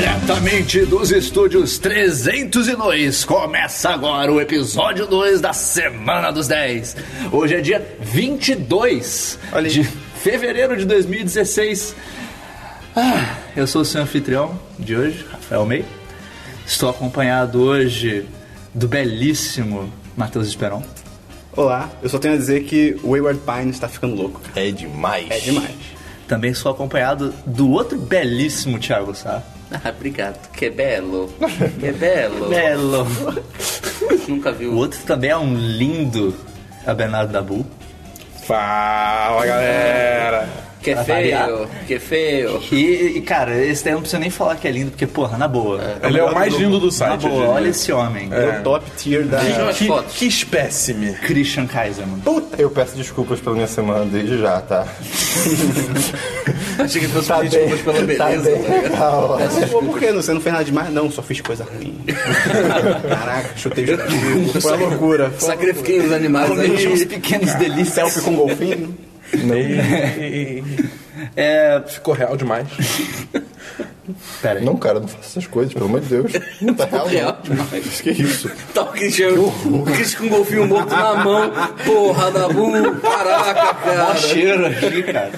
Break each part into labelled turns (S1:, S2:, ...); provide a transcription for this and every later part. S1: Diretamente dos estúdios 302, começa agora o episódio 2 da Semana dos 10. Hoje é dia 22
S2: Olha aí.
S1: de fevereiro de 2016. Ah, eu sou o seu anfitrião de hoje, Rafael May. Estou acompanhado hoje do belíssimo Matheus Esperon.
S2: Olá, eu só tenho a dizer que o Wayward Pine está ficando louco. cara.
S3: É demais.
S2: É demais.
S1: Também sou acompanhado do outro belíssimo Thiago Sá.
S4: Ah, obrigado. Que belo. Que belo.
S1: Belo!
S4: Nunca
S1: O
S4: viu.
S1: outro também é um lindo Bernardo Dabu.
S3: Fala, galera.
S4: Que
S1: Vai
S4: feio.
S1: variar.
S4: Que feio.
S1: E, e, cara, esse daí eu não precisa nem falar que é lindo, porque, porra, na boa.
S3: Ele é o mais lindo do site.
S1: na boa,
S3: eu
S1: olha
S3: diria.
S1: esse homem.
S2: É o top tier da.
S4: Vejam as
S3: Que,
S4: fotos.
S3: que espécime.
S1: Christian Kaiser, mano.
S5: Puta, eu peço desculpas pela minha semana desde já, tá?
S4: Achei que fosse pedir desculpas pela beleza.
S5: tá bem legal.
S2: Pô, por que? Você não fez nada demais? Não, só fiz coisa ruim. Caraca, chutei o Foi uma loucura. Foi
S4: Sacrifiquei os animais
S1: Cometi uns
S4: aí.
S1: pequenos
S2: um
S1: delícias.
S2: selfie com um golfinho.
S1: É.
S3: Ficou real demais.
S1: Pera aí.
S5: Não, cara, não faça essas coisas, pelo amor de Deus. Não tá real,
S3: É
S4: Real
S5: não.
S4: demais.
S5: Que isso?
S4: Tá o Christian, o Christian com um golfinho morto na mão. Porra, Dabu. Caraca,
S1: Mó
S4: cara.
S1: cheiro aqui, cara.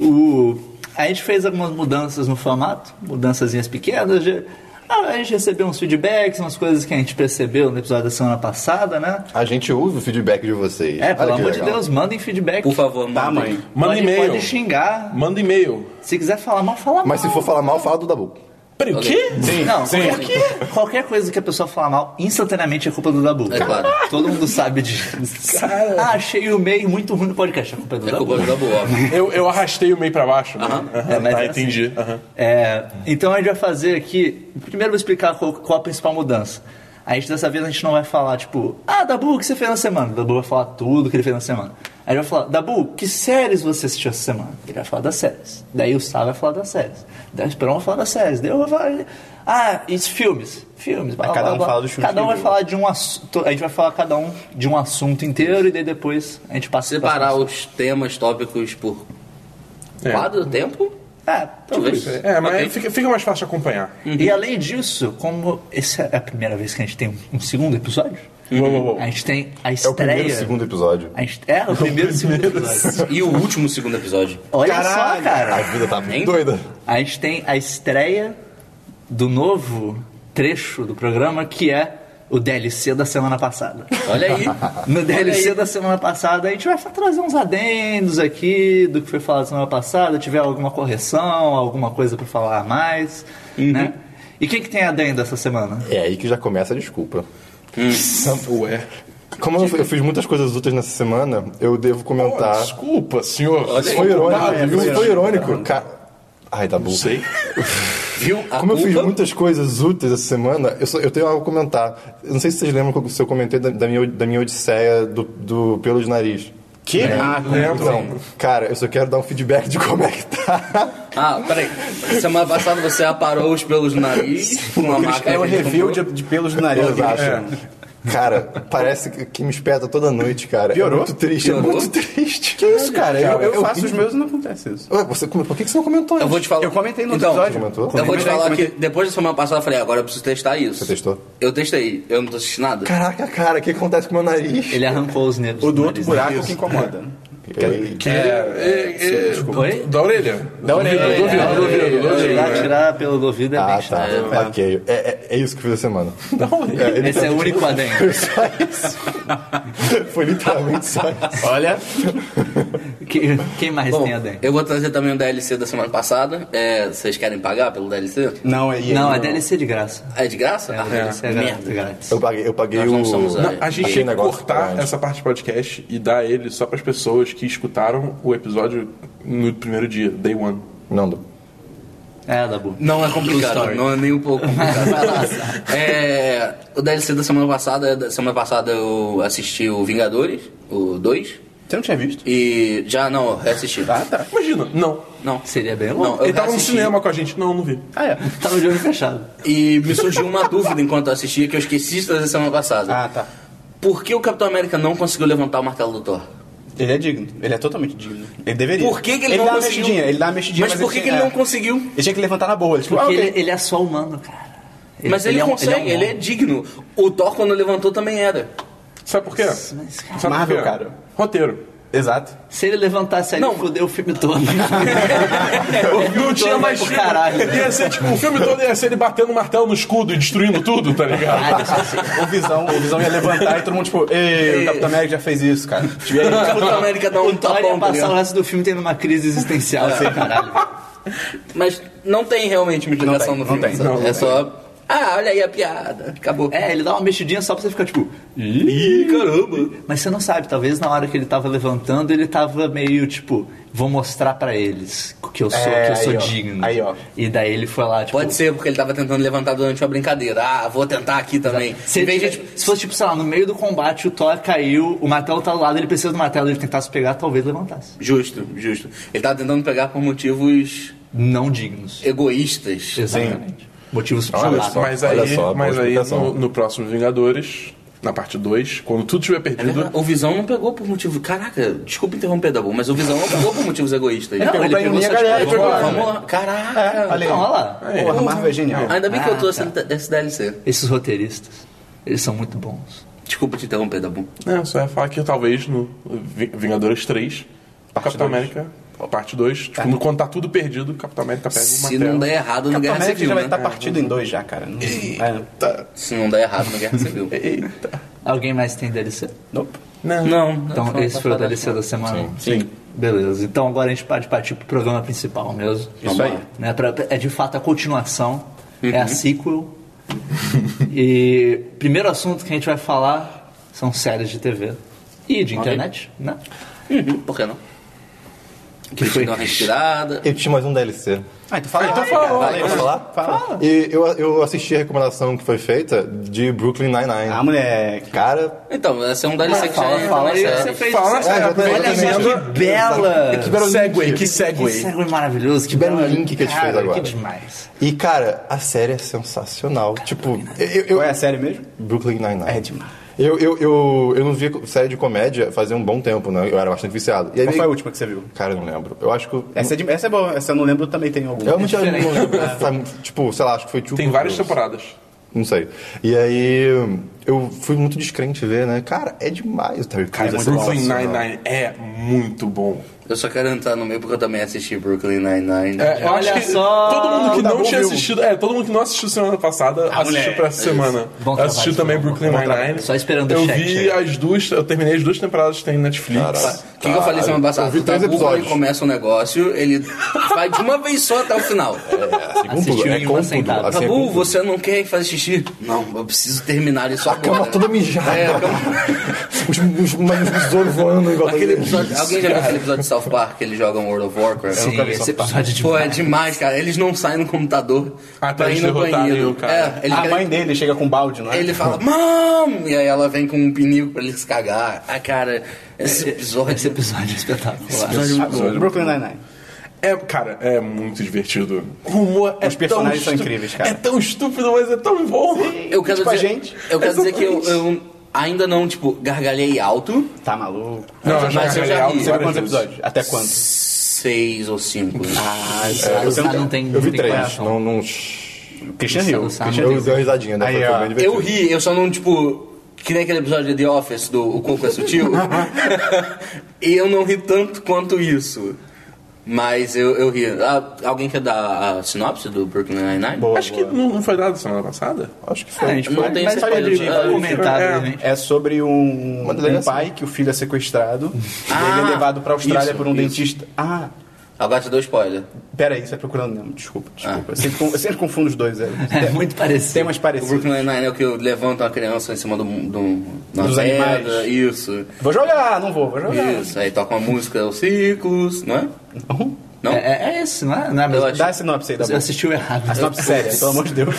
S1: O... A gente fez algumas mudanças no formato, mudançazinhas pequenas. de- Ah, A gente recebeu uns feedbacks, umas coisas que a gente percebeu no episódio da semana passada, né?
S5: A gente usa o feedback de vocês.
S1: É, pelo
S5: Olha que
S1: amor de
S5: legal.
S1: Deus, mandem feedback.
S4: Por favor,
S2: Tá,
S4: mandem.
S2: mãe.
S3: Manda
S1: Pode-
S3: e-mail.
S1: Pode xingar.
S3: Manda e-mail.
S1: Se quiser falar mal, fala mal.
S5: Mas se for falar mal, fala do Dabu.
S3: Peraí, o quê?
S1: Não,
S3: Sim.
S1: Qualquer, qualquer coisa que a pessoa falar mal, instantaneamente é culpa do Dabu.
S4: É claro.
S1: Todo mundo sabe disso. Ah, achei o meio muito ruim no podcast, é culpa do
S4: É
S1: Dabu.
S4: culpa do Dabu, óbvio.
S3: Eu, eu arrastei o e-mail pra baixo. Né?
S1: É, mas
S3: tá,
S1: é assim.
S3: entendi. Aham.
S1: É, então a gente vai fazer aqui. Primeiro eu vou explicar qual, qual a principal mudança. A gente dessa vez a gente não vai falar, tipo, ah, Dabu, o que você fez na semana? O Dabu vai falar tudo que ele fez na semana. Aí ele vai falar, Dabu, que séries você assistiu essa semana? Ele vai falar das séries. Daí o Sá vai falar das séries. Daí o Esperão vai falar das séries. Daí eu vou falar. Ah, e filmes. Filmes. Blá,
S2: Aí cada
S1: blá,
S2: um
S1: blá.
S2: fala dos filmes
S1: Cada um
S2: que
S1: vai
S2: viu.
S1: falar de um assunto. A gente vai falar cada um de um assunto inteiro e daí depois a gente passa
S4: Separar
S1: o.
S4: os temas, tópicos por
S3: É.
S4: quadro, tempo.
S1: É, talvez.
S4: Talvez.
S3: É, mas
S4: Ok.
S3: fica, fica mais fácil de acompanhar.
S4: Uhum.
S1: E além disso, como essa é a primeira vez que a gente tem um, um segundo episódio,
S3: Uou, uou, uou.
S1: a gente tem a
S5: É o primeiro
S1: estreia.
S5: e segundo episódio.
S1: a gente, é, o primeiro e segundo episódio.
S4: E o último segundo episódio.
S1: Olha só,
S2: Caralho.
S5: A
S1: cara.
S5: vida tá
S4: Hein?
S5: muito doida.
S1: A gente tem a estreia do novo trecho do programa que é o DLC da semana passada.
S4: Olha aí.
S1: No DLC
S4: aí.
S1: da semana passada, a gente vai trazer uns adendos aqui do que foi falado semana passada, tiver alguma correção, alguma coisa pra falar a mais,
S4: Uhum.
S1: né? E o que, que tem adendo essa semana?
S5: É aí que já começa a desculpa.
S3: Ué.
S5: Como eu, eu fiz muitas coisas úteis nessa semana, eu devo
S3: Pô,
S5: comentar.
S3: Desculpa, senhor.
S5: Isso
S3: Sou
S5: foi irônico,
S3: culpado, viu?
S5: isso foi irônico. Cara. Ai, Dabu.
S3: Não sei.
S4: Viu? A
S5: Como eu fiz
S4: culpa?
S5: muitas coisas úteis essa semana, eu, só- eu tenho algo a comentar. Eu não sei se vocês lembram que eu- se eu comentei da, da minha, da minha odisseia do, do pelo de nariz.
S3: Que?
S2: Ah,
S3: Lembro.
S5: Então, cara, eu só quero dar um feedback de como é que tá.
S4: Ah, peraí. Semana passada você aparou os pelos do nariz com uma máquina.
S2: É um
S4: que a gente
S2: review de,
S4: comprou. É.
S2: de pelos do nariz, eu acho.
S5: Cara, parece que, que me espeta toda noite, cara.
S2: Piorou?
S5: É muito triste,
S4: Piorou?
S5: é muito triste.
S2: Que isso, cara? Eu, eu
S5: eu
S2: faço
S5: vi-
S2: os meus e não acontece isso.
S5: Ué, você, come- por que que você não comentou antes?
S4: Eu vou te falar.
S2: Eu comentei no
S4: então,
S2: episódio.
S5: Comentou?
S4: Eu vou te
S2: Comentei,
S4: falar que
S2: comentei.
S4: depois da semana passada eu falei, agora eu preciso testar isso.
S5: Você testou?
S4: Eu testei. Eu não tô assistindo nada.
S5: Caraca, cara, o que acontece com o meu nariz?
S1: Ele arrancou os nervos.
S2: O
S1: do
S2: do outro
S1: nariz,
S2: buraco
S1: né?
S2: que incomoda.
S3: É, é, é,
S1: Oi?
S3: Da orelha. Da
S2: orelha,
S3: Do ouvido, do ouvido, do ouvido.
S1: Tirar, tirar pelo do ouvido é
S5: Ah,
S1: bem
S5: tá.
S1: chato.
S2: né?
S5: ok. É, é- é isso que eu fiz essa semana. É, ele-
S1: Esse é o único adendo.
S5: Só isso. Foi literalmente só isso.
S2: Olha,
S1: Que- Quem mais
S4: Bom,
S1: tem adendo?
S4: eu vou trazer também o DLC da semana passada. É, vocês querem pagar pelo DLC?
S2: não é
S1: Não, é DLC de graça.
S4: É de graça?
S1: É,
S4: Ah,
S1: o DLC é
S4: merda.
S1: grátis.
S5: Eu paguei, eu paguei
S4: Nós
S5: o.
S4: não somos a-
S3: A
S5: Achei
S3: gente tem que
S5: negócio
S3: cortar
S5: grande.
S3: essa parte do podcast e dar ele só para as pessoas que escutaram o episódio no primeiro dia, day one.
S5: Não, Dabu.
S1: É, Dabu.
S4: Não é complicado,
S1: Story.
S4: não é nem um pouco complicado. Vai lá. É, o DLC da semana passada, da semana passada eu assisti o Vingadores, o 2,
S2: Você não tinha visto?
S4: e já não, reassisti.
S2: Ah, tá.
S3: Imagina, não.
S4: Não.
S1: Seria bem
S4: Não,
S1: louco.
S4: eu
S3: ele tava no
S4: reassisti.
S3: cinema com a gente. Não, não vi.
S2: Ah, é.
S1: Tava de olho fechado.
S4: E me surgiu uma dúvida enquanto eu assistia que eu esqueci de trazer semana passada.
S2: Ah, tá.
S4: Por que o Capitão América não conseguiu levantar o martelo do Thor?
S2: Ele é digno. Ele é totalmente digno. Ele deveria.
S4: Por que que ele não
S2: dá uma
S4: conseguiu?
S2: mexidinha, ele dá uma mexidinha.
S4: Mas por que que
S2: tinha-
S4: ele não
S2: é.
S4: conseguiu?
S2: Ele tinha que levantar na boa. Tipo,
S1: Porque
S2: ah, ok.
S1: ele, ele é só humano, cara.
S4: Mas ele,
S1: é um-
S4: consegue, ele é,
S1: um homem.
S4: digno. O Thor, quando levantou, também era.
S3: Sabe por quê?
S1: Mas, cara,
S3: Sabe
S2: Marvel,
S3: por quê?
S2: cara.
S3: Roteiro.
S2: Exato.
S1: se ele levantasse ali,
S4: Não.
S1: fudeu o filme todo.
S4: É,
S3: Não tinha
S1: todo
S3: mais
S1: vai pro
S4: né?
S3: filme.
S1: caralho.
S3: Ia ser, tipo, o filme todo ia ser ele batendo o martelo no escudo e destruindo tudo, tá ligado?
S2: O Visão, o Visão ia levantar e todo mundo tipo, ei, o Capitão América já fez isso, cara. Tipo,
S4: O Capitão América dá um
S1: o Thor ia
S4: tapão, tá
S1: passar o
S4: ligado? É.
S1: resto do filme tendo uma crise existencial. assim, caralho.
S4: Mas não tem realmente uma explicação
S2: Não
S4: no
S2: tem,
S4: filme.
S2: não tem,
S4: sabe?
S2: não
S4: é só... Ah, olha aí a piada. Acabou.
S1: É, ele dá uma mexidinha só pra você ficar tipo. Ih, caramba! Mas você não sabe, talvez na hora que ele tava levantando, ele tava meio tipo, vou mostrar pra eles que eu sou,
S2: É,
S1: que eu sou
S2: aí, ó.
S1: digno.
S2: Aí, ó.
S1: E daí ele foi lá, tipo.
S4: Pode ser porque ele tava tentando levantar durante uma brincadeira. Ah, vou tentar aqui também.
S1: Se,
S4: Em vez de,
S1: ele- se fosse, tipo, sei lá, no meio do combate, o Thor caiu, o martelo tá do lado, ele precisa do martelo, ele tentasse pegar, talvez levantasse.
S4: Justo, justo. Ele tava tentando pegar por motivos
S1: Não dignos.
S4: egoístas.
S1: Exatamente. Motivos pra
S5: Ah, Olha
S1: lá.
S5: só.
S3: Mas aí,
S5: olha só, boa
S3: mas aí
S5: explicação.
S3: no, no próximo Vingadores, na parte 2, quando tudo tiver
S4: É
S3: perdido,
S4: verdade. O Visão não pegou por motivo. Caraca, desculpa interromper, Dabu, mas o Visão não pegou por motivos egoístas.
S1: Não, ele
S2: pra
S1: pegou
S2: mim,
S1: só,
S2: a galera
S1: tipo,
S2: pegou
S1: vamos lá,
S2: lá,
S1: vamos
S4: Vamos
S1: lá.
S4: lá. Caraca.
S2: olha aí.
S1: Então, olha lá.
S2: Porra, Marvel é genial.
S4: Ainda bem que eu
S1: Ah,
S4: trouxe
S1: tá.
S4: essa DLC.
S1: Esses roteiristas, eles são muito bons.
S4: Desculpa te interromper, Dabu.
S3: É, só ia falar que talvez no Vi- Vingadores 3, o Capitão
S2: dois.
S3: América, parte 2, tipo, no- quando tá tudo perdido, o Capitão América pega o
S4: Se
S3: martelo.
S4: não der errado no
S2: Capitão
S4: Guerra
S2: América já
S4: Civil,
S2: vai tá-
S4: né?
S2: estar partido em dois já, cara. Não- é.
S4: Se não der errado no Guerra Civil.
S1: Alguém mais tem DLC?
S2: Nope.
S3: Não.
S4: Não.
S1: Então,
S4: não,
S1: esse foi o
S4: não,
S1: DLC
S4: não.
S1: da semana. um.
S2: Sim.
S1: Beleza. Então, agora a gente pode partir pro programa principal mesmo.
S2: Isso aí.
S1: Né, pra- é de fato a continuação, é a
S5: Uhum.
S1: sequel. e primeiro assunto que a gente vai falar são séries de TV e de internet, né?
S4: Uhum, Por que não?
S1: Que foi
S4: Dá uma respirada.
S5: Eu tinha mais um DLC.
S2: Ah, então fala aí.
S3: Então
S2: cara.
S3: fala,
S2: Fala aí,
S3: fala.
S2: fala lá.
S5: E eu, eu assisti a recomendação que foi feita de Brooklyn Nine-Nine.
S2: Ah, moleque.
S5: Cara,
S4: Então, esse é um DLC que já
S1: Fala,
S4: entra
S1: fala
S4: na
S1: aí o que
S4: série.
S1: você fez. É,
S3: Fala,
S1: Olha
S5: sério,
S1: só
S5: exatamente.
S1: que bela.
S5: que belo
S3: Segway,
S5: link.
S3: que
S1: Que
S3: Segway.
S1: segue maravilhoso, que
S5: belo
S1: bela-
S5: link que a gente
S1: cara,
S5: fez agora.
S1: Que demais.
S5: E, cara, a série é sensacional. tipo, eu, eu,
S2: Qual é a série mesmo?
S5: Brooklyn Nine-Nine.
S2: É demais.
S5: Eu, eu, eu, eu não via série de comédia fazia um bom tempo, né? Eu era bastante viciado. E aí,
S2: Qual foi a última que você viu?
S5: Cara, eu não lembro. Eu acho que... eu-
S2: Essa é, de- essa é boa. Essa eu não lembro, também tem alguma.
S5: Eu realmente não lembro. Faz- tipo, sei lá, acho que foi... Two
S3: Tem
S5: Good
S3: várias
S5: Girls.
S3: temporadas.
S5: Não sei. E aí, eu fui muito descrente ver, né? Cara, é demais o Terry
S3: Cara,
S5: Crews, é
S3: Brooklyn
S5: sensacional.
S3: Nine-Nine é muito bom.
S4: Eu só quero entrar no meio porque eu também assisti Brooklyn Nine-Nine.
S3: É, eu
S1: Olha
S3: acho que
S1: só,
S3: todo mundo que
S5: tá
S3: não
S5: bom,
S3: tinha
S5: viu?
S3: assistido, é, todo mundo que não assistiu semana passada assistiu
S2: moleque,
S3: pra
S4: é isso.
S3: essa semana.
S1: Bom
S3: Eu assisti
S1: trabalho,
S3: também
S1: bom,
S3: Brooklyn
S1: bom
S3: Nine-Nine.
S1: trabalho. Só esperando o
S3: Eu
S1: cheque
S3: vi
S1: chegar.
S3: as duas, eu terminei as duas temporadas que tem Netflix.
S5: Caraca.
S4: O que, que eu falei semana passada?
S5: Eu vi
S4: O
S5: três
S4: Dabu,
S5: episódios.
S4: ele começa um negócio, ele vai de uma vez só até o final.
S5: Assim, com tudo.
S1: Assistiu
S5: É
S1: em uma
S5: com tudo.
S1: sentada.
S5: Assim, é com
S4: Dabu,
S5: tudo.
S4: você não quer fazer xixi? Não, eu preciso terminar isso
S5: A
S4: agora.
S5: cama toda mijada.
S4: É, a cama-
S5: Os, os, os besouros voando igual
S4: Aquele
S5: doido.
S4: episódio- Alguém já viu aquele episódio de South Park que eles jogam World of Warcraft?
S1: Sim, esse episódio é
S4: Pô,
S1: demais.
S4: é demais, cara. Eles não saem no computador
S3: Até
S4: pra
S3: eles
S4: ir no
S3: derrotarem
S4: banheiro.
S3: o cara.
S4: É, ele
S2: a
S4: quer-
S2: mãe dele chega com um balde, não é?
S4: Ele fala, mom! E aí ela vem com um pinico pra ele se cagar. é, Ah, cara, esse episódio.
S1: Esse episódio é espetacular.
S4: episódio-
S2: Ah, Brooklyn Nine-Nine.
S3: É, cara, é muito divertido. O humor é
S2: Os personagens
S3: tão
S2: são
S3: estu-
S2: incríveis, cara.
S3: É tão estúpido, mas é tão bom.
S4: Eu quero
S2: Tipo a
S4: dizer,
S2: gente.
S4: Eu quero dizer que eu, eu ainda não, tipo, gargalhei alto.
S2: Tá maluco?
S3: Não, é eu já
S4: Mas eu já
S3: regalei alto
S4: vi.
S2: Você viu
S3: várias
S2: quantos
S3: vezes.
S2: episódios? Até quanto?
S4: Seis ou cinco.
S2: Ah,
S1: Ah,
S2: você
S1: não,
S2: não...
S1: tem
S5: É, Eu vi
S1: não tem
S5: três.
S1: coração.
S5: Não, não...
S2: Christian
S1: Isso,
S2: Hill.
S1: não sabe.
S2: Christian
S5: Eu
S2: Hill.
S5: dei uma risadinha, né?
S2: Aí,
S5: Foi-
S2: ó.
S5: foi bem divertido.
S4: Eu ri, eu só não, tipo, que nem aquele episódio de The Office do O Coco é Sutil. e eu não ri tanto quanto isso. Mas eu, eu ri. Ah, alguém quer dar a sinopse do Brooklyn Nine-Nine?
S2: Boa,
S3: Acho que
S2: boa.
S3: não, não foi dado semana passada.
S5: Acho que
S1: É, a
S5: foi.
S1: gente
S4: Não
S1: pode,
S4: tem
S1: mas
S4: esse
S1: pode
S4: episódio.
S1: comentar,
S3: É.
S1: né?
S2: É sobre um,
S5: Uma
S2: um
S5: delegacia.
S2: pai que o filho é sequestrado e
S4: Ah,
S2: ele é levado pra Austrália
S4: isso,
S2: por um
S4: isso.
S2: dentista. Ah,
S4: Agora te dou spoiler.
S2: pera aí, você vai procurando. Não, desculpa, desculpa. Eu, sempre, con- eu sempre confundo os dois. É,
S1: É muito parecido.
S2: Tem umas
S4: O
S2: parecidas.
S4: Brooklyn Nine-Nine é o que levanta uma criança em cima do, do, de uma
S2: Dos
S4: pedra,
S2: animais.
S4: Isso.
S2: Vou jogar, não vou, vou jogar.
S4: Isso. Aí toca uma música, os ciclos, não é?
S2: Não?
S4: Não?
S1: É, é, é esse, não é? Não é mesmo?
S4: acho-
S2: Uhum. Dá a sinopse aí, dá
S1: Eu
S2: bom.
S1: assisti o errado.
S2: A sinopse séria, pelo amor de Deus.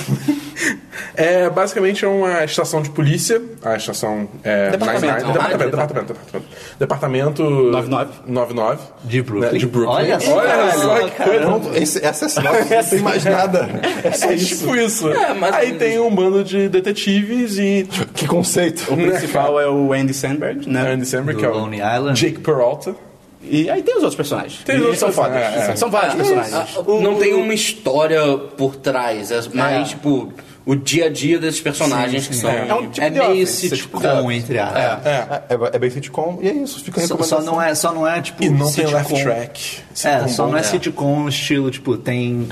S3: É, basicamente é uma estação de polícia, a estação é,
S2: Departamento,
S3: 99,
S2: não,
S3: departamento,
S2: área,
S3: departamento, departamento, departamento
S2: 99.
S3: 99
S1: De Brooklyn.
S3: De Brooklyn.
S1: Olha só,
S3: Olha
S1: cara.
S3: que coisa.
S5: Pronto, esse- essa é a sinopse, não tem mais nada. É só
S3: É
S5: isso.
S3: tipo isso.
S4: É, mais ou
S3: Aí
S4: menos.
S3: tem um bando de detetives e tipo,
S5: Que conceito.
S2: O principal é o Andy Sandberg, né?
S3: Andy Samberg, que
S1: Do
S3: é
S1: Lonely
S3: o
S1: Island.
S3: Jake Peralta.
S2: E aí tem os outros personagens.
S3: Tem os outros
S2: E são fodas.
S3: personagens, é, é.
S2: São vários
S4: Ah,
S2: personagens.
S4: não tem uma história por trás, é mais tipo o dia a dia desses personagens que são.
S2: É um tipo
S1: É
S2: de
S1: meio
S2: office, tipo de
S1: sitcom,
S2: office.
S1: entre aspas.
S5: É, é bem sitcom e é isso. Fica
S1: Só,
S5: a
S1: só
S5: recomendação.
S1: não é, só não é, tipo,
S3: E não tem
S1: sitcom.
S3: left track.
S1: É,
S3: Sitcom
S1: só
S3: bom. né?
S1: não é sitcom estilo, tipo, tem
S5: O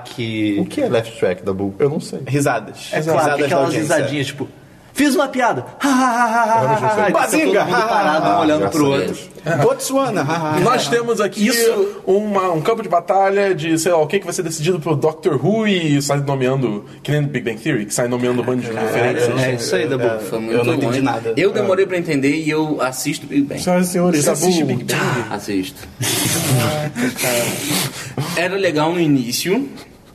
S1: claque.
S5: que é left track da Bull? Eu não sei.
S2: Risadas.
S1: É
S2: Risadas
S1: claque,
S2: da
S1: aquelas
S2: audiência.
S1: risadinhas, tipo, fiz uma piada. Ha, ha, ha, ha, ha, ha, ha, ha. Tá todo
S2: Bazinga!
S1: mundo parado, um
S5: Ah,
S1: olhando
S5: graças
S1: pro
S5: a
S1: outro.
S5: Deus.
S2: Botsuana. haha.
S3: Nós temos aqui
S4: Isso-
S3: uma- um campo de batalha de, sei lá, o que, que vai ser decidido pelo Doctor Who e sai nomeando, que nem Big Bang Theory, que sai nomeando um bando de referências.
S1: É, é isso aí, Dabu.
S4: Foi muito
S2: Eu não entendi
S4: longe.
S2: nada. Ah.
S4: Eu demorei pra entender e eu assisto Big Bang.
S5: Senhoras e senhores,
S3: Você
S5: Dabu.
S3: assiste Big Bang?
S4: Assisto. Era legal no início.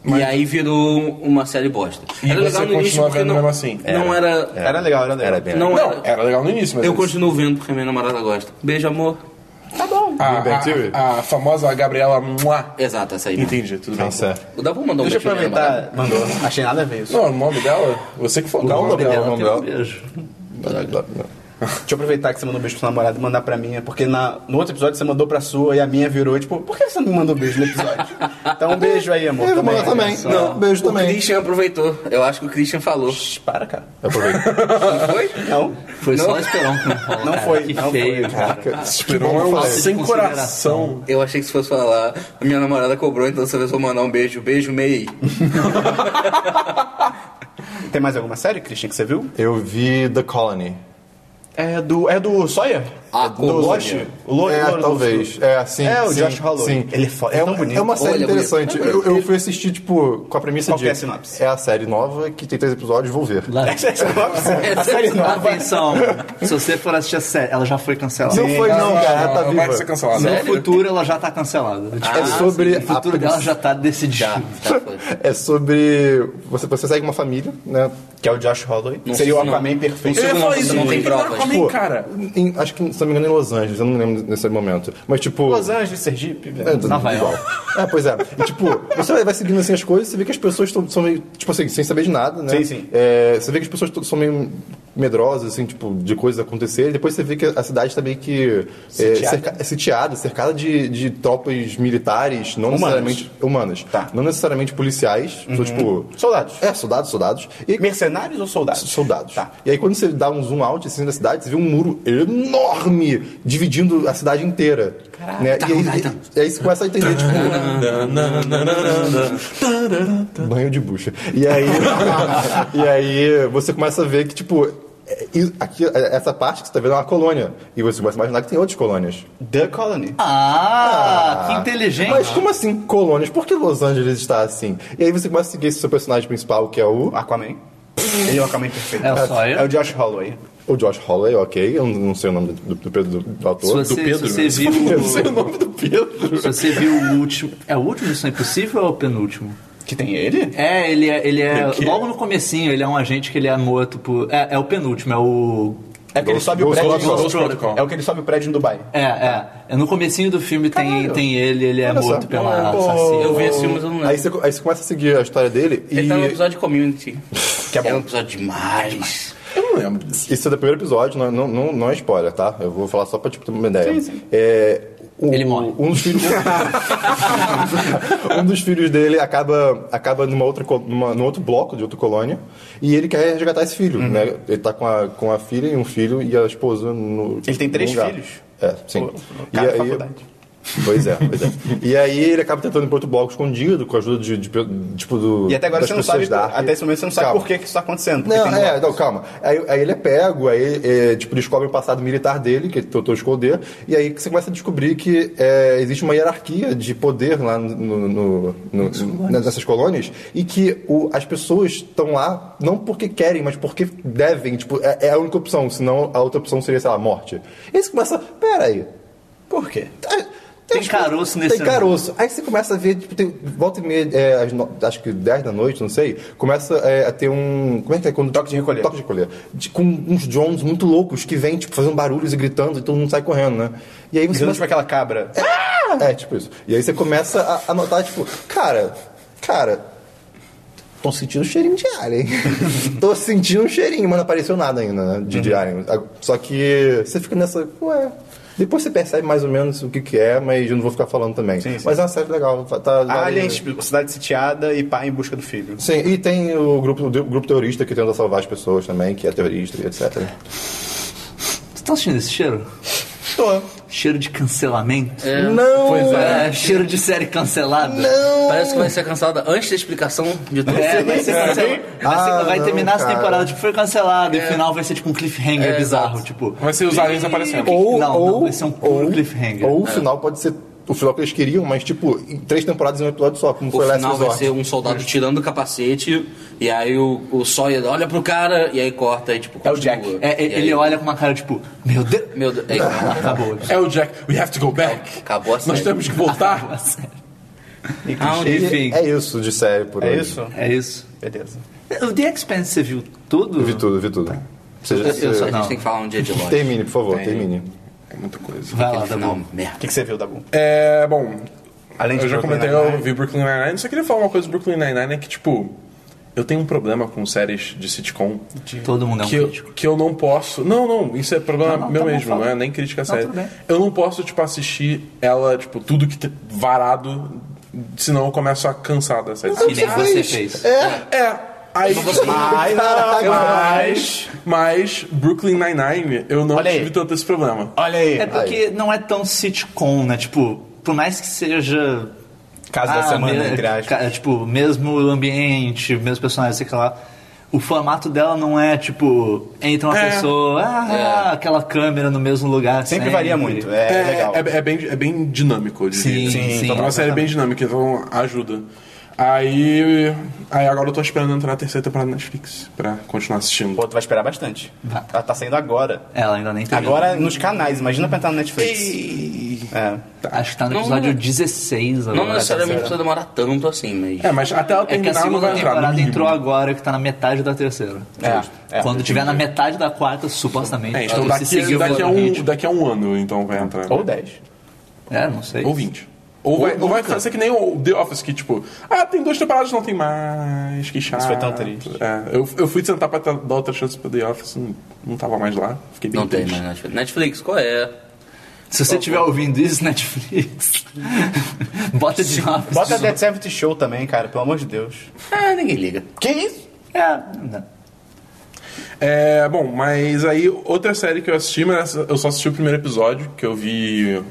S4: E aí virou uma série bosta.
S3: E
S4: era
S3: você
S4: legal no início
S3: continua
S4: porque
S3: vendo
S4: não,
S3: mesmo assim?
S4: não era.
S2: Era legal, era assim. legal.
S5: Era bem
S4: Não,
S3: Não,
S4: era.
S3: era legal no início, mas... é
S4: Eu
S3: eles-
S4: continuo vendo porque minha namorada gosta. Beijo, amor.
S2: tá
S3: a,
S5: Big Bang
S3: a-
S5: Theory?
S3: a famosa Gabriela Mua.
S4: Exato, essa aí. mesmo.
S3: Entendi,
S1: Tá
S3: tudo bem.
S5: Nossa, é.
S4: O Dabu mandou um
S2: Deixa eu
S4: beijo pra minha namorada.
S2: aproveitar. Mandou. Achei nada a ver isso.
S3: Não, o nome dela? Você que falou.
S5: Dá um nome dela,
S1: Ela
S5: nome
S1: tem um
S5: dela.
S1: beijo.
S2: Deixa eu aproveitar que você mandou um beijo pro seu namorado e mandar pra minha, porque na, no outro episódio você mandou pra sua e a minha virou, tipo, por que você não me mandou beijo no episódio? Então um beijo aí, amor.
S5: Eu vou mandar também. Não, beijo
S4: O
S5: também.
S4: Christian aproveitou. Eu acho que o Christian falou.
S2: Shh, Para, cara.
S5: Aproveita.
S4: Não foi?
S2: Não,
S1: Foi
S4: Não.
S1: só o
S3: um
S1: Esperão que não falou.
S2: Não
S1: cara.
S2: foi,
S1: Que
S2: não
S1: feio,
S2: foi.
S1: cara.
S3: Esperon é um
S5: Falta de
S3: sem
S1: consideração.
S3: coração.
S4: Eu achei que se fosse falar, a minha namorada cobrou, então você vai só mandar um beijo. Beijo, May.
S2: Tem mais alguma série, Christian, que você viu?
S5: Eu vi The Colony.
S2: É do. É do Sawyer?
S4: Ah,
S2: É do
S4: Colônia.
S2: Lost? O Lo-
S5: é,
S2: Lo- Lo-
S5: talvez. É, sim.
S2: É, o
S5: sim,
S2: Josh Holloway.
S5: Sim.
S2: Ele é foda,
S5: É,
S2: ele é tão
S5: uma-
S2: bonito.
S5: é uma série
S4: Olha,
S5: interessante.
S4: bonito.
S5: Eu, eu fui assistir, tipo, com a premissa
S2: Qual
S5: de...
S2: que é a sinopse?
S5: É a série nova, que tem três episódios, vou ver.
S1: Lá-
S2: Essa é a sinopse? A série nova.
S1: Atenção, se você for assistir a série, ela já foi cancelada.
S5: Não foi não, cara. Ela tá
S3: Não, vai ser
S5: viva.
S3: cancelado.
S1: No futuro ela já tá cancelada.
S5: É sobre
S1: o futuro
S5: a
S1: dela já tá
S4: Já,
S1: decidido.
S4: já Ah, tá, foi.
S5: É sobre... Você, você segue uma família, né?
S2: Que é o Josh Holloway.
S4: Não
S2: Seria o
S4: sei se não.
S2: Aquaman perfeito.
S3: Eu ia
S4: Não,
S3: falar
S4: não
S3: isso,
S4: tem
S3: não tem
S4: provas.
S3: provas. Homem,
S5: Pô,
S3: cara.
S5: em- acho que, se não me engano, em Los Angeles. Eu não me lembro nesse momento. Mas, tipo...
S2: Los Angeles, Sergipe. velho.
S5: É, tudo
S1: Nova
S5: igual. É, pois é. E, tipo, você vai- vai seguindo assim as coisas, você vê que as pessoas tão- são meio, tipo assim, sem saber de nada, né?
S2: Sim, sim.
S5: É, você vê que as pessoas tão- são meio medrosas, assim, tipo, de coisas acontecerem. Depois você vê que a cidade tá meio que é,
S2: Sitiada?
S5: cerca- é, sitiada, cercada de, de tropas militares, não
S2: Humanas.
S5: necessariamente humanas.
S2: Tá. Uhum.
S5: Não necessariamente policiais, são tipo.
S2: Soldados.
S5: É, soldados, soldados. E
S2: Mercenários ou soldados?
S5: soldados.
S2: Tá.
S5: E aí quando você dá um zoom out assim na cidade, você vê um muro enorme dividindo a cidade inteira. Caraca.
S1: tá
S5: Né? E, aí,
S1: então?
S5: e aí você começa a entender, tipo, banho de bucha. E aí, e aí você começa a ver que, tipo, é- e aqui, é- essa parte que você tá vendo é uma colônia. E você começa a imaginar que tem outras colônias.
S2: The Colony.
S1: Ah, que inteligente.
S5: Mas como assim colônias? Por que Los Angeles está assim? E aí você começa a seguir esse seu personagem principal, que é o,
S2: O Aquaman. Ele é o Aquaman perfeito.
S1: É o Sawyer?
S2: É o Josh Holloway.
S5: o Josh Holloway, ok? Eu não sei o nome do, do, do, do
S1: se
S5: ator.
S1: você,
S5: do
S1: se
S5: Pedro. né?
S1: você viu,
S5: Eu sei o nome do Pedro.
S1: se você viu o último, é o último Missão Impossível ou é o penúltimo?
S2: Que tem ele?
S1: É, ele é, ele é
S3: O quê?
S1: logo no comecinho, ele é um agente que ele é morto por, é, é o penúltimo, é o
S2: É o que ele sobe o
S5: Ghost
S2: prédio.
S5: Protocol.
S3: Ghost Protocol.
S2: É o que ele sobe o prédio em Dubai.
S1: é, é, é no comecinho do filme tem,
S2: Caralho.
S1: tem ele, ele é
S5: Olha só.
S1: morto pela
S5: Pô.
S1: assassina.
S4: Eu vi esse filme, mas eu não lembro.
S5: Aí você, aí você começa a seguir a história dele e
S4: Ele tá no episódio de Community.
S2: Que é
S4: um
S2: bom.
S4: episódio demais.
S3: Eu não lembro disso.
S5: isso é do primeiro episódio, não, não, não, não é spoiler, tá? Eu vou falar só pra tipo, ter uma ideia.
S2: Sim, sim.
S5: É, o-
S1: Ele morre.
S5: Um dos filhos, um dos filhos dele acaba, acaba numa outra, co- numa, num outro bloco de outra colônia e ele quer resgatar esse filho,
S2: Uhum.
S5: né? Ele tá com a, com a filha e um filho e a esposa no.
S2: Ele tem três
S5: num lugar.
S2: filhos?
S5: É, sim.
S2: Pô, cara,
S5: e aí,
S2: faculdade.
S5: Pois é, pois é. E aí ele acaba tentando ir pra outro bloco escondido, com a ajuda de, de- tipo, do.
S2: E até agora
S5: das
S2: você não sabe.
S5: pessoas da Ark.
S2: Até esse momento você não sabe
S5: Calma.
S2: por que que isso tá acontecendo. porque
S5: Não,
S2: tem
S5: é,
S2: um-
S5: não, calma. Aí, aí ele é pego, aí é, tipo, descobre o passado militar dele, que ele tentou esconder, e aí que você começa a descobrir que é, existe uma hierarquia de poder lá no, no- no- no- na- nessas colônias, e que o- as pessoas estão lá não porque querem, mas porque devem. Tipo, é, é a única opção, senão a outra opção seria, sei lá, morte. E aí você começa, pera aí,
S2: Por quê?
S5: tá-
S1: Tem
S5: as
S1: caroço
S5: coisas-
S1: nesse
S5: Tem
S1: ano.
S5: caroço. Aí você começa a ver, tipo, tem, volta e meia, é, às no- acho que 10 da noite, não sei, começa é, a ter um. Como é que é? Quando,
S2: Toque de recolher.
S5: Toque de recolher. De- com uns drones muito loucos que vêm, tipo, fazendo barulhos e gritando e todo mundo sai correndo, né? E aí
S2: Virando
S5: você. começa-
S2: tipo aquela cabra.
S5: é, tipo isso. E aí você começa a, a notar, tipo, cara, cara, tô sentindo um cheirinho de alien. tô sentindo um cheirinho, mas não apareceu nada ainda, né, de,
S2: Uhum.
S5: de alien. A- Só que você fica nessa, ué... Depois você percebe mais ou menos o que que é, mas eu não vou ficar falando também.
S2: Sim, sim.
S5: Mas é uma série legal. Tá, vale-
S2: Aliens, tipo, cidade sitiada e pai em busca do filho.
S5: Sim, e tem o grupo, o grupo terrorista que tenta salvar as pessoas também, que é terrorista e etc.
S1: Você tá sentindo esse cheiro?
S5: Tô.
S1: Cheiro de cancelamento?
S4: É,
S5: Não!
S4: Pois é.
S1: É, cheiro de série cancelada?
S4: Parece que vai ser cancelada antes da explicação de tudo.
S1: É, vai ser cancelado. Vai, ser-
S5: Ah,
S1: vai
S5: não,
S1: terminar essa
S5: cara.
S1: temporada, tipo, foi cancelado. E o final vai ser tipo um cliffhanger
S4: É,
S1: bizarro,
S4: exato.
S1: tipo.
S3: Vai ser os aliens aparecendo.
S5: Ou,
S1: Não, não,
S5: ou,
S1: vai ser um puro
S5: ou-
S1: cliffhanger.
S5: Ou o final pode ser o final que eles queriam, mas tipo, em três temporadas em um episódio só, como
S4: O
S5: foi Last
S4: final vai
S5: Resort.
S4: ser um soldado tirando o capacete, e aí o, o Sawyer olha pro cara, e aí corta, e tipo,
S2: É o
S4: continua.
S2: Jack.
S1: É, é,
S4: E aí-
S1: ele olha com uma cara tipo, meu Deus.
S4: Meu Deus, é,
S1: Acabou.
S3: É o Jack, we have to go back.
S4: Acabou a
S3: Nós
S4: série.
S3: temos que voltar.
S4: Aonde-
S1: Enfim,
S5: É isso de série por
S2: É
S5: hoje.
S2: isso?
S1: é isso.
S2: Beleza.
S1: O The Expanse, você viu tudo?
S5: Eu vi tudo, vi tudo. Você
S4: Eu, eu só, a
S5: você-
S4: gente tem que falar um dia de loja.
S5: Termine, por favor, termine.
S3: É muita coisa.
S1: Vai lá,
S4: Aquele
S1: tá
S4: final,
S1: bom.
S2: O
S4: merda.
S2: que, que você viu, Dabu?
S3: É, bom,
S2: Além de
S3: eu já
S2: Brooklyn
S3: comentei, eu
S2: Nine-Nine.
S3: vi Brooklyn Nine-Nine, só queria falar uma coisa do Brooklyn Nine-Nine, é que, tipo, eu tenho um problema com séries de sitcom
S1: Todo mundo é um
S3: que eu,
S1: crítico.
S3: que eu não posso. Não, não, isso é problema
S1: Não, não,
S3: meu
S1: tá bom,
S3: mesmo,
S1: fala.
S3: não é nem crítica
S1: Não,
S3: séria.
S1: tudo bem.
S3: Eu não posso, tipo, assistir ela, tipo, tudo que tem varado, senão eu começo a cansar da série.
S1: Que nem você fez.
S3: É, aí.
S2: Ai,
S5: Caraca,
S2: mas...
S3: Mas Brooklyn Nine-Nine, eu não
S2: Olha aí.
S3: tive tanto esse problema.
S2: Olha aí.
S1: É porque não é tão sitcom, né? Tipo, por mais que seja. Ah,
S2: Caso da semana,
S1: me-
S2: entre aspas.
S1: ca- Tipo, mesmo ambiente, mesmo personagem, sei que lá. O formato dela não é tipo, entra uma
S3: É.
S1: pessoa, ah, aquela câmera no mesmo lugar.
S2: É. Sempre varia muito. É, legal.
S3: É, é bem, é bem dinâmico, eu
S1: Sim,
S3: diria.
S1: Sim, sim.
S3: Então, é uma série bem dinâmica, então ajuda. Aí, aí agora eu tô esperando entrar na terceira temporada da Netflix pra continuar assistindo.
S2: Pô, tu vai esperar bastante.
S1: Vai.
S2: Ela tá saindo agora.
S1: Ela ainda nem tem.
S2: Agora nos canais, imagina pra entrar no Netflix.
S3: E-
S2: É.
S1: Acho que tá no
S4: Não,
S1: episódio
S4: não.
S1: 16 agora.
S4: Não necessariamente
S1: tá
S4: precisa demorar tanto assim, mas...
S3: É, mas até ela
S1: É que a
S3: terminar não um
S1: segunda
S3: vai entrar. no
S1: temporada
S3: mínimo.
S1: entrou agora, que tá na metade da terceira.
S2: É, é.
S1: Quando tiver na metade da quarta, supostamente.
S3: É, então
S1: Ah, se
S3: daqui,
S1: seguir o
S3: daqui, a um,
S1: ritmo.
S3: daqui a um ano, então vai entrar.
S2: Ou 10.
S1: É, não sei.
S3: Ou 20. Ou vai, ou vai
S1: nunca.
S3: fazer que nem o The Office, que tipo, ah, tem duas temporadas, não tem mais, que chato.
S2: foi tão triste.
S3: É, eu, eu fui tentar pra dar outra chance pro The Office, não, não tava mais lá, fiquei bem
S4: Não tem
S3: triste.
S4: mais Netflix. Netflix, qual é?
S1: Se
S2: Tá
S1: você estiver ouvindo isso, Netflix, bota de novo.
S2: Bota Dead 70 Show também, cara, pelo amor de Deus.
S4: Ah, ninguém liga.
S2: Que isso?
S1: É, não.
S3: É, bom, mas aí outra série que eu assisti, mas essa- eu só assisti o primeiro episódio, que eu vi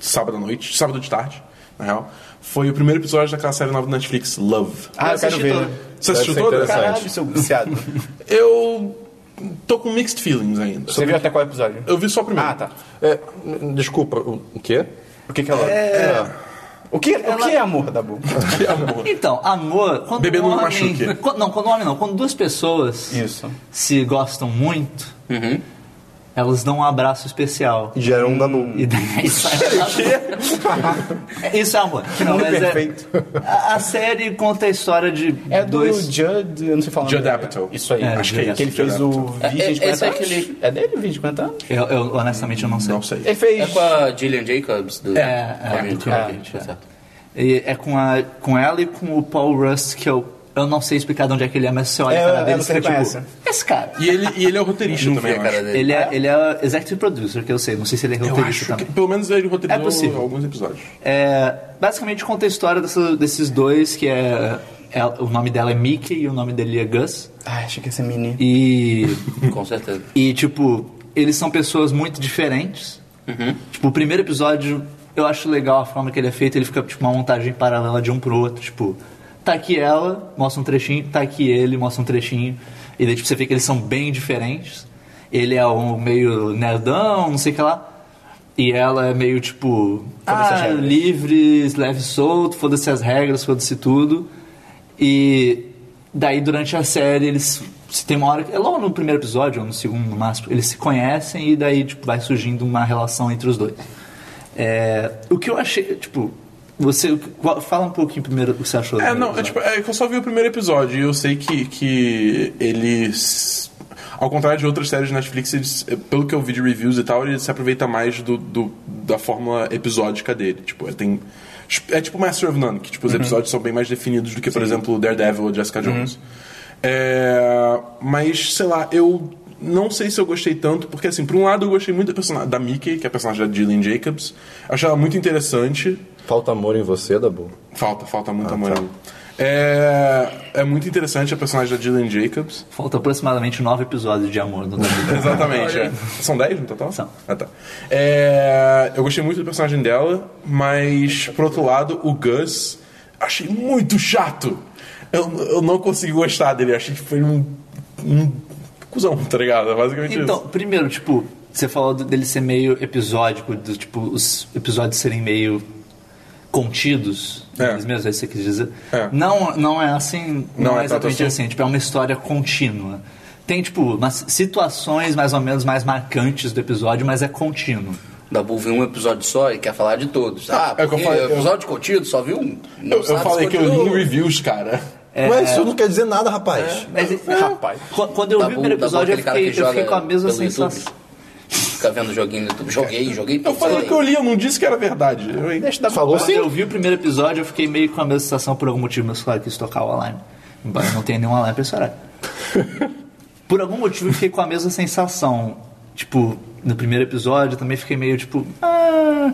S3: sábado à noite, sábado de tarde, na real. Foi o primeiro episódio daquela série nova do Netflix, Love.
S2: Ah, eu quero
S1: assisti
S2: ver.
S1: todo.
S3: Você
S5: Deve
S3: assistiu
S5: ser
S3: toda?
S5: interessante.
S2: Caralho, seu viciado.
S3: Eu tô com mixed feelings ainda.
S2: Você viu até qual episódio?
S3: Eu vi só o primeiro.
S2: Ah, tá.
S5: É, n- desculpa, o o quê?
S2: O É. que que ela... O que, o que é amor, Dabu?
S3: Que amor.
S1: Então, amor. Quando
S3: Bebê
S1: um
S3: não
S1: homem,
S3: machuque.
S1: Quando- não, quando um homem não. Quando duas pessoas
S2: Isso. Uhum.
S1: se gostam muito, elas dão um abraço especial.
S5: E Gera um dano.
S1: E daí sai Isso é amor. Não,
S2: Mundo
S1: mas
S2: perfeito.
S1: É, a, a série conta a história de
S2: É do
S1: dois.
S2: Judd... Eu não sei falar o nome
S3: Judd
S2: dele.
S3: Apatow.
S2: Isso aí.
S1: É,
S2: acho que
S1: Judd
S2: é isso. Que ele fez
S3: Apatow.
S2: o Vídeo de
S4: É, esse
S2: 50
S4: é
S2: anos.
S4: aquele-
S2: É dele o Vídeo de 50 anos?
S1: Eu, eu, honestamente eu não sei.
S3: Não sei.
S2: Ele fez...
S4: É com a Gillian Jacobs? Do... né?
S1: É, é,
S4: com a
S1: do
S4: Jillian
S1: Twin
S4: Jacobs,
S1: Peaks, é.
S4: certo.
S1: E é com, a, com ela e com o Paul Rust, que eu, eu não sei explicar de onde é que ele é, mas você olha
S2: É,
S1: a cara
S2: eu-
S1: dele
S2: eu
S1: e
S2: não
S1: fica
S2: reconheço.
S1: tipo, esse cara.
S3: E ele, e ele é o roteirista
S4: Não vi
S3: também,
S4: a
S3: eu
S4: cara
S3: acho.
S4: dele.
S1: Ele é, ele é executive producer, que eu sei, não sei se ele é
S3: Eu
S1: roteirista
S3: acho que
S1: também.
S3: pelo menos ele
S1: É
S3: roteirizou
S1: possível.
S3: alguns episódios.
S1: É, basicamente conta a história dessa- desses dois, que é, é- O nome dela é Mickey e o nome dele é Gus.
S2: Ai, achei que ia ser mini.
S1: E.
S4: Com certeza.
S1: E, tipo, eles são pessoas muito diferentes. Tipo, o primeiro episódio, eu acho legal a forma que ele é feito. Ele fica, tipo, uma montagem paralela de um pro outro. Tipo, tá aqui ela, mostra um trechinho. Tá aqui ele, mostra um trechinho. E daí, tipo, você vê que eles são bem diferentes. Ele é um meio nerdão, não sei o que lá. E ela é meio, tipo...
S2: Foda-se as
S1: Ah,
S2: regras.
S1: livre, leve e solto, foda-se as regras, foda-se tudo. E daí durante a série eles se tem uma hora, que- é logo no primeiro episódio ou no segundo no máximo, eles se conhecem e daí tipo vai surgindo uma relação entre os dois. É, o que eu achei, tipo, você qual- fala um pouquinho primeiro o que você achou. do né?
S3: É,
S1: primeiro
S3: não, é,
S1: episódio.
S3: tipo, é que eu só vi o primeiro episódio e eu sei que, que eles. Ao contrário de outras séries de Netflix, eles, eh, pelo que eu vi de reviews e tal, ele se aproveita mais do, do- da fórmula episódica dele. Tipo, ele tem. É tipo Master of None, que tipo, os episódios são bem mais definidos do que, por exemplo, Daredevil ou Jessica Jones. É, mas, sei lá, eu não sei se eu gostei tanto, porque assim, por um lado eu gostei muito da, persona- da Mickey, que é a personagem da Jillian Jacobs. Eu achei ela muito interessante.
S5: Falta amor em você, Dabu.
S3: Falta, falta muito amor. ainda. É, é muito interessante a personagem da Dylan Jacobs.
S1: Falta aproximadamente nove episódios de amor no Dabu.
S3: Exatamente. é. São 10 no total?
S1: São.
S3: Ah, tá. É, eu gostei muito do personagem dela, mas, por outro lado, o Gus achei muito chato. Eu, eu não consegui gostar dele. Achei que foi um, um cuzão, tá ligado? É Basicamente
S1: Então,
S3: isso.
S1: primeiro, tipo, você falou do- dele ser meio episódico, do tipo, os episódios serem meio contidos,
S3: É.
S1: eles mesmos, é isso que você quis dizer.
S3: É.
S1: Não, não é assim, não, é
S3: Não é tanto
S1: exatamente
S3: assim.
S1: assim, tipo, é uma história contínua. Tem, tipo, umas situações mais ou menos mais marcantes do episódio, mas é contínuo.
S4: Da Bull viu um episódio só e quer falar de todos. Ah,
S3: É o que eu
S4: porque
S3: falei, eu-
S4: episódio contido, só viu um. Não
S3: Eu, eu
S4: sabe se
S3: falei que eu li
S4: continua.
S3: em reviews, cara.
S5: Mas isso não quer dizer nada, rapaz.
S1: Mas, rapaz. Quando eu
S4: Tá
S1: vi
S4: bom,
S1: o primeiro
S4: tá bom
S1: episódio, eu
S4: aquele cara
S1: fiquei,
S4: que
S1: eu fiquei
S4: joga
S1: com a mesma
S4: pelo YouTube.
S1: sensação.
S4: Fica vendo joguinho no YouTube. Joguei, joguei.
S3: Eu falei que eu li, eu não disse que era verdade. Eu,
S5: tá Falou
S1: Quando
S5: sim.
S1: eu vi o primeiro episódio, eu fiquei meio com a mesma sensação por algum motivo. Meu celular "Ah, quis tocar o alarme. Embora não tenha nenhum alarme pra esse horário. Por algum motivo, eu fiquei com a mesma sensação. Tipo, no primeiro episódio, eu também fiquei meio tipo. Ah,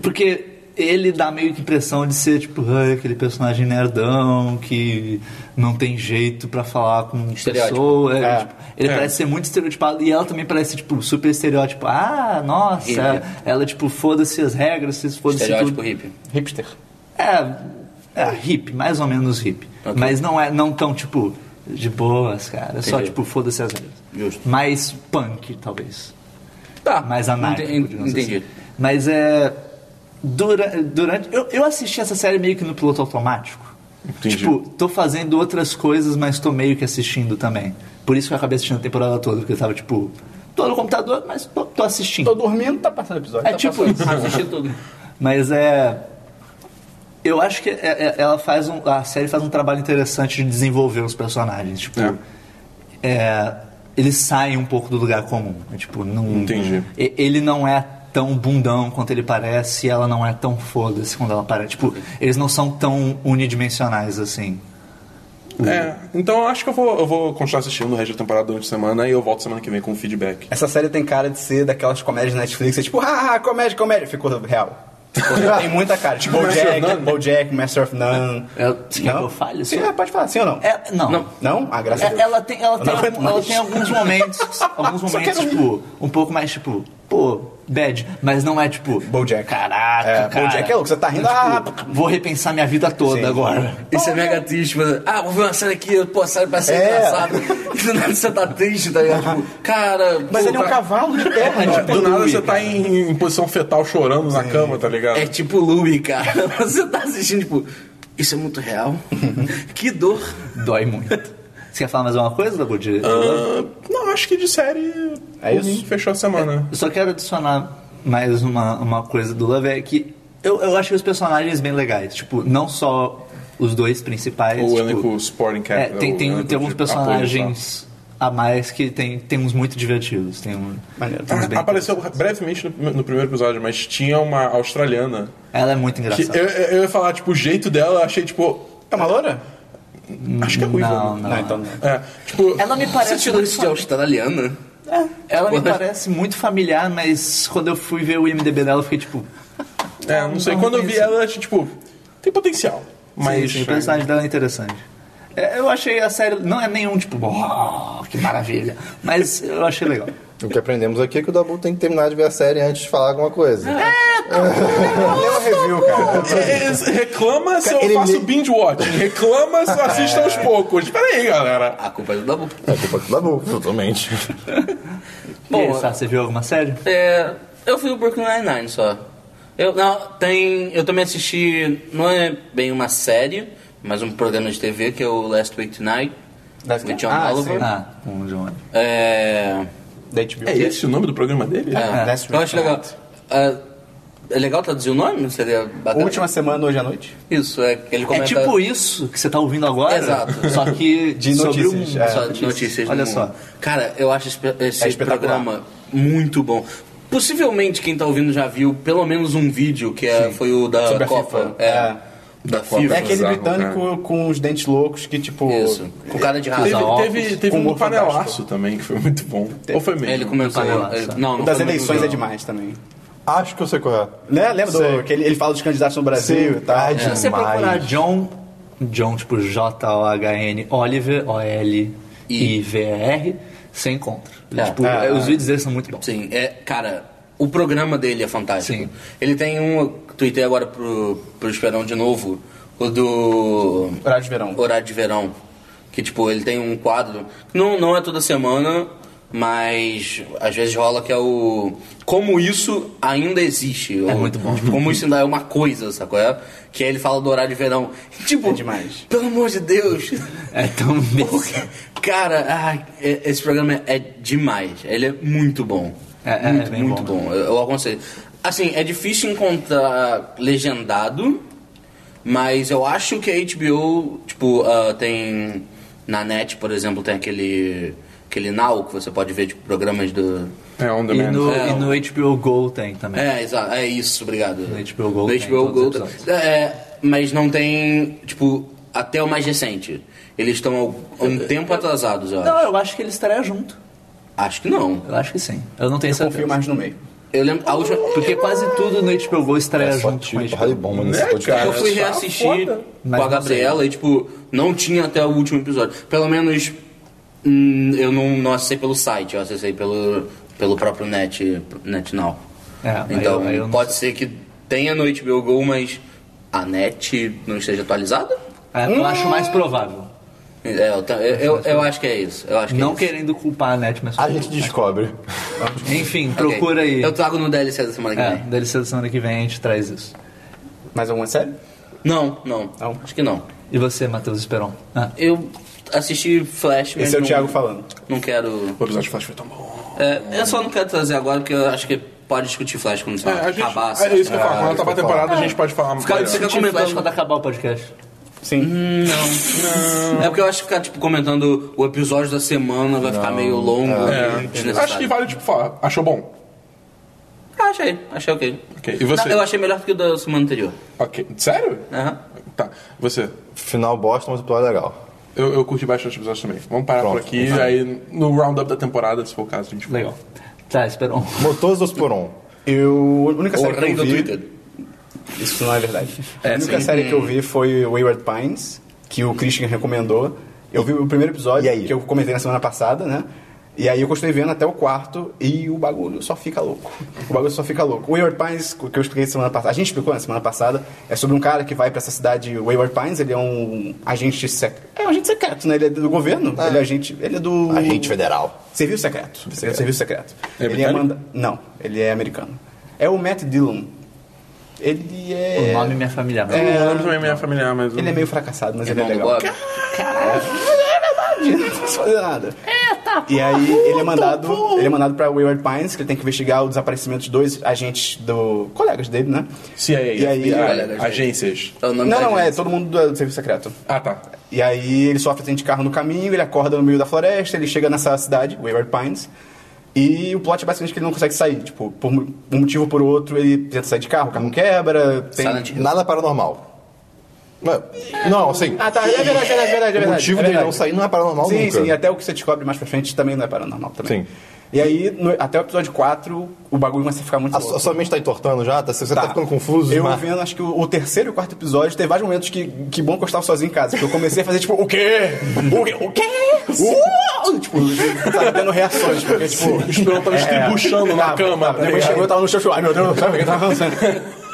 S1: porque ele dá meio que impressão de ser, tipo, "Ai, aquele personagem nerdão que não tem jeito pra falar com
S4: Estereótipo.
S1: pessoa. É,
S2: É.
S1: tipo, ele
S3: É.
S1: parece ser muito estereotipado e ela também parece, tipo, super estereótipo. Ah, nossa,
S4: Ele.
S1: ela, tipo, foda-se as regras, se foda-se tudo.
S4: Estereótipo hippie.
S2: Hipster.
S1: É, é hip, mais ou menos hip.
S4: Ok.
S1: Mas não é não tão tipo de boas, cara. É só
S4: Entendi.
S1: tipo foda-se as regras.
S4: Justo.
S1: Mais punk, talvez.
S4: Tá.
S1: Mais anárquico,
S4: Enten-
S1: digamos
S4: Entendi.
S1: assim. Mas é dura- durante eu, eu assisti essa série meio que no piloto automático.
S3: Entendi.
S1: Tipo, tô fazendo outras coisas, mas tô meio que assistindo também. Por isso que eu acabei assistindo a temporada toda, porque eu tava tipo, tô no computador, mas tô, tô assistindo.
S2: Tô dormindo, tá passando episódio.
S1: É
S2: tá
S1: tipo
S2: passando.
S1: isso.
S4: Assisti Então, tudo.
S1: Mas é. Eu acho que é- é- ela faz um, a série faz um trabalho interessante de desenvolver os personagens. Tipo, é, eles saem um pouco do lugar comum. né? Tipo, não.
S3: Entendi.
S1: e- Ele não é tão bundão quanto ele parece, e ela não é tão foda-se quando ela parece. Tipo, eles não são tão unidimensionais assim.
S3: É,
S1: Uhum.
S3: então eu acho que eu vou, eu vou continuar assistindo o resto da temporada durante a semana e eu volto semana que vem com o feedback.
S2: Essa série tem cara de ser daquelas comédias da Netflix, é tipo, ah, comédia, comédia. Ficou real. Ficou real. tem muita cara. Tipo,
S3: Master of
S2: Bojack,
S3: None.
S2: Bojack, Master of None.
S1: Eu, É, você quer
S2: Não?
S1: que eu fale?
S2: Sim,
S1: sobre-
S2: é, pode falar, sim ou não?
S1: É, não.
S4: Não.
S2: Não? Ah, graças a
S1: É,
S2: Deus.
S1: ela tem, ela
S2: Eu
S1: tem,
S2: não aguento
S1: algum- ela
S2: mais.
S1: tem alguns momentos, alguns
S2: Só
S1: momentos,
S2: quero
S1: tipo, um pouco mais, tipo, pô, bad, mas não é, tipo,
S2: Bojack.
S1: caraca,
S2: É,
S1: cara. Tipo,
S2: Bojack é louco, você tá rindo, ah,
S1: Vou repensar minha vida toda
S2: Sim.
S1: agora.
S4: Isso é mega triste, mas, ah, vou ver uma série aqui, pô, a série parece ser
S2: É.
S4: engraçada. E do nada você tá triste, tá ligado? Tipo, cara.
S2: Mas
S4: pô,
S2: ele é um
S4: tá-
S2: cavalo de
S1: É,
S2: terra,
S1: tipo,
S2: né?
S3: Do nada você tá em, em posição fetal chorando na cama, tá ligado?
S4: É tipo Louie, cara. Você tá assistindo, tipo, isso é muito real. que dor.
S1: Dói muito. Você quer falar mais alguma coisa, Dabu? de-
S3: Ah, não, acho que de série
S2: É
S3: por
S2: isso.
S3: mim, fechou a semana.
S1: Eu só quero adicionar mais uma, uma coisa do Love, é que eu, eu acho os personagens bem legais, tipo, não só os dois principais.
S3: O
S1: tipo,
S3: elenco supporting
S1: É,
S3: cast.
S1: tem,
S3: o
S1: tem,
S3: elenco
S1: tem alguns
S3: de apoio,
S1: personagens a mais que tem, tem uns muito divertidos. Tem, um,
S2: Maneiro.
S1: tem uns
S3: tá?
S1: bem
S3: Apareceu
S1: interessantes.
S3: brevemente no, no primeiro episódio, mas tinha uma australiana.
S1: Ela é muito
S3: Que
S1: engraçada.
S3: eu, eu ia falar, tipo, o jeito dela, eu achei, tipo.
S2: Tá uma loura?
S3: Acho que é ruiva.
S1: Não,
S3: né?
S1: não.
S2: Não, então não.
S3: É, tipo,
S1: Ela me
S4: Você
S1: parece.
S4: tirou isso de australiana?
S1: Ela me
S4: Porra.
S1: parece muito familiar, mas quando eu fui ver o IMDB dela, eu fiquei tipo.
S3: é, não sei.
S1: não
S3: Quando eu vi
S1: conheço.
S3: ela, eu achei, tipo, tem potencial. Mas.
S1: Mas o personagem dela é interessante. É, Eu achei a série. Não é nenhum tipo. "Oh, que maravilha. Mas eu achei legal.
S5: O que aprendemos aqui é que o Dabu tem que terminar de ver a série antes de falar alguma coisa.
S2: Lê o review, cara.
S3: É, é, Reclama se eu
S5: Ele
S3: faço
S5: me-
S3: binge watching. Reclama se eu assisto aos poucos. Pera aí, galera.
S4: A culpa é do Dabu.
S5: É culpa do Dabu, totalmente.
S1: Bom,
S4: Bom,
S1: você viu alguma série?
S4: É, eu fui o Brooklyn Nine-Nine só. Eu, não, tem, eu também assisti, não é bem uma série, mas um programa de TV que é o Last Week Tonight,
S2: Last
S4: with
S2: Week-
S4: John
S2: Ah,
S4: Oliver.
S2: sim.
S1: Ah, com o John.
S4: É,
S2: Da HBO.
S3: É esse o nome do programa dele?
S4: é,
S2: Ah, Last
S4: eu
S2: Week
S4: acho legal.
S2: Tonight.
S4: Ah, É legal traduzir o nome? Não seria bacana?
S2: Última semana, hoje à noite.
S4: Isso, é que ele
S1: É
S4: comenta...
S1: tipo isso que você tá ouvindo agora.
S4: Exato.
S1: Só que
S2: De
S1: sobre um.
S2: notícias, é.
S4: Só de notícias.
S1: Olha
S4: do
S1: só.
S4: mundo. Cara, eu acho espe- esse
S2: É espetacular.
S4: programa muito bom. Possivelmente quem tá ouvindo já viu pelo menos um vídeo que é, foi o da
S2: Sobre a
S4: Copa.
S2: FIFA.
S4: É.
S2: É.
S4: Da
S3: Copa.
S4: FIFA.
S2: É aquele
S3: Bizarro,
S2: britânico com os dentes loucos que, tipo.
S4: Isso. Com cara de
S3: Teve,
S4: razão.
S3: teve, teve um
S2: humor
S3: do panelaço
S2: fantástico.
S3: também, que foi muito bom. Ou foi mesmo?
S4: Ele começou.
S1: Panela,
S4: é,
S1: sabe?
S4: Não,
S2: O
S4: não
S2: das
S4: foi muito
S2: eleições
S4: bom.
S2: é demais também.
S5: Acho que eu sei é. correr.
S2: Né? Lembra
S5: Sei.
S2: do, que ele, ele fala dos candidatos no Brasil
S5: Sim.
S2: e tal?
S5: É.
S1: Se você
S5: Demais.
S1: procurar John, John tipo J-O-H-N, Oliver, O-L-I-V-E-R, você encontra.
S4: É.
S1: Tipo,
S2: É,
S1: os
S2: é.
S1: vídeos dele são muito bons.
S4: Sim, é, cara, o programa dele é fantástico.
S1: Sim.
S4: Ele tem um, eu tuitei agora pro, pro Esperão de novo, o do
S2: Horário de verão.
S4: Horário de Verão, que tipo, ele tem um quadro, não, não é toda semana, mas às vezes rola que é o como isso ainda existe.
S2: É
S4: ou,
S1: muito bom.
S4: tipo, como isso ainda é uma coisa, sacou? É? Que aí ele fala do horário de verão. Tipo,
S2: É demais.
S4: pelo amor de Deus,
S1: É tão
S4: porque, cara, ai, é- esse programa é demais. Ele é muito bom.
S1: É, é,
S4: muito,
S1: é bem
S4: muito
S1: bom,
S4: bom. Eu, eu aconselho. Assim, é difícil encontrar legendado, mas eu acho que a HBO, tipo, ah, tem. Na net, por exemplo, tem aquele. Aquele Now que você pode ver, tipo, programas do.
S3: É, on
S1: E
S3: demand.
S1: no,
S4: É.
S1: e no HBO Go tem também.
S4: É, exato. É isso, obrigado.
S1: No HBO Go
S4: No
S1: tem
S4: HBO
S1: todos os
S4: Go
S1: episódios.
S4: é, mas não tem, tipo, até o mais recente. Eles estão há um tempo atrasados, eu acho.
S1: É, Não, eu acho que ele estaria junto.
S4: Acho que não.
S1: Eu acho que sim. Eu não tenho certeza.
S2: Confio Um mais no meio.
S4: Eu lembro. A última.
S1: Porque quase tudo no HBO Go estreia
S5: É só
S1: junto com
S5: tiro,
S1: HBO.
S5: porrada e bomba nesse podcast.
S4: Eu fui
S3: Cara,
S4: reassistir
S1: Mas
S4: com
S1: não
S4: a Gabriela e, tipo, não tinha até o último episódio. Pelo menos hum, eu não, não acessei pelo site, eu acessei pelo, pelo próprio Net, NetNow.
S1: É, mas
S4: então,
S1: eu- aí eu não
S4: pode ser que tenha no HBO Go, mas a Net não esteja atualizada?
S1: É, eu acho mais provável.
S4: É, eu, ta- eu, eu, eu acho que é isso. Eu acho que é
S1: Não
S4: isso.
S1: querendo culpar a net, mas.
S5: A gente descobre.
S1: Enfim,
S4: Ok.
S1: procura aí.
S4: Eu trago no DLC da semana que
S1: É,
S4: vem.
S1: DLC da semana que vem a gente traz isso.
S2: Mais alguma série?
S4: Não, não,
S2: Não?
S4: Acho que não.
S1: E você, Matheus Esperon? Ah,
S4: Eu assisti Flash, mas
S2: Esse é o
S4: não-
S2: Thiago falando.
S4: Não quero.
S3: O episódio de Flash foi tão bom.
S4: É, eu só não quero trazer agora, porque eu acho que pode discutir Flash quando
S3: É,
S4: tá,
S3: a gente,
S4: acabar.
S3: é
S4: assim,
S3: isso que eu
S4: né?
S3: falo. Quando acabar a temporada, a gente pode falar
S4: Ficar-
S3: melhor.
S4: fica
S1: Discutir
S4: comentando.
S1: Flash quando acabar o podcast.
S2: Sim.
S4: É porque eu acho que ficar, tipo, comentando o episódio da semana vai ficar meio longo. meio
S3: É.
S4: desnecessário.
S3: Acho que vale, tipo, falar. Achou bom?
S4: Ah, achei, achei ok.
S3: Ok. E você?
S4: Não, eu achei melhor do que o da semana anterior.
S3: Ok. Sério?
S4: Aham.
S3: Tá. Você?
S5: Final bosta, mas o plano é legal.
S3: Eu, eu curti bastante os episódios também. Vamos parar
S5: Pronto.
S3: por aqui. Aí, no roundup da temporada, se for o caso, a gente fala.
S1: Legal. Tá, Esperon.
S5: Motores dos Poron.
S2: Eu. A única
S4: O
S2: série que
S4: rei
S2: eu
S4: do
S2: vi.
S4: Twitter.
S2: Isso não é verdade. a única série que eu
S4: Hum.
S2: vi foi Wayward Pines, que o Christian recomendou. Eu vi o primeiro episódio,
S5: E aí?
S2: que eu comentei na semana passada, né? E aí eu continuei vendo até o quarto e o bagulho só fica louco. O bagulho só fica louco. O Wayward Pines, o que eu expliquei semana passada, a gente explicou na semana passada, é sobre um cara que vai pra essa cidade Wayward Pines, ele é um agente secreto. É um agente secreto, né? Ele é do governo, ele é agente, ele é do
S5: Agente federal.
S2: Serviço secreto. Ele é do serviço secreto.
S3: É
S2: ele é
S3: britânico?
S2: manda... Não, ele é americano. É o Matt Dillon. Ele é.
S1: O nome me é familiar.
S3: É,
S2: É.
S3: o nome também é meio familiar, mas...
S2: Ele é meio fracassado, mas ele é
S4: Irmão do
S2: legal.
S4: Bob.
S2: Não posso fazer nada. E aí ele é mandado, ele é mandado para Wayward Pines, que ele tem que investigar o desaparecimento de dois agentes do colegas dele, né?
S3: CIA,
S2: E aí-
S3: FBI,
S4: Olha,
S3: agências.
S4: É o
S2: Não,
S4: nome da
S2: não, é
S4: agência.
S2: todo mundo do do serviço secreto.
S3: Ah, tá.
S2: E aí ele sofre acidente de carro no caminho, ele acorda no meio da floresta, ele chega nessa cidade, Wayward Pines, e o plot é basicamente que ele não consegue sair. Tipo, por um motivo ou por outro, ele tenta sair de carro, o carro quebra, tem...
S4: Silent Hill.
S5: Nada paranormal. Não, Não, assim.
S2: Ah, tá, é verdade, é verdade, é verdade. é
S5: o
S2: verdade,
S5: motivo
S2: é
S5: dele
S2: verdade.
S5: não sair não é paranormal
S2: Sim,
S5: nunca.
S2: sim, e até o que você descobre mais pra frente também não é paranormal também.
S5: Sim.
S2: E aí, no- até o episódio 4, o bagulho começa a ficar muito
S5: A,
S2: louco.
S5: su- a sua mente tá entortando já? Tá, você tá,
S2: Tá.
S5: ficando confuso?
S2: Eu
S5: Mar-
S2: vendo, acho que o, o terceiro e o quarto episódio, teve vários momentos que, que bom que eu estava sozinho em casa. Que eu comecei a fazer tipo, o quê? O quê? O quê? Uh! Tipo, tava tendo reações, porque tipo.
S3: O Esperão tava estribuchando na
S2: tava, tava.
S3: cama, tá
S2: Depois
S3: ligado?
S2: chegou, eu tava no chuchu. Ai meu Deus, sabe o que tava avançando?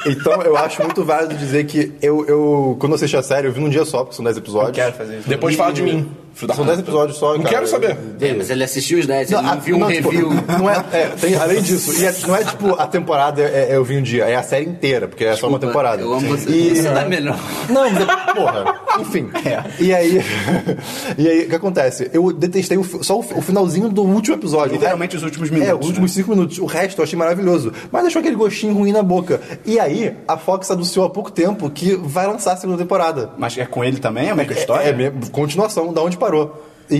S5: Então, eu acho muito válido dizer que eu, eu quando eu assisti a série, eu vi num dia só, porque são 10 episódios.
S2: Eu quero fazer isso.
S3: Depois fala de mim. Filho da
S5: São 10
S3: puta.
S5: episódios só,
S3: Não
S5: cara.
S3: quero saber.
S4: É, mas ele assistiu os 10, ele
S5: a-
S4: não viu um
S5: não, tipo,
S4: review.
S5: não é, é, tem- além disso, e é- não é tipo a temporada é, é eu vi um dia, é a série inteira, porque é só uma
S4: Desculpa,
S5: temporada.
S4: eu amo você. é
S5: E-
S1: Isso dá melhor.
S5: Não, mas é- porra. Enfim. é. E aí. E aí, o que acontece? Eu detestei o fi- só o, fi- o finalzinho do último episódio. né?
S2: Literalmente os últimos minutos, né?
S5: É, os últimos cinco minutos. O resto eu achei maravilhoso. Mas deixou aquele gostinho ruim na boca. E aí, a Fox anunciou há pouco tempo que vai lançar a segunda temporada.
S2: Mas é com ele também? É uma história?
S5: É, é mesmo, continuação, da onde parou.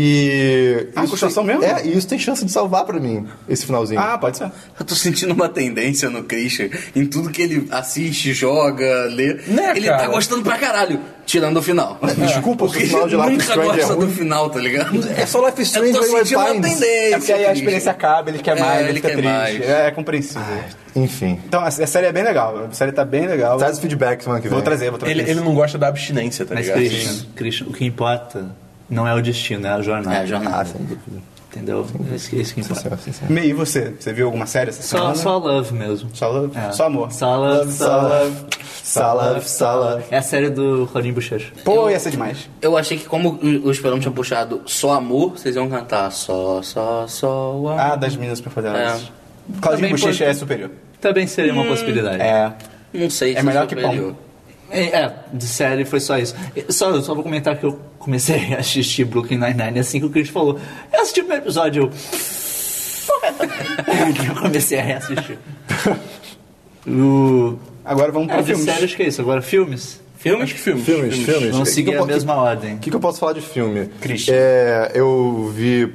S5: E.
S2: Ah,
S5: isso
S2: continuação
S5: tem-
S2: mesmo?
S5: É, e isso tem chance de salvar pra mim, esse finalzinho.
S2: Ah, pode ser.
S4: Eu tô sentindo uma tendência no Christian em tudo que ele assiste, joga, lê.
S3: Né,
S4: ele
S3: cara?
S4: tá gostando pra caralho, tirando o final.
S5: Desculpa, se o
S4: Porque
S5: final de
S4: ele
S5: Life is
S4: nunca
S5: Strange é
S4: gosta do
S5: ruim.
S4: final, tá ligado?
S5: É só Life is Strange,
S4: Eu tô
S5: Wayward
S4: sentindo uma
S5: Pines.
S4: tendência.
S2: É porque aí a
S4: Christian.
S2: experiência acaba, ele quer
S4: É,
S2: mais, ele,
S4: ele
S2: fica
S4: quer
S2: triste.
S4: mais.
S2: É, é compreensível.
S5: Enfim.
S2: Então, a a série é bem legal. A série tá bem legal.
S5: Traz o feedback semana que vem.
S2: Vou trazer, vou trazer.
S3: Ele, ele não gosta da abstinência, tá
S1: Mas, né?
S3: ligado?
S1: Christian, Christian, o que importa não é o destino, é a jornada.
S4: É, a jornada.
S5: Ah, sem dúvida.
S1: Entendeu? É isso que- é isso que importa.
S5: Senhora, sim, senhora.
S2: Me, e você? Você viu alguma série essa
S1: Só,
S2: semana?
S1: só love mesmo.
S2: Só love?
S1: É.
S2: Só amor.
S1: Só love, só love.
S5: Sala, sala.
S1: É a série do Rodinho Bochecha.
S2: Pô, ia ser demais.
S4: Eu achei que como o o Esperão tinha puxado só amor, vocês iam cantar só, só, só o amor.
S2: Ah, das meninas superpoderosas.
S1: Também
S2: Claudinho Bochecha
S1: pode-
S2: é superior.
S1: Também seria uma possibilidade.
S2: É.
S4: não sei.
S2: É
S4: se
S2: melhor que
S4: superior.
S1: É, é, de série foi só isso. E Só, eu só vou comentar que eu comecei a assistir Brooklyn Nine-Nine assim que o Chris falou. Eu assisti o primeiro episódio. eu- eu comecei a reassistir. O...
S2: Agora vamos
S1: É,
S2: pra
S1: de
S2: filmes.
S1: série acho que é isso. Agora, filmes.
S3: Acho
S4: Filmes?
S3: que filmes.
S5: Filmes, filmes.
S1: Vão
S5: Que-
S1: seguir
S5: que
S1: a
S5: eu po-
S1: mesma ordem.
S5: O que, que eu posso falar de filme?
S2: Christian.
S5: É, eu vi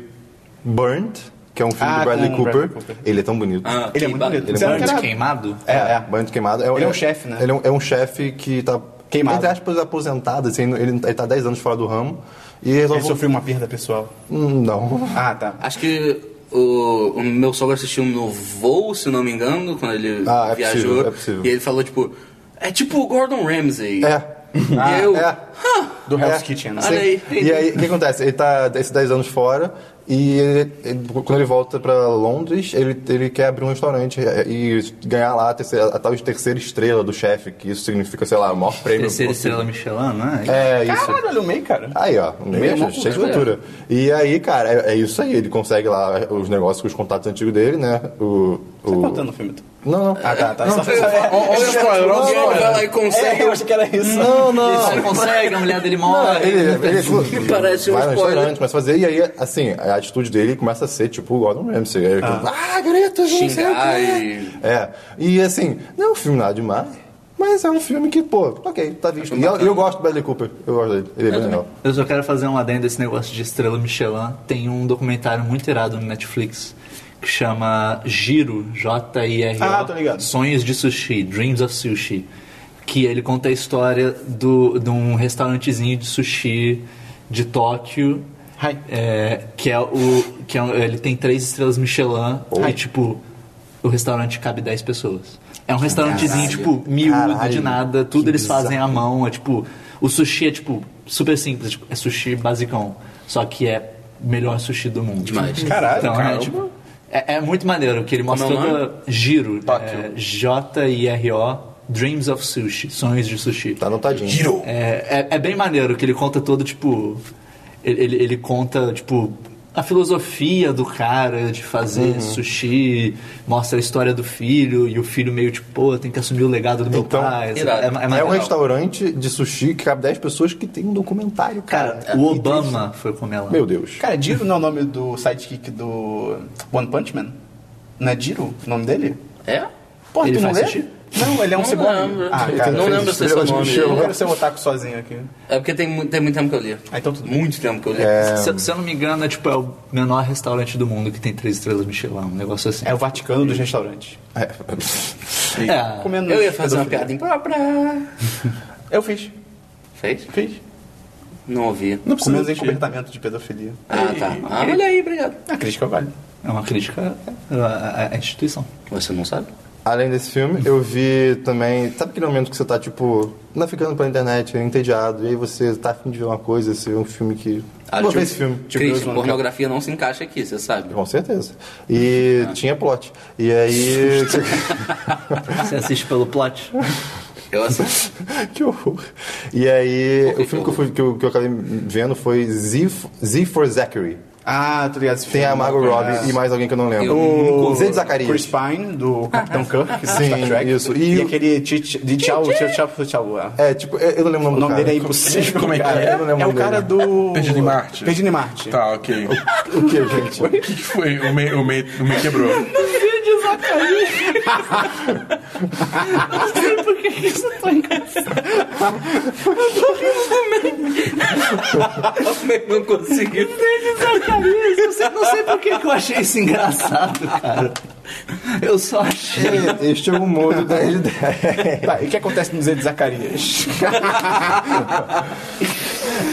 S5: Burnt, que é um filme
S2: Ah,
S5: do Bradley
S2: com o
S5: Cooper.
S2: Bradley Cooper.
S5: Ele é tão bonito.
S4: Ah,
S2: Ele é
S4: que
S2: muito
S4: ba-
S2: bonito.
S5: Ele é
S2: Você não
S5: muito
S2: quer
S1: Burnt
S2: nada.
S1: Queimado?
S2: É, é.
S5: Banho de queimado.
S2: Ele é um chefe, né?
S5: Ele é um, é um chefe que tá...
S2: Queimado.
S5: Entre aspas, aposentado. Assim, ele, ele tá 10 anos fora do ramo. E resolveu...
S2: Ele sofreu uma perda pessoal.
S5: Hum, Não.
S2: Ah, tá.
S4: Acho que o, o meu sogro assistiu no voo, se não me engano, quando ele
S5: Ah, é
S4: viajou.
S5: possível, é possível.
S4: E ele falou, tipo, é tipo o Gordon Ramsay.
S5: É.
S4: E eu,
S5: É.
S2: Do Hell's
S5: É.
S2: Kitchen, né?
S4: Olha
S5: Sim.
S4: aí.
S5: E aí, o que acontece? Ele tá esses 10 anos fora e ele- ele- quando ele volta pra Londres, ele, ele quer abrir um restaurante e ganhar lá a, terceira, a tal de terceira estrela do chefe, que isso significa, sei lá, o maior prêmio.
S1: Terceira
S5: possível.
S1: estrela Michelin, né?
S5: É, isso.
S2: Caralho, olha o meio, cara. Tá
S5: Aí, ó, meio
S4: loucura,
S5: cheio de
S2: é.
S4: né?
S5: cultura. E aí, cara, é, é isso aí. Ele consegue lá os negócios com os contatos antigos dele, né? O.
S2: Tá
S5: o-
S2: faltando o filme. tu.
S5: Não, não.
S2: Ah, tá, tá. Só- só-
S3: Olha o spoiler, olha o
S4: E ele vai
S3: spoiler.
S4: lá e consegue.
S2: É, eu acho que era isso.
S5: Não, não.
S1: Ele só consegue, a mulher dele
S5: Não,
S1: morre.
S5: Ah, ele, ele, ele
S4: Parece um
S5: vai no
S4: spoiler.
S5: restaurante, começa a fazer, e aí, assim, a atitude dele começa a ser tipo o Gordon Ramsay. Aí, ah. ah, grita, não sei o
S4: Xingar
S5: quê."
S4: e-
S5: É, e assim, não é um filme nada demais, mas é um filme que, pô, ok, tá visto. E eu, eu gosto do Bradley Cooper, eu gosto dele, ele é bem legal.
S1: Eu só quero fazer um adendo a esse negócio de estrela Michelin. Tem um documentário muito irado no Netflix que chama Giro, J-I-R-O.
S2: Ah, tô ligado.
S1: Sonhos de Sushi, Dreams of Sushi. Que ele conta a história do, de um restaurantezinho de sushi de Tóquio.
S2: Ai.
S1: é, que é o. Que é, um- ele tem três estrelas Michelin. E tipo, o restaurante cabe 10 pessoas. É um restaurantezinho, tipo, miúdo de
S5: Caralho.
S1: nada, tudo
S5: Que
S1: eles
S5: bizarro.
S1: fazem à mão. É tipo, o sushi é tipo super simples, tipo, é sushi basicão. Só que é o melhor sushi do mundo.
S4: Demais.
S2: Caralho,
S1: então, é,
S2: caramba.
S1: tipo, é, é muito maneiro, porque ele mostra
S4: Como é o
S1: toda giro.
S4: Tóquio.
S1: é, J-I-R-O, Dreams of Sushi, sonhos de sushi.
S5: Tá anotadinho.
S3: Giro.
S1: É, é, é bem maneiro que ele conta todo, tipo. Ele, ele, ele conta, tipo, a filosofia do cara de
S5: Uhum.
S1: fazer sushi, mostra a história do filho, e o filho meio tipo, pô, tem que assumir o legado do meu
S5: Então,
S1: pai. É,
S4: irado.
S1: é, ma- é
S5: É um
S1: maneiro.
S5: restaurante de sushi que cabe 10 pessoas que tem um documentário, cara.
S1: Cara, é o Obama foi comer lá.
S5: Meu Deus.
S2: Cara, Jiro não é o nome do sidekick do One Punch Man? Não é Jiro o nome dele?
S4: É?
S2: Porra,
S1: Ele
S2: tu não
S1: faz
S2: lê?
S1: sushi?
S2: Não, ele é um
S4: Não
S2: cebolinho.
S4: lembro.
S2: Ah, cara,
S4: não
S5: fez
S4: lembro se esse é o
S5: estrelas
S4: nome.
S5: Michelin.
S2: eu
S4: dele.
S2: quero ser um otaku sozinho aqui.
S4: É porque tem muito, tem muito tempo que eu li.
S2: Ah, então tudo bem.
S4: Muito tempo que eu li.
S1: Se, se eu não me engano, é, tipo, é o menor restaurante do mundo que tem três estrelas Michelin, um negócio assim.
S2: É o Vaticano dos restaurantes.
S1: É.
S2: Comendo
S4: Eu ia fazer uma piada
S2: pedofilia.
S4: imprópria.
S2: Eu fiz.
S4: Fez?
S2: Fiz.
S4: Não ouvi.
S3: Não precisa
S2: Comendo em
S3: mentir.
S2: cobertamento de pedofilia.
S4: Ah, tá. Ah, olha aí, obrigado.
S2: A crítica vale.
S1: é uma crítica à, à- à instituição.
S4: Você não sabe?
S5: Além desse filme, eu vi também. Sabe aquele momento que você tá, tipo, ficando pela internet, entediado, e aí você tá afim de ver uma coisa, você vê um filme que.
S4: Ah,
S5: Vou
S4: tipo,
S5: ver esse filme.
S4: Christian,
S5: eu-
S4: pornografia não se encaixa aqui, você sabe.
S5: Com certeza. E tinha plot. E aí.
S1: Você assiste pelo plot?
S4: Relação.
S5: que horror. E aí,
S4: Por que
S5: o filme
S4: que
S5: que eu, fui, que, eu, que eu acabei vendo foi Z, f- Z for Zachary.
S2: Ah, tô ligado. esse
S5: Tem a
S2: filme.
S5: Margot Robbie
S2: É.
S5: e mais alguém que eu não lembro.
S2: O
S5: Zé de Zacarias.
S2: Chris Pine, do Capitão Kirk,
S5: Sim,
S2: Star Trek.
S5: isso. E
S2: E,
S5: o-
S2: aquele tchau, tchau, tchau, tchau, tchau. é.
S5: É, tipo, eu, eu não lembro o nome
S2: O
S5: do
S2: nome
S5: cara.
S2: dele é impossível.
S3: Como é que
S2: cara.
S3: é?
S5: Eu não lembro
S2: É
S5: o
S2: o
S5: nome
S2: cara do.
S3: Perdido em Marte.
S2: Perdido em Marte.
S3: Tá, ok. O
S5: O que, gente?
S3: que que foi? O meio o meio- o meio quebrou.
S4: Eu não consegui.
S1: Eu não sei por que que eu achei isso engraçado, cara. Eu só achei.
S5: Este é o mundo da ideia.
S2: Tá, e o que acontece no Zé de Zacarias?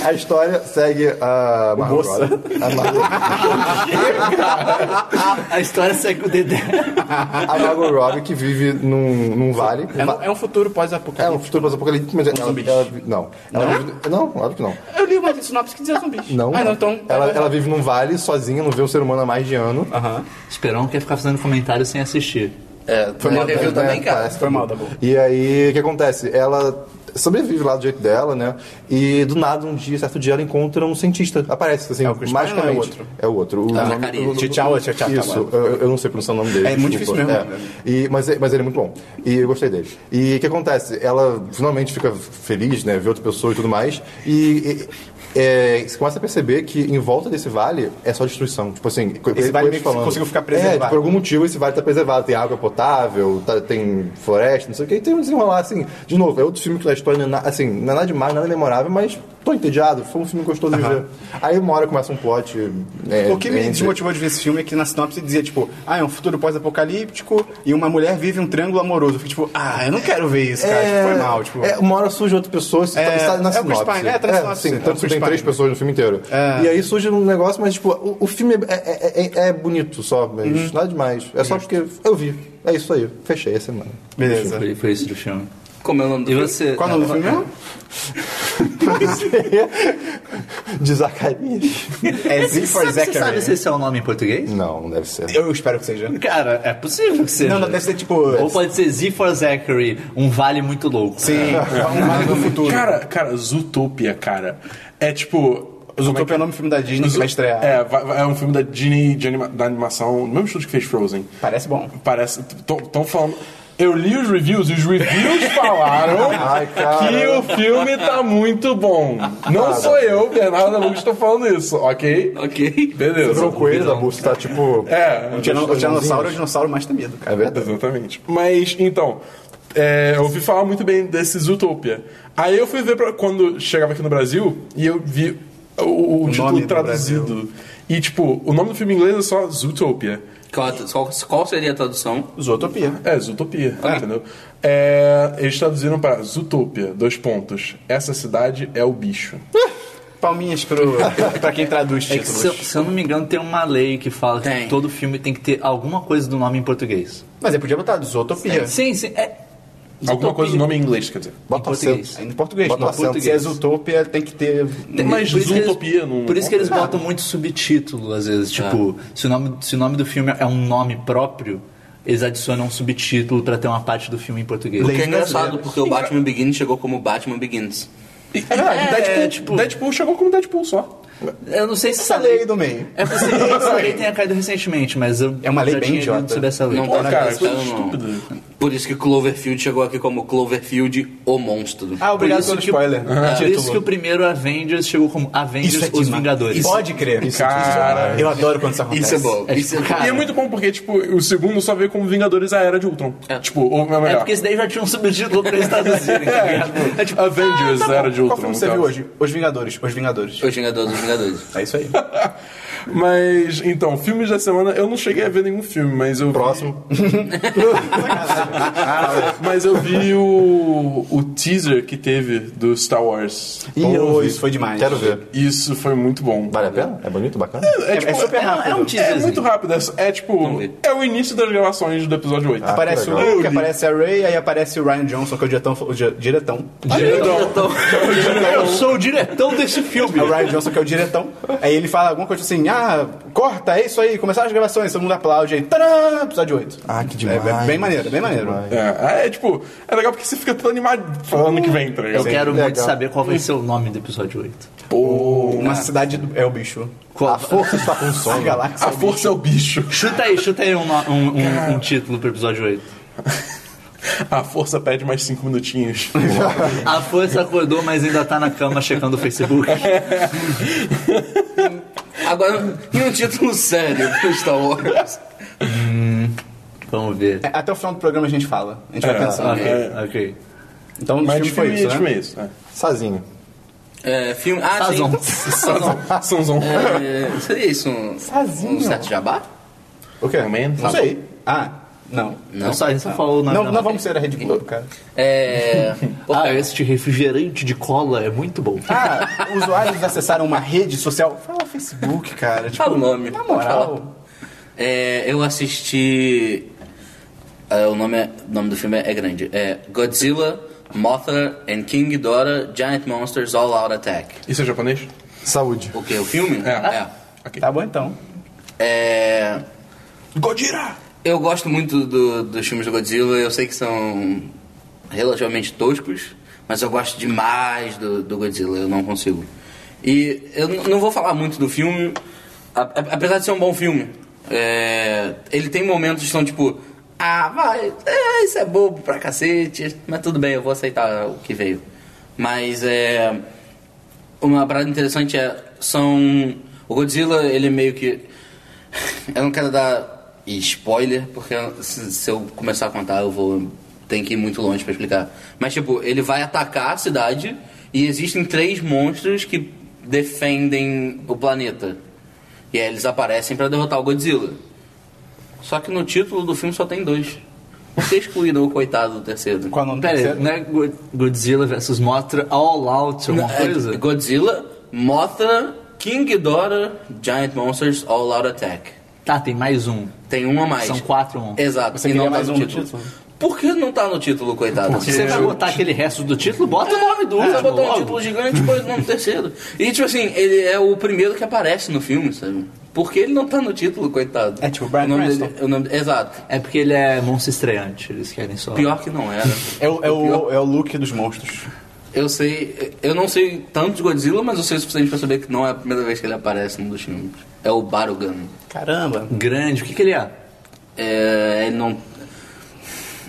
S5: A história segue a Margot
S2: moça.
S5: Robbie. A Margot,
S1: A história segue o Dedé.
S5: a Margot Robbie que vive num, num vale.
S2: É, um- é um futuro
S5: É um
S2: pós-apocalipse.
S5: futuro pós-apocalíptico, mas ela,
S2: zumbis.
S5: ela, não. Ela vive, não, óbvio que não.
S2: Eu li uma de sinopse que dizia zumbis.
S5: Não.
S2: é? Ah, não, então.
S5: ela, ela vive num vale sozinha, não vê um ser humano há mais de ano.
S2: Aham.
S1: Esperão quer ficar fazendo comentário sem assistir.
S4: É, foi uma review também, cara.
S5: né, parece-
S2: Foi mal, tá bom.
S5: E aí, o que acontece? Ela sobrevive lá do jeito dela, né? E do nada, um dia, certo dia, ela encontra um cientista. Aparece, assim,
S2: É o Ah, Chris
S5: magicamente.
S2: Pine
S5: É o outro. O nome-
S4: Zacarias.
S5: o- o-
S2: Tchau, tchau, tchau,
S5: Isso,
S2: tchau.
S5: eu, eu não sei pronunciar o nome dele.
S2: É muito difícil mesmo, né?
S5: É. E, mas, é- mas ele é muito bom. E eu gostei dele. E o que acontece? Ela finalmente fica feliz, né? Vê outra pessoa e tudo mais. E. e- é, você começa a perceber que em volta desse vale é só destruição. Tipo assim, co-
S2: Esse vale
S5: coisas
S2: meio que
S5: falando.
S2: conseguiu ficar
S5: É,
S2: preservado.
S5: por algum motivo esse vale tá preservado. Tem água potável, tá- tem floresta, não sei o que. E tem um desenrolar assim. De novo, é outro filme que a história não é, na- assim, não é nada demais, nada memorável, mas tô entediado. Foi um filme gostoso de ver. Aí uma hora começa um plot. é,
S2: O que me
S5: entre-
S2: desmotivou de ver esse filme é que na sinopse dizia, tipo, ah, é um futuro pós-apocalíptico e uma mulher vive um triângulo amoroso. Eu fiquei tipo, ah, eu não quero ver isso, cara. Tipo, foi mal, tipo.
S5: É, uma hora surge outra pessoa, você
S2: É,
S5: tá-
S2: é
S5: está na
S2: o Chris
S5: sinopse.
S2: Pine, é, tá na sinopse,
S5: sim,
S2: é o
S5: tanto que
S2: Chris
S5: tem três
S2: Pine.
S5: pessoas no filme inteiro.
S2: É.
S5: E aí surge um negócio, mas tipo, o, o filme é, é- é- é bonito só, mas
S2: Uhum.
S5: nada demais. É só porque eu vi. É isso aí, fechei a semana.
S2: Beleza.
S1: Foi, foi isso do filme.
S4: Como é o nome do
S1: E
S4: filme?
S1: você.
S2: Qual é o nome do filme mesmo?
S5: De Zacarias.
S2: É Z for
S1: Sabe, você sabe se
S2: Zachary.
S1: esse é o nome em português?
S5: Não, não deve ser.
S2: Eu espero que seja.
S1: Cara, é possível que seja.
S2: Não, não, deve ser tipo.
S1: Ou pode ser Z for Zachary, um vale muito louco.
S2: Sim, um vale do futuro.
S3: Cara, cara, Zootopia, cara. É tipo. como
S2: Zootopia é o nome do filme da Disney que vai estrear.
S3: É, vai- vai- é um filme da Disney de anima- da animação, do mesmo estúdio que fez Frozen.
S2: Parece bom.
S3: Parece. Estão falando. Eu li os reviews e os reviews falaram
S5: Ai, cara.
S3: que o filme tá muito bom. Não sou eu, Bernardo Lucas, estou falando isso, ok?
S4: Ok.
S3: Beleza.
S5: Virou coelho da bolsa, tá tipo.
S3: É,
S2: O tirano- o tiranossauro é o
S5: É
S2: dinossauro mais temido, cara.
S5: verdade.
S3: Exatamente. Mas, então, é, eu ouvi falar muito bem desse Zootopia. Aí eu fui ver pra, quando chegava aqui no Brasil e eu vi o, o
S2: nome
S3: título
S2: do
S3: traduzido. E, tipo, o nome do filme em inglês é só Zootopia.
S4: Qual, qual- qual seria a tradução?
S2: Zootopia.
S3: É, Zootopia,
S1: Ah.
S3: entendeu? É, eles traduziram para Zootopia, dois pontos. Essa cidade é o bicho.
S2: Palminhas pro, pra quem traduz
S1: É que,
S2: títulos.
S1: se, eu- se eu não me engano, tem uma lei que fala
S4: Tem.
S1: que todo filme tem que ter alguma coisa do nome em português.
S2: Mas eu podia botar Zootopia.
S1: Sim, sim. É,
S3: Alguma coisa do nome em inglês, quer dizer.
S5: Bota
S1: Em
S5: acento.
S1: português.
S2: Em português,
S5: Bota
S2: não.
S5: acento.
S2: Se é Zootopia, tem que ter...
S3: Mas
S1: por isso que eles-
S3: Zootopia não-
S1: Por isso que eles botam muito subtítulo, às vezes. Tipo, se, o nome, se o nome do filme é um nome próprio, eles adicionam um subtítulo pra ter uma parte do filme em português.
S4: Que é engraçado, porque o Batman Begins chegou como Batman Begins.
S3: E, é verdade,
S1: É,
S3: Deadpool,
S1: é, tipo-
S3: Deadpool chegou como Deadpool só.
S1: Eu não sei se
S2: Essa lei aí do meio.
S1: É possível que essa lei tenha caído recentemente, mas eu
S2: É uma lei
S1: já
S2: bem
S1: tinha
S2: idiota.
S1: lido sobre essa lei.
S4: Não
S3: Pô,
S4: tá na
S3: cara,
S4: cabeça,
S3: coisa
S4: não.
S3: estúpida.
S4: Por isso que Cloverfield chegou aqui como Cloverfield, o monstro.
S2: Ah, obrigado
S1: isso
S2: pelo
S1: que- Ah,
S2: spoiler.
S1: Por
S2: Título.
S1: isso que o primeiro Avengers chegou como Avengers
S2: Isso é
S1: Os
S2: demais.
S1: Vingadores.
S2: Pode crer.
S3: Cara.
S2: é Eu adoro quando isso acontece.
S4: Isso é bom.
S1: É,
S4: Isso é
S1: tipo, cara,
S3: E é muito bom porque, tipo, o segundo só veio como Vingadores a Era de Ultron.
S4: É.
S3: Tipo, ou é
S1: É
S3: melhor.
S1: porque esse daí já tinha um subtítulo pra eles traduzirem. tá ligado?
S3: É tipo, Avengers a Era de Ultron.
S2: Qual filme você
S3: no
S2: viu
S3: caso.
S2: hoje? Os Vingadores. Os Vingadores.
S4: O Vingador dos Vingadores.
S2: É isso aí.
S3: Mas, então, filmes da semana, eu não cheguei a ver nenhum filme, mas eu.
S5: Próximo.
S3: Mas eu vi o, o teaser que teve do Star Wars.
S5: Ih,
S2: Pô,
S5: eu não vi.
S2: isso foi demais.
S5: Quero ver.
S3: Isso foi muito bom. tipo,
S5: Vale a pena? É bonito, bacana?
S2: É, é super rápido.
S1: É um
S3: É
S1: teaserzinho.
S3: muito rápido, é, é tipo.
S4: vi.
S3: É o início das gravações do episódio 8.
S5: Ah,
S2: Aparece
S5: que
S2: o
S5: legal.
S2: Luke, aparece a Ray, aí aparece o Ryan Johnson, que é o diretão. O di- diretão.
S3: Diretão.
S1: Eu sou o diretão desse filme.
S2: É o Ryan Johnson, que é o diretão. Aí ele fala alguma coisa assim, ah, corta, é isso aí, começaram as gravações, todo mundo aplaude aí. Tcharam! Episódio 8.
S5: Ah, que
S2: É,
S5: demais.
S2: bem maneiro, bem maneiro. maneiro.
S3: É, é, tipo, é legal porque você fica todo animado falando que vem, tá
S1: Eu
S3: ligado?
S1: quero
S5: legal.
S1: muito saber qual vai ser o nome do episódio 8.
S3: Pô,
S2: Uma cidade do... é o bicho.
S1: Qual-
S5: A força está com
S2: A
S5: sono.
S2: galáxia.
S3: a força é o bicho.
S1: Chuta aí, chuta aí um, no- um, um, um título pro episódio 8.
S3: A força pede mais cinco minutinhos.
S1: A força acordou, mas ainda tá na cama checando o Facebook.
S4: Agora, e um título sério pro Star Wars?
S1: Vamos ver.
S2: É, Até o final do programa a gente fala. A gente vai
S3: É,
S2: pensando.
S1: Ok,
S2: nisso.
S3: É.
S1: ok.
S2: Então o
S3: Mas
S2: filme
S3: de
S2: foi
S3: filme,
S2: isso,
S3: de
S2: né?
S3: filme é isso. É.
S5: Sazinho.
S4: É, filme. Ah,
S1: Sazon.
S4: sim. Sazon.
S3: Sãozão.
S4: É, seria isso um.
S2: Sozinho.
S4: Um certo jabá?
S5: O quê?
S3: Momento.
S2: Não sei. Ah, não.
S1: Não, só a gente só falou o nome
S2: Não,
S1: da
S2: não
S1: marca.
S2: vamos ser a Rede Globo, cara.
S4: É.
S1: Ah, este refrigerante de cola é muito bom.
S2: Ah, usuários acessaram uma rede social. Fala Facebook, cara. Tipo,
S4: Fala o nome.
S2: Na
S4: Pode
S2: moral.
S4: É, eu assisti. é, o, nome é- o nome do filme é, é grande. É Godzilla, Mothra and King Ghidorah, Giant Monsters All Out Attack.
S3: Isso é japonês?
S5: Saúde.
S4: O que? O filme?
S3: É. Ok.
S2: Tá bom então.
S4: É. É,
S3: Godira!
S4: Eu gosto muito do- dos filmes do Godzilla, eu sei que são relativamente toscos, mas eu gosto demais do, do Godzilla, eu não consigo. E eu n- não vou falar muito do filme, a- a- apesar de ser um bom filme. É, ele tem momentos que são tipo, ah, vai, é, isso é bobo pra cacete, mas tudo bem, eu vou aceitar o que veio. Mas é. Uma parada interessante é, são... O Godzilla, ele é meio que... Eu não quero dar spoiler, porque se, se eu começar a contar, eu vou... Tem que ir muito longe pra explicar. Mas, tipo, ele vai atacar a cidade e existem três monstros que defendem o planeta. E aí eles aparecem pra derrotar o Godzilla. Só que no título do filme só tem dois. Você excluído o coitado do terceiro.
S2: Qual é o nome do
S1: Pera aí,
S2: terceiro?
S1: não é Go- Godzilla versus Mothra All Out alguma
S4: Não, é
S1: coisa?
S4: Godzilla, Mothra, King Ghidorah, Giant Monsters, All Out Attack.
S1: Tá, tem mais um.
S4: Tem uma a mais.
S1: São quatro um.
S4: Exato.
S2: Você
S4: e
S2: queria
S4: não tá
S2: mais
S4: no
S2: um no
S4: título.
S2: título?
S4: Por que não tá no título, coitado?
S1: Se você vai botar aquele resto do título, bota o nome
S2: É,
S1: do
S4: Você
S1: último
S4: botou um
S1: logo.
S4: título gigante e depois o nome do terceiro. E tipo assim, ele é o primeiro que aparece no filme, sabe? Porque ele não tá no título, coitado.
S2: É tipo Bryan
S4: o nome
S2: Cranston.
S4: dele, o nome- Exato.
S1: É porque ele é monstro estreante, eles querem só...
S4: Pior que não era.
S2: É o, é,
S4: pior-
S2: o, é o look dos monstros.
S4: Eu sei, eu não sei tanto de Godzilla, mas eu sei o suficiente pra saber que não é a primeira vez que ele aparece num dos filmes. É o Barugan.
S2: Caramba.
S1: Grande, o que que ele é?
S4: É, ele não.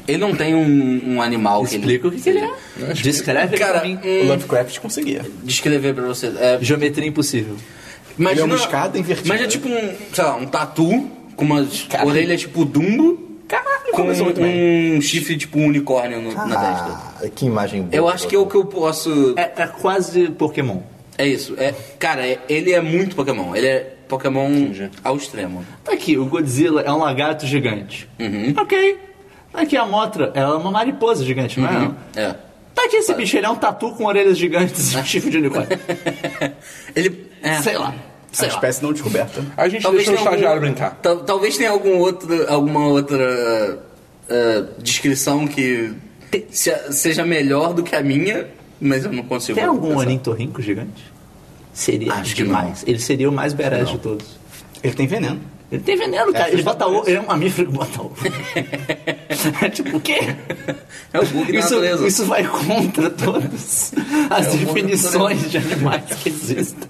S4: Ele não tem um, um animal
S1: Explica o que que
S4: que
S1: ele
S4: ele.
S1: é. Descreve ele
S4: Cara,
S1: pra mim.
S2: O
S4: hum,
S2: Lovecraft conseguia.
S4: descrever pra você. É,
S1: Geometria impossível. é
S4: imagina,
S2: uma escada invertida.
S4: Imagina tipo um, sei lá, um tatu com umas orelhas tipo Dumbo.
S2: Caralho,
S4: Com
S2: começou muito bem.
S4: um chifre tipo um unicórnio no- na testa.
S5: Ah, que imagem boa.
S4: Eu acho que é o que eu posso. É,
S1: É, é quase Pokémon.
S4: isso. É, cara, é- ele é muito Pokémon. Ele é Pokémon ao extremo.
S1: Tá aqui, o Godzilla é um lagarto gigante. Ok. Tá aqui a Mothra, ela é uma mariposa gigante, não é? não?
S4: É.
S1: Tá aqui esse bicho, ele é um tatu com orelhas gigantes e chifre de unicórnio.
S4: Ele. É.
S1: Sei lá.
S2: A
S1: Sei lá.
S2: espécie não descoberta.
S3: A gente deixa o
S4: tenha um
S3: estagiário
S4: algum-
S3: brincar.
S4: tal- talvez tenha algum outro, alguma outra eh, descrição que se- seja melhor do que a minha, mas eu não consigo.
S1: Tem algum
S4: pensar.
S1: ornitorrinco gigante? Seria
S4: Acho que
S1: demais. Ele seria o mais badass de todos.
S2: Ele tem veneno.
S1: Ele tem veneno, cara. ele
S2: fez
S1: bota
S2: por
S1: ovo. Ele é um mamífero que bota ovo. é tipo, o quê?
S4: É o bug da
S1: Isso,
S4: natureza.
S1: isso vai contra todas as
S4: É o bug da
S1: definições
S4: natureza.
S1: de animais que existem.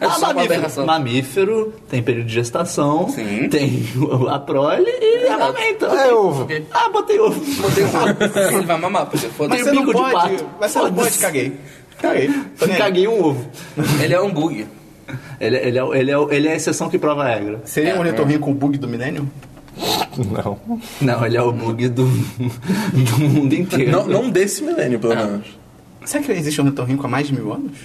S4: É
S1: Ah,
S4: só uma
S1: mamífero.
S4: aberração.
S1: mamífero, tem período de gestação,
S4: Sim.
S1: tem o- a prole e amamenta.
S5: É ovo.
S4: Ok.
S1: Ah, botei ovo.
S4: Botei um- Ele vai mamar, porque
S1: Mas
S4: foda-se.
S1: você não bico de pato.
S2: Mas você não pode,
S1: Foda-se.
S2: caguei. Caguei. Tô nem aí.
S1: Caguei um ovo.
S4: Ele é um bug.
S1: Ele, ele, é, o- ele, é, o- ele é a exceção que prova a regra.
S2: Seria um retorninho com o bug do milênio?
S5: Não.
S1: Não, ele é o bug do, do mundo inteiro.
S3: Não, não desse milênio, pelo menos.
S2: Será que existe um retorninho com há mais de mil anos?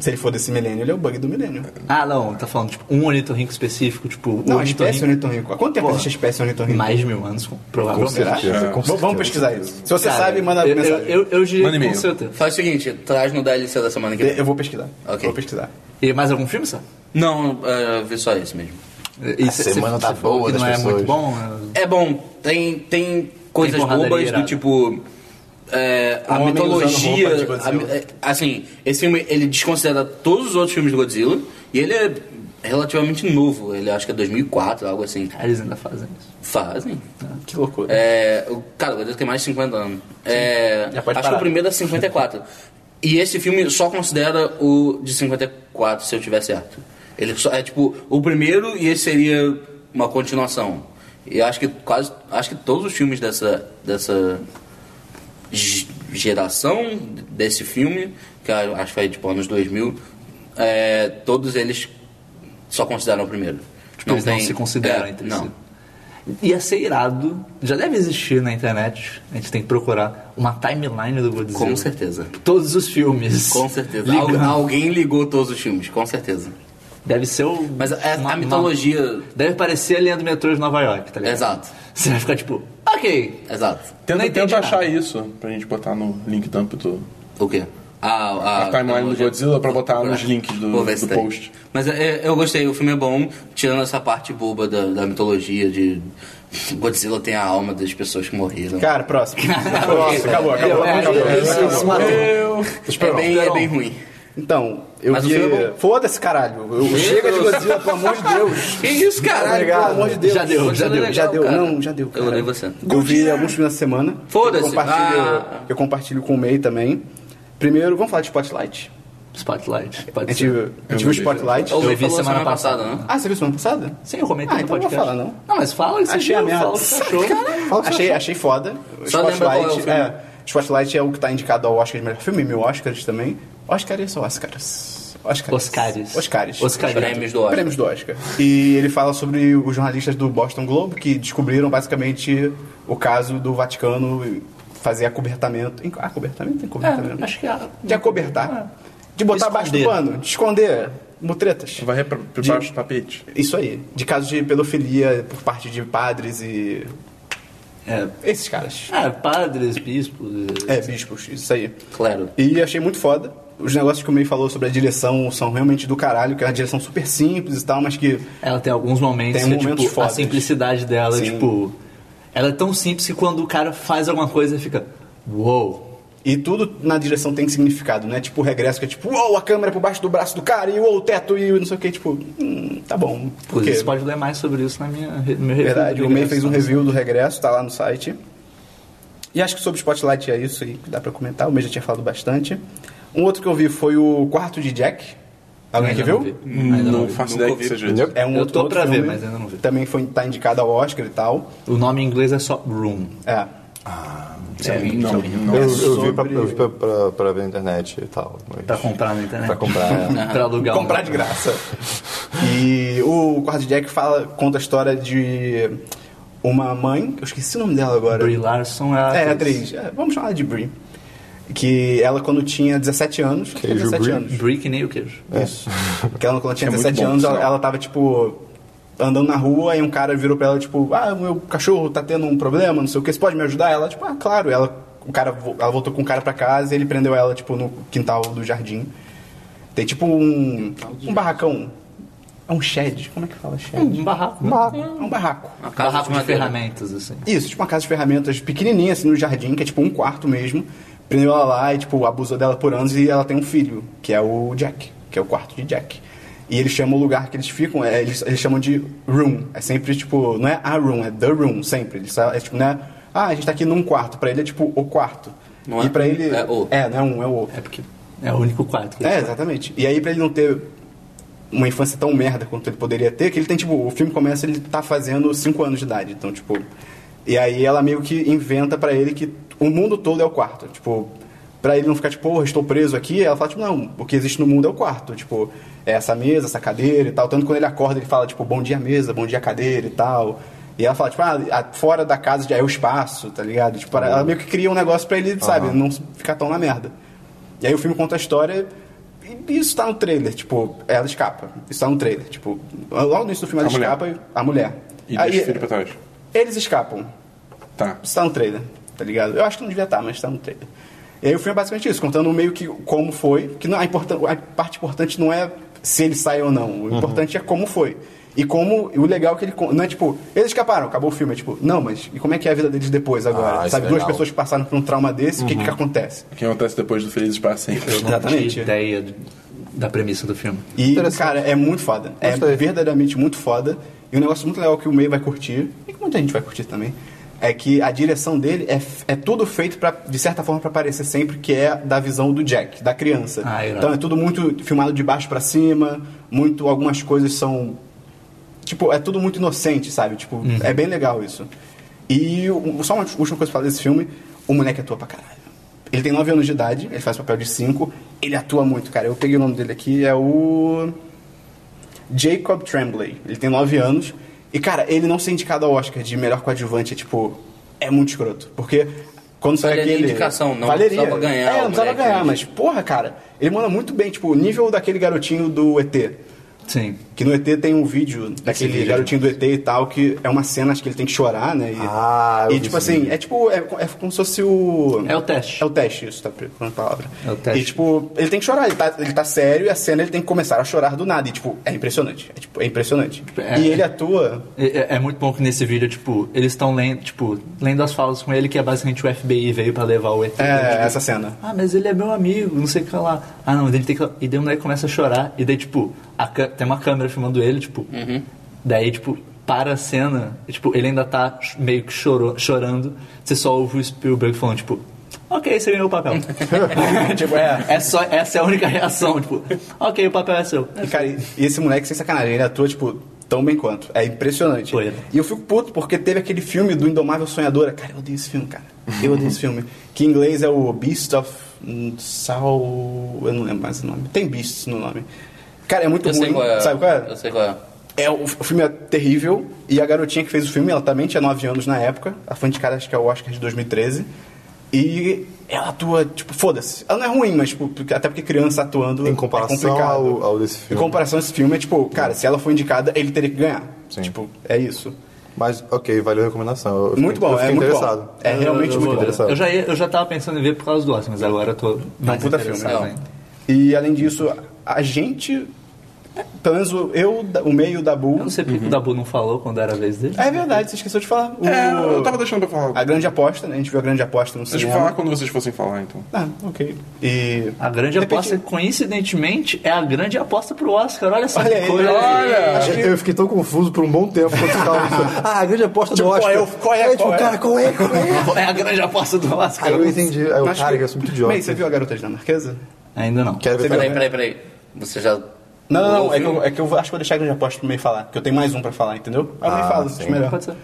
S2: Se ele for desse milênio, ele é o bug do milênio.
S1: Ah, não, tá falando tipo um ornitorrinco específico, tipo
S2: Não,
S1: um
S2: a espécie é
S1: ornitorrinco.
S2: ornitorrinco. Há quanto tempo
S1: Porra.
S2: existe a espécie é um ornitorrinco?
S1: Mais de mil anos, com- provavelmente.
S5: Com
S2: Será?
S5: certeza, com
S2: Vamos- Vamos
S5: certeza.
S2: pesquisar isso. Se você
S1: Cara,
S2: sabe, manda
S1: eu, eu,
S2: mensagem.
S1: eu, eu diria
S3: Manda
S1: que com
S3: e-mail.
S1: certeza.
S4: Faz o seguinte, traz no DLC da semana que
S2: Eu-
S4: vem.
S2: eu vou pesquisar.
S4: Ok.
S2: Vou pesquisar.
S1: E mais algum filme, sabe?
S4: Não, eh, eu vi só esse mesmo.
S1: E se- se-
S5: semana
S1: se
S5: tá
S1: for
S5: boa
S1: que Não
S5: das
S1: é muito
S5: pessoas.
S1: bom?
S4: É bom, tem, tem coisas
S1: porradaria
S4: bobas do
S1: irada.
S4: tipo. é, a
S2: Um homem
S4: mitologia.
S2: usando roupa de
S4: a mi-
S2: Godzilla.
S4: é, assim, esse filme ele desconsidera todos os outros filmes do Godzilla e ele é relativamente novo. Ele acho que é 2004, algo assim.
S1: Cara, eles ainda fazem isso. né?
S4: Fazem.
S2: Que loucura.
S4: É, o, cara, o Godard tem mais de 50 anos. É,
S1: Já
S4: acho
S1: pode
S4: que
S1: parar.
S4: o primeiro é 54. e esse filme só considera o de 54, se eu tiver certo. Ele só, é tipo o primeiro e esse seria uma continuação. E acho que quase, acho que todos os filmes dessa dessa ge- geração desse filme, que eu acho que foi tipo anos 2000, é, todos eles só consideram o primeiro.
S1: Tipo, eles não se consideram
S4: é,
S1: entre
S4: não.
S1: si. Ia ser irado, já deve existir na internet, a gente tem que procurar uma timeline do Godzilla.
S4: Com certeza.
S1: Todos os filmes.
S4: Com certeza. Al-
S1: Ligando.
S4: alguém ligou todos os filmes, com certeza.
S1: Deve ser o.
S4: Mas é
S1: uma-
S4: a mitologia.
S1: uma- Deve parecer a linha do metrô de Nova York, tá ligado?
S4: Exato.
S1: Você vai ficar tipo, ok.
S4: Exato.
S1: Não
S3: Tenta,
S1: entendi
S3: tenta
S1: nada.
S3: achar isso pra gente botar no link dump do.
S4: O quê? A, é.
S3: A timeline do Godzilla pra botar
S4: Vou
S3: nos
S4: procurar.
S3: links do-
S4: Vou ver
S3: do
S4: se tem.
S3: post.
S4: Mas é, é, eu gostei, o filme é bom, tirando essa parte boba da, da mitologia de. Godzilla tem a alma das pessoas que morreram.
S2: Cara, próximo. próximo. Acabou, acabou,
S1: É,
S2: acabou.
S1: é,
S2: acabou.
S1: isso, isso matou.
S4: é, bem, é bem ruim.
S2: Então, eu
S4: Mas o
S2: vi...
S4: filme é bom.
S2: Foda-se, caralho. Eu- Chega de Godzilla, pelo amor de Deus.
S4: Que isso, caralho?
S2: Obrigado.
S4: pô?
S2: Pelo amor de Deus.
S1: Já deu, já
S4: Godzilla
S1: deu.
S4: é
S2: Já
S4: legal,
S2: deu,
S4: cara.
S2: não, já deu.
S4: Eu odeio você.
S2: Eu vi alguns filmes na semana.
S4: Foda-se.
S2: Eu compartilho,
S4: Ah.
S2: eu compartilho com o MEI também. Primeiro, vamos falar de Spotlight.
S1: Spotlight.
S2: A
S1: Pode
S2: gente,
S1: ser.
S2: a gente viu Spotlight.
S4: Ou
S1: Eu
S4: ele
S1: vi
S4: falou
S1: semana
S4: semana passada,
S1: passada.
S4: né?
S2: Ah, você viu semana passada?
S1: Sim, eu comentei
S2: Ah,
S1: no
S2: então não vou
S1: podcast.
S2: falar, não.
S1: Não, mas fala que você
S2: Achei a
S1: viu,
S2: merda.
S1: fala o que você achou.
S2: Fala o que você achei, achou.
S1: achei.
S2: achei foda.
S4: Só lembra qual é o
S2: Spotlight
S4: filme.
S2: é, Spotlight é o que tá indicado ao Oscar de melhor filme, meu Oscars também. Oscars ou Oscars? Oscars.
S1: Oscares.
S2: Oscars.
S1: Oscares.
S4: Prêmios do Oscar.
S2: Prêmios do Oscar. E ele fala sobre os jornalistas do Boston Globe que descobriram basicamente o caso do Vaticano fazer acobertamento. em- Acobertamento? Encobertamento?
S1: É, acho que é.
S2: De acobertar. De botar abaixo do
S1: Esconder.
S2: pano, de É. esconder mutretas.
S3: Vai pra, pra
S2: De-
S3: baixo do tapete.
S2: Isso aí. De casos de pedofilia por parte de padres e.
S1: É,
S2: Esses caras.
S1: Ah, padres, bispos.
S2: É, bispos, isso aí.
S4: Claro.
S2: E achei muito foda. Os negócios que o May falou sobre a direção são realmente do caralho, que é uma direção super simples e tal, mas que.
S1: Ela tem alguns momentos
S2: Tem
S1: que,
S2: momentos
S1: tipo, a
S2: fodas.
S1: simplicidade dela,
S2: Sim.
S1: tipo. Ela é tão simples que quando o cara faz alguma coisa, fica. Uou!
S2: E tudo na direção tem significado, né? Tipo o regresso, que é tipo, uou, a câmera por baixo do braço do cara, e uou, o teto, e não sei o que, tipo, hum, tá bom. Por
S1: Inclusive,
S2: quê?
S1: você pode ler mais sobre isso na minha, re- no meu review.
S2: Verdade,
S1: do
S2: o May
S1: Ingresso.
S2: fez um review do regresso, tá lá no site. E acho que sobre Spotlight é isso aí que dá pra comentar, o May já tinha falado bastante. Um outro que eu vi foi o Quarto de Jack. Alguém
S1: Ainda
S2: aqui
S1: não
S2: viu?
S1: vi. Ainda
S3: Não
S1: vi.
S3: faço
S4: nunca
S3: ideia
S4: ouvi.
S3: que seja isso.
S5: Entendeu?
S2: É um
S1: Eu
S2: outro,
S1: tô pra
S2: outro filme.
S1: ver, mas ainda não vi.
S2: Também foi, tá indicado ao Oscar e tal.
S1: O nome em inglês é só Room.
S2: É.
S3: É, não, não.
S5: Eu, eu
S2: sobre-
S5: vi pra, eu vi pra, pra, pra ver na internet e tal. Mas...
S1: Pra comprar na internet.
S5: Pra comprar, é.
S1: pra alugar. um-
S2: Comprar de graça. E o Quarto de Jack fala, conta a história de uma mãe, eu esqueci o nome dela agora.
S1: Brie Larson é a
S2: É, atriz. É, vamos chamar ela de Brie. Que ela, quando tinha 17 anos. acho Que tinha
S5: Queijo
S2: 17
S5: Brie.
S2: anos.
S1: é Brie que nem o queijo.
S5: é.
S2: Isso. Que ela, quando ela tinha
S3: É muito
S2: 17
S3: bom,
S2: anos, ela,
S3: sinal.
S2: ela tava, tipo, andando na rua e um cara virou pra ela, tipo, ah, meu cachorro tá tendo um problema, não sei o que, você pode me ajudar? Ela, tipo, ah, claro. Ela, o cara, vo- ela voltou com o cara pra casa e ele prendeu ela, tipo, no quintal do jardim. Tem, tipo, um, um barracão. É um shed. Como é que fala shed?
S1: Um barraco. né?
S2: É um barraco.
S4: Uma casa
S1: Barraco de
S4: madeira.
S1: ferramentas, assim.
S2: Isso, tipo uma casa de ferramentas pequenininha, assim, no jardim, que é tipo um quarto mesmo. Prendeu ela lá e, tipo, abusou dela por anos e ela tem um filho, que é o Jack, que é o quarto de Jack. E eles chamam o lugar que eles ficam, é, eles, eles chamam de room. É sempre, tipo, não é a room, é the room, sempre. Eles, é tipo, não é, ah, a gente tá aqui num quarto. Pra ele é, tipo, o quarto.
S4: Não
S2: e
S4: é
S2: pra
S4: um,
S2: ele...
S4: é o.
S2: É, não é um, é o outro.
S1: É porque é o único quarto que
S2: É,
S1: eles têm.
S2: exatamente. E aí, pra ele não ter uma infância tão merda quanto ele poderia ter, que ele tem, tipo, o filme começa, ele tá fazendo 5 anos de idade. Então, tipo. E aí ela meio que inventa pra ele que o mundo todo é o quarto. Tipo, pra ele não ficar, tipo, porra, estou preso aqui, ela fala, tipo, não, o que existe no mundo é o quarto. Tipo, é essa mesa, essa cadeira e tal. Tanto que quando ele acorda, ele fala, tipo, bom dia mesa, bom dia cadeira e tal. E ela fala, tipo, ah, a- fora da casa já é o espaço, tá ligado? Tipo, ela meio que cria um negócio pra ele, sabe, não ficar tão na merda. E aí o filme conta a história e isso tá no trailer, tipo, ela escapa. Isso tá no trailer, tipo, logo no início do filme ela
S3: A mulher.
S2: escapa, a mulher.
S3: E
S2: aí
S3: deixa o filho pra trás.
S2: eles escapam.
S3: Tá.
S2: Isso tá no trailer, tá ligado? Eu acho que não devia estar, mas tá no trailer. E aí o filme é basicamente isso, contando meio que como foi, que não, a, importan- a parte importante não é se ele sai ou não,
S3: Uhum.
S2: o importante é como foi. E como, e o legal é que ele, con- não é tipo, eles escaparam, acabou o filme, é tipo, não, mas e como é que é a vida deles depois agora?
S5: Ah, isso
S2: Sabe,
S5: é
S2: duas
S5: legal.
S2: pessoas que passaram
S3: Uhum.
S2: por um trauma desse, o que que acontece?
S3: é O que acontece depois do Felizes para sempre?
S1: Eu não
S2: Exatamente.
S1: tinha ideia de- da premissa do filme.
S2: E,
S5: Interessante.
S2: cara, é muito foda. É
S5: Gostei.
S2: verdadeiramente muito foda. E um negócio muito legal que o meio vai curtir, e que muita gente vai curtir também, é que a direção dele é, f- é tudo feito, pra, de certa forma, pra parecer sempre que é da visão do Jack, da criança.
S1: Ah, irado.
S2: então é tudo muito filmado de baixo pra cima, muito algumas coisas são Tipo, é tudo muito inocente, sabe? Tipo,
S1: Uhum.
S2: é bem legal isso. E o- só uma última coisa pra falar desse filme: o moleque atua pra caralho. Ele tem 9 anos de idade, ele faz papel de 5, ele atua muito, cara. Eu peguei o nome dele aqui, é o. Jacob Tremblay. Ele tem 9 anos. E, cara, ele não ser indicado ao Oscar de melhor coadjuvante é tipo. É muito escroto. Porque quando sai
S4: Valeria
S2: aquele.
S4: indicação, não
S2: Valeria.
S4: precisava
S2: É,
S4: ganhar, o
S2: não precisava
S4: moleque.
S2: ganhar, mas, porra, cara, ele manda muito bem, tipo, o nível daquele garotinho do ET.
S1: Sim.
S2: Que no ET tem um vídeo daquele
S1: vídeo é
S2: garotinho do ET e tal, que é uma cena, acho que ele tem que chorar, né? E,
S5: Ah, eu
S2: E
S5: vi
S2: tipo
S5: esse
S2: assim, é tipo, é, é como se fosse o.
S1: É o teste.
S2: É o teste, isso, tá procurando a palavra.
S1: É o teste.
S2: E tipo, ele tem que chorar, ele tá, ele tá sério e a cena ele tem que começar a chorar do nada. E tipo, é impressionante. É, tipo, é impressionante.
S1: É.
S2: E ele atua.
S1: É, é- é muito bom que nesse vídeo, tipo, eles estão lendo, tipo, lendo as falas com ele, que é basicamente o FBI veio pra levar o ET.
S2: É,
S1: né? Tipo,
S2: essa cena.
S1: Ah, mas ele é meu amigo, não sei o que lá. Ah, não, ele tem que... E daí o moleque começa a chorar. E daí, tipo, a cã- tem uma câmera filmando ele, tipo... Daí, tipo, para a cena. E, tipo, ele ainda tá ch- meio que chorou, chorando. Você só ouve o Spielberg falando, tipo... Ok, você ganhou o papel.
S2: tipo, é.
S1: é só, essa é a única reação, tipo... Ok, o papel é seu.
S2: E, cara, e e esse moleque, sem sacanagem, ele atua, tipo, tão bem quanto. É impressionante.
S1: Poeira.
S2: E eu fico puto porque teve aquele filme do Indomável Sonhadora. Cara, eu odeio esse filme, cara. Eu odeio esse filme. Que em inglês é o Beast of Sal... Eu não lembro mais o nome. Tem Beasts no nome. Cara, é muito
S4: Eu
S2: ruim.
S4: sei qual é.
S2: Sabe qual é?
S4: Eu sei qual é.
S2: É, o, o filme é terrível. E a garotinha que fez o filme, ela também tinha 9 anos na época. Ela foi indicada, acho que é o Oscar de 2013. E ela atua, tipo, foda-se. Ela não é ruim, mas, tipo, porque- até porque criança atuando
S5: Em
S2: é
S5: comparação
S2: complicado.
S5: ao- ao desse filme.
S2: Em comparação a esse filme, é tipo, cara, se ela for indicada, ele teria que ganhar.
S5: Sim.
S2: Tipo, é isso.
S5: Mas, ok, valeu a recomendação. Eu fiquei-
S2: Muito bom,
S5: eu fiquei
S2: é muito
S5: interessado.
S2: bom. É realmente
S1: eu, eu,
S2: muito
S1: vou-
S2: bom.
S5: interessado.
S1: eu já, ia- eu já tava pensando em ver por causa do Oscar, mas agora eu tô mais
S2: um puta filme,
S1: interessado
S4: né?
S1: ainda.
S2: E, além disso, a gente... Pelo menos o- eu, da- o meio da
S1: Eu
S2: Bull...
S1: não sei porque que o Dabu não falou quando era a vez dele.
S2: Uhum. É verdade, você esqueceu de falar. O-
S3: É, eu tava deixando pra falar.
S2: A grande aposta, né? A gente viu a grande aposta no
S3: Deixa
S2: cinema.
S3: eu falar quando vocês fossem falar, então.
S2: Ah, ok. E...
S1: A grande
S2: Depende-
S1: aposta, coincidentemente, é a grande aposta pro Oscar. Olha só
S2: Olha
S1: que
S2: aí,
S1: coisa.
S2: olha!
S5: Acho que Eu fiquei tão confuso por um bom tempo quando você tava falando. Ah, a grande aposta do Oscar.
S2: qual é o- qual é,
S5: tipo,
S2: qual é?
S5: cara, qual é, qual é?
S1: É a grande aposta do Oscar.
S5: Aí eu entendi. Aí eu,
S2: Acho
S5: cara,
S2: que-
S5: que é eu sou muito idiota.
S2: Bem, você viu a garota dinamarquesa?
S1: Ainda não.
S5: Quero ver
S2: Você
S5: também.
S4: Peraí, peraí, peraí. Você já.
S2: Não, não, não. É que,
S4: ouviu?
S2: eu, é que eu vou- acho que vou deixar a grande aposta pro meio falar, porque eu tenho mais um pra falar, entendeu? Aí eu meio
S5: Ah,
S2: falo,
S5: sim.
S2: acho melhor.
S1: Pode ser.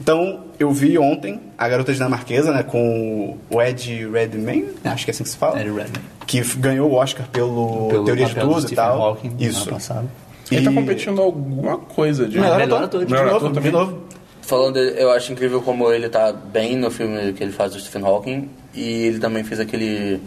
S2: Então, eu vi ontem a garota dinamarquesa, né, com o Ed Redmayne, acho que é assim que se fala,
S1: Ed Redmayne.
S2: que f- ganhou o Oscar pelo,
S1: Pelo
S2: Teoria de
S1: papel do
S2: Tudo e
S1: Stephen
S2: tal.
S1: Hawking, do
S2: Isso.
S1: ano passado.
S3: Ele tá competindo alguma coisa de.
S2: Melhor,
S1: Melhor
S2: ator,
S1: ator.
S2: de
S3: Melhor
S2: novo,
S3: ator
S2: de
S3: também.
S2: novo.
S4: Falando, dele, eu acho incrível como ele tá bem no filme que ele faz do Stephen Hawking e ele também fez aquele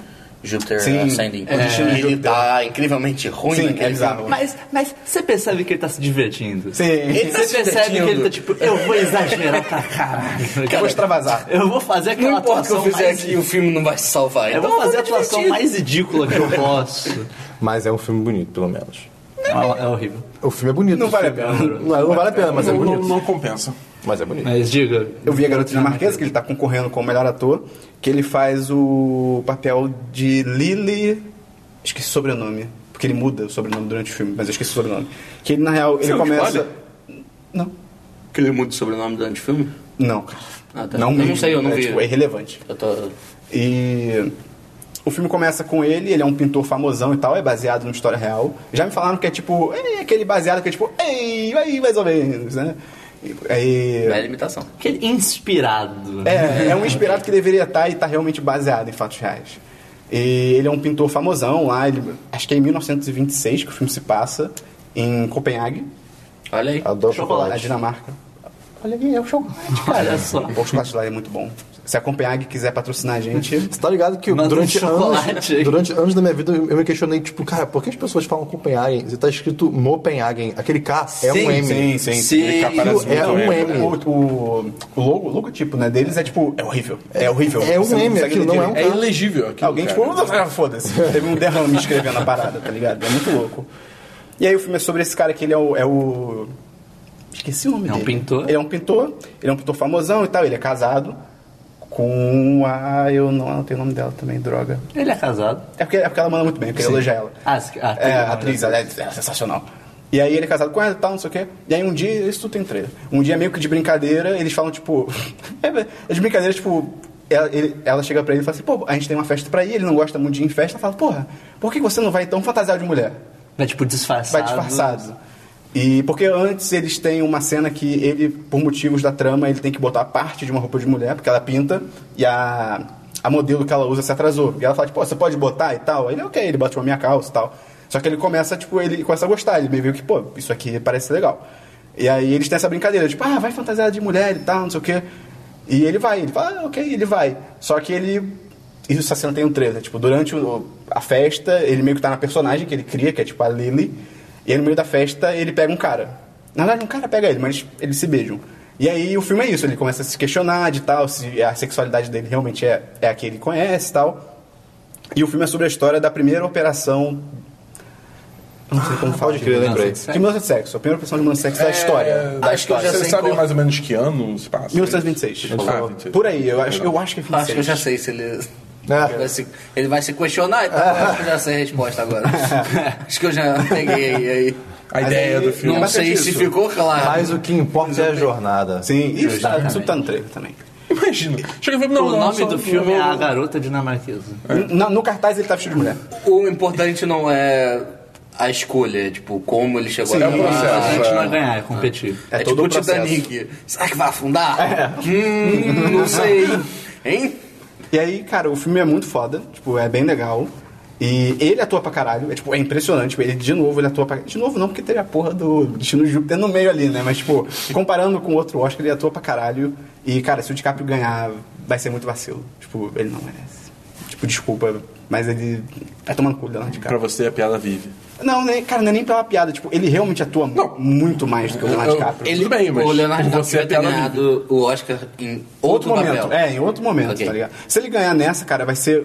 S4: Júpiter
S2: Sim,
S4: Ascending.
S2: o destino de
S4: e É. ele
S2: Júpiter.
S4: tá incrivelmente ruim
S2: Sim,
S4: naquele
S2: é bizarro.
S1: Mas, mas você percebe que ele tá se divertindo?
S2: Sim.
S4: Ele tá
S1: Você
S4: se
S1: percebe que
S4: divertindo.
S1: ele tá tipo, eu vou exagerar pra caralho.
S2: Eu vou
S1: Cara,
S2: extravasar.
S1: eu vou fazer aquela
S4: Não importa o que eu
S1: atuação
S4: fizer
S1: mais...
S4: aqui, o filme não vai se salvar.
S1: É, Eu
S4: Então
S1: vou fazer a
S4: me
S1: atuação
S4: divertir.
S1: mais ridícula que eu posso.
S5: Mas é um filme bonito, pelo menos.
S1: é, é horrível.
S5: O filme é bonito.
S2: Não vale a
S5: Sim.
S2: pena.
S5: Não, não vale a pena, mas é
S3: Não, não,
S5: bonito.
S3: não compensa.
S5: Mas é bonito.
S1: Mas diga...
S2: Eu vi a garota dinamarquesa, que ele tá concorrendo com o melhor ator, que ele faz o papel de Lily. Esqueci o sobrenome. Porque ele muda o sobrenome durante o filme, mas eu esqueci o sobrenome. Que ele, na real, ele
S3: é um
S2: começa.
S3: spoiler?
S2: Não.
S4: Que ele muda o sobrenome durante o filme?
S2: Não, cara.
S4: Ah, tá.
S2: Não
S4: Eu não
S2: mesmo.
S4: sei, eu não
S2: é,
S4: vi.
S2: Tipo, é irrelevante.
S4: Eu tô...
S2: E o filme começa com ele, ele é um pintor famosão e tal, é baseado numa história real. Já me falaram que é tipo, é aquele baseado que é tipo, ei, aí mais ou menos, né? E, aí-
S4: Bela imitação.
S1: Aquele inspirado.
S2: É, é um inspirado que deveria estar e está realmente baseado em fatos reais. E ele é um pintor famosão lá, ele- acho que é em 1926 que o filme se passa, em Copenhague,
S4: Olha aí.
S5: Adoro
S2: na
S5: chocolate.
S2: Dinamarca. Olha aí, é o chocolate, cara.
S1: Olha só.
S2: Pô, O chocolate lá é muito bom. Se a Copenhague quiser patrocinar a gente,
S5: Você tá ligado que eu,
S1: Manda um
S5: durante, anos,
S1: chocolate aí.
S5: durante anos da minha vida eu eu me questionei, tipo, cara, por que as pessoas falam Copenhagen? Você tá escrito Mopenhagen. Aquele K é um M.
S2: sim,
S3: Ele
S1: Sim.
S3: capaz
S5: Aquilo é
S3: muito
S5: um
S3: bem.
S5: M.
S2: O, o, o logo, o logotipo né, deles é tipo, é horrível. É horrível.
S5: É um
S2: Você não
S5: meme,
S2: consegue
S5: aquilo
S2: ler
S5: não é um
S2: direito.
S3: É ilegível é. aqui.
S2: Alguém, tipo, ah, foda-se. Teve um derrame escrevendo a parada, tá ligado? É muito louco. E aí o filme é sobre esse cara que ele é o. é o- Esqueci o nome
S1: É um
S2: dele.
S1: pintor?
S2: Ele é um pintor, ele é um pintor famosão e tal, ele é casado com a. Eu não anotei o nome dela também, droga.
S1: Ele é casado.
S2: É porque, é porque ela manda muito bem, eu queria elogiar ela.
S1: Ah, se- ah, tem
S2: é,
S1: nome,
S2: atriz,
S1: né?
S2: ela é, ela é sensacional. E aí ele é casado com ela e tal, não sei o quê. E aí um dia, isso tudo tem trailer. Um dia meio que de brincadeira, eles falam, tipo. é de brincadeira, tipo. Ela, ele- ela chega pra ele e fala assim, pô, a gente tem uma festa pra ir, ele não gosta muito de ir em festa. Ela fala, porra, por que você não vai tão fantasiado de mulher?
S1: Vai tipo
S2: Vai
S1: disfarçado.
S2: disfarçado. E porque antes eles têm uma cena que ele, por motivos da trama, ele tem que botar parte de uma roupa de mulher, porque ela pinta, e a, a modelo que ela usa se atrasou. E ela fala, tipo, "Pô, você pode botar e tal? Ele, ok, ele bota uma minha calça e tal. Só que ele começa, tipo, ele começa a gostar, ele meio que, pô, isso aqui parece legal. E aí eles têm essa brincadeira, tipo, ah, vai fantasiar de mulher e tal, não sei o quê. E ele vai, ele fala, ah, ok, ele vai. Só que ele isso essa cena tem um trailer. Tipo, durante o- a festa, ele meio que tá na personagem que ele cria, que é tipo a Lily. E aí no meio da festa, ele pega um cara. Na verdade, um cara pega ele, mas eles se beijam. E aí o filme é isso, ele começa a se questionar de tal, se a sexualidade dele realmente é, é a que ele conhece e tal. E o filme é sobre a história da primeira operação. Não sei
S4: Ah,
S2: como falar.
S5: Pode crer, lembrei.
S1: Não,
S2: De mudança de sexo, a primeira operação de mudança de sexo da história.
S4: da
S3: É, Acho que eu já
S4: história.
S3: Você
S4: Sem
S3: sabe
S4: cor.
S3: mais ou menos que ano se passa?
S2: 1926.
S3: Ah, 26.
S2: Por aí, eu acho, eu acho que é 26.
S4: Acho que eu já sei se ele.
S5: É.
S4: Vai se- Ele vai se questionar, então eu acho que eu já sei a resposta agora. acho que eu já peguei aí. aí.
S3: A ideia
S2: aí-
S3: do filme.
S4: Não
S2: Mas é
S4: sei se
S2: disso.
S4: ficou claro.
S5: Mas o que importa é a jornada.
S2: Sim, isso, tá-
S1: Exatamente.
S2: isso tá no trailer também.
S3: Imagina. Chega e fala, não,
S1: O
S3: não,
S1: nome
S3: só-
S1: do filme é
S3: não,
S1: A Garota Dinamarquesa.
S3: É.
S2: Na- no cartaz ele tá vestido de mulher.
S4: O importante não é a escolha, é, tipo, como ele chegou
S2: Sim,
S4: até
S2: é o
S4: lá.
S1: A gente
S3: é.
S1: não é ganhar, é competir.
S4: É,
S2: É
S4: tipo
S2: todo
S4: o
S2: o processo. É.
S4: Titanic. Será que vai afundar? Hum, não sei. Hein?
S2: E aí, cara, o filme é muito foda, tipo, é bem legal. E ele atua pra caralho, é, tipo, é impressionante, tipo, ele de novo ele atua pra De novo não, porque teve a porra do Destino de Júpiter no meio ali, né? Mas, tipo, comparando com outro Oscar, ele atua pra caralho. E, cara, se o DiCaprio ganhar, vai ser muito vacilo. Tipo, ele não merece. Tipo, desculpa, mas ele tá tomando cu dela de
S3: Pra
S2: cara.
S3: você a piada vive.
S2: Não, né, cara, não é nem pela piada, tipo, ele realmente atua mu-
S3: Não.
S2: muito mais do que o Leonardo
S3: Eu- eu-
S2: DiCaprio.
S4: Ele,
S3: Tudo bem, mas
S4: o Leonardo
S3: por você
S4: DiCaprio ter
S3: é piada
S4: ganhado o Oscar em outro,
S2: momento.
S4: papel.
S2: É, em outro momento,
S4: Ok.
S2: tá ligado? Se ele ganhar nessa, cara, vai ser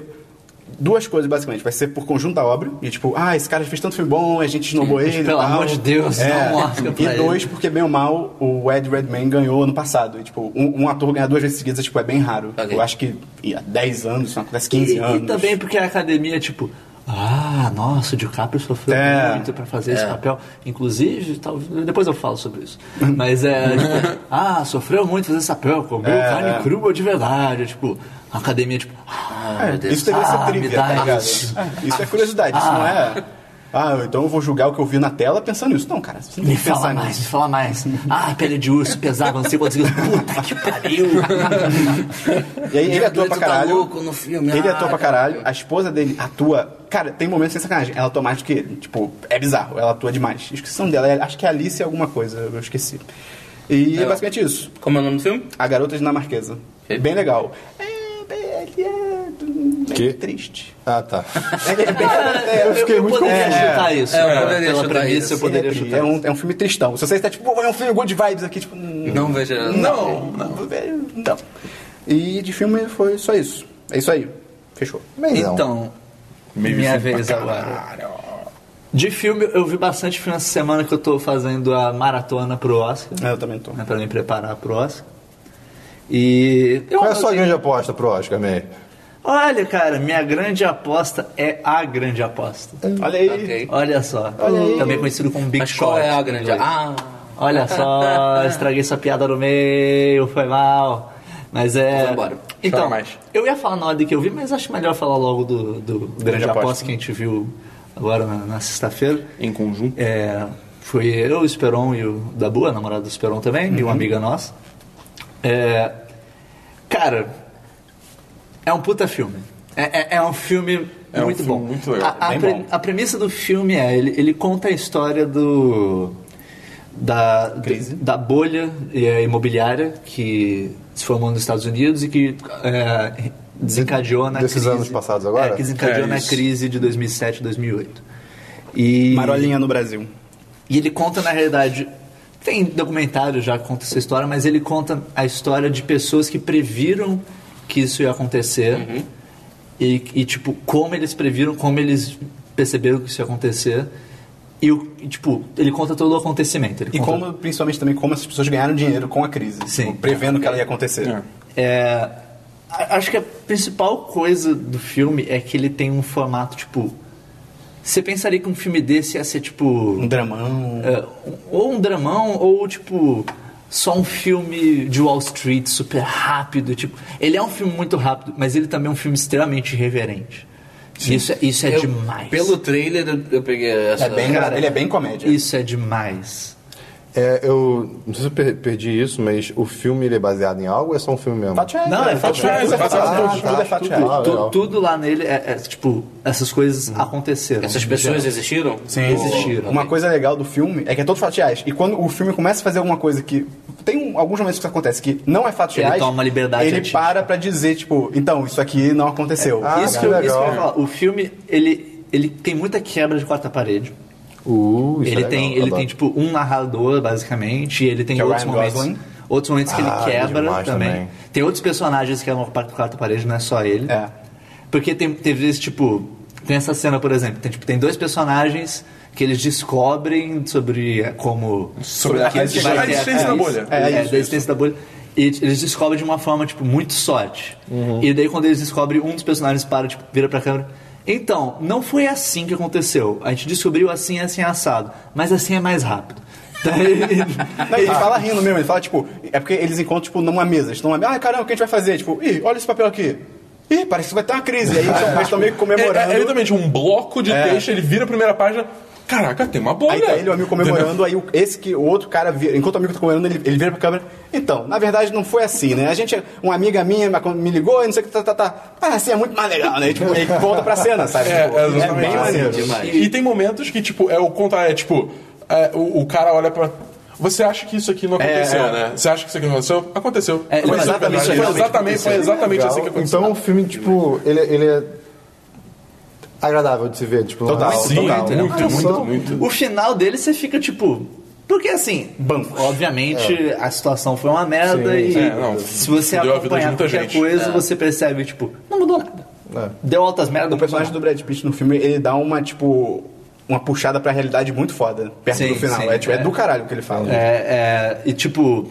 S2: duas coisas, basicamente. Vai ser por conjunto da obra. E tipo, ah, esse cara fez tanto filme bom, a gente esnobou ele. e
S1: pelo
S2: tal.
S1: amor de Deus,
S2: é.
S1: dá um Oscar pra
S2: E dois,
S1: ele.
S2: porque bem ou mal, o Ed Redman ganhou ano passado. E, tipo, um, um ator ganhar duas vezes seguidas, tipo, é bem raro.
S4: Ok.
S2: Eu acho que e, há 10 anos, isso não acontece 15
S1: E, e
S2: anos.
S1: também porque a academia, tipo, ah, nossa, o DiCaprio sofreu
S2: É.
S1: muito pra fazer esse papel. Inclusive, talvez depois eu falo sobre isso. Mas é, tipo, ah, sofreu muito fazer esse papel, comeu
S2: É,
S1: carne
S2: é.
S1: crua de verdade. Tipo, a academia, tipo, ah,
S4: Ah, meu Deus.
S2: Isso deveria
S1: Ah,
S2: ser
S1: me
S2: trivia,
S1: dá
S2: tá ligado?
S1: isso.
S2: É, isso é curiosidade, isso não é. Ah, então eu vou julgar o que eu vi na tela pensando nisso. Não, cara, você não tem
S1: me
S2: que pensar
S1: fala
S2: nisso.
S1: mais, me fala mais. Ah, pele de urso pesava, não sei quantos quilos. Puta que pariu.
S2: E aí ele
S1: é
S2: atua
S4: Grito
S2: pra
S4: tá
S2: caralho.
S4: louco no filme.
S2: Ele
S4: Ah,
S2: atua pra caralho. A esposa dele atua. Cara, tem momentos sem sacanagem. Ela atua mais do que ele. Tipo, é bizarro. Ela atua demais. Esqueci o nome dela. é- Acho que é Alice alguma coisa. Eu esqueci. E é basicamente isso.
S4: Como é o nome do filme?
S2: A garota dinamarquesa.
S4: Ok.
S2: Bem legal. É, bem- ele é bem
S5: Que?
S2: triste.
S5: Ah, tá.
S2: Ele é bem- é,
S5: eu fiquei muito
S1: poderia
S5: confuso.
S1: chutar isso.
S4: É, eu
S1: cara.
S4: poderia
S1: Pela
S4: chutar
S1: premissa,
S4: isso.
S1: eu poderia
S2: Sempre.
S1: chutar
S2: é, um,
S1: isso.
S2: é um filme tristão. Se você tá tipo, "Pô, é um filme good vibes aqui, tipo. hum,
S4: Não veja.
S3: Não, não.
S2: velho, Não. E de filme foi só isso. É isso aí. Fechou.
S5: Meizão.
S1: Então,
S3: Meio
S1: minha
S3: isso pra
S1: vez agora.
S3: caralho.
S1: De filme, eu vi bastante filme essa semana que eu tô fazendo a maratona pro Oscar.
S2: Eu também tô.
S1: né, pra me preparar pro Oscar. E. eu-
S5: Qual é a sua grande aposta pro Oscar, May?
S1: Olha, cara, minha grande aposta é a grande aposta.
S2: Olha aí.
S4: Ok.
S1: Olha só. Também conhecido como Big
S4: Mas
S1: Shot.
S4: qual é a grande?
S1: Olha.
S4: Ah,
S1: Olha só, estraguei sua piada no meio, foi mal. Mas é.
S4: Vamos embora.
S1: Então,
S3: Fala mais.
S1: eu ia falar na ordem que eu vi, mas acho melhor falar logo do, do grande
S2: aposta.
S1: aposta que a gente viu agora na- na sexta-feira.
S3: Em conjunto.
S1: É, foi eu, o Esperon e o Dabu, a namorada do Esperon também, e uma amiga nossa. É, cara, é um puta filme. É, é- é um filme
S3: É um
S1: muito
S3: filme
S1: bom.
S3: muito legal,
S1: A, a
S2: bem
S1: pre-
S2: bom.
S1: a premissa do filme é, ele, ele conta a história do... Da,
S2: Crise.
S1: da bolha é, imobiliária que se formou nos Estados Unidos e que é, desencadeou na
S5: Desses
S1: crise.
S5: anos passados agora?
S1: É, que desencadeou
S3: É,
S1: na
S3: isso.
S1: crise de 2007, 2008. E...
S2: Marolinha no Brasil.
S1: E ele conta, na realidade, tem documentário já que conta essa história, mas ele conta a história de pessoas que previram que isso ia acontecer
S2: Uhum.
S1: e, e, tipo, como eles previram, como eles perceberam que isso ia acontecer. E, o- e, tipo, ele conta todo o acontecimento. Ele
S2: E
S1: conta
S2: como, principalmente também, como essas pessoas ganharam dinheiro com a crise.
S1: Sim.
S2: Tipo, prevendo que ela ia acontecer.
S3: É.
S1: É, a- acho que a principal coisa do filme é que ele tem um formato, tipo. Você pensaria que um filme desse ia ser, tipo.
S2: Um dramão.
S1: é, um- ou um dramão, ou, tipo. Só um filme de Wall Street super rápido. Tipo, ele é um filme muito rápido, mas ele também é um filme extremamente irreverente. Isso, é- isso é
S4: Eu-
S1: demais.
S4: Pelo trailer eu, eu peguei essa.
S2: É bem-
S1: Cara,
S2: ele é bem comédia.
S1: Isso é demais.
S5: É, eu não sei se eu per- perdi isso, mas o filme ele é baseado em algo ou é só um filme mesmo?
S2: Fato real,
S1: Não,
S2: cara,
S1: é fato real,
S2: Tudo
S3: é fato
S5: real.
S2: fato, tudo é fato
S5: Tudo.
S2: real.
S5: Ah,
S1: Tu-
S5: legal.
S1: tudo lá nele é, é, tipo, essas coisas aconteceram.
S4: Uhum. Essas pessoas existiram?
S2: Sim,
S1: Existiram.
S2: Uma coisa legal do filme é que é todo fatos reais. E quando o filme começa a fazer alguma coisa que. Tem um- alguns momentos que isso acontece que não é fatos
S1: Ele
S2: reais.
S1: toma uma liberdade
S2: Ele
S1: artística.
S2: para pra dizer, tipo, então, isso aqui não aconteceu.
S5: Ah,
S1: isso, que
S5: cara,
S1: eu, isso que eu ia
S5: legal.
S1: falar. O filme, ele, ele tem muita quebra de quarta parede.
S5: Uh, isso é
S1: ele
S5: legal,
S1: tem, ele
S5: adoro.
S1: tem, tipo, um narrador, basicamente, e ele tem
S2: Que é o
S1: outros
S2: Ryan
S1: momentos.
S2: Gosling.
S1: Outros momentos que
S5: Ah,
S1: ele quebra
S5: demais
S1: também.
S5: também.
S1: Tem outros personagens que é uma parte do quarta parede, não é só ele.
S2: É.
S1: Porque tem, teve vezes, tipo, tem essa cena, por exemplo, tem, tipo, tem dois personagens que eles descobrem sobre eh, como.
S3: Sobre a
S1: que vai
S3: existência-
S1: ter
S3: a existência da
S1: crise.
S3: bolha.
S1: É,
S2: É,
S1: é,
S2: isso,
S1: da existência da bolha. E eles descobrem de uma forma, tipo, muito sorte.
S3: Uhum.
S1: E daí quando eles descobrem, um dos personagens para, tipo, vira pra câmera. Então, não foi assim que aconteceu. A gente descobriu assim, assim, assado. Mas assim é mais rápido. Daí-
S2: Não, ele fala rindo mesmo, ele fala, tipo, é porque eles encontram, tipo, numa mesa. Eles estão lá, ah, caramba, o que a gente vai fazer? Tipo, ih, olha esse papel aqui. Ih, parece que vai ter uma crise. E aí eles tão- eles estão meio que
S3: É,
S2: comemorando.
S3: é, é literalmente um bloco de texto, ele vira a primeira página. Caraca, tem uma bolha.
S2: Aí tá ele e o amigo comemorando, aí o- esse que o outro cara, vira, enquanto o amigo tá comemorando, ele, ele vira pra câmera. Então, na verdade não foi assim, né? A gente, uma amiga minha me- me ligou e não sei o que, tá, tá, tá. Ah, assim é muito mais legal, né? E, tipo, ele volta pra cena, sabe?
S3: É,
S2: Tipo,
S3: é,
S2: é,
S3: exatamente.
S2: bem maneiro.
S4: Demais.
S3: E tem momentos que, tipo, é o contrário, é tipo, é, o, o cara olha pra. Você acha que isso aqui não aconteceu,
S2: É, é.
S3: né? Você acha que isso aqui não aconteceu? Aconteceu.
S1: É,
S3: Aconteceu,
S2: exatamente,
S3: foi
S2: realmente
S3: exatamente, foi exatamente
S5: Legal.
S3: assim que aconteceu.
S5: Então o filme, tipo, ele, ele é agradável de se ver, tipo, não é-
S2: Total,
S3: Sim,
S2: total.
S3: muito, muito, muito, muito.
S1: O final dele você fica tipo. Porque assim,
S2: Bancos.
S1: obviamente a situação foi uma merda
S5: Sim,
S1: e
S5: sim.
S3: É, não,
S1: se você
S3: fudeu a vida de
S1: acompanhar
S3: muita
S1: qualquer
S3: gente. É.
S1: coisa, você percebe, tipo, não mudou nada.
S5: É.
S1: Deu altas merdas.
S2: O personagem do Brad Pitt no filme, ele dá uma, tipo, uma puxada pra realidade muito foda, perto
S1: Sim,
S2: do final.
S1: sim,
S2: é, tipo, é.
S1: é.
S2: do caralho o que ele fala.
S1: É, é, e tipo,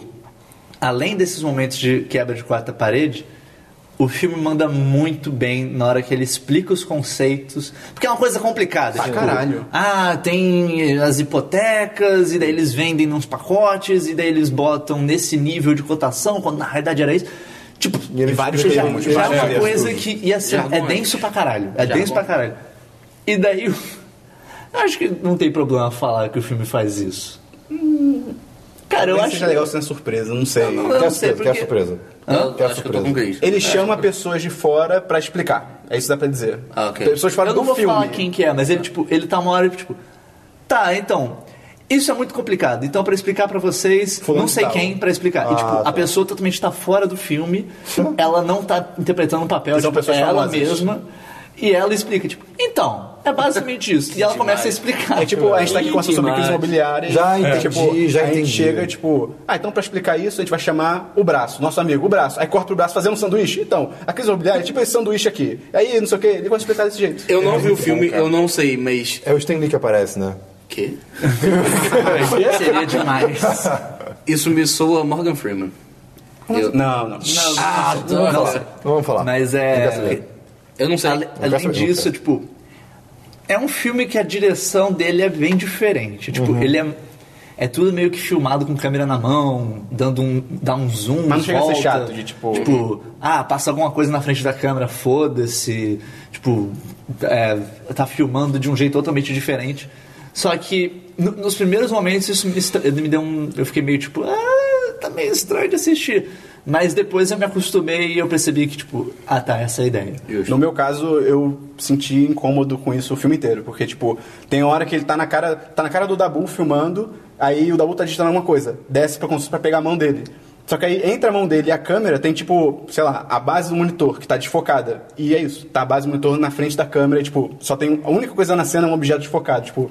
S1: além desses momentos de quebra de quarta parede, o filme manda muito bem na hora que ele explica os conceitos. Porque é uma coisa complicada.
S2: Ah,
S1: tipo,
S2: caralho.
S1: Ah, tem as hipotecas, e daí eles vendem uns pacotes, e daí eles botam nesse nível de cotação, quando na realidade era isso. Tipo,
S5: E ele
S2: E vários
S5: explica
S2: termos,
S5: tudo.
S1: já é
S2: vários
S1: uma
S2: termos.
S1: coisa que. E assim, é
S4: Jargões.
S1: denso pra caralho. É
S4: Jargões.
S1: denso pra caralho. E daí. eu Acho que não tem problema falar que o filme faz isso. Cara, eu
S2: Talvez
S1: acho.
S2: seja é legal sendo surpresa, não sei.
S1: não, é
S5: Quer
S1: não
S5: a
S1: sei,
S5: surpresa, quer a
S1: porque-
S5: surpresa.
S4: Eu,
S5: Quer a
S4: acho que eu tô
S5: surpresa.
S4: com É. Cris.
S1: é
S2: Ele chama pessoas de fora pra explicar. É isso que dá pra dizer.
S4: Ah, ok.
S2: Pessoas fora
S1: eu não
S2: do
S1: vou
S2: filme.
S1: falar quem que é, mas ele, tipo, ele tá uma hora, tipo. Tá, então. Isso é muito complicado. Então, pra explicar pra vocês,
S2: Fulano
S1: não sei
S2: de tal.
S1: quem pra explicar.
S5: Ah,
S1: e, tipo,
S5: tá.
S1: a pessoa totalmente tá fora do filme, ela não tá interpretando o papel,
S2: Que são
S1: tipo,
S2: pessoas
S1: é ela
S2: famosas.
S1: mesma. E ela explica, tipo, então, é basicamente isso. E ela
S4: Demais.
S1: começa a explicar.
S2: É tipo, a gente tá aqui
S4: Ih,
S2: conversando sobre crise
S4: demais.
S2: imobiliária.
S5: Já
S2: e,
S5: entendi,
S2: tipo,
S5: já
S2: a gente
S5: entendi.
S2: chega e tipo, ah, então pra explicar isso, a gente vai chamar o braço, nosso amigo, o braço. Aí corta o braço, fazer um sanduíche. Então, a crise imobiliária é tipo esse sanduíche aqui. Aí, não sei o que, ele vai explicar desse jeito.
S4: Eu não vi o filme, eu não sei, mas.
S5: É o Stan Lee que aparece, né?
S4: Que?
S1: Seria demais.
S4: Isso me soa Morgan Freeman. Eu,
S2: Não, não.
S4: Ah, não,
S5: Não vamos falar.
S1: Mas
S5: Não quer saber.
S1: é.
S4: eu não sei.
S1: ale-
S2: É
S5: quero
S1: além
S5: saber,
S1: disso,
S5: não
S1: tipo. É um filme que a direção dele é bem diferente. Tipo,
S2: Uhum.
S1: ele é. É tudo meio que filmado com câmera na mão, dando um, dá um zoom,
S2: Mas não chega a ser
S1: volta,
S2: chato, de, tipo-
S1: Tipo, ah, passa alguma coisa na frente da câmera, foda-se. Tipo, é, tá filmando de um jeito totalmente diferente. Só que no- nos primeiros momentos isso me, estra- me deu um. Eu fiquei meio tipo, ah, tá meio estranho de assistir. Mas depois eu me acostumei e eu percebi que, tipo, ah tá, essa é a ideia.
S2: No meu caso, eu senti incômodo com isso o filme inteiro, porque, tipo, tem hora que ele tá na cara, tá na cara do Dabu filmando, aí o Dabu tá digitando alguma coisa, desce pra, cons- pra pegar a mão dele. Só que aí, entre a mão dele e a câmera, tem, tipo, sei lá, a base do monitor, que tá desfocada. E é isso, tá a base do monitor na frente da câmera, e, tipo, só tem... A única coisa na cena é um objeto desfocado, tipo...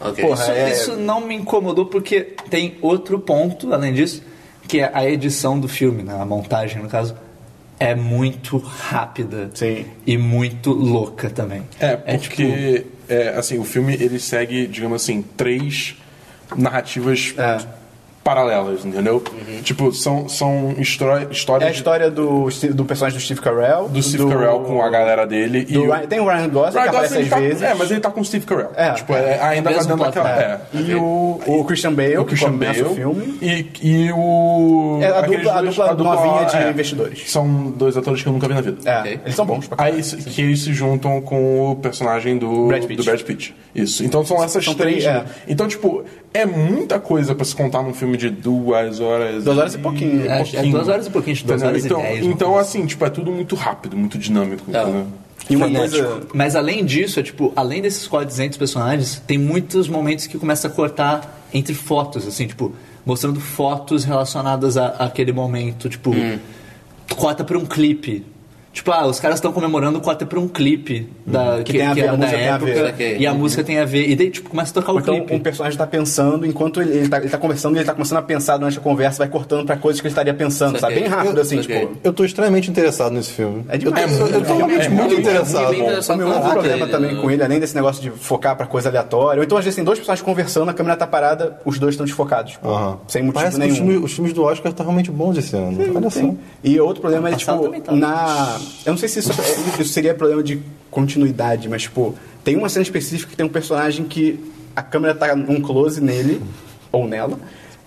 S4: Ok.
S2: Porra,
S1: Isso,
S2: é-
S1: isso não me incomodou porque tem outro ponto, além disso, que é a edição do filme, né? a montagem no caso, é muito rápida
S2: Sim.
S1: e muito louca também.
S3: É,
S1: tipo,
S3: porque é, assim, o filme ele segue, digamos assim, três narrativas
S2: É. Uhum.
S3: paralelas, entendeu? Tipo, são, são histó-
S2: É a
S3: histórias
S2: história do, Steve- do personagem do Steve Carell.
S3: do Steve Carell com a galera dele.
S2: do
S3: e o-
S2: Ryan- tem o Ryan Gosling,
S3: Ryan
S2: que aparece
S3: Gosling
S2: às
S3: tá-
S2: vezes.
S3: É, mas ele tá com o Steve Carell.
S2: É. né?
S3: tipo, é, ainda tá
S1: Mesmo
S3: dando
S1: plano.
S3: aquela... É.
S2: E o, o Christian Bale,
S3: O Christian
S2: que começa
S3: Bale.
S2: o filme.
S3: E, e o...
S2: É, a dupla-
S3: aqueles
S2: a dupla novinha de investidores.
S3: é, São dois atores que eu nunca vi na vida.
S2: É,
S4: Ok.
S2: eles são bons pra
S3: Aí se- que eles se juntam com o personagem do
S2: Brad Pitt.
S3: do Brad Pitt. Isso. Então são essas
S2: São
S3: três.
S2: três, é.
S3: Então, tipo, é muita coisa pra se contar num filme de duas horas.
S2: Duas horas e pouquinho.
S3: É,
S1: É, é duas horas e pouquinho, acho que duas horas e
S3: então,
S1: dez, uma
S3: Então,
S1: coisa
S3: assim, tipo, é tudo muito rápido, muito dinâmico.
S2: É.
S4: Tá.
S2: Então,
S3: entendeu? É
S2: E uma
S1: Frenético.
S2: coisa.
S1: Mas além disso, é tipo, além desses coadjuvantes personagens, tem muitos momentos que começa a cortar entre fotos, assim, tipo, mostrando fotos relacionadas a- àquele momento, tipo, corta pra um clipe. Tipo, ah, os caras estão comemorando, corta pra um clipe da, que,
S2: tem a
S1: que
S2: ver,
S1: era
S2: a
S1: da
S2: música tem a
S1: época,
S2: ver.
S4: Saquei.
S1: e a música tem a ver, e daí, tipo, começa a tocar
S2: Ou
S1: o
S2: então
S1: clipe.
S2: um personagem tá pensando, enquanto ele, ele, tá, ele tá conversando, ele tá começando a pensar durante a conversa, vai cortando pra coisas que ele estaria pensando,
S4: Saquei.
S2: sabe? Bem rápido, assim,
S4: Saquei.
S2: tipo.
S5: Eu tô extremamente interessado nesse filme.
S2: É demais.
S5: Eu tô, eu tô realmente
S3: É,
S5: muito
S3: é,
S5: interessado.
S4: bem interessado.
S2: O meu outro
S4: Caraca,
S2: problema
S4: ele-
S5: né?
S2: também com ele, além desse negócio de focar pra coisa aleatória, ou então às vezes tem dois personagens conversando, a câmera tá parada, os dois estão desfocados. tipo,
S5: Aham.
S2: Sem motivo
S5: Parece
S2: nenhum.
S5: que os filmes, os filmes do Oscar estão realmente bons esse ano. Olha só.
S2: Sim. E outro problema é,
S1: Ano
S2: tipo,
S1: passado também tá tava.
S2: na. Eu não sei se isso, é- isso seria problema de continuidade, mas, tipo, tem uma cena específica que tem um personagem que a câmera tá num close nele, ou nela,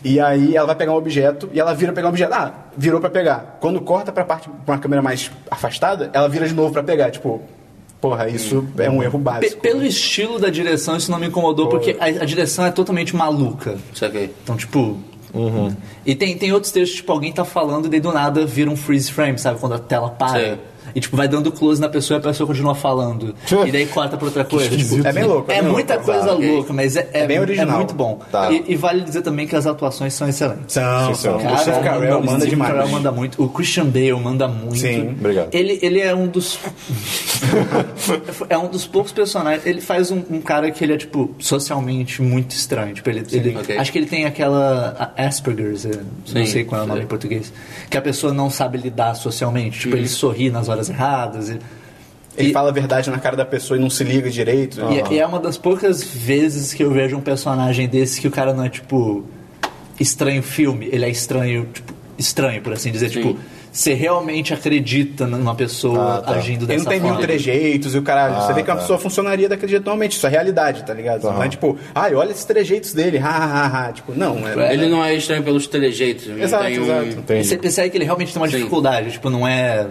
S2: e aí ela vai pegar um objeto e ela vira pra pegar um objeto. Ah, virou pra pegar. Quando corta pra parte, pra uma câmera mais afastada, ela vira de novo pra pegar. Tipo, porra, isso é um erro
S1: Pe-
S2: básico.
S1: pelo estilo da direção, isso não me incomodou, porque a- a direção é totalmente maluca.
S4: Saquei.
S1: Então, tipo. E tem, tem outros textos, tipo, alguém tá falando e daí do nada vira um freeze frame, sabe? Quando a tela para.
S4: Sim.
S1: E, tipo, vai dando close na pessoa e a pessoa continua falando. E daí corta pra outra coisa. tipo,
S2: É bem louco.
S1: é
S2: bem
S1: muita
S2: louco.
S1: coisa
S2: Tá.
S1: louca, mas é, é-
S2: É bem original.
S1: é muito bom.
S5: Tá.
S1: E, e vale dizer também que as atuações são excelentes.
S2: São, são. O Steve Carell
S1: o
S2: manda
S1: Steve
S2: demais.
S1: Carell manda muito. O Christian Bale manda muito.
S2: Sim,
S5: obrigado.
S1: Ele, ele é um dos. é um dos poucos personagens. Ele faz um, um cara que ele é, tipo, socialmente muito estranho. Tipo, ele, ele-
S4: ok.
S1: Acho que ele tem aquela. a- Asperger's, é, não
S4: Sim,
S1: sei qual é o nome
S4: sei.
S1: em português. Que a pessoa não sabe lidar socialmente. Tipo, ele sorri nas horas erradas. e-
S2: Ele
S1: e-
S2: fala a verdade na cara da pessoa e não se liga direito. né?
S1: e, e é uma das poucas vezes que eu vejo um personagem desse que o cara não é, tipo, estranho filme. Ele é estranho, tipo, estranho, por assim dizer. Tipo, você realmente acredita numa pessoa
S5: Ah, tá.
S1: agindo
S2: Ele
S1: dessa
S2: não tem
S1: forma.
S2: mil trejeitos e o caralho.
S5: Ah,
S2: você vê que uma
S5: tá.
S2: pessoa funcionaria daquele jeito normalmente. Isso é realidade, tá ligado? Não é tipo, ai, olha esses trejeitos dele, ha, ha, ha, ha. Tipo, não. É,
S4: Ele não é estranho pelos telejeitos. não
S2: Exato,
S4: tem um-
S2: exato.
S5: Entendi.
S1: Você percebe que ele realmente tem uma
S4: Sim.
S1: dificuldade, tipo, não é.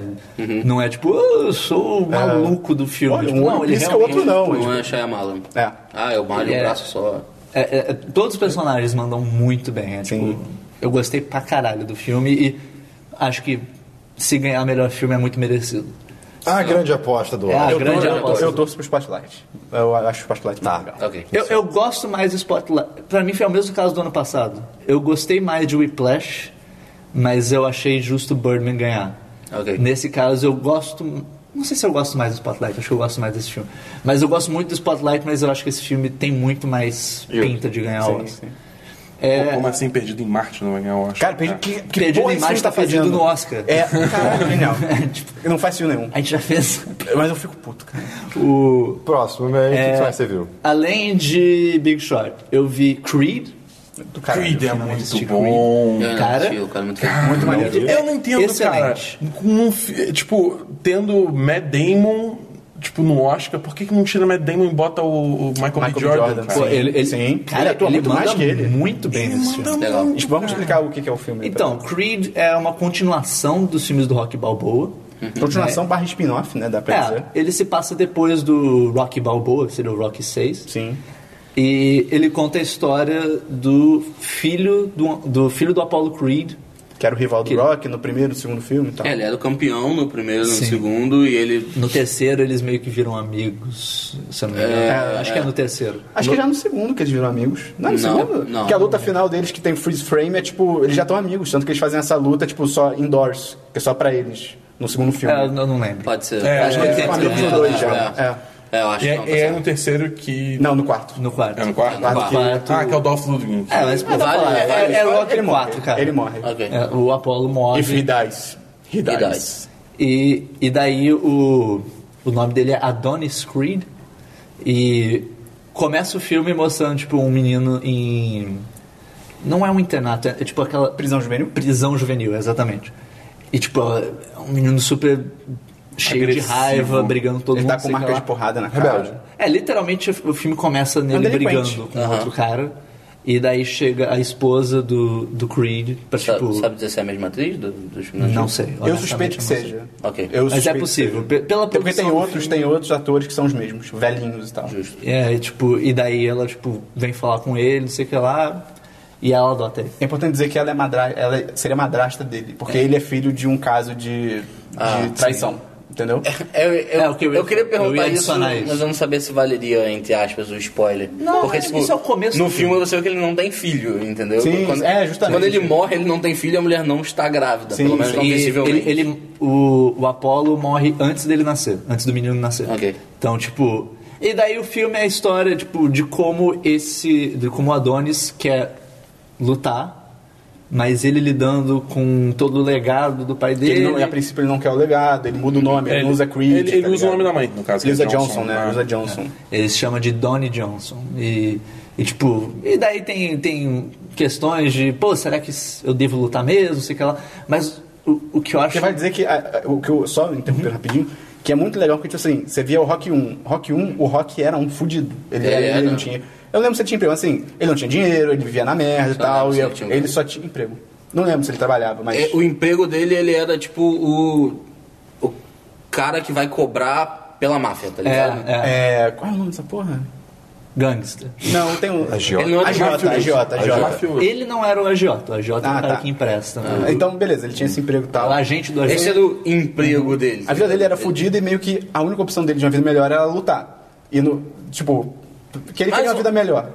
S1: Não é tipo, "Ah, eu sou o maluco do filme.
S2: Uhum. É. Olha,
S1: Tipo,
S2: um
S1: não,
S2: olho
S1: ele
S2: pisca, o
S1: realmente.
S2: outro não.
S4: Não é Shyamalan.
S2: É.
S4: Ah, é o Mario,
S1: É.
S4: um braço só.
S1: É, é, é, todos os personagens mandam muito bem. É, tipo, eu gostei pra caralho do filme e acho que se ganhar melhor filme é muito merecido.
S5: A grande aposta do
S1: É,
S5: Oscar.
S1: a
S2: Eu,
S1: grande
S2: torço- eu,
S1: aposta.
S2: eu torço pro Spotlight. Eu acho o Spotlight tá. legal.
S4: Ok.
S1: Eu, eu gosto mais do Spotlight. Pra mim foi o mesmo caso do ano passado. Eu gostei mais de Whiplash, mas eu achei justo o Birdman ganhar.
S4: Ok.
S1: Nesse caso eu gosto. Não sei se eu gosto mais do Spotlight, acho que eu gosto mais desse filme. Mas eu gosto muito do Spotlight, mas eu acho que esse filme tem muito mais
S3: Eu-
S1: pinta de ganhar o
S2: Sim,
S1: Oscar. É,
S2: sim.
S3: Pô, Como assim, perdido em Marte não vai ganhar o Oscar? né?
S2: Cara, perdi, que, que
S1: Perdido
S2: porra
S1: em
S2: esse
S1: Marte
S2: filme tá
S1: tá perdido
S2: fazendo?
S1: no Oscar.
S2: É, caralho, genial. Tipo, não faz filme nenhum.
S1: A gente já fez
S2: Mas eu fico puto, cara.
S1: o.
S5: Próximo, mas
S1: É.
S5: o que mais você viu?
S1: Além de Big Short, eu vi Creed.
S2: Do caralho.
S3: Creed é
S1: assisti
S3: muito bom.
S4: Eu não
S1: cara-
S4: assisti, o cara é muito
S2: Muito maneiro.
S3: Eu não entendo,
S1: Excelente.
S3: cara. Com um fi- tipo, tendo Matt Damon, tipo, no Oscar, por que, que não tira Matt Damon e bota o, o Michael,
S2: Michael
S3: B.
S2: B.
S3: Jordan,
S2: Jordan,
S3: cara?
S1: Pô,
S2: Sim,
S1: ele, ele,
S2: sim.
S1: Cara, ele,
S2: Ele atua muito
S1: manda
S2: mais que ele.
S1: muito bem nesse filme.
S4: legal.
S2: Vamos explicar o que que é o filme.
S1: Então, Creed é uma continuação dos filmes do Rock Balboa.
S2: pra- continuação barra spin-off, né? Dá pra
S1: É,
S2: dizer.
S1: ele se passa depois do Rock Balboa, que seria o Rock 6.
S2: Sim.
S1: E ele conta a história do filho do, do filho do Apollo Creed.
S2: Que era o rival do
S1: Que-
S2: Rock no primeiro, no segundo filme e tal.
S4: É, ele era o campeão no primeiro, no
S1: Sim.
S4: segundo, e ele.
S1: No terceiro eles meio que viram amigos, se eu não me engano.
S4: É,
S1: Acho que é no terceiro.
S2: Acho que já no segundo que eles viram amigos. Não, é no
S4: Não,
S2: segundo?
S4: não.
S2: Porque a luta final deles que tem freeze frame é tipo, eles já estão amigos, tanto que eles fazem essa luta, tipo, só indoors, que é só pra eles, no segundo filme.
S1: É, eu não lembro.
S4: Pode ser.
S3: É,
S1: acho que ele tem
S4: é,
S1: amigos
S4: é,
S1: no né? dois
S4: é,
S2: já.
S4: É, É, eu acho
S3: E
S4: que
S3: é,
S4: não. tá
S3: e é
S4: certo. Tá
S3: no terceiro que.
S2: Não, no quarto.
S1: No quarto.
S3: É no quarto?
S4: No quarto.
S3: Ah, que é o Dolph Lundgren.
S1: É, mas pô,
S4: Vale,
S1: falar, é,
S4: vale.
S1: é, Rock
S2: ele
S1: 4,
S2: morre.
S1: cara.
S2: Ele morre.
S4: Ok.
S1: É, o Apollo morre.
S2: If he dies. He dies.
S4: He dies.
S1: E, e daí o, o nome dele é Adonis Creed. E começa o filme mostrando, tipo, um menino em, Não é um internato, é, é tipo aquela.
S2: Prisão juvenil?
S1: Prisão juvenil, exatamente. E tipo, é um menino super cheio
S3: Agressivo.
S1: de raiva, brigando com todo
S2: Ele
S1: mundo.
S2: tá com
S1: sei é
S2: marca
S1: lá.
S2: de porrada na cara.
S5: Rebelde.
S1: É, literalmente o filme começa nele
S2: delinquente.
S1: brigando com
S4: Aham.
S1: outro cara. E daí chega a esposa do, do Creed pra
S4: Sa-
S1: tipo.
S4: Sabe dizer se é a mesma atriz do, dos filmes?
S1: Não sei.
S2: Eu
S1: honestamente,
S2: suspeito que
S1: eu não sei.
S2: seja.
S4: Ok.
S2: Eu
S1: Mas é
S2: suspeito que
S1: possível.
S2: seja.
S1: Pe- Pela
S2: Até porque
S1: produção
S2: tem
S1: do
S2: outros,
S1: filme-
S2: tem outros atores que são os mesmos, velhinhos e tal.
S4: Justo.
S1: É, e, tipo, e daí ela, tipo, vem falar com ele, não sei o que lá. E ela adota ele.
S2: É importante dizer que ela, é madra... ela seria madrasta dele, porque ele é filho de um caso de, de
S4: Ah,
S2: traição, entendeu?
S4: Eu, eu,
S1: É, o que eu ia-
S4: eu queria
S1: eu
S4: perguntar
S1: ia
S4: isso,
S1: adicionar isso.
S4: mas eu não sabia se valeria, entre aspas, o spoiler.
S1: Não,
S4: Porque, tipo,
S1: é, isso é o começo
S4: No
S1: do
S4: filme
S1: filme.
S4: você vê que ele não tem filho, entendeu?
S2: Sim,
S4: quando,
S2: é, justamente.
S4: Quando ele morre, ele não tem filho e a mulher não está grávida.
S2: Sim,
S4: pelo menos
S2: sim.
S4: não
S1: E
S4: visivelmente.
S1: ele, ele- o, o Apolo morre antes dele nascer, antes do menino nascer.
S4: Ok.
S1: Então, tipo. E daí o filme é a história, tipo, de como esse. de como o Adonis quer lutar, mas ele lidando com todo o legado do pai
S2: Ele
S1: dele.
S2: não- e a princípio ele não quer o legado, ele muda o nome, ele, não usa Creed.
S3: É, Ele, ele
S2: tá
S3: usa o
S2: ligado?
S3: nome da mãe, no caso.
S2: Ele
S3: que
S2: usa
S3: é
S2: Johnson, né?
S3: né?
S2: Ele usa Johnson.
S1: Ele se chama de Donnie Johnson. E, e, tipo, e daí tem, tem questões de, pô, será que eu devo lutar mesmo? Sei que lá. Mas o, o que eu acho.
S2: Você vai dizer que, ah, ah, o que eu, só interrompendo
S3: Uhum.
S2: rapidinho, que é muito legal porque, tipo assim, você via o Rock 1. Rock 1, o Rock era um fudido. Ele,
S4: Ele
S2: era-
S3: É,
S2: ele
S4: era.
S2: não tinha. Eu lembro se ele tinha emprego, assim, ele não tinha dinheiro, ele vivia na merda e tal, e
S4: lembro se
S2: eu-
S4: ele tinha um
S2: ele
S4: emprego.
S2: só tinha emprego. Não lembro se ele trabalhava, mas.
S4: É, o emprego dele, ele era tipo o, o cara que vai cobrar pela máfia, tá
S1: É,
S4: ligado?
S1: é,
S2: É, qual é o nome dessa porra?
S1: gangster.
S2: Não, tem um.
S5: Agiota.
S4: Ele não é
S2: Agiota, agiota, agiota.
S3: Mafioso.
S1: Ele não era o agiota, o agiota é
S2: Ah,
S1: o cara
S2: tá.
S1: que empresta. né?
S2: Então, é beleza, ele tinha esse emprego e
S1: O
S2: tal.
S1: agente do
S4: Esse
S1: agiota.
S4: era o emprego dele. tá
S2: A vida dele era fodida e meio que a única opção dele de uma vida melhor era lutar. E no. Tipo. Que ele
S4: Mas
S2: queria
S4: o-
S2: uma vida melhor.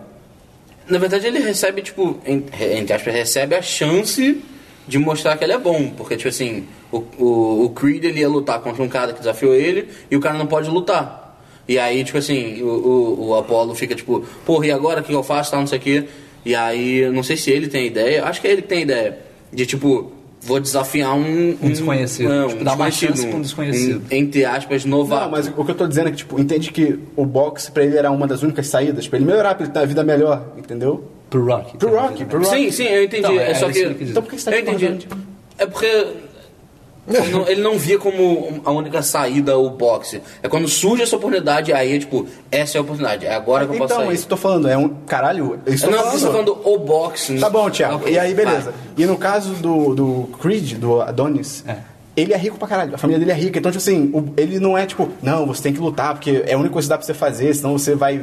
S4: Na verdade, ele recebe, tipo, en- re- entre aspas, recebe a chance de mostrar que ele é bom. Porque, tipo assim, o, o, o Creed ele ia lutar contra um cara que desafiou ele e o cara não pode lutar. E aí, tipo assim, o, o, o Apollo fica tipo, porra, e agora o que eu faço? Tal, não sei o quê. E aí, não sei se ele tem ideia, acho que é ele que tem ideia de tipo, vou desafiar um.
S1: Um desconhecido.
S4: é, um
S1: Tipo, dar uma
S4: desconhecido,
S1: chance pra um desconhecido.
S4: em- entre aspas, novato.
S2: Não, mas o que eu tô dizendo é que, tipo, entende que o boxe pra ele era uma das únicas saídas, pra ele melhorar, pra ele ter uma vida melhor, entendeu?
S1: Pro Rock.
S2: Pro Rock, pro Rock.
S4: Sim, sim, eu entendi.
S1: Então,
S4: é,
S1: é
S4: só
S1: isso
S4: que.
S1: que eu quis dizer.
S2: Então por que você tá
S4: eu entendi.
S2: discordando
S4: É porque. Ele não, ele não via como a única saída o boxe. É quando surge essa oportunidade, aí é tipo, essa é a oportunidade, é agora que eu posso
S2: Então,
S4: sair.
S2: isso que eu tô falando, é um. Caralho, isso
S4: Eu
S2: que eu
S4: não,
S2: tô
S4: eu tô falando o boxe.
S2: Tá bom, Thiago.
S4: Ok,
S2: e aí, beleza.
S4: vai.
S2: E no caso do, do Creed, do Adonis,
S1: É.
S2: ele é rico pra caralho. A família dele é rica. Então, tipo assim, o- ele não é tipo, não, você tem que lutar, porque é a única coisa que dá pra você fazer, senão você vai.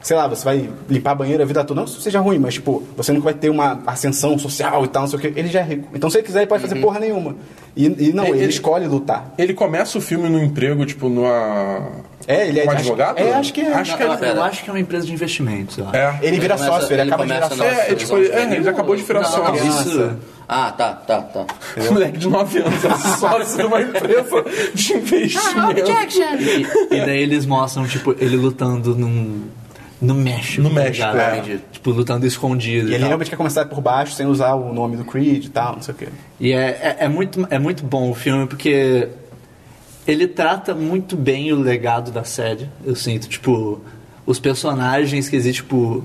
S2: Sei lá, você vai limpar a banheira a vida toda. Não que isso seja ruim, mas tipo, você nunca vai ter uma ascensão social e tal, não sei o quê. Ele já é rico. Então, se ele quiser, ele pode fazer porra nenhuma. E, e não,
S3: É,
S2: ele,
S3: ele-
S2: escolhe lutar.
S3: Ele começa o filme no emprego, tipo, numa.
S2: É, ele é
S3: um
S2: acho-
S3: advogado?
S2: é, acho que é.
S3: Acho que
S1: eu,
S3: ele.
S4: Não,
S1: eu acho que é uma empresa de investimentos. eu acho.
S3: É.
S2: Ele vira
S4: começa-
S2: sócio, ele,
S4: ele
S2: acaba de virar
S4: começa
S2: sócio.
S4: na-
S3: É, é, tipo, ele, é, ele acabou de virar
S4: Não,
S3: sócio.
S1: não,
S2: Nossa.
S1: Isso. um
S4: Ah, tá, tá, tá.
S3: Esse moleque de 9 anos é sócio de uma empresa de investimento.
S1: E daí eles mostram, tipo, ele lutando num. No México.
S3: No
S1: tá
S3: México,
S1: ligado?
S3: é.
S1: Entendi. Tipo, lutando escondido.
S2: E
S1: E,
S2: ele
S1: tal.
S2: realmente quer começar por baixo, sem usar o nome do Creed e tal, não sei o quê.
S1: E é, é, é muito, é muito bom o filme, porque ele trata muito bem o legado da série. Eu sinto, tipo, os personagens que existem, tipo,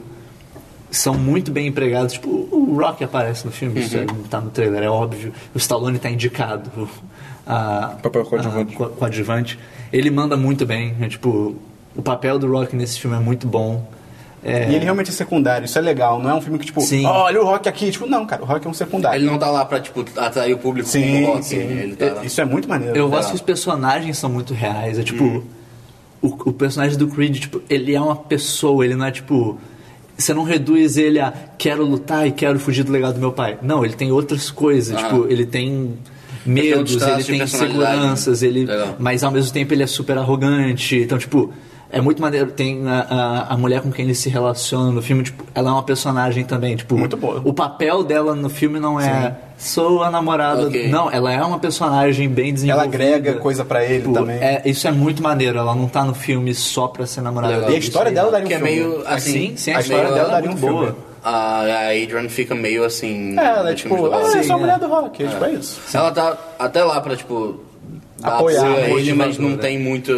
S1: são muito bem empregados. Tipo, o Rock aparece no filme, isso
S3: Uhum.
S1: é- tá no trailer, é óbvio. O Stallone tá indicado. A,
S3: Papel coadjuvante.
S1: a- co- coadjuvante. Ele manda muito bem. é, tipo, o papel do Rock nesse filme é muito bom. É,
S2: E ele realmente é secundário, isso é legal. Não é um filme que, tipo,
S1: Sim.
S2: olha o Rock aqui. Tipo, não, cara, o Rock é um secundário.
S4: Ele não tá lá pra, tipo, atrair o público com o
S2: Sim,
S4: rock.
S2: sim.
S4: Ele tá lá.
S2: Isso é muito maneiro.
S1: Eu gosto que os personagens são muito reais. É tipo. O, o personagem do Creed, tipo, ele é uma pessoa, ele não é tipo. Você não reduz ele a quero lutar e quero fugir do legado do meu pai. Não, ele tem outras coisas.
S4: Ah.
S1: Tipo, ele tem
S4: outros
S1: medos,
S4: traços
S1: ele
S4: de
S1: tem
S4: personalidade.
S1: inseguranças, ele.
S4: Legal.
S1: Mas ao mesmo tempo ele é super arrogante. Então, tipo. É muito maneiro, tem a, a, a mulher com quem ele se relaciona no filme, tipo, ela é uma personagem também, tipo...
S2: Muito boa.
S1: O papel dela no filme não é sou a namorada...
S4: Ok.
S1: Não, ela é uma personagem bem desenvolvida.
S2: Ela agrega coisa pra ele
S1: Tipo,
S2: também.
S1: é- isso é muito maneiro. Ela não tá no filme só pra ser namorada.
S4: Legal.
S1: dele,
S2: E a história
S1: isso aí,
S2: dela daria um
S4: Que é
S2: filme.
S4: meio assim.
S1: Sim, sim,
S2: a
S1: a
S2: história
S1: história
S2: dela
S4: meio-
S1: dela é
S2: daria
S1: muito
S2: um filme.
S1: boa.
S4: A, Ah, a Adrian fica meio assim.
S2: É, ela é
S4: nos filmes
S2: tipo,
S4: do Rock.
S2: ah, eu sou a
S1: Sim,
S2: mulher
S1: é.
S2: do Rock. É. Tipo, é isso.
S4: Ela tá até lá pra, tipo, dar
S2: Apoiar,
S4: apoio a
S2: apoio
S4: ele,
S1: de
S4: mas não
S1: madura.
S4: tem muito.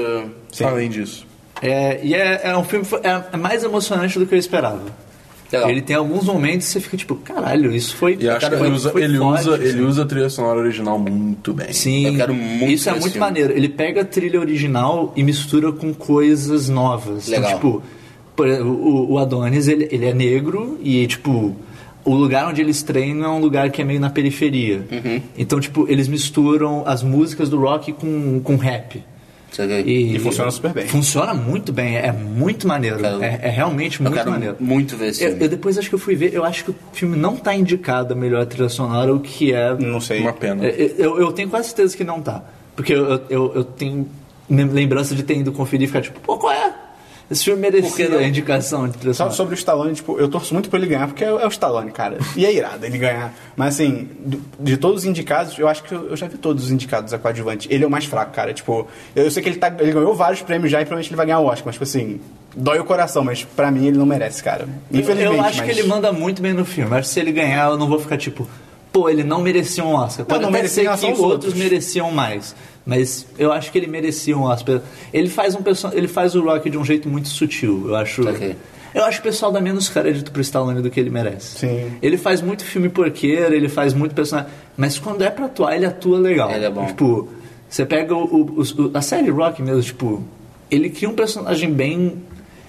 S2: Sim.
S3: Além disso.
S1: É, e é, é um filme é, é mais emocionante do que eu esperava.
S4: Legal.
S1: Ele tem alguns momentos que você fica tipo, caralho, isso foi.
S3: E acho que
S1: cara,
S3: ele
S1: foi-
S3: usa,
S1: foi
S3: ele,
S1: forte,
S3: usa,
S1: assim.
S3: ele usa a trilha sonora original muito bem.
S1: Sim,
S4: Eu quero muito
S1: isso é
S4: esse
S1: muito
S4: filme.
S1: maneiro. Ele pega a trilha original e mistura com coisas novas. Então,
S4: Legal.
S1: tipo, por exemplo, o, o Adonis, ele, ele é negro e, tipo, o lugar onde eles treinam é um lugar que é meio na periferia.
S4: Uhum.
S1: Então, tipo, eles misturam as músicas do rock com, com rap.
S4: Você vê?
S1: E,
S2: E funciona super bem.
S1: Funciona muito bem, é muito maneiro.
S4: Quero-
S1: É, é realmente
S4: eu
S1: muito
S4: quero
S1: maneiro.
S4: muito ver esse
S1: Eu,
S4: filme.
S1: eu depois acho que eu fui ver, eu acho que o filme não tá indicado a melhor trilha sonora, o que é
S2: Não sei.
S3: Uma pena.
S1: é, Eu, eu tenho quase certeza que não tá. Porque eu, eu- eu, eu tenho lem- lembrança de ter ido conferir e ficar tipo, pô, qual é? Esse filme
S4: Por que
S1: merecia
S4: não?
S1: a indicação de trilha
S2: Só
S1: sonora.
S2: sobre o Stallone, tipo, eu torço muito pra ele ganhar, porque é, é o Stallone, cara. E é irado ele ganhar. Mas assim, do- de todos os indicados, eu acho que eu, eu já vi todos os indicados a coadjuvante. Ele é o mais fraco, cara. Tipo, eu sei que ele, tá, ele ganhou vários prêmios já e provavelmente ele vai ganhar o Oscar, mas tipo assim, dói o coração, mas pra mim ele não merece, cara.
S1: Eu-
S2: Infelizmente.
S1: eu acho
S2: mas...
S1: que ele manda muito bem no filme. Acho que se ele ganhar, eu não vou ficar tipo, pô, ele não merecia um Oscar. Pode
S2: não
S1: até
S2: merecia em
S1: ser que
S2: relação
S1: outros,
S2: aos outros.
S1: mereciam mais. Mas eu acho que ele merecia um Oscar. Ele faz, um perso- ele faz o Rock de um jeito muito sutil. Eu acho.
S4: Ok.
S1: Eu acho que o pessoal dá menos crédito pro Stallone do que ele merece.
S2: Sim.
S1: Ele faz muito filme porqueiro, ele faz muito personagem. Mas quando é pra atuar, ele atua legal.
S4: Ele é bom.
S1: Tipo, você pega o, o- o- a série Rock mesmo, tipo, ele cria um personagem bem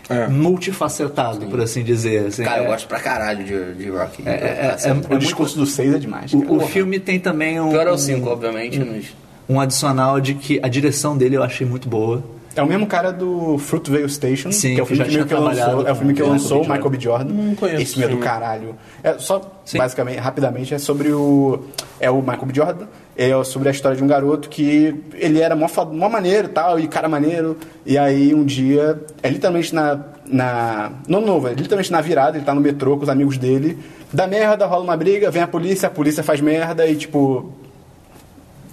S3: É.
S1: multifacetado, por assim dizer. assim.
S4: Cara, eu
S1: É-
S4: gosto pra caralho de, de Rock. É,
S1: é- é- é-
S2: O discurso do seis é demais, cara.
S1: o, o filme tem também um,
S4: Pior é o 5, obviamente, mas...
S1: um adicional de que a direção dele eu achei muito boa.
S2: É o mesmo cara do Fruitvale Station,
S1: Sim,
S2: que é o
S1: que já
S2: filme que, meio
S1: tinha
S2: que lançou,
S1: trabalhado
S2: é o filme que
S1: com o
S2: lançou o
S1: Michael
S2: Michael B. Jordan.
S3: Não conheço
S2: Esse filme é do
S3: esse filme.
S2: caralho. É só
S1: Sim.
S2: basicamente, rapidamente é sobre o é o Michael B. Jordan, é sobre a história de um garoto que ele era mó, fa- mó maneiro, e tal, e cara maneiro, e aí um dia é literalmente na na no novo, é literalmente na virada, ele tá no metrô com os amigos dele, dá merda, rola uma briga, vem a polícia, a polícia faz merda e tipo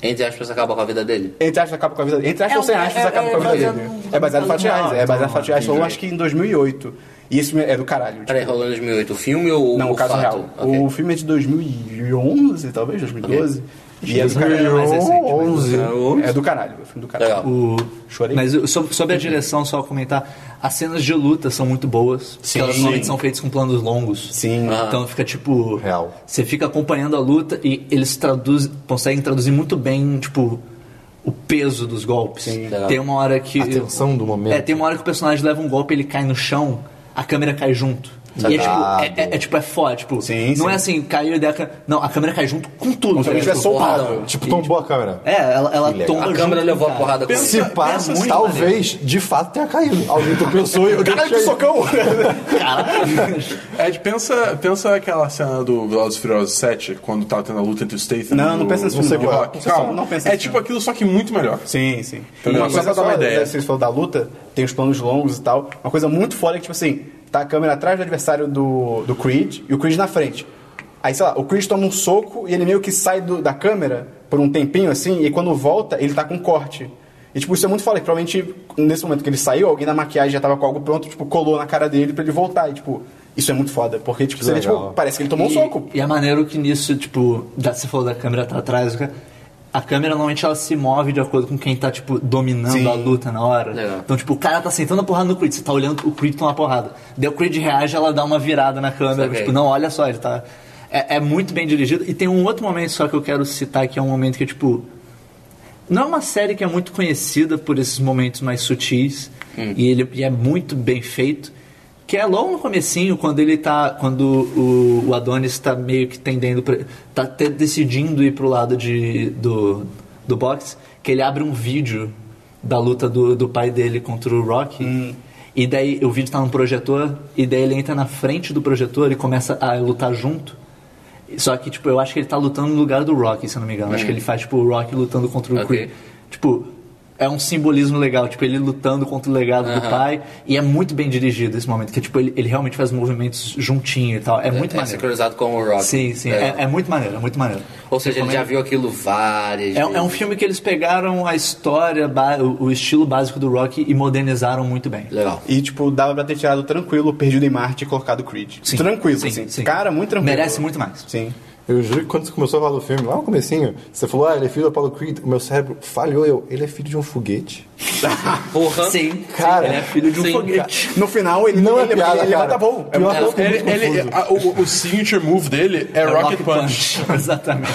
S4: Entre aspas, acaba com a vida dele.
S2: entre aspas, acaba com a vida dele. Entre aspas,
S1: É
S2: ou sem
S1: um-
S2: aspas,
S1: é-
S2: acaba com a
S1: é
S2: vida
S1: baseado
S2: dele.
S1: num-
S2: É baseado em
S1: num
S2: fatos
S1: caso
S2: reais.
S1: real,
S2: É baseado em
S1: então,
S2: fatos reais. Eu
S4: entendi.
S2: acho que em 2008. E isso é do caralho. tipo,
S4: Peraí, rolou em 2008 o filme ou
S2: não, o caso
S4: fato?
S2: real.
S4: Ok.
S2: O filme é de 2011, talvez, 2012. E é do caralho.
S1: mais recente, mas-
S5: 11.
S2: É do caralho. É o filme do caralho.
S4: Legal.
S1: O-
S2: Chorei.
S1: Mas eu- sobre, sobre a direção, só comentar, as cenas de luta são muito boas. porque elas normalmente são feitas com planos longos.
S2: Sim.
S4: Ah.
S1: Então fica tipo.
S5: Real.
S1: Você fica acompanhando a luta e eles traduzem, conseguem traduzir muito bem, tipo, o peso dos golpes.
S4: Legal.
S1: Tem uma hora que.
S5: A tensão do momento.
S1: É, tem uma hora que o personagem leva um golpe, ele cai no chão, a câmera cai junto. E é tipo, é, é, é tipo, é foda, tipo,
S2: Sim,
S1: não
S2: sim.
S1: é assim, caiu e daí a câmera. Não, a câmera cai junto com tudo.
S2: Se alguém
S1: Tipo,
S2: tivesse soltado.
S4: porradão.
S5: Tipo, tombou a câmera.
S1: É, ela, ela
S5: Que legal.
S1: tomba
S4: A câmera
S1: junto
S4: levou
S1: com
S4: a
S1: o
S4: porrada com
S1: cara.
S5: Se pá,
S1: pensa muito
S5: talvez, de fato, tenha caído. Alguém tu pensou e eu
S2: Caralho, que
S5: deixei.
S2: socão!
S3: Ed, pensa, pensa aquela cena do Velozes e Furiosos 7, quando tava tendo a luta entre o Statham
S2: Não,
S3: e
S2: não
S3: o-
S2: pensa nesse
S3: o
S2: filme,
S3: The
S2: não.
S3: Rock.
S2: Não pensa
S3: Calma,
S2: não, não pensa
S3: é
S2: nesse
S3: tipo
S2: filme.
S3: aquilo, só que muito melhor.
S2: Sim, sim.
S3: Entendeu?
S2: Uma
S3: Então,
S2: coisa
S3: Só pra dar uma
S2: só,
S3: ideia.
S2: né, Vocês falam da luta, tem os planos longos e tal. Uma coisa muito foda é que, tipo assim, tá a câmera atrás do adversário do, do Creed e o Creed na frente. Aí, sei lá, o Creed toma um soco e ele meio que sai do- da câmera por um tempinho assim, e quando volta, ele tá com corte. E, tipo, isso é muito foda, que provavelmente nesse momento que ele saiu, alguém na maquiagem já tava com algo pronto, tipo, colou na cara dele pra ele voltar. E, tipo, isso é muito foda, porque, tipo,
S5: Que
S2: seria,
S5: legal.
S2: tipo, parece que ele tomou um
S1: E-
S2: soco.
S1: E é maneiro que nisso, tipo, da, você falou da câmera tá atrás, cara. a câmera normalmente ela se move de acordo com quem tá, tipo, dominando
S2: Sim.
S1: a luta na hora.
S4: Legal.
S1: Então, tipo, o cara tá sentando a porrada no Creed, você tá olhando o Creed toma uma porrada. Daí o Creed reage, ela dá uma virada na câmera,
S4: Saquei.
S1: tipo, não, olha só, ele tá. É, é muito bem dirigido. E tem um outro momento só que eu quero citar, que é um momento que, tipo. Não é uma série que é muito conhecida por esses momentos mais sutis e ele e é muito bem feito. Que é logo no comecinho, quando ele tá. Quando o, o Adonis tá meio que tendendo pra, tá até decidindo ir pro lado de, do, do boxe, que ele abre um vídeo da luta do, do pai dele contra o Rocky. E daí o vídeo tá num projetor, e daí ele entra na frente do projetor e começa a lutar junto. Só que, tipo, eu acho que ele tá lutando no lugar do Rock, se eu não me engano. Acho que ele faz, tipo, o Rock lutando contra o
S4: Ok.
S1: Creed. Tipo, é um simbolismo legal. Tipo, ele lutando contra o legado do
S4: Aham.
S1: pai. E é muito bem dirigido esse momento. Que, tipo, ele, ele realmente faz movimentos juntinho e tal. É muito
S4: é, é
S1: maneiro.
S4: sincronizado com o Rock.
S1: Sim, sim. É,
S4: Legal.
S1: é muito maneiro, é muito maneiro.
S4: Ou seja, ele já viu aquilo várias
S1: É,
S4: vezes.
S1: é um filme que eles pegaram a história, ba- o, o estilo básico do Rock e modernizaram muito bem.
S4: Legal.
S2: E, tipo, dava pra ter tirado tranquilo, perdido em Marte e colocado Creed.
S1: Sim.
S2: Tranquilo,
S1: Sim,
S2: assim.
S1: sim.
S2: Cara, muito tranquilo.
S1: Merece muito mais.
S2: Sim.
S5: Eu juro que quando você começou a falar do filme, lá no comecinho, você falou, ah, ele é filho do Apollo Creed, o meu cérebro falhou, eu, ele é filho de um foguete?
S4: Porra.
S1: Sim,
S5: Cara,
S1: ele é filho de um
S4: sim,
S1: foguete.
S2: No final, ele
S5: Não é
S2: ele,
S5: piada,
S2: ele, ele
S5: cara.
S2: mata bom. É
S5: Pior
S2: uma-
S5: que eu fico
S3: Ele,
S5: muito
S3: ele-
S5: confuso.
S3: a- o, o signature move dele é, Rocket, Punch.
S1: Exatamente.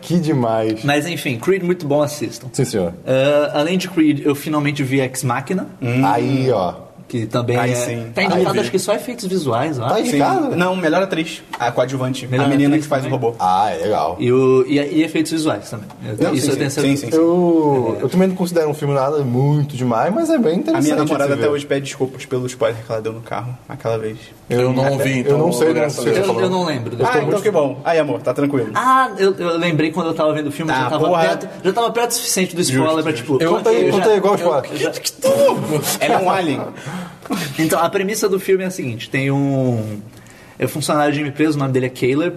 S5: Que demais.
S1: Mas enfim, Creed muito bom, assistam.
S5: Sim, senhor.
S1: Ah, além de Creed, eu finalmente vi Ex Machina,
S5: Aí, ó.
S1: que também
S2: Aí
S1: é...
S2: sim.
S1: Tá indicado, acho que só efeitos visuais, eu acho.
S5: Tá
S2: Sim.
S5: indicado?
S2: Não, melhor atriz. A coadjuvante.
S1: É Melhor
S2: a menina
S1: atriz
S2: que faz
S1: também.
S2: o robô.
S5: Ah, é legal.
S1: E, o, e, e efeitos visuais também. Eu-
S2: Não,
S1: isso eu
S2: sim, sim,
S1: tenho
S2: sim,
S1: certeza.
S2: sim, sim.
S5: Eu, eu também não considero um filme nada muito demais, mas é bem
S2: A
S5: interessante.
S2: minha namorada
S5: de se
S2: até
S5: ver.
S2: hoje pede desculpas pelo spoiler que ela deu no carro aquela vez.
S3: Eu não ouvi, então.
S5: Eu não sei, não
S3: graças a
S5: sei o que
S1: Eu,
S5: você falou.
S1: eu não lembro. Eu tô
S2: ah,
S1: muito-
S2: então que bom. Aí, amor, tá tranquilo.
S1: Ah, eu, eu lembrei quando eu tava vendo o filme,
S2: Ah,
S1: já, tava
S2: porra.
S1: perto, já tava perto o suficiente do spoiler pra tipo.
S3: Eu-
S5: Conta aí,
S1: já-
S5: conta aí, igual os quatro.
S2: Ela é um alien.
S1: Então, a premissa do filme é a seguinte: tem um é um funcionário de empresa, o nome dele é Caleb.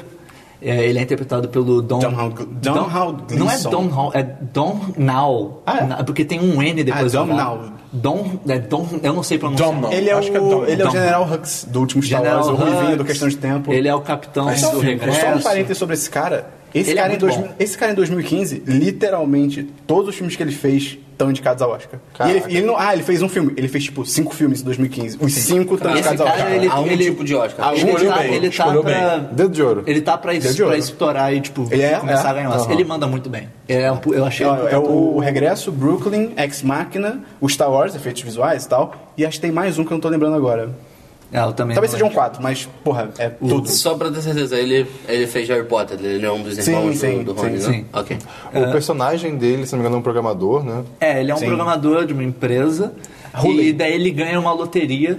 S1: É, ele é interpretado pelo Don.
S2: Don Hal- Don Hal
S1: Não é
S2: Gleason.
S1: Don Hal, é Don Now.
S2: Ah, é?
S1: Porque tem um N depois
S2: Ah,
S1: do
S2: Dom
S1: Hal.
S2: Now.
S1: Don. É Don. Eu não sei pronunciar.
S3: Dom Now.
S2: Ele é,
S3: Acho que é
S2: o,
S3: Dom.
S2: ele é
S1: Dom.
S2: o General Hux do último Star
S1: General
S2: Wars, o ruivinho
S1: Hux,
S2: do Questão de Tempo.
S1: Ele é o capitão do
S2: Só
S1: regresso.
S2: um parênteses sobre esse cara. Esse
S1: Ele é
S2: cara, em
S1: muito
S2: 2000 esse cara em 2015, literalmente, todos os filmes que ele fez estão indicados ao Oscar. E ele, e ele não, ah, ele fez um filme. Ele fez, tipo, cinco filmes em 2015. Os cinco estão
S4: Esse
S2: indicados ao
S1: cara,
S2: Oscar.
S1: ele-
S4: Há um
S1: ele-
S4: tipo de Oscar.
S2: Ah,
S1: Ele
S3: Escolheu
S1: tá,
S3: bem,
S1: ele tá
S3: escolheu
S1: pra.
S3: bem.
S5: Dedo de ouro.
S1: Ele tá pra,
S2: Dedo de ouro.
S1: pra estourar e, tipo,
S2: Ele é,
S1: começar
S2: é.
S1: a ganhar. Oscar. Ele manda muito bem. Ele é um pu- eu achei.
S2: Ó,
S1: ele um
S2: é
S1: puta-
S2: o Regresso, Brooklyn, Ex Machina, o Star Wars, efeitos visuais e tal. E acho que tem mais um que eu não tô lembrando agora.
S1: É, eu também.
S2: Talvez um-
S1: não
S2: sejam quatro, mas, porra, é tudo.
S4: Só pra ter certeza, ele, ele fez Harry Potter, ele é um dos
S2: Sim,
S4: irmãos
S2: sim,
S4: do, do
S2: sim,
S4: Rony,
S1: sim.
S4: né? Ok.
S5: O personagem dele, se não me engano, é um programador, né?
S1: É, ele é um
S2: Sim.
S1: programador de uma empresa.
S2: Rolê.
S1: E daí ele ganha uma loteria,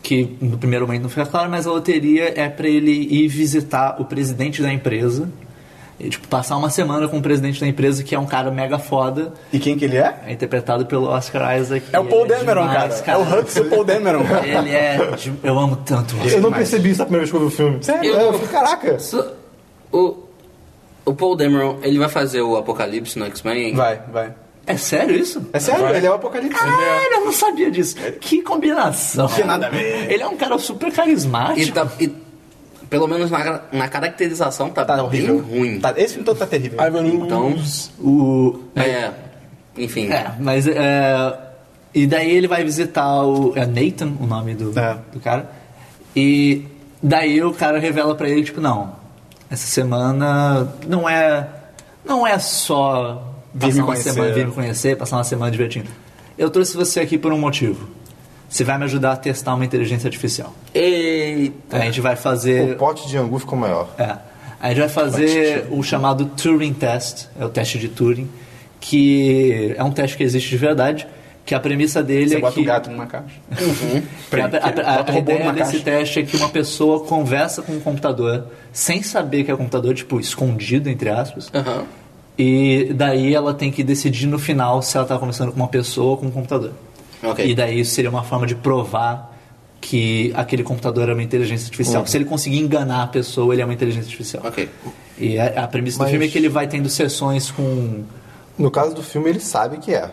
S1: que no primeiro momento não fica claro, mas a loteria é pra ele ir visitar o presidente da empresa. E, tipo, passar uma semana com o presidente da empresa, que é um cara mega foda.
S2: E quem que ele é?
S1: É interpretado pelo Oscar Isaac.
S2: É o Paul
S1: Ele
S2: Dameron,
S1: demais,
S2: cara. É o Hux e o Paul Dameron.
S1: Ele é. de- Eu amo tanto o Oscar.
S5: Eu não
S2: demais.
S5: percebi isso na primeira vez que eu vi o filme.
S2: Sério?
S5: É, eu falei, caraca.
S4: So- o, o Paul Dameron, ele vai fazer o Apocalipse no X-Men?
S2: Vai, vai.
S1: É sério isso?
S2: É sério,
S3: Vai.
S2: ele é o
S1: Tá
S2: Apocalipse.
S1: Caralho, eu não sabia disso. Que combinação.
S2: Que nada a ver.
S1: Ele é um cara super
S4: E,
S1: carismático.
S4: tá, e pelo menos na, na caracterização tá,
S2: Tá
S4: bem
S2: horrível.
S4: ruim.
S2: Tá- esse filme todo tá terrível.
S3: Ivan
S4: Então-
S3: Ooze.
S1: O,
S4: É, enfim.
S1: É, mas é, E daí ele vai visitar o. É Nathan o nome do,
S2: É.
S1: do cara. E daí o cara revela pra ele, tipo, não, essa semana não é. Não é só
S2: Vir me
S1: passar uma
S2: conhecer.
S1: semana vir me conhecer, passar uma semana divertindo. Eu trouxe você aqui por um motivo. Você vai me ajudar a testar uma inteligência artificial. Então,
S4: Eita.
S2: É.
S1: A gente vai fazer.
S5: O pote de angu ficou maior.
S1: É. A gente vai fazer o chamado Turing Test, é o teste de Turing, que é um teste que existe de verdade, que a premissa dele
S2: Você
S1: é
S2: bota
S1: que,
S2: um gato numa caixa.
S1: que a, a- a-
S2: Bota um
S1: a
S2: robô
S1: ideia
S2: numa
S1: desse
S2: caixa.
S1: teste é que uma pessoa conversa com um computador sem saber que é um computador, tipo, escondido, entre aspas,
S4: Aham.
S1: e daí ela tem que decidir no final se ela está conversando com uma pessoa ou com um computador.
S4: Ok.
S1: E daí isso seria uma forma de provar que aquele computador é uma inteligência
S2: Uhum.
S1: artificial. Se ele conseguir enganar a pessoa, ele é uma inteligência artificial.
S4: Ok.
S1: E a, a premissa
S5: Mas-
S1: do filme é que ele vai tendo sessões com.
S5: No caso do filme, ele sabe que é.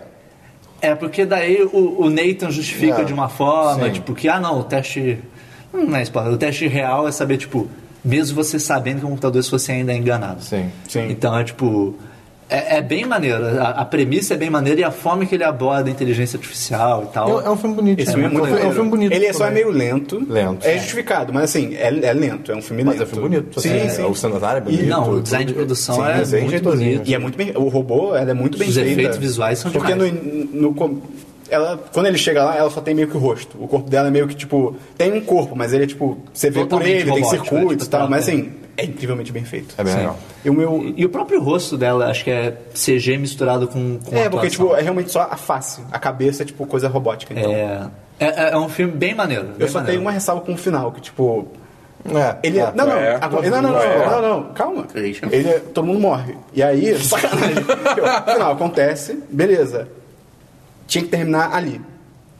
S1: É, porque daí o, o Nathan justifica
S5: É,
S1: de uma forma,
S5: sim.
S1: tipo, que, ah, não, o teste. Não é spoiler. O teste real é saber, tipo, mesmo você sabendo que é um computador, se você ainda é enganado.
S5: Sim.
S2: Sim.
S1: Então é tipo. É, é bem maneiro. A, a premissa é bem maneira e a forma que ele aborda a inteligência artificial e tal.
S5: É, é um filme bonito.
S2: Esse filme é,
S5: um
S2: muito
S5: filme- um
S2: maneiro.
S5: filme bonito.
S2: Ele é só é
S5: também.
S2: meio lento.
S5: Lento.
S2: É justificado, mas assim, é, é lento. É um filme
S5: Mas
S2: lento.
S5: é um filme bonito.
S2: Sim,
S5: assim,
S2: sim.
S5: O cenário é bonito.
S1: Não, o design de produção
S5: Sim,
S1: é
S5: desenho
S1: muito
S5: jeitosinho.
S1: bonito.
S2: E é muito bem... O robô, ela é muito bem
S1: Os
S2: feita.
S1: efeitos visuais são
S2: Porque
S1: demais.
S2: no... no com- ela, quando ele chega lá, ela só tem meio que o rosto. O corpo dela é meio que, tipo... Tem um corpo, mas ele é, tipo... Você vê por
S1: Totalmente
S2: ele, tem
S1: robótico,
S2: circuitos
S1: é, tipo,
S2: e tal. Mas
S1: é.
S2: assim, é incrivelmente bem feito.
S5: É bem
S2: Sim.
S5: legal.
S2: E o meu...
S1: E o próprio rosto dela, acho que é CG misturado com. com
S2: É, porque,
S1: atuação.
S2: tipo, é realmente só a face. A cabeça é, tipo, coisa robótica, então.
S1: É, é, é um filme bem maneiro.
S2: Eu
S1: bem
S2: só
S1: maneiro.
S2: tenho uma ressalva com o final, que, tipo...
S5: É.
S2: Ele
S5: é.
S2: não, não,
S3: é.
S2: agora- não, não, não,
S3: É.
S2: não, não, não, calma.
S4: Christian.
S2: Ele, é- todo mundo morre. E aí, sacanagem. No final, acontece, beleza. Tinha que terminar ali.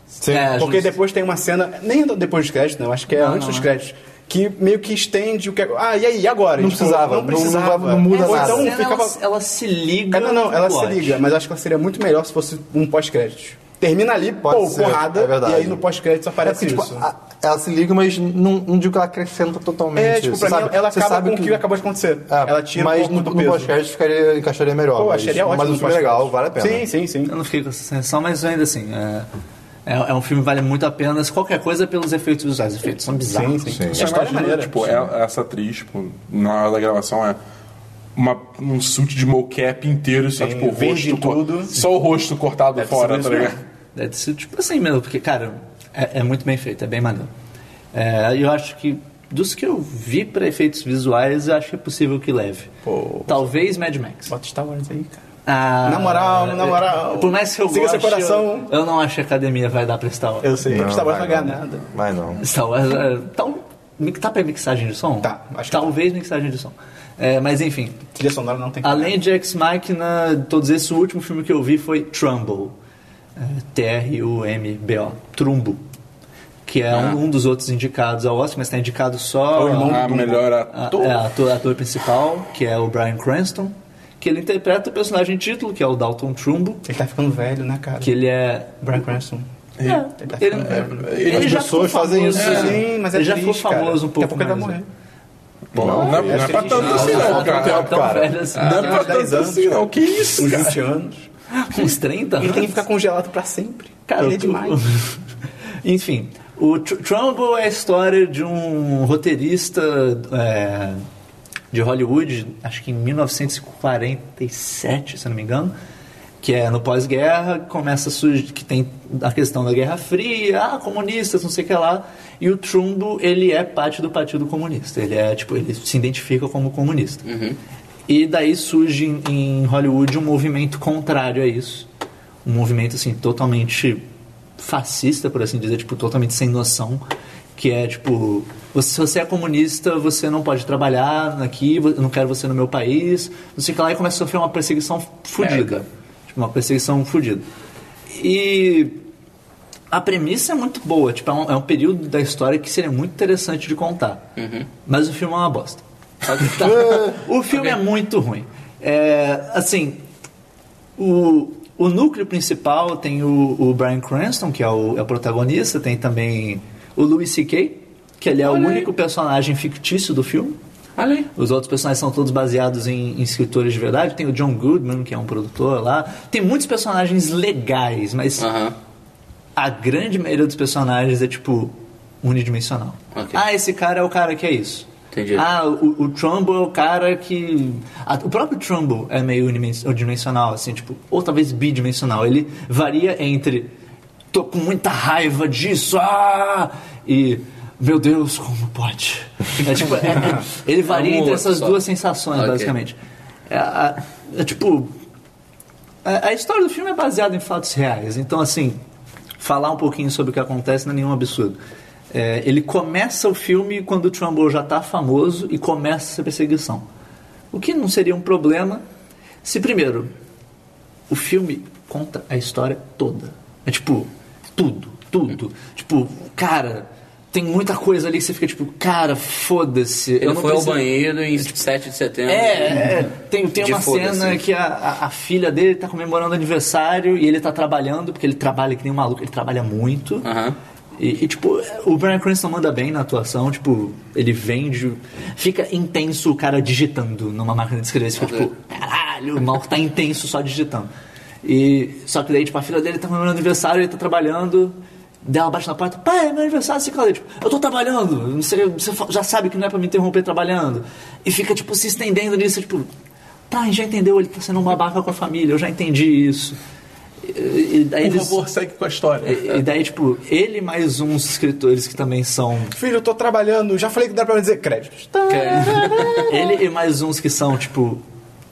S5: Sim.
S1: É,
S2: Porque
S1: justo.
S2: depois tem uma cena, nem do- depois dos créditos, não, acho que é
S1: Não,
S2: antes
S1: não,
S2: dos
S1: é.
S2: créditos, que meio que estende o que é. Ah, e aí, e agora?
S5: Não
S2: Tipo,
S5: precisava, não-
S2: não precisava.
S5: não- não muda
S2: Ou
S5: nada.
S2: então
S1: Ela-
S2: ficava.
S1: ela, ela se liga.
S2: Ah, não, não,
S1: no
S2: ela se
S1: plot.
S2: liga, mas eu acho que ela seria muito melhor se fosse um pós-crédito. Termina ali,
S5: Pode
S2: pô,
S5: ser,
S2: porrada,
S5: é verdade.
S2: e aí no pós-crédito
S5: É
S2: aparece
S5: porque, tipo,
S2: isso.
S5: a- ela se liga, mas não, não digo que ela acrescenta totalmente.
S2: é, tipo, pra
S5: Você
S2: mim, ela
S5: você
S2: acaba com o
S5: que-
S2: que acabou de acontecer.
S5: Ah,
S2: ela tira um
S5: mas
S2: pouco
S5: no,
S2: do
S5: no
S2: peso.
S5: podcast ficaria, encaixaria melhor.
S2: Pô,
S5: mas,
S2: acharia ótimo.
S5: Mas o
S2: no
S5: filme é
S2: podcast.
S5: legal, vale a pena.
S2: Sim, sim, sim.
S1: Eu não fiquei com essa sensação, mas ainda assim, é, é, é um filme que vale muito a pena, se qualquer coisa é pelos efeitos visuais. Os efeitos são bizarros.
S2: Sim, sim.
S5: Sim.
S2: A história é maneira.
S3: Tipo, ela- essa atriz, tipo, na hora da gravação é uma- um suit de mocap inteiro, só
S2: Sim,
S3: tipo o
S2: verde
S3: rosto.
S2: e tudo.
S3: co- Só o rosto cortado
S2: Deve
S3: fora,
S2: ser
S3: tá
S2: isso
S3: ligado?
S1: Deve ser tipo assim mesmo, porque, cara, é, é muito bem feito, é bem maneiro. É, E eu acho que, dos que eu vi para efeitos visuais, eu acho que é possível que leve.
S2: Pô.
S1: Talvez Mad Max.
S2: Bota Star Wars aí, cara.
S1: Ah, é,
S2: Na moral, na moral.
S1: Por mais que eu
S2: Siga
S1: goste,
S2: seu coração.
S1: Eu, eu não acho que a academia vai dar pra Star Wars.
S2: Eu sei,
S5: Não,
S2: Star Wars
S5: vai
S2: não ganha
S5: não.
S2: nada.
S5: Vai não.
S1: Star Wars, é, tal, mi- tá pra mixagem de som?
S2: Tá, acho que
S1: Talvez mixagem de som. É, mas enfim,
S2: Trilha sonora não tem
S1: além de Ex Machina, todos esses, o último filme que eu vi foi Trumbo. É, T-R-U-M-B-O. Trumbo. Que é um, um dos outros indicados ao Oscar, mas tá indicado só...
S2: Ah. É o irmão
S3: A melhor
S1: A-
S3: ator.
S1: É, ator, ator principal, que é o Bryan Cranston, que ele interpreta o personagem título, que é o Dalton Trumbo,
S2: Ele tá ficando velho, né, cara?
S1: que ele é.
S2: Brian Cranston.
S1: é,
S2: ele tá
S1: ele,
S2: ficando velho.
S1: ele
S5: As
S1: já
S5: pessoas
S1: ficou
S5: fazem
S1: famoso,
S5: isso,
S1: né?
S2: Sim, mas é
S1: ele já
S2: triste,
S1: ficou famoso
S2: cara.
S1: um pouco.
S2: Daqui a pouco ele vai
S1: mais,
S2: morrer.
S3: não, não, não é pra
S2: triste,
S3: tanto
S2: não.
S3: assim, não,
S1: Ah, tá,
S3: cara.
S1: tão
S5: cara.
S1: velho assim.
S3: Não é pra
S2: uns 10
S3: tanto
S2: anos,
S3: assim, não. Que isso,
S2: Uns
S3: cara?
S2: 20 anos.
S1: Uns 30
S2: Ele tem que
S1: anos?
S2: ficar congelado pra sempre.
S1: Cara,
S2: ele é
S1: o-
S2: demais.
S1: Enfim, o Tr- Trumbo é a história de um roteirista é, de Hollywood, acho que em 1947, se eu não me engano, que é no pós-guerra, começa a surgir, que tem a questão da Guerra Fria, ah, comunistas, não sei o que lá, e o Trumbo, ele é parte do Partido Comunista, ele é, tipo, ele se identifica como comunista. E daí surge em- em Hollywood um movimento contrário a isso, um movimento, assim, totalmente fascista, por assim dizer, tipo, totalmente sem noção, que é tipo, você- se você é comunista, você não pode trabalhar aqui, vo- eu não quero você no meu país, não sei o que lá, e começa a sofrer uma perseguição fodida. Tipo, uma perseguição fodida. E a premissa é muito boa, tipo, é um, é um período da história que seria muito interessante de contar. Mas o filme é uma bosta. Tá. o filme é muito ruim. É, assim, o, o núcleo principal tem o, o Brian Cranston, que é o, é o protagonista, tem também o Louis C.K., que ele é o único personagem fictício do filme.
S4: Olha aí.
S1: Os outros personagens são todos baseados em, em escritores de verdade. Tem o John Goodman, que é um produtor lá. Tem muitos personagens legais, mas
S4: Aham.
S1: a grande maioria dos personagens é tipo unidimensional.
S4: Ok.
S1: Ah, esse cara é o cara que é isso.
S4: Entendi.
S1: Ah, o, o Trumbo é o cara que. a- o próprio Trumbo é meio unimen- unidimensional, assim, tipo, ou talvez bidimensional. Ele varia entre tô com muita raiva disso, ah! E meu Deus, como pode? É, tipo, é- é- ele varia
S4: É um ou
S1: entre
S4: outro
S1: essas
S4: só. Ah,
S1: duas sensações,
S4: Ok.
S1: basicamente. É, a- é, tipo, a, a história do filme é baseada em fatos reais, então assim, falar um pouquinho sobre o que acontece não é nenhum absurdo. É, ele começa o filme quando o Trumbull já está famoso e começa essa perseguição. O que não seria um problema se, primeiro, o filme conta a história toda. É tipo, tudo, tudo. Tipo, cara, tem muita coisa ali que você fica tipo, cara, foda-se.
S4: Ele
S1: eu não
S4: foi
S1: preciso-
S4: ao banheiro em 7 de setembro.
S1: é, é, tem, tem
S4: De
S1: uma
S4: foda-se. né?
S1: cena que a, a- a filha dele tá comemorando aniversário e ele tá trabalhando, porque ele trabalha que nem um maluco, ele trabalha muito.
S4: Aham.
S1: E, e, tipo, o Brian Cranston manda bem na atuação, tipo, ele vende. Fica intenso o cara digitando numa máquina de escrever. Você fica tipo,
S3: É.
S1: caralho, o maluco tá intenso só digitando. E, só que daí, tipo, a filha dele tá comemorando aniversário, ele tá trabalhando. Daí ela bate na porta, pai, é meu aniversário, você fala, tipo, eu tô trabalhando, você, você fa- já sabe que não é pra me interromper trabalhando. E fica, tipo, se estendendo nisso, tipo, tá, já entendeu, ele tá sendo um babaca com a família, eu já entendi isso. E, e daí
S3: Por
S1: eles-
S3: favor, segue com a história.
S1: e e daí, tipo, ele mais uns escritores que também são.
S2: Filho, eu tô trabalhando. Já falei que dá pra me dizer créditos. Tá.
S1: Ele e mais uns que são, tipo.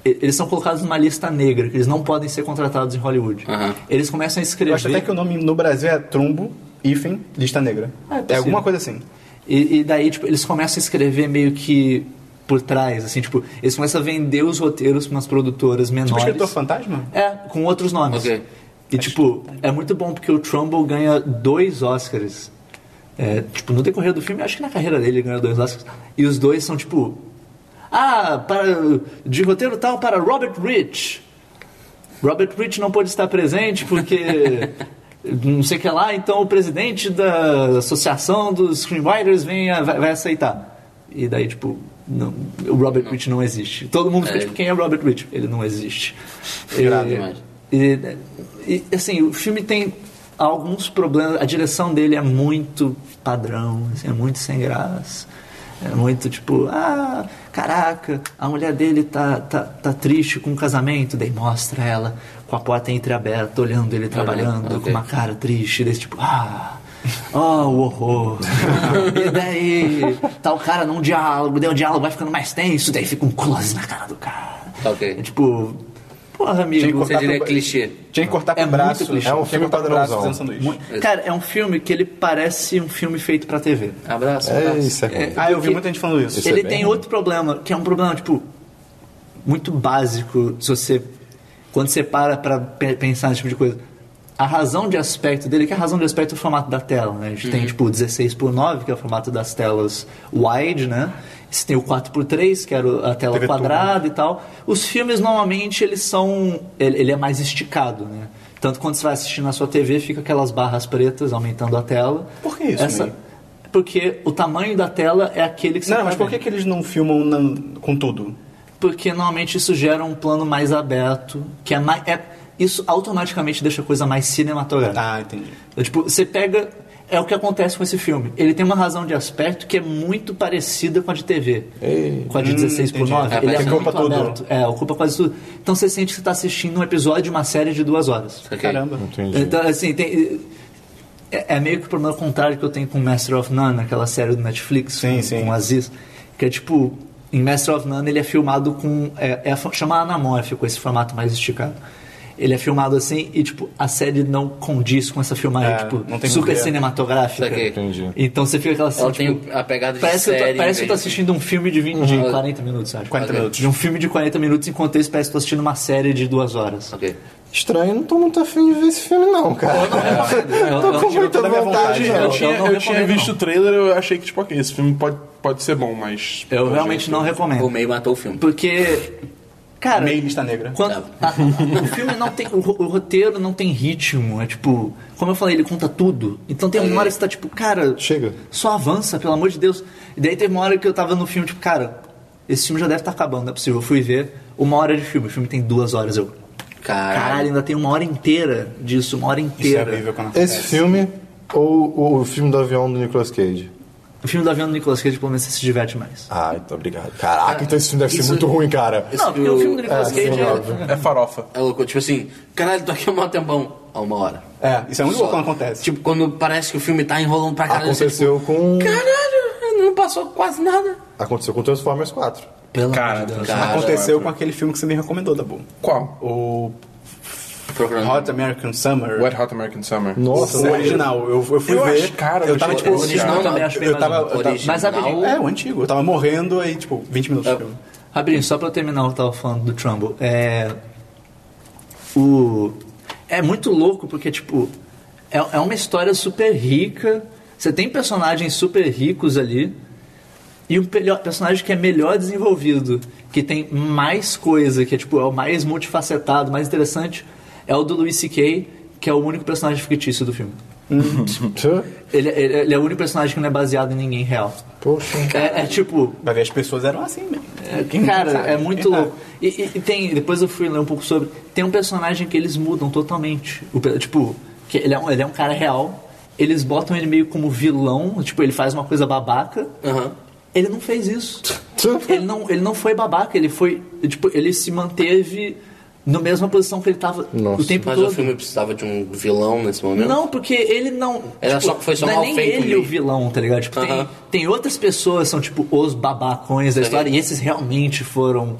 S1: e- Eles são colocados numa lista negra, que eles não podem ser contratados em Hollywood.
S4: Aham.
S1: Eles começam a escrever.
S2: Eu acho até que o nome no Brasil é Trumbo, hífen, lista negra.
S1: Ah, é
S2: é
S1: possível.
S2: alguma coisa assim.
S1: E, e daí, tipo, eles começam a escrever meio que por trás, assim, tipo, eles começam a vender os roteiros pra umas produtoras
S2: Tipo
S1: menores.
S2: escritor fantasma?
S1: É, com outros nomes.
S4: Ok.
S1: E, tipo, é muito bom porque o Trumbull ganha dois Oscars. É, tipo, no decorrer do filme, acho que na carreira dele ele ganhou dois Oscars. E os dois são, tipo... Ah, para, de roteiro tal para Robert Rich. Robert Rich não pôde estar presente porque... não sei o que lá, então o presidente da associação dos screenwriters vem a- vai, vai aceitar. E daí, tipo, não, o Robert Rich não existe. Todo mundo fica,
S4: É.
S1: tipo, quem é o Robert Rich? Ele não existe. E-
S4: Irado demais.
S1: e, É, e, assim, o filme tem alguns problemas. A direção dele é muito padrão, assim, é muito sem graça. É muito tipo, ah, caraca, a mulher dele tá, tá, tá triste com o casamento, daí mostra ela com a porta entreaberta, olhando ele trabalhando,
S4: ok.
S1: com uma cara triste, desse tipo, ah, oh, o horror. e daí, tá o cara num diálogo, daí o diálogo vai ficando mais tenso, daí fica um close na cara do cara.
S4: Tá ok.
S1: É tipo, porra,
S2: Tinha que
S1: amigo.
S4: Você
S2: cortar
S4: diria
S2: com-
S4: clichê.
S2: Tinha que cortar com
S1: É
S2: o braço.
S1: muito clichê.
S5: É um
S2: Tinha que
S5: filme
S2: cortar com o braço
S5: padrãozão.
S2: fazendo sanduíche.
S1: Mu- Cara, é um filme que ele parece um filme feito pra TV.
S4: Abraço,
S5: É
S4: abraço.
S5: isso, é ruim.
S2: Ah, eu vi muita gente falando isso.
S5: Isso é
S1: ele
S5: bem
S1: tem
S5: ruim.
S1: outro problema, que é um problema, tipo, muito básico, se você... Quando você para pra pe- pensar nesse tipo de coisa. A razão de aspecto dele, que a razão de aspecto é o formato da tela, né? A gente
S2: Uhum.
S1: tem, tipo, o 16 por 9, que é o formato das telas wide, né? Você tem o 4 por 3, que era o- a tela
S2: TV tubo.
S1: quadrada. quadrado e tal. Os filmes normalmente eles são. Ele, ele é mais esticado, né? Tanto quando você vai assistir na sua TV, fica aquelas barras pretas aumentando a tela.
S2: Por que isso, Ney?
S1: Porque o tamanho da tela é aquele que você
S2: Não,
S1: tá
S2: mas por que,
S1: vendo.
S2: que eles não filmam na- com tudo?
S1: Porque normalmente isso gera um plano mais aberto, que é mais. é- isso automaticamente deixa a coisa mais cinematográfica.
S2: Ah, entendi.
S1: É, Tipo, você pega. É o que acontece com esse filme. Ele tem uma razão de aspecto que é muito parecida com a de TV. Com a de 16 por
S2: Hum, entendi.
S1: 9.
S4: É,
S1: Ele é
S4: parece que
S1: muito
S2: ocupa tudo.
S1: aberto. É, ocupa quase tudo. Então você sente que você está assistindo um episódio de uma série de duas horas.
S4: Ok.
S2: Caramba.
S3: é
S5: Entendi.
S1: Então, assim, tem. É, é meio que o problema contrário que eu tenho com Master of None, aquela série do Netflix
S2: Sim,
S1: com,
S2: sim.
S1: com o Aziz, que é tipo. Em Master of None ele é filmado com. É, é fa- chama anamórfico esse formato mais esticado. Ele é filmado assim e, tipo, a série não condiz com essa filmagem,
S2: É,
S1: tipo,
S2: não tem
S1: super
S2: porquê.
S1: cinematográfica.
S4: Saquei.
S5: Entendi.
S1: Então você fica aquela assim,
S4: Ela
S1: tipo,
S4: tem a pegada de
S1: parece, que eu
S4: série.
S1: tô, parece que eu tô
S4: em vez
S1: assistindo um filme de, 20, de 40 minutos, sabe?
S2: 40
S4: Ok.
S2: minutos.
S1: De um filme de 40 minutos, enquanto isso parece que eu tô assistindo uma série de duas horas.
S4: de- Ok.
S5: Estranho, eu não tô muito afim de ver esse filme, não, cara.
S1: Eu-
S5: Tô
S1: eu-
S5: com muita
S2: toda a minha
S5: vontade,
S2: vontade,
S5: É,
S2: né?
S5: não.
S3: Eu tinha,
S1: eu não
S3: eu tinha
S1: recomendo,
S3: visto
S1: não.
S3: o trailer eu achei que, tipo, ok, esse filme pode, pode ser bom, mas.
S1: Eu realmente não
S4: O
S1: recomendo.
S4: meio matou o filme.
S1: Porque. Cara.
S2: Meio lista negra.
S1: quando- a- a- o filme não tem. O, ro- o roteiro não tem ritmo. É tipo. Como eu falei, ele conta tudo. Então tem uma hora que você tá tipo, cara.
S5: Chega.
S1: Só avança, pelo amor de Deus. E daí teve uma hora que eu tava no filme, tipo, cara, esse filme já deve estar acabando, não é possível. Eu fui ver uma hora de filme. O filme tem duas horas. Eu. Caralho,
S4: Caralho.
S1: ainda tem uma hora inteira disso, uma hora
S2: Isso é
S1: inteira.
S2: horrível quando acontece.
S5: Esse filme ou, ou o filme do avião do Nicolas Cage?
S1: o filme do avião do Nicolas Cage, pelo menos, você se diverte mais.
S5: Ah, então obrigado. Caraca, então esse filme deve
S4: isso-
S5: ser muito ruim, cara.
S1: Não, porque o filme do Nicolas
S5: É,
S2: assim,
S1: Cage
S5: sim,
S1: é.
S5: óbvio.
S3: É farofa.
S4: É louco. Tipo assim, caralho, tô aqui há um maior tempão. Há uma hora.
S2: É, isso é muito
S4: Só.
S2: bom quando acontece.
S4: Tipo, quando parece que o filme tá enrolando pra caralho. você,
S5: Aconteceu com.
S4: tipo, caralho, não passou quase nada.
S5: Aconteceu com Transformers 4.
S1: Pelo
S3: Cara,
S1: amor de Deus.
S4: cara.
S2: aconteceu com aquele filme que você me recomendou, Dabu.
S3: Qual?
S2: O
S4: Procurando.
S2: Hot American Summer.
S3: Wet Hot American Summer.
S5: Nossa,
S2: O original. Eu, eu fui
S3: Eu
S2: ver.
S3: acho caro,
S2: eu tava
S3: bicho.
S2: tipo.
S3: O original
S2: eu
S1: também acho bem
S2: eu tava,
S1: mais
S2: eu tava-
S4: original.
S1: Mas rapidinho.
S2: É, o antigo. Eu tava morrendo aí, tipo, 20 minutos de filme.
S1: Rapidinho, só pra eu terminar o que eu tava falando do Trumbo. É. O. É muito louco porque, tipo. É, é uma história super rica. Você tem personagens super ricos ali. E um pelho- personagem que é melhor desenvolvido, que tem mais coisa, que é tipo, é o mais multifacetado, mais interessante, é o do Louis C.K., que é o único personagem fictício do filme. Ele, ele- ele é o único personagem que não é baseado em ninguém real.
S5: Poxa.
S1: É- é tipo,
S2: Vai ver, as pessoas eram assim mesmo.
S1: é, Cara,
S2: sabe?
S1: é muito
S2: Quem sabe?
S1: louco. E, e- e tem, depois eu fui ler um pouco sobre. Tem um personagem que eles mudam totalmente. O pe- tipo, que ele é, um, ele é um cara real. Eles botam ele meio como vilão. Tipo, ele faz uma coisa babaca.
S4: Aham.
S1: Ele não fez isso. ele, não, ele não foi babaca. Ele foi. Tipo, ele se manteve na mesma posição que ele tava
S5: Nossa.
S1: o tempo
S4: Mas
S1: todo.
S4: o filme precisava de um vilão nesse momento.
S1: Tipo Não, porque ele não.
S4: Era só- foi só
S1: não é
S4: mal
S1: nem
S4: feito
S1: ele
S4: mesmo.
S1: o vilão, tá ligado? Tipo, tem,
S4: Aham. Tá
S1: tem outras pessoas que são, tipo, os babacões da história, e esses realmente foram.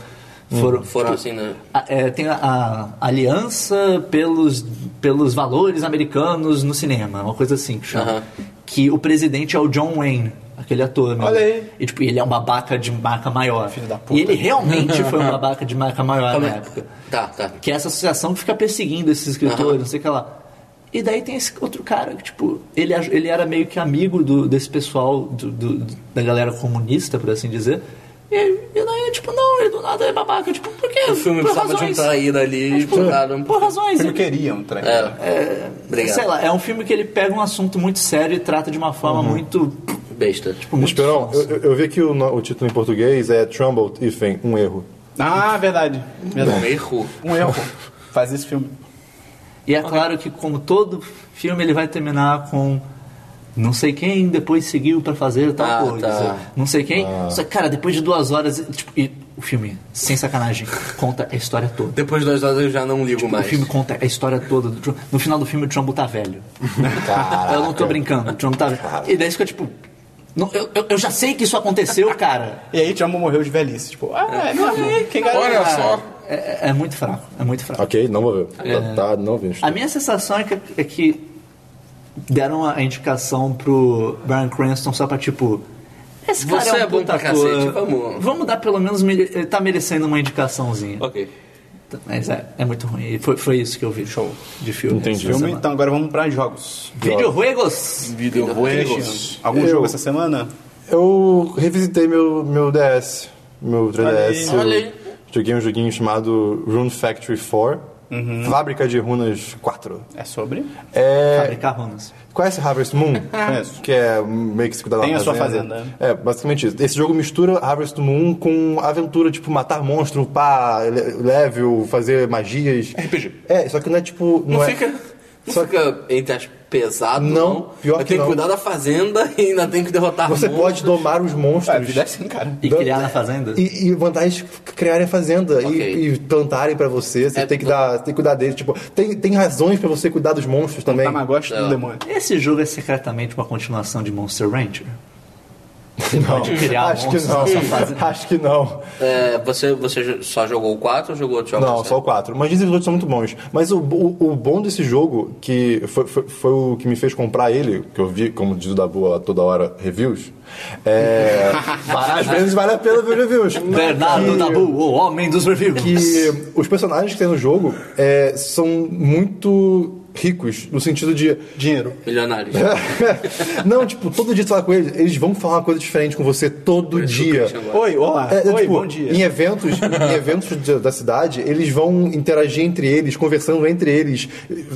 S1: Foram,
S4: Foram
S1: tipo,
S4: assim, né?
S1: a- é, tem a, a aliança pelos, pelos valores americanos no cinema, uma coisa assim que chama.
S4: Aham.
S1: Que o presidente é o John Wayne, aquele ator. né?
S2: Olha aí.
S1: E tipo, ele é um babaca de marca maior.
S2: Filho da puta.
S1: E ele realmente foi um babaca de marca maior
S4: Calma
S1: na
S4: aí.
S1: época
S4: Tá, tá.
S1: que é essa associação que fica perseguindo esses escritores,
S4: Aham.
S1: não sei o que lá. E daí tem esse outro cara que, tipo, ele, aj- ele era meio que amigo do- desse pessoal, do- do- da galera comunista, por assim dizer, E, e daí, tipo, não, ele do nada é babaca. Tipo, por quê?
S4: O filme
S1: por
S4: precisava
S1: razões.
S4: de um traíra ali.
S1: Tipo,
S4: botaram-
S1: por razões.
S2: Eles não queriam tá trair.
S4: É, um é, obrigado.
S1: Sei lá, é um filme que ele pega um assunto muito sério e trata de uma forma
S4: Uhum.
S1: muito.
S4: Besta.
S1: Tipo, muito
S5: Esperão,
S1: falsa.
S5: eu, eu- eu vi que o, no- o título em português é Trumbled Ifem, um erro.
S2: Ah, verdade.
S4: um
S2: verdade.
S4: erro.
S2: Um erro. Faz esse filme.
S1: E é claro que, como todo filme, ele vai terminar com não sei quem depois seguiu pra fazer tal
S4: Ah,
S1: coisa.
S4: tá.
S1: Não sei quem. Só que, cara, depois de duas horas. Tipo, e o filme, sem sacanagem, conta a história toda.
S4: Depois de duas horas eu já não ligo mais.
S1: Tipo, O filme conta a história toda. Do Trumbo. No final do filme, o Trumbo tá velho. Eu não tô brincando, o Trumbo tá velho. E daí fica tipo. não, eu, eu- eu já sei que isso aconteceu, cara.
S2: E aí Trumbo morreu de velhice. Tipo, ah, é mesmo. Quem garante?
S3: Olha só.
S1: É, é muito fraco, é muito fraco.
S5: Ok, não vou ver.
S2: É.
S5: Tá, tá, não vi.
S2: Ah.
S1: A minha sensação é que, é que deram a indicação pro Brian Cranston só pra tipo. Esse cara
S4: Você
S1: é um
S4: é bom
S1: puta
S4: pra
S1: ator.
S4: cacete, vamos."
S1: Vamos dar pelo menos. mere- Ele tá merecendo uma indicaçãozinha.
S4: Ok.
S1: Mas é, é muito ruim. E foi, foi isso que eu vi. Show. De filme.
S5: Entendi.
S1: essa
S2: Filme,
S1: semana.
S2: então agora vamos pra jogos.
S1: Videojuegos!
S3: Videojuegos.
S2: Algum
S5: Eu-
S2: jogo essa semana?
S5: Eu revisitei meu, meu DS, meu 3DS.
S2: Olha aí.
S5: eu
S4: Olha aí.
S5: Joguei um joguinho chamado Rune Factory 4,
S2: Uhum.
S5: Fábrica de Runas 4.
S2: É sobre?
S5: É,
S1: Fabricar runas.
S5: conhece Harvest Moon?
S2: Conheço.
S5: Que é meio que se cuidar da
S2: Tem a sua
S5: É, basicamente isso. Esse jogo mistura Harvest Moon com aventura, tipo, matar monstro, upar le- level, fazer magias.
S3: RPG.
S5: É, só que não é tipo. Não,
S4: Não
S5: é-
S4: fica. Não
S5: Só-
S4: fica, entre as pesado,
S5: Não,
S4: não.
S5: pior
S4: eu
S5: que
S4: tenho
S5: não.
S4: que cuidar da fazenda e ainda tenho que derrotar
S5: Você
S4: monstros.
S5: pode domar os
S2: Ah, a
S5: monstros.
S2: vida é assim, cara.
S1: E
S5: Da-
S1: criar na fazenda?
S5: E, e vantagens de criarem a fazenda e-
S4: Ok.
S5: e, plantarem pra você. Você
S4: É,
S5: tem que dar, tem que cuidar deles. Tipo, tem, tem razões pra você cuidar dos monstros também.
S2: Tamagotchi Tá, do
S4: Não.
S2: demônio.
S1: Esse jogo é secretamente uma continuação de Monster Rancher?
S5: não,
S1: pode criar
S5: acho que
S1: monstros na sua fazenda.
S5: não. acho que não.
S4: É, você, você só jogou o 4 ou jogou outros jogos?
S5: Não, só o 4. Mas dizem que os outros são muito bons. Mas o, o, o bom desse jogo, que foi, foi, foi o que me fez comprar ele, que eu vi, como diz o Dabu lá toda hora, reviews. É, às vezes vale a pena ver reviews.
S1: Bernardo
S5: Que-
S1: Dabu, o homem dos reviews.
S5: que os personagens que tem no jogo é, são muito ricos, no sentido de.
S2: Dinheiro.
S4: Milionários.
S5: É Não, tipo, todo dia tu fala com eles, eles vão falar uma coisa diferente com você todo dia.
S2: Oi, olá.
S5: É, é,
S2: Ah, Oi,
S5: tipo,
S2: bom dia.
S5: Em eventos, em eventos de- da cidade, eles vão interagir entre eles, conversando entre eles.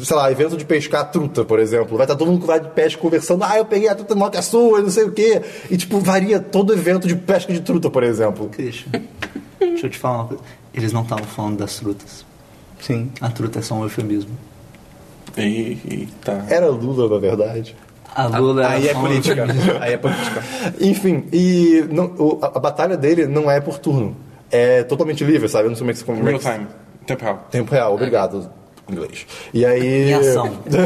S5: Sei lá, evento de pescar truta, por exemplo. Vai estar todo mundo com vai de pesca conversando. Ah, eu peguei a truta maior que a sua, não sei o quê. E, tipo, varia todo evento de pesca de truta, por exemplo.
S1: Christian, deixa eu te falar uma coisa. Eles não estavam falando das trutas.
S2: Sim.
S1: A truta é só um eufemismo.
S3: Eita.
S5: Era Lula, na verdade.
S1: A Lula
S2: Aí
S1: era
S2: é
S1: só um
S2: política.
S1: eufemismo.
S2: Aí é política.
S5: Enfim, e não- o- a, a batalha dele não é por turno. É totalmente livre, sabe? Eu não sei como é que se como é
S3: Real
S5: que se-
S3: time. Tempo real.
S5: Tempo real, obrigado. Inglês. E aí.
S1: Em ação. É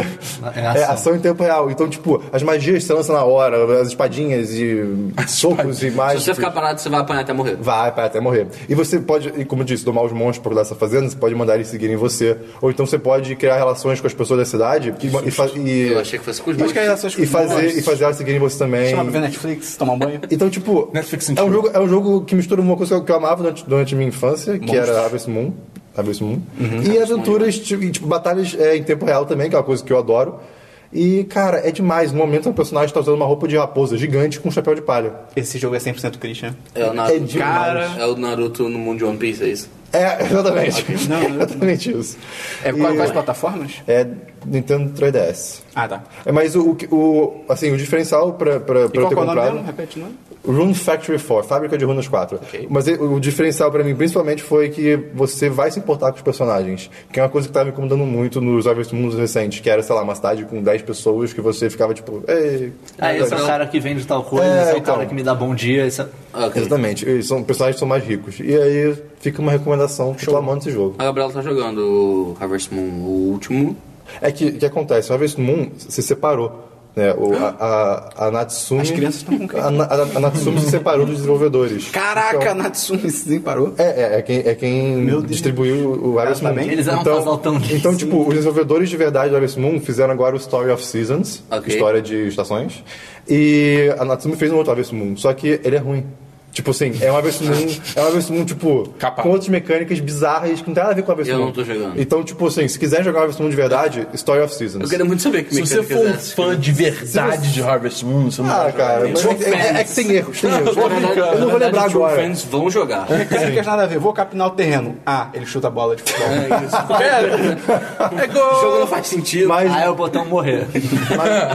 S1: ação.
S5: É ação em tempo real. Então, tipo, as magias se lançam na hora, as espadinhas e socos e
S4: Se
S5: mais.
S4: você ficar parado, você vai apanhar até morrer.
S5: Vai, vai até morrer. E você pode, e como eu disse, domar os monstros pra cuidar dessa fazenda, você pode mandar eles seguirem você. Ou então você pode criar relações com as pessoas da cidade e, e, fa- e-
S4: Eu achei que fosse com os
S2: Acho que é
S4: monstros.
S2: essas
S5: e fazer, e
S2: coisas.
S5: fazer elas seguirem você também.
S2: Chama pra ver Netflix, tomar um banho.
S5: Então, tipo,
S3: Netflix
S5: é, um
S3: sentiu.
S5: jogo, é um jogo que mistura uma coisa que eu amava durante, durante a minha infância, que era Harvest Moon. Harvest Moon.
S3: Uhum.
S2: é
S5: E aventuras, tipo, e, tipo, batalhas é, em tempo real também, que é uma coisa que eu adoro. E, cara, é demais. No momento, o personagem tá usando uma roupa de raposa gigante com um chapéu de palha.
S2: Esse jogo é 100% Christian.
S4: É o Naruto.
S5: É demais.
S4: É o Naruto no mundo de One Piece, é isso?
S5: É, exatamente.
S2: Não, não, não.
S5: exatamente isso.
S2: É
S5: E-
S2: quais, quais plataformas?
S5: É Nintendo 3DS.
S2: Ah, tá.
S5: É, mas o, o- o, assim, o diferencial pra, pra,
S2: E
S5: pra
S2: qual
S5: eu ter
S2: que é o nome
S5: comprado...
S2: dele? Repete o nome.
S5: Rune Factory 4, Fábrica de Runas 4. Mas e- o diferencial pra mim, principalmente, foi que você vai se importar com os personagens. Que é uma coisa que tava me incomodando muito nos Harvest Moons recentes, que era, sei lá, uma cidade com 10 pessoas que você ficava tipo, ei.
S1: Ah, esse é o
S4: Não.
S1: cara que vende tal coisa,
S5: É,
S1: esse é o
S5: então.
S1: cara que me dá bom dia. esse é-
S4: Ok.
S5: Exatamente, e são personagens que são mais ricos. E aí fica uma recomendação, que eu tô amando esse jogo.
S4: A Gabriela tá jogando o Harvest Moon, o último.
S5: É que o que acontece, o Harvest Moon se separou. Né? O, a, a, a Natsumi.
S2: As crianças estão com
S5: a, Na- a, a Natsumi se separou dos desenvolvedores.
S2: Caraca,
S5: Então-
S2: Natsumi se desemparou.
S5: É, é, é quem, é quem
S2: Deus.
S5: distribuiu o Harvest
S2: Cara, tá
S5: Moon.
S2: bem?
S1: Eles eram um casal tão lindo.
S5: Então, tipo, os desenvolvedores de verdade do Harvest Moon fizeram agora o Story of Seasons,
S4: Ok.
S5: história de estações, e a Natsumi fez um outro Harvest Moon, só que ele é ruim. Tipo assim, é um avesso Moon, é um avesso Moon, tipo,
S3: Capaz.
S5: com outras mecânicas bizarras que não tem nada a ver com o avesso
S4: Eu
S5: Moon.
S4: não tô jogando.
S5: Então, tipo assim, se quiser jogar o avesso Moon de verdade, Story of
S4: Eu
S5: Seasons.
S4: queria muito saber que
S3: Se você
S4: mecânicas
S3: for um
S4: é essa.
S3: fã de verdade de Harvest Moon, você não
S5: Ah,
S3: vai jogar
S5: cara,
S3: isso.
S5: mas é, é- é que tem erros, tem erros. Eu
S4: Na verdade,
S5: não vou
S4: na
S5: lembrar
S4: verdade, true
S5: agora.
S4: fans vão jogar.
S2: Mecânicas nada a ver, vou capinar o terreno. Ah, ele chuta a bola de futebol.
S3: É
S4: O jogo
S3: gol!
S4: não faz sentido.
S5: Mas,
S1: Aí é o botão morrer.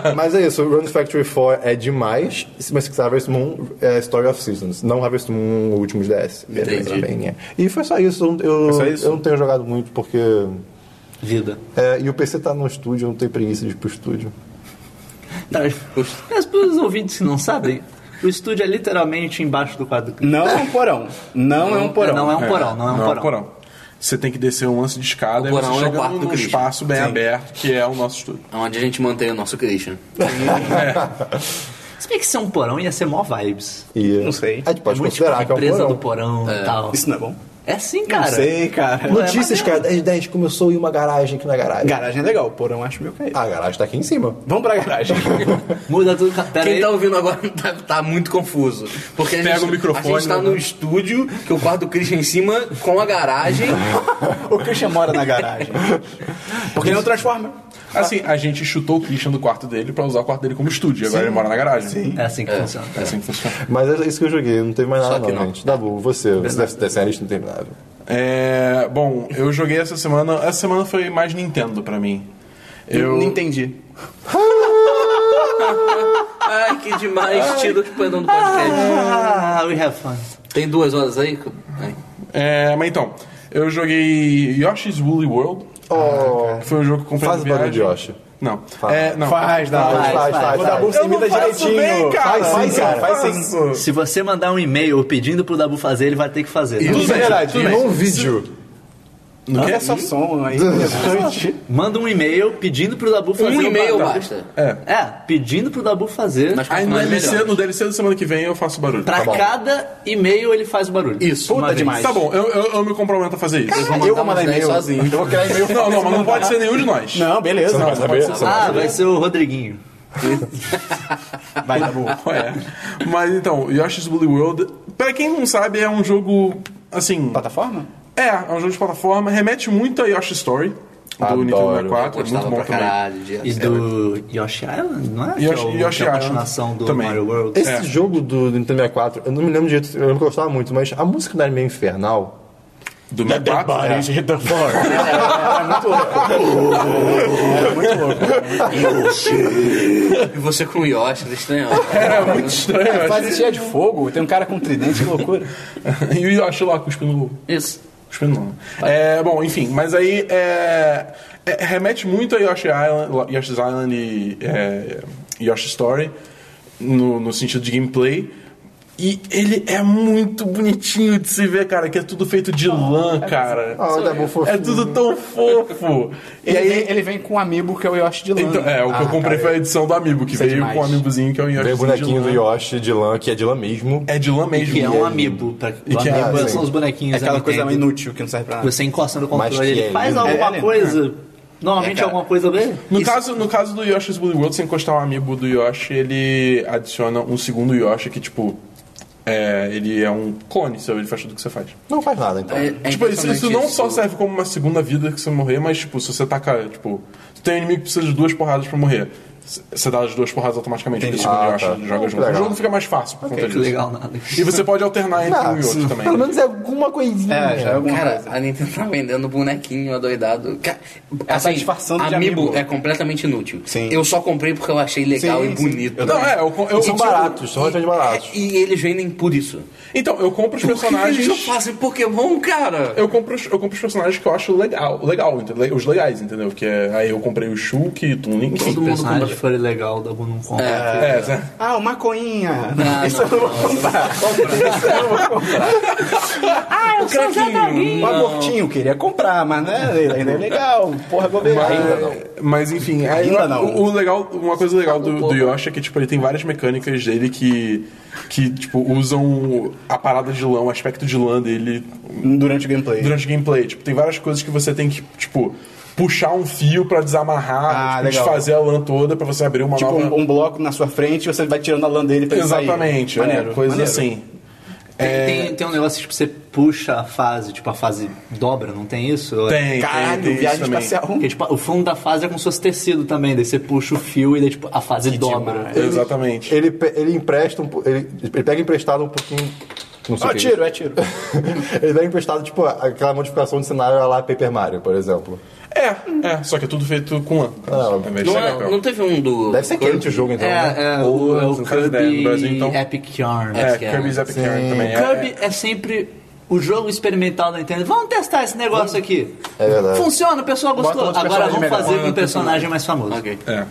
S5: mas, mas é isso, o Run Factory 4 é demais, mas se quiser Harvest Moon é Story of Seasons, não Harvest Moon o últimos DS. É,
S4: Entendi.
S5: bem, é. E foi só isso, eu, eu-
S3: só isso?
S5: eu não tenho jogado muito porque.
S1: Vida.
S5: é, e o PC tá no estúdio, eu não tenho preguiça de ir pro estúdio.
S1: Tá, Mas para os ouvintes que não sabem, o estúdio é literalmente embaixo do quadro.
S2: Não é um porão. Não é um porão.
S1: Não é um porão, não é um porão.
S3: Você tem que descer um lance de escada e
S4: porão
S3: você
S4: é o
S3: chega
S4: quarto do
S3: num
S4: Christian.
S3: espaço bem
S4: Sim.
S3: aberto, que é o nosso estúdio.
S4: É onde a gente mantém o nosso Christian.
S1: Se bem que ser um porão ia ser mó vibes.
S5: E,
S2: Não sei.
S5: A gente pode
S1: é muito
S5: considerar
S1: tipo
S5: que é um
S1: empresa do
S5: porão.
S1: porão e tal.
S2: Isso não é bom.
S1: É assim, cara.
S2: Não sei, cara.
S1: Não é
S5: Notícias, cara, 10 10 começou em uma garagem aqui na garagem.
S2: Garagem é legal, porão acho meio caído.
S5: Ah, a garagem tá aqui em cima.
S2: Vamos pra garagem.
S1: Muda tudo. ca- Pera
S4: Quem
S1: aí.
S4: tá ouvindo agora tá, tá muito confuso. Porque a
S3: Pega
S4: gente,
S3: o microfone,
S4: a gente tá
S3: né?
S4: no estúdio, que o quarto do Christian é em cima, com a garagem.
S2: o Christian mora na garagem. Porque ele é um não transforma.
S3: Assim, a gente chutou o Christian do quarto dele pra usar o quarto dele como estúdio. Agora ele mora na garagem. Sim.
S1: É assim que funciona.
S3: É assim que funciona.
S5: Mas é isso que eu joguei, não teve mais
S4: Só
S5: nada
S4: que
S5: não,
S4: não.
S5: gente. Dabu, você, você deve deve ser analista interminável.
S3: É, bom, eu joguei essa semana. Essa semana foi mais Nintendo pra mim. Eu
S2: Não entendi.
S4: Ai, que demais, tira os pedão do podcast.
S1: Ah, we have fun.
S4: Tem duas horas aí? que- Ai.
S3: É, mas então, eu joguei Yoshi's Woolly World.
S5: Oh,
S3: Foi um jogo que comprei
S5: Faz o
S3: na
S5: barulho
S3: viagem.
S5: de Yoshi.
S3: Não.
S5: Faz.
S3: É, não.
S2: Faz, dá.
S5: faz, faz, faz.
S2: O Dabu se
S3: Eu não
S2: imita
S3: faço
S2: direitinho.
S3: bem, cara.
S2: Faz sim,
S3: Faz,
S2: cara. Faz sim.
S3: Faço.
S1: Se você mandar um e-mail pedindo pro Dabu fazer, ele vai ter que fazer. né?
S2: Tudo
S3: bem,
S2: verdade.
S3: tudo bem.
S5: Não um vídeo.
S3: No
S2: Olha
S3: quê?
S2: essa som aí.
S1: Manda um e-mail pedindo pro Dabu fazer.
S4: Um
S1: uma
S4: e-mail
S1: parada.
S4: basta.
S3: É.
S1: É, pedindo pro Dabu fazer.
S4: Mas
S3: Aí no
S4: quanto mais,
S3: DLC,
S4: é melhor.
S3: no DLC da semana que vem eu faço barulho.
S1: Pra cada e-mail ele faz o barulho.
S4: Isso,
S1: Uma
S4: puta
S1: vez.
S4: demais.
S3: Tá bom, eu, eu, eu me comprometo a fazer isso.
S2: Eu vou mandar
S4: uns dez
S2: e-mail.
S4: sozinho.
S2: Eu vou criar e-mail.
S3: Não, não, mas não pode ser nenhum de nós.
S2: Não, beleza.
S5: Você não vai saber?
S3: pode
S5: Você não vai
S1: Ah,
S5: saber.
S1: vai ser o Rodriguinho.
S2: Vai, Dabu.
S3: É. Mas então, Yoshi's Woolly World, pra quem não sabe, é um jogo assim.
S2: Plataforma?
S3: É, é um jogo de plataforma, remete muito a Yoshi Story do
S5: Adoro.
S3: Nintendo
S4: Eu
S3: 64, é muito
S4: gostava
S3: bom
S4: pra
S3: também.
S4: caralho de
S1: E do Yoshi Island, não é? Que
S3: Yoshi-
S1: é o- que
S3: Yoshi
S1: é a
S3: Island
S1: continuação do
S3: também.
S1: Mario World. É.
S5: Esse jogo do Nintendo 64, eu não me lembro direito, eu lembro que eu gostava muito, mas a música não era meio infernal.
S3: Do 64. é.
S4: É, E você com o Yoshi, era estranho.
S3: É muito estranho. eu
S2: Faz cheia de fogo. Tem um cara com tridente, que loucura.
S3: acho. E o Yoshi lá cuspindo.
S4: Isso.
S3: Cuspindo não. É, bom, enfim, mas aí é, é, remete muito a Yoshi Island, Yoshi's Island e é, Yoshi Story no, no sentido de gameplay. E ele é muito bonitinho de se ver, cara, que é tudo feito de lã, cara.
S5: Ah, o Dabu
S3: É
S5: fofinho.
S3: tudo tão fofo. E
S2: Ele, vem,
S3: aí.
S2: ele vem com um amigo que é o Yoshi de lã.
S3: Então, é, o que
S2: Ah,
S3: eu comprei
S2: cara.
S3: foi a edição do Amiibo, que
S2: Isso é
S3: veio
S2: demais.
S3: com o Amiibozinho, que é o Yoshi.
S5: Tem o bonequinho do Yoshi de lã, que é de lã mesmo.
S3: É de lã mesmo.
S1: Que é um amiibo. Pra,
S3: E
S1: o
S3: que é-
S1: amiibo
S5: ah,
S1: são
S5: sim.
S1: os bonequinhos
S2: É aquela
S1: da
S2: coisa
S1: Nintendo.
S2: inútil que não serve pra nada.
S1: Você encosta no
S5: Mas
S1: controle,
S5: que
S1: ele
S5: é
S1: faz
S5: lindo.
S1: alguma
S2: É, é
S1: coisa. Normalmente
S4: É, cara.
S1: alguma coisa dele.
S3: No caso, no caso do Yoshi's Woolly World, sem encostar um amiibo do Yoshi, ele adiciona um segundo Yoshi que, tipo, é, ele é um clone seu, ele faz tudo que você faz.
S5: Não faz nada,
S4: É,
S5: então.
S3: tipo, isso, isso não só serve como uma segunda vida que você morrer, mas, tipo, se você tacar, tipo, se tem um inimigo que precisa de duas porradas pra morrer, c- você dá as duas porradas automaticamente porque o segundo
S5: Ah,
S3: Yoshi
S5: tá.
S3: joga
S5: Ah,
S3: junto. O
S5: legal.
S3: jogo fica mais fácil por conta
S1: Que
S3: disso.
S1: legal nada.
S3: E você pode alternar entre um e outro também.
S5: pelo menos é alguma coisinha.
S2: É, já é alguma
S4: Cara,
S2: coisa.
S4: a Nintendo tá vendendo bonequinho adoidado. Ca- assim,
S2: Ela tá disfarçando de amiibo.
S4: é completamente inútil.
S2: Sim.
S4: Eu só comprei porque eu achei legal
S2: Sim,
S4: e
S2: sim.
S4: bonito.
S2: Eu
S3: Não, é, eu, eu,
S5: Eles são
S3: eu-
S5: baratos, são relativamente baratos.
S4: E eles vendem por isso.
S3: Então, eu compro
S4: Por
S3: os
S4: que eles não
S3: personagens.
S4: fazem Pokémon, cara?
S3: Eu compro, os- eu compro os personagens que eu acho legal, legal entendeu? os legais, entendeu? Que é, aí eu comprei o Shulk, o Link.
S1: Se o personagem for legal, Dabu não compra.
S3: É, Zé.
S2: Ah, o maconhinha. Não,
S4: isso eu não vou comprar. Isso eu não vou comprar. ah, o craquinho.
S2: O Um abortinho queria comprar, mas né, ainda é legal. Porra, Ah, bobeira.
S5: Ainda não.
S3: Mas enfim, aí,
S2: Ainda não. um
S3: O, o legal, uma coisa legal do, do Yoshi é que tipo, ele tem várias mecânicas dele que, que tipo, usam a parada de lã, o aspecto de lã dele
S2: Durante o gameplay.
S3: durante o gameplay. Tipo, tem várias coisas que você tem que, tipo, puxar um fio pra desamarrar,
S2: Ah,
S3: tipo,
S2: legal.
S3: desfazer a lã toda pra você abrir uma
S2: Tipo,
S3: nova...
S2: um, um bloco na sua frente e você vai tirando a lã dele pra ele sair.
S3: Exatamente, é,
S2: Maneiro,
S3: coisas
S2: maneiro.
S3: assim.
S1: Tem,
S3: É,
S1: tem, tem um negócio tipo, você puxa a fase, tipo, a fase dobra, não tem isso? é
S3: Tem,
S2: Caralho,
S3: tem, tem
S2: viagem
S3: isso também.
S2: espacial.
S1: Porque, tipo, o fundo da fase é como se fosse tecido também, daí você puxa o fio e daí, tipo, a fase dobra.
S3: Exatamente.
S5: Ele, pe- ele empresta um po- ele, ele pega emprestado um pouquinho. Não sei
S2: Ah,
S5: o que é
S2: tiro, é tiro.
S5: isso. Ele pega emprestado, tipo, aquela modificação de cenário lá Paper Mario, por exemplo.
S3: É, é, só que é tudo feito com lâmpadas.
S5: Ah,
S3: ao invés de
S4: Não,
S3: ser
S4: é-
S3: papel.
S4: não teve um do.
S5: Deve ser
S4: do Kirby?
S5: quente o jogo, então. né?
S1: É, é,
S3: Ou,
S1: o, é o
S3: não faz ideia, no
S1: Kirby
S3: Brasil, então.
S1: Epic Yarn.
S3: É,
S4: Epic
S3: Kirby's Epic Yarn também. é-
S1: Kirby é sempre o jogo experimental da Nintendo. Vamos testar esse negócio aqui.
S5: É verdade.
S1: Funciona, o pessoal
S2: Bota
S1: gostou.
S2: outro
S1: Agora vamos
S2: personagem
S1: fazer
S2: melhor.
S1: com um personagem mais famoso.
S4: Ok.
S3: É.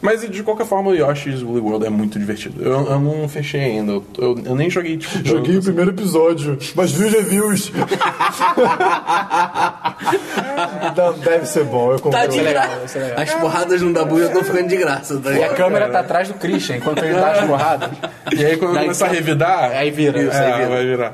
S3: Mas de qualquer forma, o Yoshi's Woolly World é muito divertido. Eu, eu não fechei ainda. Eu, eu- eu nem joguei, tipo.
S5: Joguei o primeiro episódio, mas vi os reviews. Não, deve ser bom, eu
S4: Tá
S5: confio.
S4: de graça.
S2: isso é legal.
S4: As porradas no Dabu já estão ficando de graça, tá
S2: E a
S4: ligado?
S2: câmera tá atrás do Christian, enquanto ele tá escorrado.
S3: E aí quando
S1: Daí
S3: começar a
S1: que-
S3: revidar.
S2: Aí vira,
S3: É,
S2: isso aí vira.
S3: vai virar.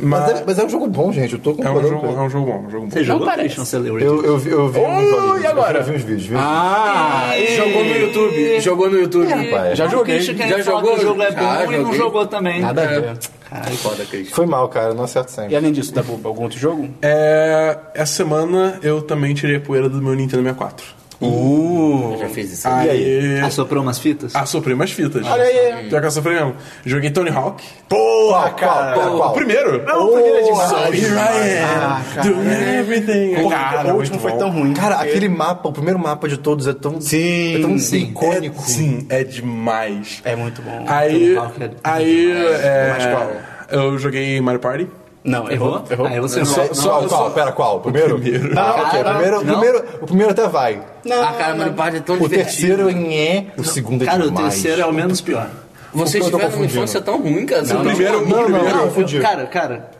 S5: Mas,
S3: Mas,
S5: deve- mas é um jogo bom, gente. Eu tô
S3: é, um
S5: concordando
S3: jogo,
S5: com
S3: é
S5: ele.
S3: um jogo bom. Um jogo bom.
S1: Você jogou,
S4: parece.
S1: Christian? Você leu o
S5: Eu, eu vi, eu vi uns olhinhos,
S2: e agora?
S5: Eu vi uns vídeos, viu?
S2: Ah,
S4: Jogou
S3: É,
S4: no YouTube. Jogou no YouTube.
S5: rapaz.
S2: já joguei.
S1: Christian quer
S4: Já
S1: falar
S4: jogou?
S1: que o jogo é bom
S4: Já
S1: e não
S4: joguei.
S1: jogou também.
S2: Nada a ver.
S4: Ai, foda, Cris.
S5: Foi mal, cara, não acerto sempre.
S2: é. E além disso, Dabu, algum outro jogo?
S3: É, essa semana eu também tirei a poeira do meu Nintendo 64.
S2: Uh!
S4: Já fez isso.
S3: Aí.
S1: Assoprou umas fitas?
S3: Assoprei umas fitas.
S2: Olha aí.
S3: Pior que eu assoprei mesmo. Joguei Tony Hawk.
S5: Porra, cara! Qual?
S3: O primeiro.
S2: O primeiro é demais.
S3: Sorry,
S2: Ah,
S3: I am.
S2: cara.
S3: Doing everything.
S2: Porra,
S3: Cara,
S2: o último
S3: muito
S2: foi
S3: bom.
S2: tão ruim.
S5: Cara, aquele mapa, o primeiro mapa de todos é tão,
S2: Sim.
S5: é tão
S2: Sim.
S5: icônico.
S3: É, sim, é demais.
S2: É muito bom.
S3: Aí,
S1: Tony Hawk é
S3: aí é,
S2: Mas qual?
S3: eu joguei Mario Party.
S2: Não, errou?
S1: Errou? Ah, Aí você
S5: Só,
S1: não.
S5: só, qual, Pera, qual? O primeiro?
S3: primeiro.
S5: Ah, ok.
S2: Não,
S5: primeiro,
S1: não.
S5: Primeiro, o primeiro até vai.
S2: Não,
S4: Ah, cara, Mario Party é tão
S5: O
S4: divertido.
S5: terceiro é nhé. O segundo é
S1: Cara, o
S5: demais.
S1: terceiro é o menos pior.
S4: Vocês
S5: Eu tô
S4: tiveram uma
S5: confundindo.
S4: infância tão ruim, cara. Você não-
S3: primeiro-
S5: Não, não,
S1: Não,
S5: não.
S1: eu-
S5: confundi.
S1: cara, cara,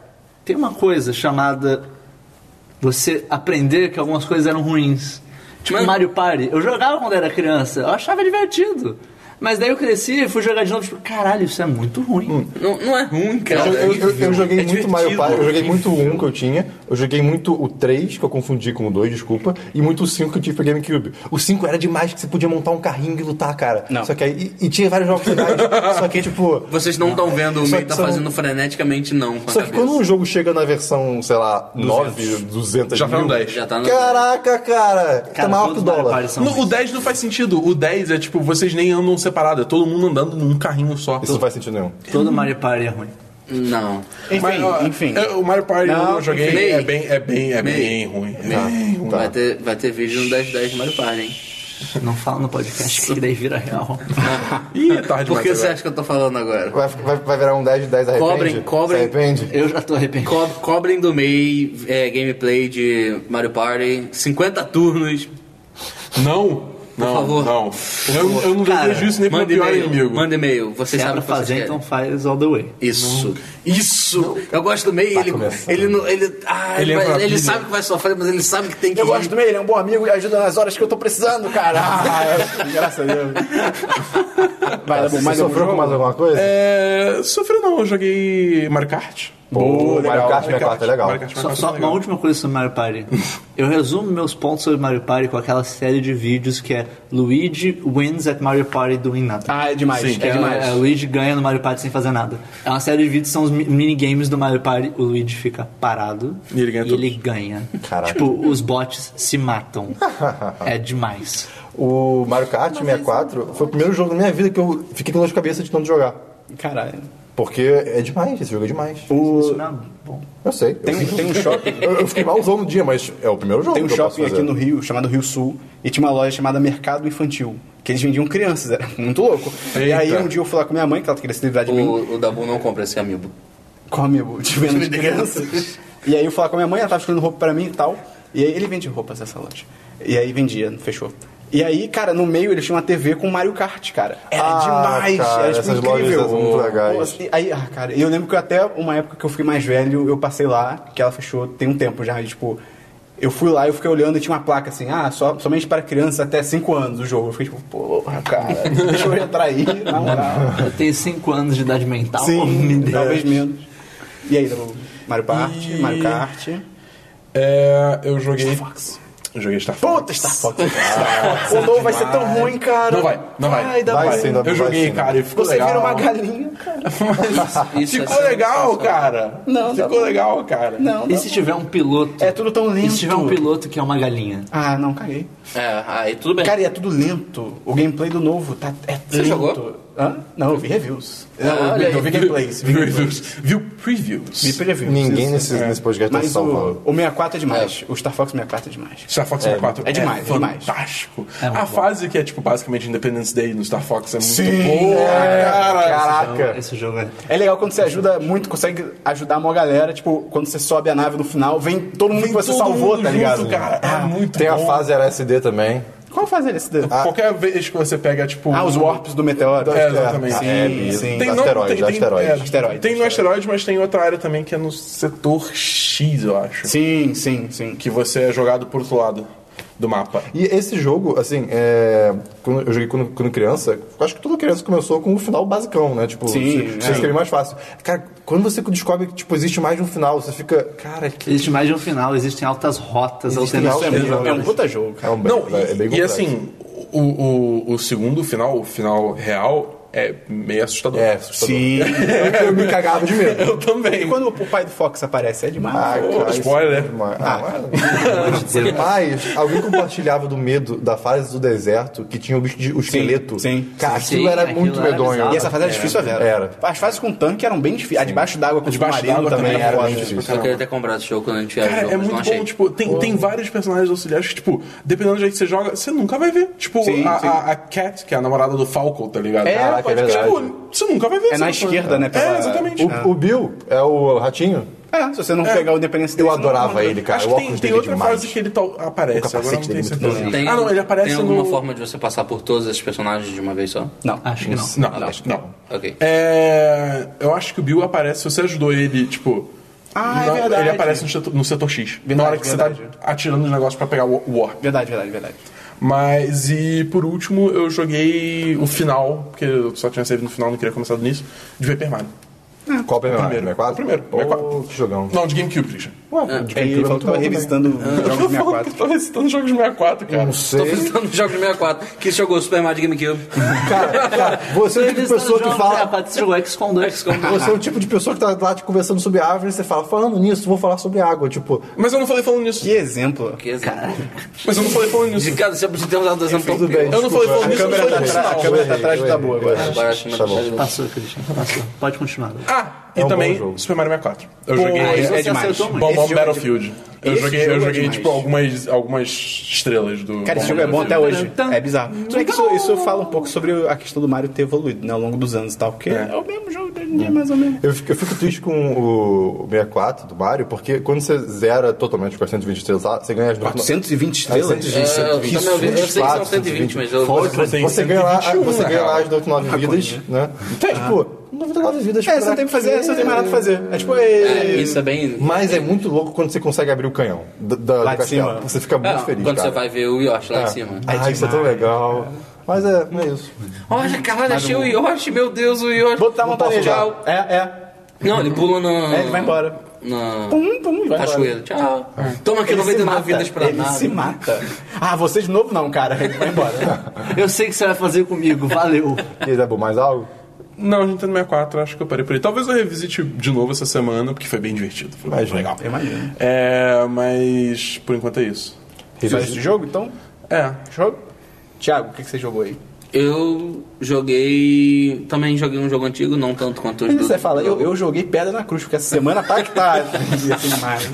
S1: tem uma coisa chamada você aprender que algumas coisas eram ruins. Tipo
S4: Mano.
S1: Mario Party. Eu jogava quando era criança, eu achava divertido. Mas daí eu cresci e fui jogar de novo, tipo, caralho, isso é muito ruim.
S4: Não, não é ruim, cara.
S5: Eu, eu- eu- eu joguei
S4: É
S5: muito
S4: divertido.
S5: Mario Party, eu joguei muito o 1 que eu tinha, eu joguei muito o 3, que eu confundi com o 2, desculpa, e muito o 5 que eu tive pra GameCube. O 5 era demais que você podia montar um carrinho e lutar, cara.
S2: Não.
S5: Só que aí. E, e tinha vários jogos legais. só que, tipo.
S4: Vocês não estão vendo o
S5: Só
S4: meio
S5: que
S4: tá
S5: são-
S4: fazendo freneticamente não com a
S5: Só que
S4: cabeça.
S5: quando um jogo chega na versão, sei lá, 9, 200
S3: Já tá
S5: mil,
S3: no 10.
S4: Já tá no...
S5: Caraca, cara! tá
S1: Cara,
S5: maior que
S1: todos
S5: o
S1: os Mario
S5: dólar.
S1: Party são
S3: No, o
S1: ruins.
S3: 10 não faz sentido. O 10 é tipo, vocês nem andam separado, é todo mundo andando num carrinho só.
S5: Isso não faz sentido nenhum.
S1: Todo Mario Party é ruim.
S4: Não.
S2: Enfim,
S3: Mas, ó,
S2: enfim.
S3: eu- o Mario Party
S2: Não,
S3: eu joguei
S4: enfim.
S3: é bem, é bem, é
S4: Meio.
S3: bem ruim. É bem
S5: Tá.
S3: ruim.
S4: Vai, ter, vai ter vídeo no 1010 Mario Party, hein?
S1: Não fala no podcast que daí vira real.
S3: Ih, é tarde
S4: Por
S3: demais
S4: que você
S3: agora.
S4: acha que eu tô falando agora?
S5: Vai, vai, vai virar um 10 de 10 arrepende?
S4: Cobrem, cobrem.
S5: Se arrepende?
S1: Eu já tô arrependido.
S4: Co cobrem do MEI é, gameplay de Mario Party, 50 turnos.
S3: Não, não,
S4: favor.
S3: não. Eu, eu não
S1: Cara,
S3: desejo isso nem pro meu
S4: Manda
S3: pior
S4: e-mail.
S3: inimigo.
S4: Manda e-mail. Você
S1: Se é
S4: sabe
S1: pra
S4: o que vocês
S1: fazer,
S4: querem.
S1: então faz all the way.
S4: Isso. Isso. Eu gosto do MEI. Ele,
S5: começando.
S4: ele, não- ele, ah,
S3: Ele
S4: ele, vai-
S3: entra na
S4: ele
S3: pilha.
S4: sabe que vai sofrer, mas ele sabe que tem que
S2: Eu
S4: ir.
S2: gosto do meio, ele é um bom amigo e ajuda nas horas que eu tô precisando, cara. Ah, é, graças a Deus. Vai, Dabu,
S5: Tá, Você
S2: mais algum
S5: sofreu
S2: jogo?
S5: com mais alguma coisa?
S3: É, sofri não, eu joguei Mario Kart.
S5: Boa, Mario
S2: legal,
S5: Kart 64 é legal.
S3: Mario Kart
S1: Só,
S3: 64
S1: só
S3: é
S1: uma
S3: legal.
S1: última coisa sobre Mario Party. Eu resumo meus pontos sobre Mario Party com aquela série de vídeos que é Luigi wins at Mario Party doing nothing.
S2: Ah, é demais,
S1: Que
S2: é demais.
S1: é, Luigi ganha no Mario Party sem fazer nada. É uma série de vídeos, são os mi- minigames do Mario Party. O Luigi fica parado
S3: E ele ganha todos.
S1: ele ganha.
S5: Caraca.
S1: Tipo, os bots se matam. é demais.
S5: O Mario Kart 64 foi o primeiro jogo da minha vida que eu fiquei com dor de cabeça de tanto jogar.
S2: Caralho.
S5: Porque é demais, esse jogo é demais.
S1: Isso não é bom.
S5: Eu sei. eu
S2: Tem,
S5: sei.
S2: um- tem um shopping.
S5: Eu, eu fiquei malzão no dia, mas é o primeiro jogo
S2: Tem um
S5: que eu posso
S2: shopping
S5: fazer.
S2: aqui no Rio, chamado Rio Sul, e tinha uma loja chamada Mercado Infantil, que eles vendiam crianças, era muito louco. E aí
S3: Eita.
S2: um dia eu fui lá com minha mãe, que ela queria se livrar de mim,
S4: O, o Dabu não compra esse amiibo.
S2: com amigo, de venda de crianças. e aí eu fui lá com minha mãe, ela tava escolhendo roupa pra mim e tal. E aí ele vende roupas nessa loja. E aí vendia, fechou. E aí, cara, no meio eles tinham uma TV com Mario Kart, cara. Era
S5: Ah,
S2: demais,
S5: cara,
S2: era tipo,
S5: essas
S2: incrível.
S5: lojas são muito legais.
S2: Pô, assim, aí, ah, cara, eu lembro que eu até uma época que eu fiquei mais velho, eu passei lá, que ela fechou tem um tempo já, e, tipo, eu fui lá, eu fiquei olhando e tinha uma placa assim, ah, só, somente para crianças até 5 anos o jogo. Eu fiquei tipo, porra, cara, deixa eu entrar aí, na moral.
S1: Eu tenho 5 anos de idade mental.
S2: Sim,
S1: Me
S2: talvez menos. E aí, Dabu? Mario Party,
S3: E-
S2: Mario Kart.
S3: É, eu joguei. Eu joguei Star Fox.
S2: Puta, Star Fox. é o novo vai ser tão ruim, cara.
S3: Não vai, não vai.
S2: Ai, dá
S5: Vai
S2: vai.
S5: sim, dá-
S3: Eu joguei,
S5: sim.
S3: cara, e ficou
S2: Você
S3: legal.
S2: vira uma galinha, cara.
S4: Isso é
S3: Ficou
S4: sensacional.
S3: legal, cara.
S2: Não, tá
S3: Ficou
S2: bom.
S3: legal, cara.
S2: Não,
S1: E
S2: não.
S1: se tiver um piloto?
S2: É tudo tão
S1: E
S2: lento.
S1: se tiver um piloto que é uma galinha?
S2: Ah, não, caguei.
S4: É, aí tudo bem.
S2: Cara, e é tudo lento. O gameplay do novo tá é
S4: Você
S2: lento.
S4: jogou?
S2: Hã? Não, eu vi reviews. não, eu
S4: olha
S2: vi-
S4: aí.
S2: eu vi gameplays. Vi
S3: Viu
S2: gameplays.
S3: reviews. Viu previews.
S2: Vi previews.
S5: Ninguém
S2: isso.
S5: nesse, nesse podcast tá
S2: Mas o,
S5: salvando.
S2: o 64 é demais. O Star Fox 64 é demais.
S3: Star Fox 64
S2: é demais, é demais.
S3: fantástico.
S1: É muito
S3: a
S1: bom.
S3: fase que é, tipo, basicamente Independence Day no Star Fox é muito
S2: Sim,
S3: boa,
S2: é,
S3: cara.
S2: Caraca.
S1: Esse jogo é...
S2: É legal quando você ajuda muito, consegue ajudar uma galera. Tipo, quando você sobe a nave no final, vem todo mundo
S3: Vem
S2: que você
S3: todo
S2: salvou,
S3: mundo
S2: tá ligado?
S3: junto, cara. É muito
S5: Tem a
S3: bom.
S5: fase LSD também.
S2: Qual faz ele esse
S5: Ah,
S2: dedo?
S3: Qualquer vez que você pega, tipo...
S2: Ah, os warps do meteoro.
S3: É, exatamente.
S2: Sim,
S5: É,
S2: sim.
S5: Tem asteroide, asteroide.
S2: Asteroide,
S3: é, Tem no
S2: asteroide.
S3: asteroide, mas tem outra área também que é no setor X, eu acho.
S2: Sim, sim, sim.
S3: Que você é jogado por outro lado do mapa.
S5: E esse jogo, assim, é, quando eu joguei quando, quando criança, eu acho que toda criança começou com o final basicão, né? Tipo,
S2: Sim,
S5: você,
S2: sim.
S5: você escreve mais fácil. Cara, quando você descobre que tipo, existe mais de um final, você fica. Cara, que.
S1: Existe mais de um final, existem altas rotas
S5: Existem
S2: Isso é,
S1: alternativas.
S2: muito- é um puta jogo,
S5: É
S2: cara.
S5: um
S3: Não,
S5: é,
S3: e,
S5: é bem
S3: e
S5: complexo.
S3: assim, o, o, o segundo final, o final real, é meio assustador.
S5: É, assustador.
S2: Sim.
S5: Eu, eu me cagava de medo.
S3: Eu também.
S2: E quando o pai do Fox aparece, é demais.
S5: Ah,
S3: Pô,
S5: cara, isso-
S3: spoiler.
S5: Ah,
S1: Pelo amor de Deus.
S5: Mas alguém compartilhava do medo da fase do deserto que tinha o bicho de, o esqueleto.
S2: sim.
S5: Cara,
S1: Sim,
S5: aquilo
S1: sim,
S5: era
S1: aquilo
S5: muito
S1: era
S5: medonho.
S1: bizarro.
S2: E essa fase era difícil a ver.
S5: é, Era.
S2: As fases com tanque eram bem difíceis. A debaixo d'água com o
S3: Debaixo
S2: submarino
S3: d'água
S2: também
S3: também
S2: era
S3: era
S2: foda.
S3: difícil.
S5: difícil.
S4: Eu queria ter comprado esse jogo quando a gente vier
S3: Cara,
S4: jogo,
S3: é
S4: mas
S3: muito
S4: não
S3: bom,
S4: achei.
S3: tipo, tem, tem vários personagens auxiliares que, tipo, dependendo do jeito que você joga, você nunca vai ver. Tipo,
S2: Sim,
S3: a,
S2: sim.
S3: a- a Cat, que é a namorada do Falco, tá ligado?
S2: É,
S5: Caraca,
S2: pode
S5: é
S2: crer.
S5: verdade.
S3: Tipo, você nunca vai ver
S2: É
S3: essa
S2: na
S3: pessoa.
S2: esquerda, né, pela-
S3: É, exatamente.
S5: O- O, Bill é o ratinho?
S2: É, se você não pegar o Independence Day,
S5: Eu
S2: você não
S5: adorava
S2: encontra.
S5: ele, cara.
S3: Acho
S5: o
S3: que tem,
S5: óculos
S3: tem
S5: dele é
S3: outra
S5: demais.
S3: fase que ele tal-
S5: O
S3: aparece, agora
S5: capacete
S3: não tenho
S5: dele é muito
S3: certeza.
S5: bonito.
S4: Tem, um-
S3: ah, não, ele aparece
S4: tem alguma
S3: no...
S4: forma de você passar por todos esses personagens de uma vez só?
S2: Não.
S1: Acho que não.
S3: Não, não, não.
S4: Ok.
S3: É, eu acho que o Bill aparece, se você ajudou ele, tipo...
S2: Ah, é
S3: na-
S2: verdade.
S3: Ele aparece no setor, no setor X. na
S2: Verdade,
S3: hora que você
S2: verdade.
S3: tá atirando os negócios pra pegar o o Warp.
S2: Verdade, verdade, verdade.
S3: Mas, e por último, eu joguei o final, porque eu só tinha save no final, não queria começar do início, de Paper Mario.
S5: Qual o primeiro?
S3: Primeiro.
S5: O
S3: Primeiro,
S5: Oh,
S3: 64.
S5: que jogão.
S3: Não, de GameCube, Christian.
S5: Ué, de
S2: Ele falou que tava
S5: né?
S2: revisitando
S3: Ah.
S2: jogos de 64.
S3: Tô visitando jogos é de 64, cara.
S5: Não
S4: Tô
S5: sei.
S4: visitando o jogo de 64. Que jogou Super Mario de GameCube.
S5: Cara, cara, você é o tipo de pessoa que fala.
S1: Você jogou XCOM 2.
S5: Você é o tipo de pessoa que tá lá te conversando sobre árvore e você fala, falando nisso, vou falar sobre água. Tipo,
S3: Mas eu não falei falando nisso.
S2: Que exemplo.
S4: Que exemplo.
S3: Mas eu não falei falando nisso.
S4: De cara, você podia ter usado o exemplo tão
S5: tudo bem.
S3: Eu não falei
S5: desculpa,
S3: falando
S2: A
S3: nisso, eu não
S2: câmera tá
S3: falei
S2: atrás, a câmera tá atrás
S3: nisso.
S2: tá boa agora.
S4: Agora acho que não
S5: Tá bom.
S4: precisa.
S1: Passou, Christian. Passou. Pode continuar.
S3: Ah, e
S5: É um bom
S3: também
S5: jogo.
S3: Super Mario 64. Eu
S1: aí
S3: joguei
S1: você
S2: é demais.
S1: acertou muito.
S3: Bom
S2: Esse
S3: Bom
S2: jogo é
S3: Battlefield. Eu
S2: Esse
S3: joguei, eu
S2: jogo é
S3: joguei
S2: demais.
S3: tipo, algumas, algumas estrelas do.
S2: Cara, esse jogo é bom até hoje. É bizarro. Só que isso, isso fala um pouco sobre a questão do Mario ter evoluído, né, ao longo dos anos e tal, porque é, o mesmo jogo desde dia, mais ou menos.
S5: Eu fico, eu fico triste com o 64 do Mario, porque quando você zera totalmente com as 120 estrelas, lá, você ganha as
S2: 420 estrelas?
S5: É,
S4: É, eu também ouvi- eu sei que são 120, mas eu...
S5: Você, você,
S3: Tem
S5: ganha lá,
S3: 121
S5: você
S2: né?
S3: na
S5: ganha lá
S3: real.
S5: as
S2: Tá
S5: 99 vidas, né?
S2: Ah.
S5: Então, tipo, né? 99 vidas
S2: É,
S5: pra
S2: você não tem o que fazer,
S5: quê?
S2: você não tem mais nada pra fazer. É tipo,
S4: É,
S2: é,
S4: isso é bem...
S5: Mas é muito louco quando você consegue abrir o canhão da, da,
S2: Lá
S5: do
S2: de cima.
S5: castelo. Você fica muito
S4: Ah,
S5: feliz,
S4: quando
S5: cara.
S4: você vai ver o Yoshi lá
S5: É.
S4: em cima.
S5: Ah, isso é tão legal. Mas é, não é isso.
S4: Olha, caralho, achei o Yoshi, meu Deus, o Yoshi.
S2: botar uma parede.
S4: Tchau.
S2: É, é.
S4: Não, Tá ele pula na...
S2: É, ele vai embora.
S4: Na...
S2: Pum, pum, e vai embora.
S4: Cachoeira. Tchau. Toma aqui
S2: Ele se
S4: 99
S2: mata.
S4: vidas pra
S2: Ele
S4: nada.
S2: se mata. Ah, você de novo não, cara. Ele vai embora.
S1: Eu sei o que você vai fazer comigo, valeu.
S5: Quer dar mais algo?
S3: Não, tá Nintendo 64, acho que eu parei por aí. Talvez eu revisite de novo essa semana, porque foi bem divertido. Foi muito
S5: Imagino.
S3: legal.
S2: Imagino.
S3: É, mas por enquanto é isso.
S2: Só esse jogo, então?
S3: É.
S2: Jogo? Thiago, o que, que você jogou aí?
S4: Eu joguei... Também joguei um jogo antigo, não tanto quanto os
S2: E
S4: do-
S2: você fala, eu, eu joguei pedra na cruz, porque essa semana tá que tá. demais.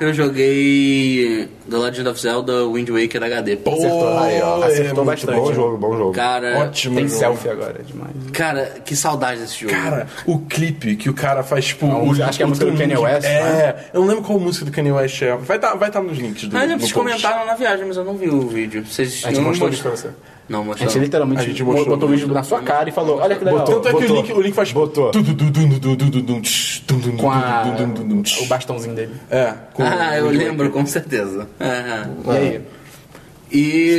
S4: Eu joguei eh, The Legend of Zelda Wind Waker HD.
S3: Pô,
S5: Aí, ó,
S3: é
S5: acertou
S3: muito
S5: bastante. Bom jogo, bom jogo.
S4: Cara,
S3: Ótimo.
S2: Tem
S3: jogo.
S2: selfie agora, é demais.
S4: cara, que saudade desse jogo.
S3: Cara, o clipe que o cara faz, tipo.
S2: Não,
S3: o-
S2: acho que é a música
S3: o
S2: do Kanye
S3: link-
S2: West,
S3: É, eu não lembro qual música do Kanye West é. Vai estar vai tá nos links do
S4: Mas
S3: no
S4: eles
S3: post.
S4: comentaram na viagem, mas eu não vi o vídeo. Vocês
S2: A gente
S4: não
S2: mostrou
S4: mos-
S2: isso pra você.
S4: Não,
S2: A gente
S4: mostrou.
S2: literalmente
S3: A gente mostrou.
S2: botou o vídeo na sua cara e falou, olha que legal.
S3: Tanto é que
S5: Botou.
S3: o link, o link faz.
S5: Botou.
S3: Du- du- du- du- du- du- du- du- du- tsh, du- du- du-
S2: com a,
S3: du- du- du- du- tsh.
S2: o bastãozinho dele.
S3: É, com
S4: Ah, eu
S3: o-
S4: lembro, com certeza. É.
S2: E aí?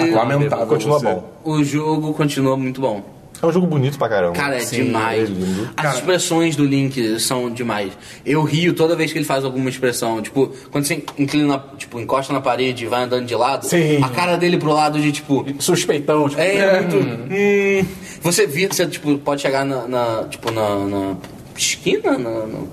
S4: E
S3: Lamentável.
S5: Continua
S3: você.
S5: bom.
S4: o jogo continua muito bom.
S5: É um jogo bonito pra caramba.
S4: Cara, é
S5: Sim,
S4: demais.
S5: é lindo.
S4: As expressões do Link são demais. Eu rio toda vez que ele faz alguma expressão. Tipo, quando você inclina, tipo, encosta na parede e vai andando de lado,
S6: Sim.
S4: a cara dele pro lado de tipo.
S6: Suspeitão, tipo,
S4: É, é muito. hum. Você vira, você tipo, pode chegar na. na- tipo, na, na esquina, na, no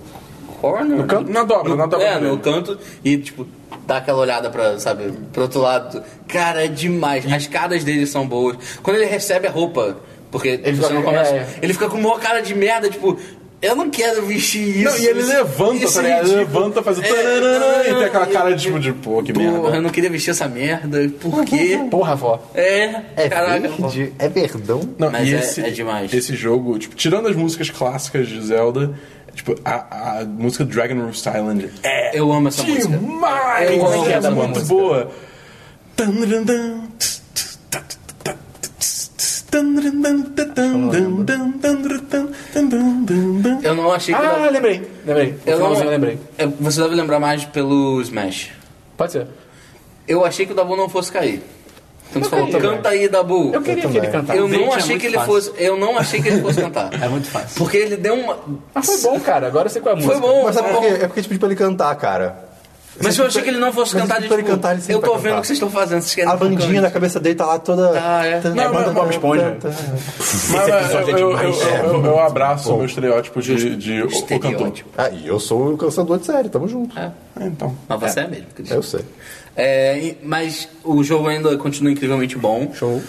S4: corner. No
S6: canto?
S3: Na dobra, na dobra
S4: É,
S3: dele.
S4: no canto e, tipo, dá aquela olhada pra, sabe, pro outro lado. Cara, é demais. As caras dele são boas. Quando ele recebe a roupa, porque você
S6: fica-
S4: não começa.
S6: é.
S4: Ele fica com uma cara de merda, tipo. Eu não quero vestir isso.
S3: Não, e ele
S4: isso-
S3: levanta,
S4: isso
S3: tá
S4: é
S3: ligado? Ele
S4: ridículo."
S3: levanta, faz o
S4: É,
S3: tananana, e tem aquela
S4: e-
S3: cara de tipo, de pô, que
S4: Porra, eu
S3: merda.
S4: não queria vestir essa merda. Por quê?
S6: porra, vó.
S4: É,
S5: É
S4: caraca.
S5: verde, é verdão.
S3: Não,
S4: Mas
S3: e
S4: é-
S3: esse,
S4: é demais.
S3: Esse jogo, tipo, tirando as músicas clássicas de Zelda, tipo, a, a música Dragon Roost Island é
S4: Eu amo essa música.
S3: demais!
S6: Eu gosto
S3: é
S6: dessa
S3: muito
S6: música.
S3: boa. Tandarandan, tss, tss, tá, tá, tá, tss, tss, tandarandan, tá, tandarandan, tandarandan, tandarandan.
S4: Eu não achei que
S6: Ah,
S4: dava-
S6: lembrei. Lembrei. No
S4: eu não-
S6: finalzinho eu lembrei.
S4: É, Você deve lembrar mais pelo Smash.
S6: Pode ser.
S4: Eu achei que o Dabu não fosse cair. Então você falou,
S6: caí.
S4: canta aí, Dabu.
S6: Eu queria que ele
S5: também.
S6: cantasse.
S4: Eu
S6: Gente,
S4: não
S6: é
S4: achei
S6: muito
S4: que ele
S6: fácil.
S4: fosse. Eu não achei que ele fosse cantar.
S1: É muito fácil.
S4: Porque ele deu uma.
S6: Mas foi bom, cara. Agora eu sei qual é a música.
S4: Foi bom,
S5: Mas sabe
S4: foi
S5: por quê?
S4: bom.
S5: É porque a gente pediu pra ele cantar, cara.
S4: Mas eu achei que ele não fosse
S5: Mas
S4: cantar
S5: ele
S4: de
S5: pra ele
S4: tipo,
S5: cantar, ele sempre
S4: Eu tô
S5: vai
S4: vendo
S5: cantar.
S4: o que vocês estão fazendo, vocês querem
S5: A
S4: que eu
S5: bandinha
S4: cante?
S5: na cabeça dele tá lá toda.
S4: Ah, é.
S5: tá-
S3: Não,
S5: banda
S3: não,
S5: do Bob
S3: não,
S5: Esponja.
S3: Mas
S2: episódio é
S3: eu, eu,
S2: demais.
S3: eu- eu- eu abraço o meu estereótipo de, de o, o cantor.
S4: Estereótipo.
S5: Ah, e eu sou o cansador de série, tamo junto.
S4: É.
S3: Ah, Então.
S4: Mas você é, mesmo, Cristian.
S5: Eu sei.
S4: É, e- mas o jogo ainda continua incrivelmente bom.
S5: Show.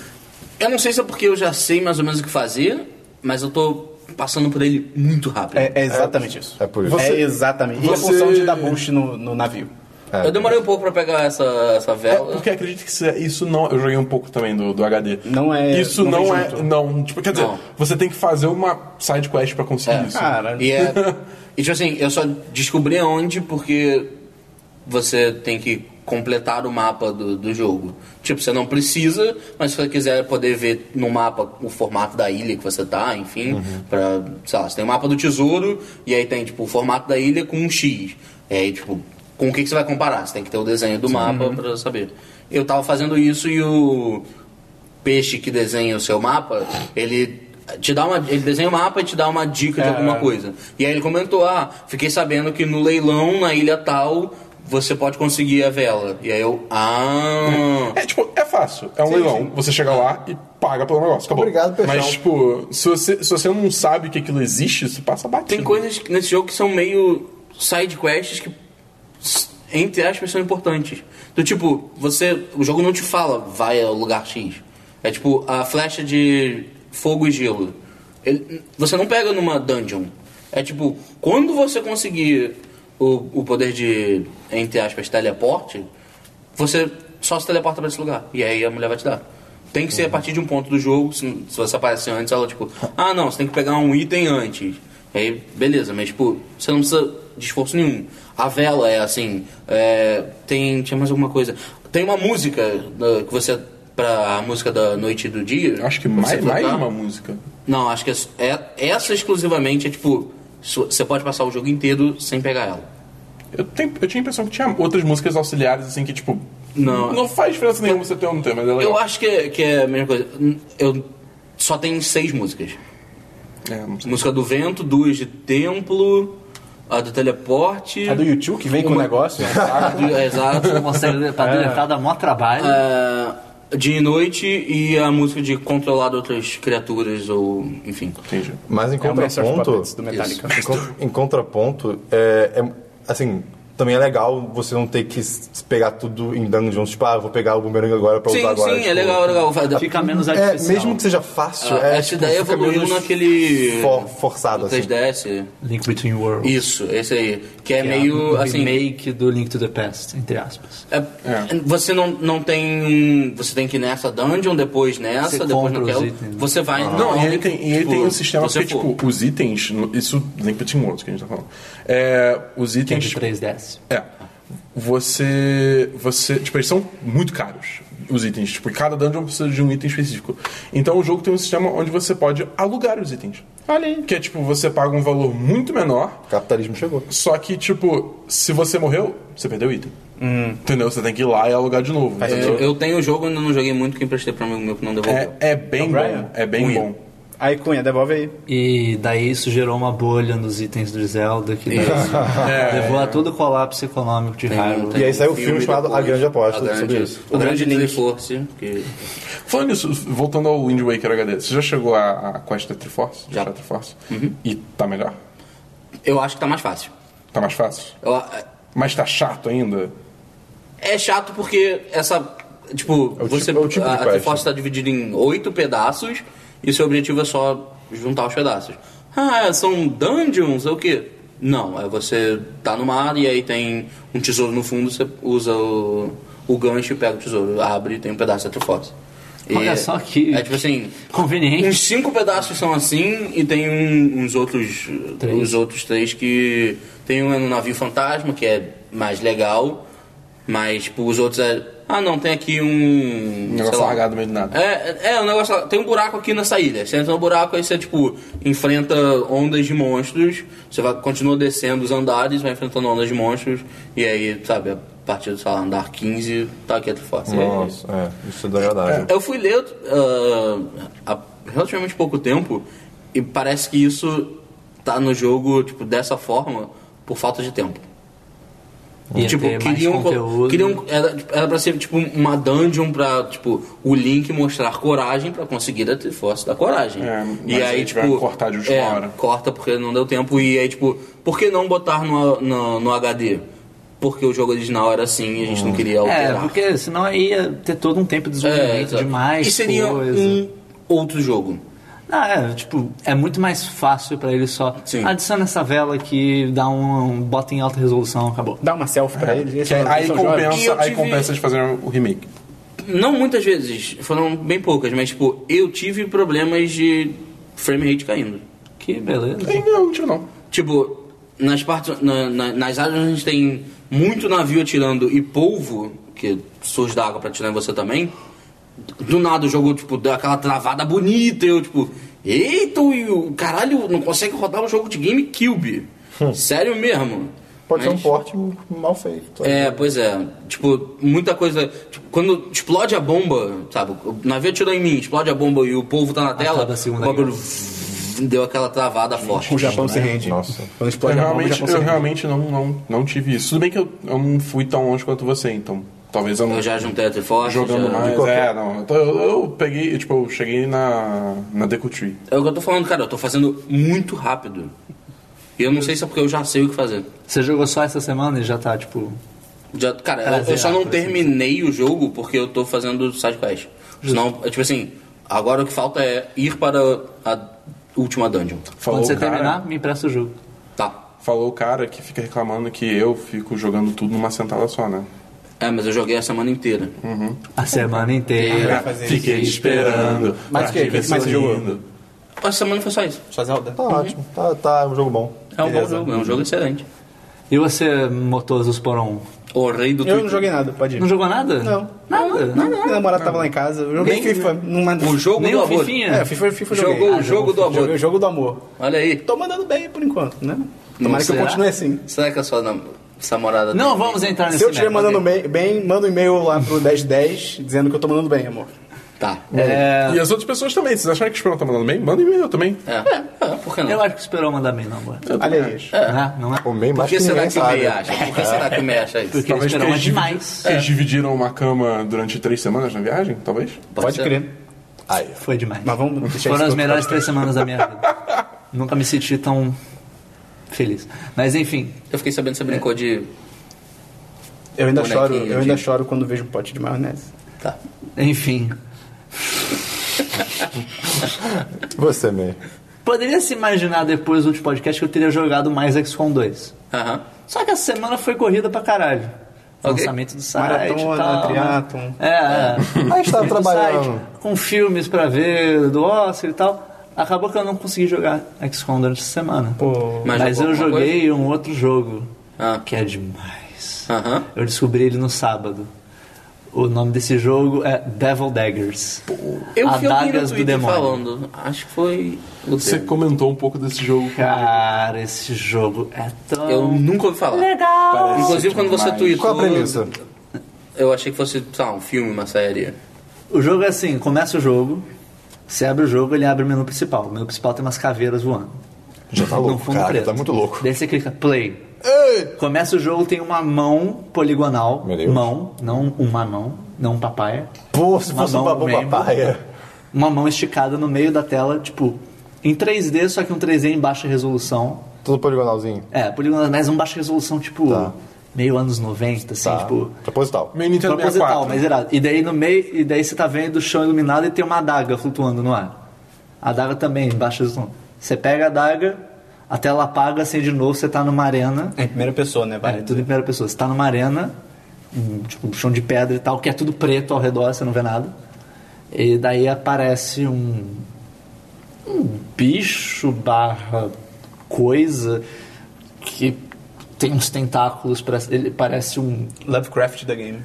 S4: Eu não sei se é porque eu já sei mais ou menos o que fazer, mas eu tô passando por ele muito rápido.
S2: É, é exatamente isso.
S5: é por isso.
S2: É
S5: Você-
S2: exatamente. E a
S3: você-
S2: função de dar boost no, no navio.
S5: É.
S4: eu demorei um pouco pra pegar essa, essa
S3: É,
S4: vela.
S3: porque acredito que isso é- isso não. Eu joguei um pouco também do, do HD.
S2: Não é-
S3: Isso
S2: não
S3: não,
S2: vem
S3: é.
S2: junto.
S3: Não. Tipo, quer dizer,
S4: Não.
S3: você tem que fazer uma side quest pra conseguir
S4: É.
S3: isso.
S2: Cara,
S4: E é. E tipo assim, eu só descobri onde porque você tem que completar o mapa do, do jogo. Tipo, você não precisa, mas se você quiser poder ver no mapa o formato da ilha que você tá, enfim, pra. Sei lá, você tem o mapa do tesouro e aí tem, tipo, o formato da ilha com um X. E aí, tipo, com o que, que você vai comparar? Você tem que ter o desenho do mapa pra saber. Eu tava fazendo isso e o peixe que desenha o seu mapa, ele te dá uma, ele desenha o mapa e te dá uma dica de alguma coisa. E aí ele comentou: "Ah, fiquei sabendo que no leilão na ilha tal você pode conseguir a vela". E aí eu: "Ah".
S3: É tipo, é fácil. É um leilão. Você chega lá e paga pelo negócio. Acabou.
S5: Obrigado, peixão.
S3: Mas, tipo, se você, se você não sabe que aquilo existe, você passa batido.
S4: Tem coisas que- nesse jogo que são meio side quests que s- entre aspas são importantes. Do tipo, você, o jogo não te fala vai ao lugar X. É tipo a flecha de fogo e gelo. Ele- você não pega numa dungeon. É tipo, quando você conseguir o, o poder de entre aspas teleporte, você só se teleporta pra esse lugar e aí a mulher vai te dar. Tem que ser a partir de um ponto do jogo, se, se você aparecer antes, ela tipo, ah não, você tem que pegar um item antes. Aí, beleza, mas tipo, você não precisa de esforço nenhum. A vela é assim, é, tem, tinha mais alguma coisa. Tem uma música da- que você, pra a música da noite e do dia.
S3: Acho que
S4: você
S3: mais, mais
S4: tocar.
S3: uma música.
S4: Não, acho que é, é- essa exclusivamente é tipo, su- você pode passar o jogo inteiro sem pegar ela.
S3: Eu, tenho- eu tinha a impressão que tinha outras músicas auxiliares, assim, que, tipo.
S4: Não.
S3: Não faz diferença nenhuma você ter ou não ter, mas é legal.
S4: Eu acho que é, que é a mesma coisa. Eu só tem seis músicas.
S3: É, não sei.
S4: Música do vento, duas de templo, a do teleporte.
S2: É do YouTube que vem com o negócio.
S4: a do- é, exato.
S1: Você consegue pra deletar dá mó trabalho.
S4: É, dia e noite e a música de controlar outras criaturas ou enfim.
S3: Entendi.
S5: Mas em
S2: É o Master of
S5: contraponto.
S2: Puppets do Metallica.
S5: Em, con- em contraponto, é, é- assim, também é legal você não ter que s- pegar tudo em dungeons, tipo, ah, vou pegar o bumerangue agora pra
S4: Sim,
S5: usar agora.
S4: sim,
S5: tipo,
S4: é legal, é legal. Vai dar-
S1: Fica menos
S5: É,
S1: artificial.
S5: mesmo que seja fácil,
S4: Ah,
S5: é,
S4: essa
S5: tipo,
S4: ideia
S5: fica
S4: evoluiu
S5: menos
S4: naquele-
S5: for- forçado,
S4: do
S5: assim.
S4: 3DS.
S1: Link Between Worlds.
S4: Isso, esse aí. Que é
S1: Que
S4: meio
S1: o
S4: assim.
S1: remake do Link to the Past, entre aspas.
S4: É,
S3: É.
S4: Você não, não tem um. Você tem que ir nessa dungeon, depois nessa,
S1: Você
S4: depois
S1: compra os
S4: naquela.
S5: né?
S1: itens.
S4: Você vai. na
S3: Ah. Não, e
S4: ordem
S3: ele
S4: que,
S3: tem, e ele
S4: tipo,
S3: tem um sistema
S4: você
S3: que,
S4: for.
S3: tipo, os itens. Isso link between worlds que a gente tá falando. É, os
S1: Que é
S3: itens.
S1: de 3DS.
S3: É. Você. Você. Tipo, eles são muito caros, os itens. Tipo, e cada dungeon precisa de um item específico. Então o jogo tem um sistema onde você pode alugar os itens. Olha aí. Que é tipo, você paga um valor muito menor
S5: O capitalismo chegou.
S3: só que, tipo, se você morreu, você perdeu o item.
S4: Hum.
S3: Entendeu? Você tem que ir lá e alugar de novo.
S4: É,
S3: entendeu?
S4: eu tenho o jogo, ainda não joguei muito, que emprestei pra um amigo meu que não devolveu.
S3: É, é bem
S2: Brian?
S3: bom. É bem
S4: Will.
S3: bom.
S2: Aí, Cunha, devolve aí.
S1: E daí isso gerou uma bolha nos itens do Zelda que
S4: Isso. É.
S1: levou a todo o colapso econômico de
S4: Ah,
S1: Hyrule.
S5: E aí saiu o filme chamado
S4: depois,
S5: A Grande Aposta,
S4: A Grande-
S5: sobre isso.
S4: O Grande
S2: Link.
S4: Triforce, que
S3: Falando nisso, voltando ao Wind Waker HD, você já chegou à, à quest da Triforce? Já. Da Triforce?
S4: Uhum.
S3: E tá melhor?
S4: eu acho que tá mais fácil.
S3: Tá mais fácil?
S4: Eu-
S3: Mas tá chato ainda?
S4: é chato porque essa. Tipo,
S5: É o
S4: você,
S5: tipo- é o tipo de
S4: a, a
S5: quest.
S4: Triforce tá dividida em oito pedaços e seu objetivo é só juntar os pedaços. Ah, são dungeons, é o quê? Não, é você tá no mar e aí tem um tesouro no fundo, você usa o, o gancho e pega o tesouro, abre e tem um pedaço da Triforce. E
S1: Olha só que-
S4: É tipo assim,
S1: Conveniente.
S4: Uns cinco pedaços são assim e tem um- uns outros
S1: Três.
S4: os outros três que tem um é no navio fantasma que é mais legal, mas tipo, os outros é ah não tem aqui um
S3: Um negócio
S4: sei lá.
S3: largado no meio do nada.
S4: É, é um negócio lá- tem um buraco aqui nessa ilha. Você entra no buraco aí você tipo enfrenta ondas de monstros. Você vai continua descendo os andares, vai enfrentando ondas de monstros e aí sabe a partir do sei lá, andar 15 tá aqui a Triforce. É isso.
S5: Nossa, é, isso é desagradável.
S4: Eu fui ler ah, há relativamente pouco tempo e parece que isso tá no jogo tipo dessa forma por falta de tempo.
S1: Ia
S4: tipo,
S1: ter mais
S4: queriam, co-
S1: conteúdo.
S4: queriam era, era pra ser tipo uma dungeon pra tipo o Link mostrar coragem pra conseguir a Triforce da coragem.
S3: É, mas
S4: e aí,
S3: aí tiveram
S4: tipo
S3: que cortar de última
S4: é,
S3: hora.
S4: corta porque não deu tempo e aí tipo, por que não botar no, no, no HD? Porque o jogo original era assim e a gente não queria
S1: É,
S4: alterar.
S1: porque senão aí ia ter todo um tempo de
S4: É,
S1: desenvolvimento
S4: exato.
S1: de mais
S4: E seria
S1: coisa.
S4: um outro jogo.
S1: Ah, é, tipo, é muito mais fácil pra ele só.
S4: Sim.
S1: Adiciona essa vela aqui, dá um, bota em alta resolução, acabou.
S2: Dá uma selfie pra ele. É, eles
S3: É. Que aí
S2: são-
S3: aí
S2: são jovens.
S4: E eu
S3: compensa, aí
S4: tive-
S3: compensa de fazer o remake.
S4: Não muitas vezes, foram bem poucas, mas tipo, eu tive problemas de frame rate caindo.
S1: Que beleza.
S3: Sim, não, não tive não.
S4: Tipo, nas partes. na- na- nas áreas onde a gente tem muito navio atirando e polvo, que surge da água pra atirar em você também, do nada o jogo, tipo, deu aquela travada bonita, e eu, tipo, eita, e o caralho, não consegue rodar um jogo de GameCube. Sério mesmo.
S5: Hum. Pode ser um
S4: Mas-
S5: porte mal feito.
S4: É, pois é. Tipo, muita coisa. tipo, quando explode a bomba, sabe? O navio atirou em mim, explode a bomba e o povo tá na tela.
S1: da Segunda
S4: o bagulho vzz, deu aquela travada forte.
S2: O Japão se rende.
S5: Nossa.
S2: Quando
S3: Eu
S2: explode a bomba, o
S3: realmente,
S2: Japão se
S3: eu
S2: rende.
S3: realmente não, não, não tive isso. Tudo bem que eu, eu não fui tão longe quanto você, então talvez eu não.
S4: Eu já juntei a Triforce.
S3: jogando
S4: já...
S3: mais. É, não. Então, eu, eu peguei, tipo, eu cheguei na, na Deku Tree.
S4: É o que eu tô falando, cara. Eu tô fazendo muito rápido. E eu não sei se é porque eu já sei o que fazer.
S1: Você jogou só essa semana e já tá, tipo.
S4: Já- cara, eu- eu,
S1: Prazer,
S4: só não
S1: por assim
S4: terminei o jogo porque eu tô fazendo sidequest. Senão, é tipo assim, agora o que falta é ir para a última dungeon.
S3: Falou
S1: quando você
S3: o cara-
S1: terminar, me empresta o jogo.
S4: Tá.
S3: Falou o cara que fica reclamando que eu fico jogando tudo numa sentada só, né?
S4: É, mas eu joguei a semana inteira.
S1: A semana inteira.
S3: Fiquei esperando.
S2: Mas o quê? O que que mais você jogou?
S4: Essa semana foi só isso.
S2: Só Zelda.
S5: Tá ótimo, tá, tá é um jogo bom.
S4: É um
S2: Beleza.
S4: bom jogo, é um jogo excelente.
S1: E você, Motoso Sporon?
S4: O rei do
S2: Eu
S4: Twitter.
S2: não joguei nada, pode ir.
S1: Não jogou nada?
S2: Não.
S1: Nada?
S2: Minha namorada tava lá em casa, eu joguei FIFA. Numa...
S4: O jogo
S1: Nem
S4: do
S1: o
S4: amor.
S1: Fifinha?
S2: É, eu FIFA, FIFA eu joguei.
S4: Jogou o jogo do amor.
S2: Joguei o jogo do amor.
S4: Olha aí.
S2: Tô mandando bem por enquanto, né? Tomara que eu
S1: será?
S2: continue assim.
S4: Será que a sua nam- sua namorada...
S1: Não
S4: tem-
S1: vamos entrar nesse
S2: Se eu estiver
S1: mérito.
S2: mandando bem, bem, manda um e-mail lá pro 1010 dizendo que eu tô mandando bem, amor.
S4: Tá.
S1: É,
S3: E as outras pessoas também. Vocês acharam que o Esperão tá mandando bem? Manda e-mail eu também.
S4: É. É, por que não?
S1: Eu acho que o Esperon manda bem, não, agora.
S2: Olha aí.
S1: Ah, não é?
S5: O meio
S4: Por
S5: mais
S4: que
S5: que
S4: será
S5: ninguém
S4: que o
S5: sabe.
S4: May acha? Por que será que o May acha isso?
S1: Porque o Esperon é
S3: eles divi-
S1: demais.
S3: Eles dividiram uma cama durante três semanas na viagem, talvez?
S2: Pode
S4: ser.
S2: crer.
S5: Aí,
S1: Foi demais.
S2: Mas vamos deixar
S1: Foram
S2: isso
S1: as
S2: pra-
S1: melhores três semanas da minha vida. Nunca me senti tão feliz. Mas enfim,
S4: Eu fiquei sabendo que você brincou de...
S2: Eu ainda choro,
S4: Bonequinho,
S2: eu ainda
S4: gente.
S2: choro quando vejo um pote de maionese.
S4: Tá.
S1: enfim.
S5: você meio.
S1: Poderia se imaginar depois do último podcast que eu teria jogado mais XCOM 2.
S4: Aham.
S1: Só que essa semana foi corrida pra caralho.
S4: Ok.
S1: Lançamento do site.
S2: Maratona,
S1: e tal,
S2: triatlon.
S1: né? É, é.
S5: A gente tava
S1: Do
S5: trabalhando.
S1: site, com filmes pra ver do Oscar e tal. Acabou que eu não consegui jogar XCOM durante essa semana.
S2: Pô.
S4: Mas
S1: Mas, eu
S4: jogou alguma
S1: joguei um outro jogo
S4: Ah.
S1: que é demais.
S4: Aham.
S1: Eu descobri ele no sábado. O nome desse jogo é Devil Daggers.
S4: Eu vi alguém no
S1: Adagas do
S4: Twitter
S1: Demônio.
S4: falando. Acho que foi... o
S3: Você
S4: Pedro.
S3: comentou um pouco desse jogo.
S1: Cara, esse jogo é tão.
S4: Eu nunca ouvi falar.
S1: Legal!
S3: Parece
S4: Inclusive quando você
S3: demais.
S4: tweetou...
S5: Qual a premissa?
S4: Eu achei que fosse, sei lá, um filme, uma série.
S1: O jogo é assim: começa o jogo, Você abre o jogo, ele abre o menu principal. O menu principal tem umas caveiras voando.
S5: Já tá
S1: Num
S5: louco,
S1: fundo
S5: cara,
S1: preto.
S5: tá muito louco.
S1: Daí você clica play. Começa o jogo, tem uma mão poligonal.
S5: Meu Deus.
S1: Mão, não uma mão, não um papaya.
S5: Pô, se fosse um
S1: mão,
S5: babão
S1: membro.
S5: papaya.
S1: Uma mão esticada no meio da tela, tipo, em 3D, só que um 3D em baixa resolução.
S5: Tudo poligonalzinho.
S1: É, poligonal, mas um baixa resolução, tipo,
S5: Tá.
S1: meio anos 90, assim,
S5: Tá.
S1: tipo.
S5: Proposital.
S3: Meio Nintendo
S1: Proposital,
S3: 64.
S1: mas é irado. E daí no meio, e daí você tá vendo o chão iluminado e tem uma adaga flutuando no ar. A adaga também, baixa resolução. Você pega a adaga, a tela apaga, acende de novo, você tá numa arena.
S2: Em primeira pessoa, né?
S1: É,
S2: Vale.
S1: tudo em primeira pessoa. Você tá numa arena, um, tipo, um chão de pedra e tal, que é tudo preto ao redor, você não vê nada. E daí aparece um. um bicho barra coisa que tem uns tentáculos pra. Ele parece um.
S2: Lovecraft da game.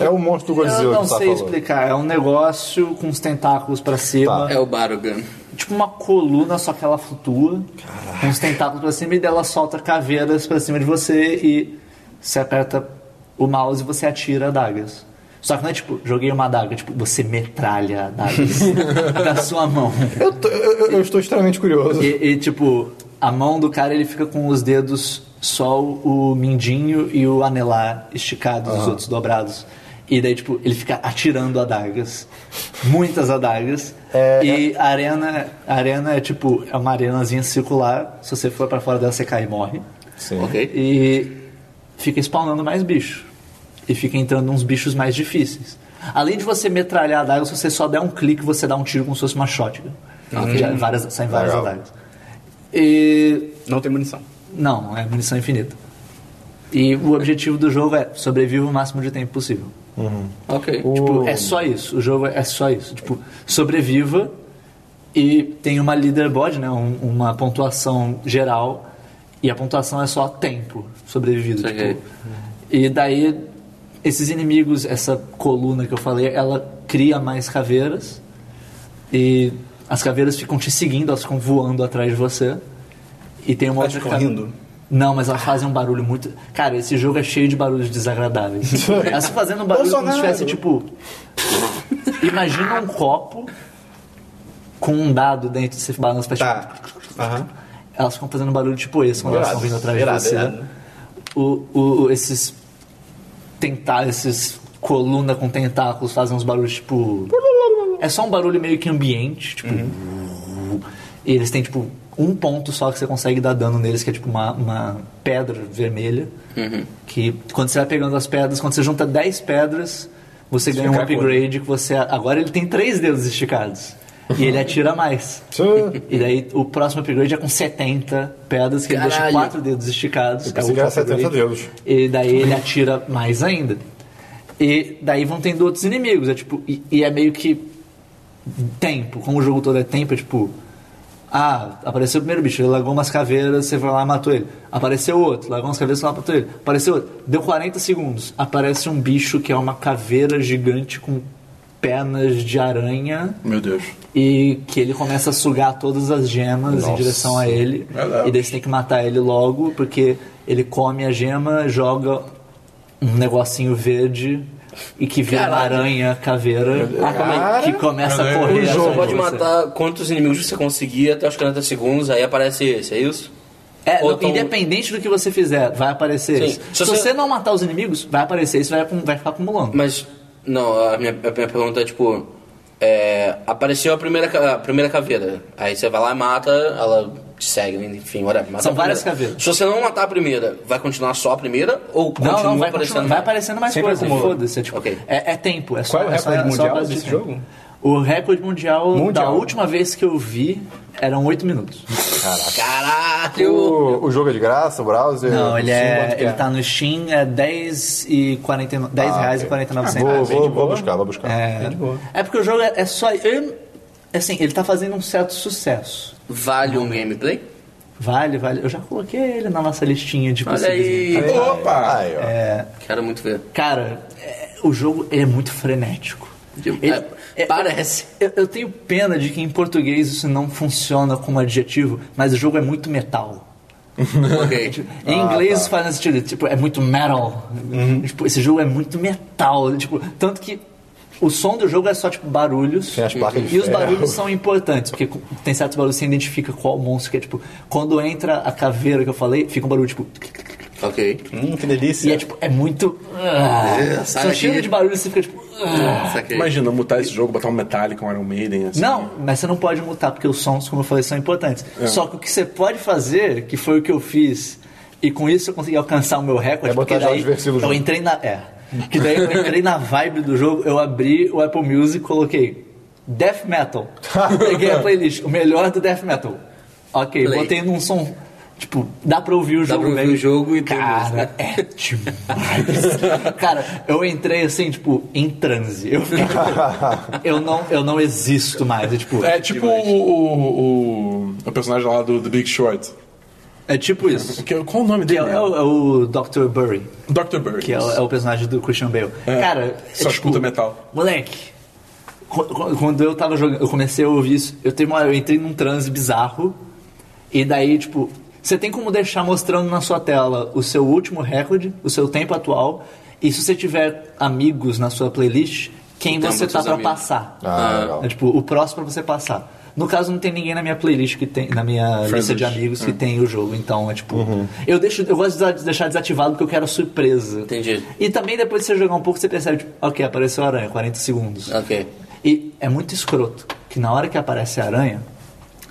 S5: É o monstro do
S1: eu
S5: Godzilla
S1: não
S5: que você tá
S1: sei
S5: falando.
S1: explicar, é um negócio com uns tentáculos pra cima.
S5: Tá.
S4: É o Barugan.
S1: Tipo uma coluna, só que ela flutua. Com os tentáculos pra cima e dela solta caveiras pra cima de você e você aperta o mouse e você atira adagas. Só que não é tipo, joguei uma adaga, tipo, você metralha adagas da sua mão.
S5: Eu, tô- eu- eu- eu estou extremamente curioso.
S1: E, e, tipo, a mão do cara ele fica com os dedos só o o mindinho e o anelar esticados, os outros dobrados. E daí, tipo, ele fica atirando adagas. Muitas adagas. e a arena, a arena é tipo, é uma arenazinha circular. Se você for pra fora dela, você cai e morre.
S5: Sim.
S4: Ok?
S1: E fica spawnando mais bicho. E fica entrando uns bichos mais difíceis. Além de você metralhar adagas, se você só der um clique, você dá um tiro como se fosse uma shotgun. Já é várias, saem várias
S5: Legal.
S1: adagas. E.
S2: Não tem munição.
S1: Não, é munição infinita. E o objetivo do jogo é sobreviva o máximo de tempo possível.
S4: Ok.
S1: Tipo, é só isso. O jogo é só isso. Tipo, sobreviva e tem uma leaderboard, né? um- uma pontuação geral. E a pontuação é só tempo sobrevivido.
S4: Saquei.
S1: Tipo. E daí, esses inimigos, essa coluna que eu falei, ela cria mais caveiras. E as caveiras ficam te seguindo, elas ficam voando atrás de você. E tem uma
S2: Elas
S1: outra.
S2: ficam
S1: ca-
S2: rindo?
S1: Não, mas elas fazem um barulho muito. Cara, esse jogo é cheio de barulhos desagradáveis. elas fazendo um barulho como se
S2: Bolsonaro!
S1: tivesse, tipo. Imagina um copo com um dado dentro, você balança pra
S2: Tá. Aham.
S1: elas ficam fazendo barulho tipo esse quando elas
S2: Irado,
S1: estão vindo atrás
S2: irado,
S1: de você. né?
S2: irado.
S1: O, o- esses tentar, esses coluna com tentáculos fazem uns barulhos tipo. É só um barulho meio que ambiente, tipo.
S5: Uhum.
S1: E eles têm tipo um ponto só que você consegue dar dano neles, que é tipo uma, uma pedra vermelha.
S5: Uhum.
S1: Que quando você vai pegando as pedras, quando você junta 10 pedras, você ganha um
S2: fica a cor.
S1: upgrade que você. Agora ele tem três dedos esticados. E ele atira mais.
S5: Tchê.
S1: E daí o próximo upgrade é com 70 pedras, que ele deixa
S4: Caralho.
S1: quatro dedos esticados. é
S5: pensei
S1: o
S5: que era
S1: último
S5: 70
S1: upgrade.
S5: dedos.
S1: E daí ele atira mais ainda. E daí vão tendo outros inimigos. É tipo, e, e é meio que tempo. Como o jogo todo é tempo, é tipo. Ah, apareceu o primeiro bicho, ele largou umas caveiras, você foi lá e matou ele. Apareceu outro, largou umas caveiras, você foi lá e matou ele. Apareceu outro. Deu 40 segundos. Aparece um bicho que é uma caveira gigante com pernas de aranha
S3: Meu Deus.
S1: e que ele começa a sugar todas as gemas em
S5: Nossa.
S1: direção a ele.
S3: Verdade.
S1: E daí você tem que matar ele logo, porque ele come a gema, joga um negocinho verde e que vira uma
S4: Caralho.
S1: aranha caveira
S4: Ah, calma aí.
S1: que começa a
S3: Caralho.
S1: correr.
S3: O
S1: atrás de
S3: jogo
S4: Você pode
S1: você.
S4: matar quantos inimigos você conseguir até os 40 segundos, aí aparece esse, é isso?
S1: É,
S4: Ou
S1: não,
S4: tão-
S1: independente do que você fizer, vai aparecer
S4: um- Sim.
S1: isso. Se,
S4: Se você-
S1: você não matar os inimigos, vai aparecer isso, vai, vai ficar acumulando.
S4: Mas, não, a minha, a minha pergunta é tipo: é, apareceu a primeira, ca- a primeira caveira, aí você vai lá e mata, ela te segue, enfim, whatever. mata
S1: São
S4: a
S1: várias
S4: primeira.
S1: caveiras.
S4: Se você não matar a primeira, vai continuar só a primeira ou
S1: Não,
S4: continua
S1: não, vai,
S4: aparecendo?
S1: continuando, vai aparecendo mais
S2: Sempre
S1: coisa.
S2: acumula.
S1: Foda-se. É, tipo,
S4: Ok.
S1: é, é tempo. É só,
S2: Qual é o
S1: só-
S2: recorde
S1: só
S2: mundial
S1: base de
S2: desse
S1: tempo.
S2: jogo?
S1: O recorde mundial, da
S2: Mundial.
S1: última vez que eu vi eram 8 minutos.
S4: Caralho!
S5: O, o jogo é de graça, o browser.
S1: Não, ele,
S2: quanto
S1: é,
S2: que
S1: ele
S2: é?
S1: tá no Steam, é 10 e 49, 10
S5: Ah,
S1: reais
S5: ok.
S1: e 49
S5: Vou,
S1: centavos.
S5: vou, vou buscar, vou buscar.
S2: Tá
S1: É, é porque o jogo é, é só. eu- assim, ele tá fazendo um certo sucesso.
S4: Vale um gameplay?
S1: Vale, vale. Eu já coloquei ele na nossa listinha de
S4: Olha aí!
S1: possíveis.
S3: Opa!
S5: Aí, ó.
S4: É. Quero muito ver.
S1: Cara, é, o jogo ele é muito frenético. Ele- é-
S4: parece.
S1: Eu, eu tenho pena de que em português isso não funciona como adjetivo, mas o jogo é muito metal.
S4: ok.
S1: Em inglês isso faz nesse sentido, tipo, é muito metal. Tipo, esse jogo é muito metal. Tipo, tanto que O som do jogo é só, tipo, barulhos.
S5: Tem as placas de
S1: E os
S5: ferro.
S1: barulhos são importantes, porque co- tem certos barulhos que você identifica qual monstro que é, tipo... Quando entra a caveira que eu falei, fica um barulho, tipo...
S4: Ok.
S2: Hum, que delícia.
S1: E é, tipo, é muito... Ah,
S4: sai
S1: só
S4: daqui.
S1: cheio de barulho, você fica, tipo... ah.
S4: Saquei.
S3: Imagina, mutar esse jogo, botar um Metallica, um Iron Maiden, assim.
S1: Não, mas você não pode mutar, porque os sons, como eu falei, são importantes.
S5: É.
S1: Só que o que você pode fazer, que foi o que eu fiz, e com isso eu consegui alcançar o meu recorde,
S5: É botar
S1: porque daí
S5: jogos versíveis
S1: eu
S5: junto.
S1: entrei na. É. Que daí eu entrei na vibe do jogo, eu abri o Apple Music coloquei Death Metal. Peguei a playlist, o melhor do Death Metal. Ok,
S4: Play.
S1: botei num som. Tipo, dá pra ouvir o
S4: Dá
S1: jogo.
S4: pra ouvir
S1: velho.
S4: o jogo e né? tem música.
S1: Cara, é demais. Cara, eu entrei assim, tipo, em transe. Eu, fiquei, tipo, eu, não, eu não existo mais. É tipo,
S3: É tipo o, o, o- o personagem lá do The Big Short.
S1: é tipo isso.
S3: Que- qual o nome
S1: Que é,
S3: dele?
S1: é o, é o Dr. Burry,
S3: Dr. Bird.
S1: que é o, é o personagem do Christian Bale.
S3: É,
S1: Cara, tipo,
S3: só escuta metal.
S1: Moleque, qu- qu- quando eu tava jogando, eu comecei a ouvir isso. Eu, teve uma, eu entrei num transe bizarro. E daí, tipo, você tem como deixar mostrando na sua tela o seu último recorde, o seu tempo atual. E se você tiver amigos na sua playlist, quem
S4: tempo
S1: você
S4: dos
S1: tá
S4: seus
S1: pra
S4: amigos.
S1: passar.
S5: Ah, legal.
S1: É, tipo, o próximo pra você passar. No caso, não tem ninguém na minha playlist que tem, na minha lista de
S3: list.
S1: amigos que tem o jogo, então é tipo. Eu, deixo, eu gosto de desa- deixar desativado porque eu quero a surpresa.
S4: Entendi.
S1: E também depois de você jogar um pouco, você percebe, tipo, ok, apareceu a aranha, 40 segundos.
S4: Ok.
S1: E é muito escroto que na hora que aparece a aranha,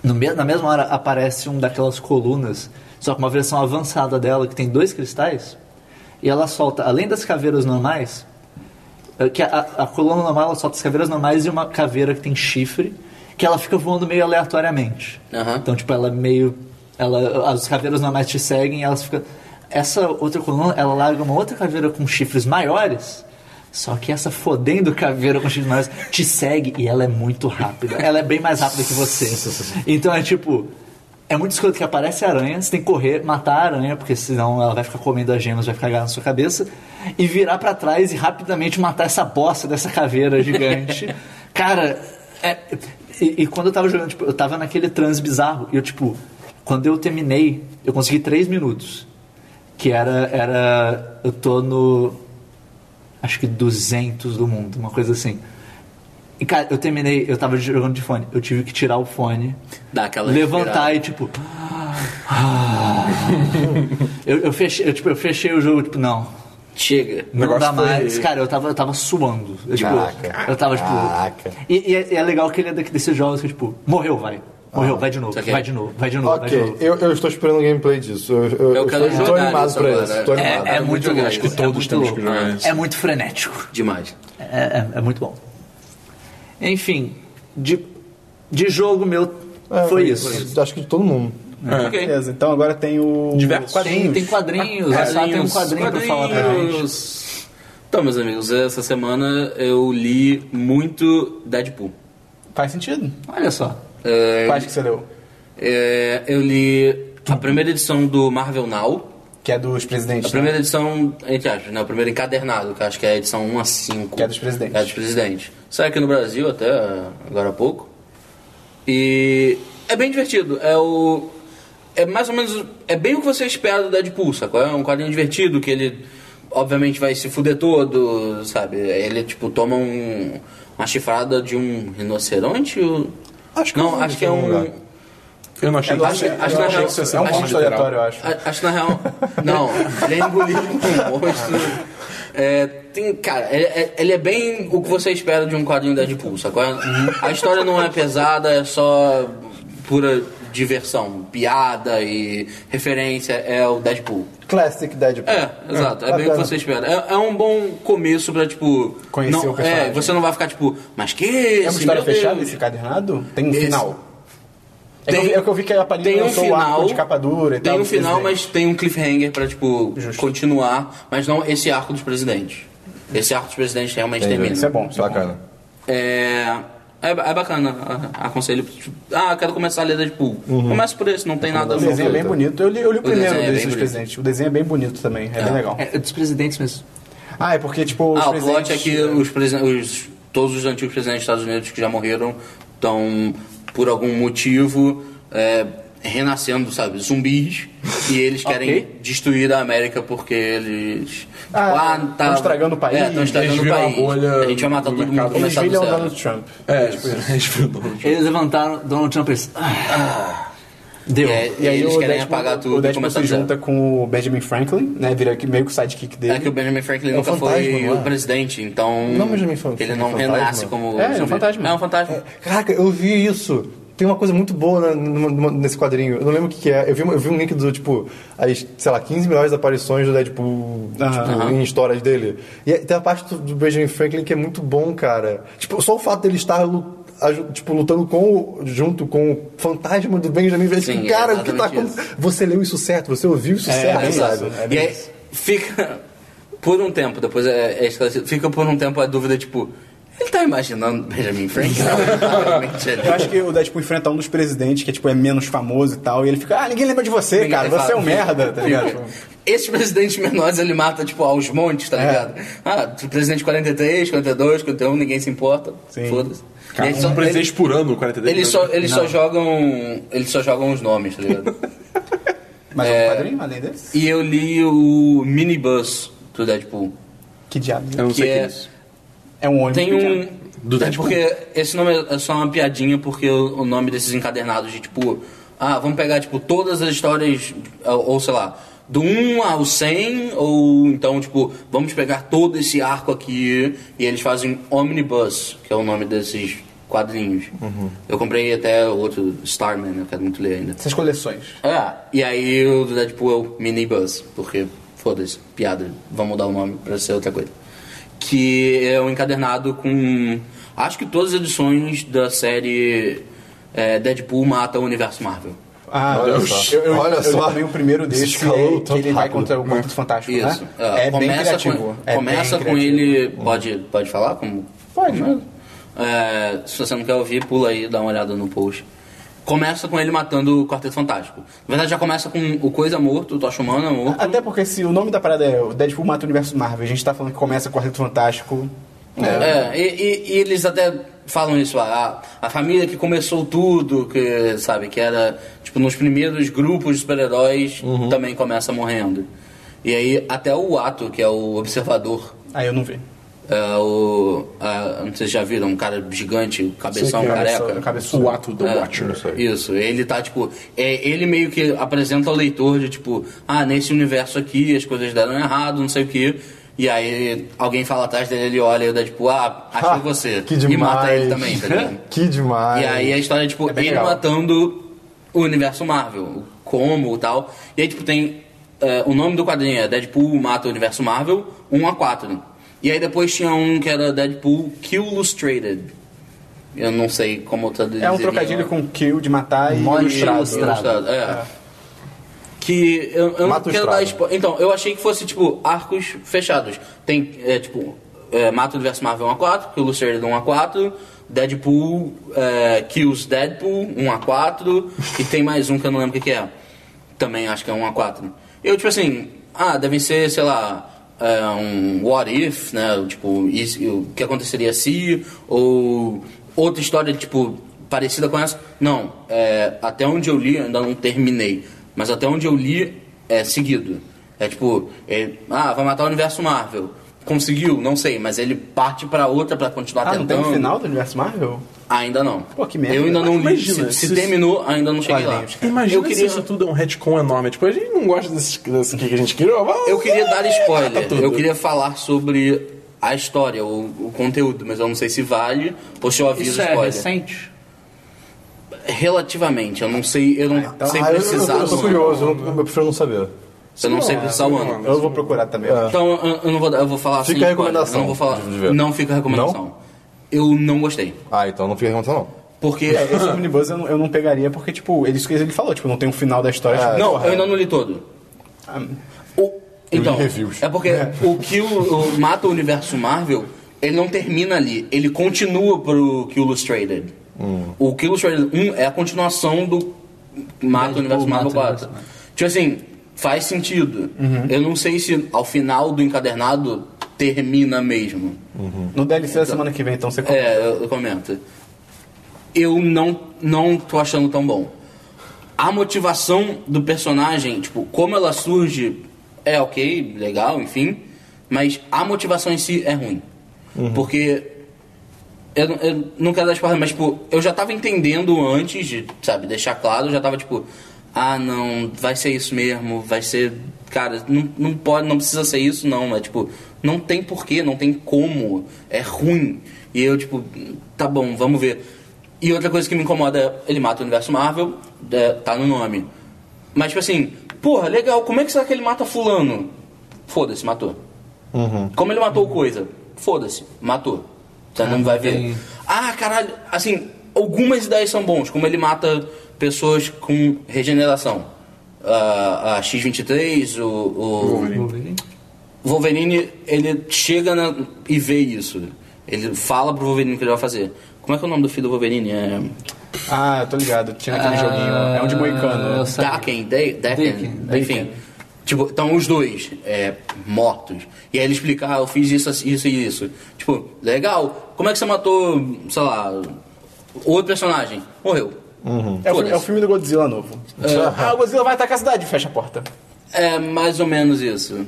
S1: no me- na mesma hora aparece um daquelas colunas, só que uma versão avançada dela que tem dois cristais, e ela solta, além das caveiras normais, é, que a, a- a coluna normal ela solta as caveiras normais e uma caveira que tem chifre, que ela fica voando meio aleatoriamente.
S4: Aham.
S1: Então, tipo, ela é meio. Ela, as caveiras normais te seguem e elas ficam. Essa outra coluna, ela larga uma outra caveira com chifres maiores. Só que essa fodendo caveira com chifres maiores te segue e ela é muito rápida. Ela é bem mais rápida que você. Então é tipo. É muito escuro que aparece a aranha, você tem que correr, matar a aranha, porque senão ela vai ficar comendo as gemas, vai ficar agarrada na sua cabeça, e virar pra trás e rapidamente matar essa bosta dessa caveira gigante. Cara, é, e, e quando eu tava jogando, tipo, eu tava naquele transe bizarro, e eu, tipo, quando eu terminei, eu consegui três minutos, que era, era, eu tô no, acho que 200 do mundo, uma coisa assim. E, cara, eu terminei, eu tava jogando de fone, eu tive que tirar o fone
S4: Dá aquela
S1: levantar
S4: respirada.
S1: e tipo. ah. eu, eu fechei, eu, tipo, eu fechei o jogo, tipo, não.
S4: Chega.
S1: Não
S3: negócio
S1: dá
S3: foi-
S1: mais. Cara, eu tava, eu tava suando. Eu, tipo,
S5: Caraca.
S1: eu tava, tipo.
S5: Caraca.
S1: E, e é, e é legal que ele é daqui desses jogos que, tipo, morreu, vai. Morreu, vai de novo,
S4: Saquei.
S1: vai de novo, vai de novo, vai de
S5: Ok,
S1: novo.
S5: eu, eu estou esperando o gameplay disso. Eu, eu,
S4: Eu quero
S5: estou, estou
S4: jogar
S5: animado
S4: isso
S5: pra
S4: agora.
S5: isso. Tô
S1: É,
S5: animado.
S1: é
S4: muito
S1: muito
S4: legal.
S1: louco.
S4: Acho que
S1: é
S3: todos
S1: muito
S3: temos que
S1: louco.
S3: jogar isso.
S1: É muito frenético.
S4: Demais.
S1: É, é- é muito bom. Enfim, de, de jogo meu
S5: É,
S1: foi isso.
S5: Acho que de todo mundo.
S4: Ok.
S2: Beleza, então agora tem o.
S3: Diversos.
S1: Tem, tem quadrinhos, a Sá tem um quadrinho pra falar pra gente.
S4: Ah, Quadrinhos. Então, meus amigos, essa semana eu li muito Deadpool.
S2: Faz sentido?
S1: Olha só.
S4: É,
S2: Quais que você leu?
S4: é, eu li a primeira edição do Marvel Now.
S2: Que é dos presidentes.
S4: A primeira edição, entre aspas, né? O primeiro encadernado, que eu acho que é a edição 1 a 5.
S2: Que é dos presidentes.
S4: É dos presidentes. Saiu aqui no Brasil até eh, agora há pouco. E é bem divertido. É o. É mais ou menos. É bem o que você espera do Deadpool, sacou? É um quadrinho divertido que ele, obviamente, vai se fuder todo, sabe? Ele, tipo, toma um, uma chifrada de um rinoceronte? ou-
S5: Acho que eu
S4: Não,
S5: vi
S4: acho que é
S5: em algum
S4: um.
S5: lugar.
S3: Eu não achei
S2: Eu acho-
S3: isso.
S2: acho que
S3: eu
S2: é
S3: achei
S2: um-
S3: que isso ia ser
S2: é um
S3: um
S2: monstro
S3: monte lateral.
S2: aleatório, eu acho.
S4: A- acho que na real. Não, ele é engolido por um monstro. É, tem, cara, ele, é- ele é bem o que você espera de um quadrinho Deadpool, sacou? A história não é pesada, é só pura diversão, piada e referência. É o Deadpool.
S5: Classic Deadpool.
S4: É, exato. É, bem o que
S5: bacana.
S4: você espera. É, é um bom começo pra, tipo...
S2: Conhecer
S4: não,
S2: o personagem.
S4: É, você não vai ficar, tipo, mas que
S2: É uma
S4: esse,
S2: história
S4: meu
S2: fechada
S4: Deus.
S2: esse cadernado? Tem um
S4: Esse.
S2: final. É,
S4: Tem-
S2: que eu, vi- é que eu vi que a
S4: tem
S2: Palhinha
S4: um
S2: lançou o
S4: final
S2: arco de capa dura e
S4: tem
S2: tal.
S4: um
S2: do
S4: final
S2: presidente.
S4: mas tem um cliffhanger pra, tipo continuar mas não esse arco dos presidentes esse arco dos presidentes realmente termina
S2: Isso é bom. Isso é bom.
S5: Bacana.
S4: é, é, ba- é bacana a- aconselho tipo, ah quero começar a ler Deadpool
S2: Uhum.
S4: começa por esse não tem nada
S2: O desenho é bem
S5: Perfeito.
S2: bonito. Eu li, eu li o, primeiro
S4: desenho
S2: desse
S4: é bem
S2: dos
S4: bonito.
S2: presidentes. O desenho é bem bonito também. É, bem legal.
S1: É, é dos presidentes mesmo.
S2: Ah, é porque, tipo, os
S4: ah o
S2: presidentes...
S4: plot é que os, presi- os- todos os antigos presidentes dos Estados Unidos que já morreram estão por algum motivo é, renascendo, sabe, zumbis, e eles querem
S6: Ok.
S4: destruir a América porque eles. tipo,
S2: Ah, tão estragando o país,
S4: É, estão estragando
S3: eles
S4: o
S3: viram a
S4: país.
S3: bolha
S4: a gente vai matar
S3: do
S4: todo mundo
S3: mercado.
S4: e
S2: Eles
S4: começar do
S2: viram o
S4: zero.
S2: Donald Trump.
S3: É, tipo, eles viram o Donald Trump.
S1: Eles levantaram, Donald Trump eles. "Ah, deu.
S4: E, é,
S2: E aí
S4: eles
S2: o
S4: querem
S2: Deadpool-
S4: apagar tudo
S2: O
S4: e
S2: Deadpool
S4: começar
S2: se
S4: do zero.
S2: junta com o Benjamin Franklin, né? Vira que meio que o sidekick dele.
S4: É que o Benjamin Franklin nunca
S5: fantasma,
S4: foi
S5: não é?
S4: o presidente, então.
S5: Não, Benjamin Franklin,
S4: Ele não
S5: fantasma.
S4: renasce como.
S6: É, ele é um
S4: zumbi.
S6: fantasma.
S4: É um fantasma.
S5: Caraca, eu vi isso. Tem uma coisa muito boa na- numa- numa- nesse quadrinho. Eu não lembro o que, que é. Eu vi, uma- eu vi um link do, tipo, as, sei lá, 15 melhores aparições do Deadpool tipo, em histórias dele. E aí tem a parte do, do Benjamin Franklin que é muito bom, cara. Tipo, só o fato dele estar lu- aju- tipo, lutando com, o- junto com o fantasma do Benjamin Franklin.
S4: Sim,
S5: Tipo,
S4: é
S5: cara, o que tá
S4: exatamente
S5: acontecendo? Você leu isso certo, você ouviu isso certo,
S4: É,
S5: sabe?
S4: exato. e aí fica por um tempo, depois é, é esclarecido, fica por um tempo a dúvida, tipo, ele tá imaginando Benjamin Franklin? Realmente ele-
S2: Eu acho que o Deadpool enfrenta um dos presidentes que tipo, é menos famoso e tal, e ele fica, ah, ninguém lembra de você,
S4: Ninguém
S2: cara,
S4: fala. É.
S2: você é um merda, tá ligado? Tipo,
S4: Esses presidentes menores ele mata, tipo, aos montes,
S3: É.
S4: tá ligado? Ah, presidente 43, 42, 41, ninguém se importa.
S2: Sim.
S4: Foda-se.
S3: Cara,
S4: E
S3: um
S4: eles só-
S3: presidente por ano, 42
S4: Eles só,
S3: anos.
S4: eles só jogam. Eles só jogam os nomes, tá ligado?
S2: Mas é um quadrinho além desse?
S4: e eu li o minibus do Deadpool.
S2: Que diabo?
S3: Eu não
S4: que
S3: sei o que
S4: é-
S3: é isso.
S2: É um ônibus.
S4: Tem
S2: que
S4: um.
S3: Do
S4: é
S3: Deadpool.
S4: porque esse nome é só uma piadinha, porque o o nome desses encadernados de tipo. Ah, vamos pegar, tipo, todas as histórias, ou, ou, sei lá, do 1 ao 100, ou então, tipo, vamos pegar todo esse arco aqui, e eles fazem Omnibus, que é o nome desses quadrinhos.
S3: Uhum.
S4: Eu comprei até o outro Starman, eu quero muito ler ainda.
S2: Essas coleções.
S4: Ah, e aí o do Deadpool é o Minibus, porque foda-se, piada, vamos mudar o nome pra ser outra coisa. Que é um encadernado com. Acho que todas as edições da série é, Deadpool mata o universo Marvel.
S2: Ah,
S5: Olha
S2: eu,
S5: só.
S2: eu, eu,
S5: Olha
S2: eu
S5: só.
S2: também o primeiro
S5: Isso
S2: desse,
S5: escalou
S2: é, que
S5: tanto
S2: ele vai
S5: rápido.
S2: contra o Quarteto Fantástico,
S4: Isso.
S2: né?
S4: Ah,
S2: É bem
S4: começa
S2: criativo.
S4: com,
S2: É
S4: começa
S2: bem
S4: com
S2: criativo.
S4: ele. Pode, pode falar? Como,
S2: Pode,
S4: como é?
S2: né?
S4: É, se você não quer ouvir, pula aí, dá uma olhada no post. Começa com ele matando o Quarteto Fantástico. Na verdade, já começa com o Coisa morto, o Tocha Humana morto.
S2: Até porque se o nome da parada é o Deadpool mata o universo Marvel, a gente tá falando que começa com o Quarteto Fantástico.
S4: É, e, e- e eles até falam isso, a, a família que começou tudo, que sabe, que era tipo nos primeiros grupos de super-heróis também começa morrendo. E aí até o Ato, que é o observador,
S2: Aí eu não vi.
S4: é o. a- não sei se já viram, um cara gigante, é, cabeção, careca.
S2: Cabeçudo.
S3: O ato do
S4: É,
S3: Watcher.
S4: Isso, ele tá tipo. é, ele meio que apresenta ao leitor de tipo, ah, nesse universo aqui as coisas deram errado, não sei o que. E aí alguém fala atrás dele, ele olha e dá tipo, ah, achei
S5: Ah,
S4: você.
S5: que
S4: E
S5: demais.
S4: mata ele também, tá ligado?
S5: Que demais.
S4: E aí a história é tipo, ele matando o universo Marvel, como e tal. E aí, tipo, tem. eh, o nome do quadrinho é Deadpool mata o universo Marvel 1 a 4. E aí depois tinha um que era Deadpool Kill Illustrated. Eu não sei como traduziria.
S2: É um trocadilho com kill de matar e
S1: Morte
S2: ilustrado.
S1: ilustrada.
S4: É. Que eu, eu não
S5: Mata o
S4: quero
S5: estrado.
S4: dar spo- Então, eu achei que fosse, tipo, arcos fechados. Tem, é, tipo, é, Mata o Universo Marvel 1x4, Kill Lucerda 1x4, Deadpool, é, Kills Deadpool 1x4, e tem mais um que eu não lembro o que, que é. Também acho que é 1x4. Eu, tipo assim, ah, devem ser, sei lá, é, um What If, né? Tipo, is- o que aconteceria se, ou outra história, tipo, parecida com essa. Não, é, até onde eu li, ainda não terminei, mas até onde eu li, é seguido. É tipo, ele, ah, vai matar o universo Marvel. Conseguiu? Não sei, mas ele parte pra outra pra continuar
S2: Ah, não
S4: tentando.
S2: tem o final do universo Marvel?
S4: Ainda não.
S2: Pô, que merda.
S4: Eu ainda não li.
S3: Imagina,
S4: Se, se
S3: se-
S4: terminou, ainda não cheguei lá.
S2: Quadrinhos,
S3: Imagina
S4: eu queria,
S3: se isso tudo é um retcon enorme. Tipo, a gente não gosta desse, desse que a gente criou. Vamos...
S4: eu queria
S1: É,
S4: dar
S3: Tá
S4: spoiler.
S3: tudo.
S4: eu queria falar sobre a história, o, o conteúdo, mas eu não sei se vale ou se eu aviso
S1: Isso é
S4: spoiler.
S1: recente?
S4: Relativamente, eu não sei, eu não sei
S5: Ah, eu- eu,
S4: precisar.
S5: eu, tô
S4: do-
S5: curioso, eu, eu prefiro não saber.
S4: eu não sei precisar o ano.
S2: Eu vou procurar também.
S5: É.
S2: eu acho.
S4: Então, eu, eu não vou, dar- eu vou falar
S5: Fica
S4: sem
S5: a
S4: spoiler.
S5: recomendação
S4: Eu não vou falar.
S5: de ver.
S4: Não fica a recomendação. Eu não gostei.
S5: Ah, então não fica acontecendo, não.
S4: Porque.
S2: É, esse omnibus eu não, eu não pegaria porque, tipo, ele, isso que ele falou, tipo, não tem um final da história. tipo,
S4: É.
S2: ah,
S4: não,
S2: porra.
S4: eu ainda não li todo. O-
S5: Eu
S4: então,
S5: li reviews.
S4: é porque o que o, o mata o universo Marvel, ele não termina ali, ele continua pro Kill Illustrated. O Kill Illustrated 1 é a continuação do Mata o Universo Marvel
S1: Mata o
S4: 4. Tipo assim, faz sentido. Eu não sei se ao final do encadernado termina mesmo.
S2: No DLC da semana que vem, então você
S4: É, eu, eu comento. Eu não, não tô achando tão bom. a motivação do personagem, tipo, como ela surge, é ok, legal, enfim. Mas a motivação em si é ruim. Porque. Eu, não- eu não quero dar spoiler, mas, tipo, eu já tava entendendo antes de, sabe, deixar claro, eu já tava tipo. Ah, não, vai ser isso mesmo, vai ser. Cara, não, não pode, não precisa ser isso, não. É tipo, não tem porquê, não tem como. É ruim. E eu, tipo, tá bom, vamos ver. E outra coisa que me incomoda é ele mata o universo Marvel, é, tá no nome. Mas, tipo assim, porra, legal, como é que será que ele mata Fulano? Foda-se, matou. Como ele matou coisa? Foda-se, matou. Você não vai ver. Ah, caralho, assim, algumas ideias são bons, como ele mata pessoas com regeneração. Ah, a X-23, o, o, Wolverine, ele chega na- e vê isso. Ele fala pro Wolverine o que ele vai fazer. Como é que é o nome do filho do Wolverine? É...
S2: Ah, eu tô ligado. Tinha aquele
S1: Ah,
S2: joguinho. É um de
S1: eu
S2: moicano.
S1: sei.
S4: Daken, De- Decken,
S1: Decken.
S4: enfim. Tipo, estão os dois é, mortos. E aí ele explica, ah, eu fiz isso, assim, isso e isso. Tipo, legal. Como é que você matou, sei lá, outro personagem? Morreu.
S2: É o, filme- é o
S4: Foda-se.
S2: filme do Godzilla novo.
S6: Ah, o Godzilla vai atacar a cidade, fecha a porta.
S4: É mais ou menos isso.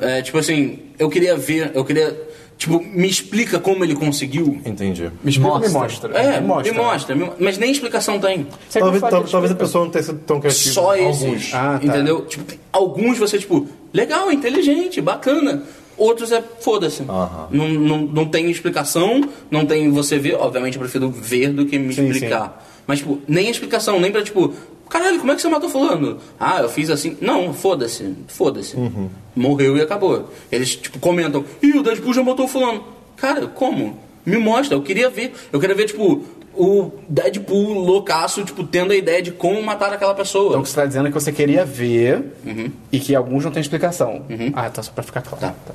S4: É, tipo assim, eu queria ver, eu queria. Tipo, me explica como ele conseguiu.
S5: Entendi.
S6: Me explica,
S1: Mostra.
S6: me mostra.
S4: É,
S6: me
S4: me mostra. me- Mas nem explicação tem.
S6: Você
S5: Talvez,
S6: fala
S5: tal-
S6: que
S5: talvez a
S6: explica.
S5: pessoa não tenha sido tão criativa.
S4: Só esses.
S5: Alguns.
S2: Ah, tá.
S4: Entendeu? Tipo, tem alguns você, tipo, legal, inteligente, bacana. Outros é foda-se. Não, não, não tem explicação, não tem você ver. Obviamente eu prefiro ver do que me
S2: Sim,
S4: explicar. Mas, tipo, nem explicação, nem pra, tipo, caralho, como é que você matou fulano? Ah, eu fiz assim. Não, foda-se, foda-se. Morreu e acabou. Eles, tipo, comentam, ih, o Deadpool já matou fulano. Cara, como? Me mostra, eu queria ver. Eu queria ver, tipo, o Deadpool loucaço, tipo, tendo a ideia de como matar aquela pessoa.
S2: Então o que você tá dizendo é que você queria ver e que alguns não têm explicação. Ah, tá só pra ficar claro.
S4: Tá.
S2: Tá.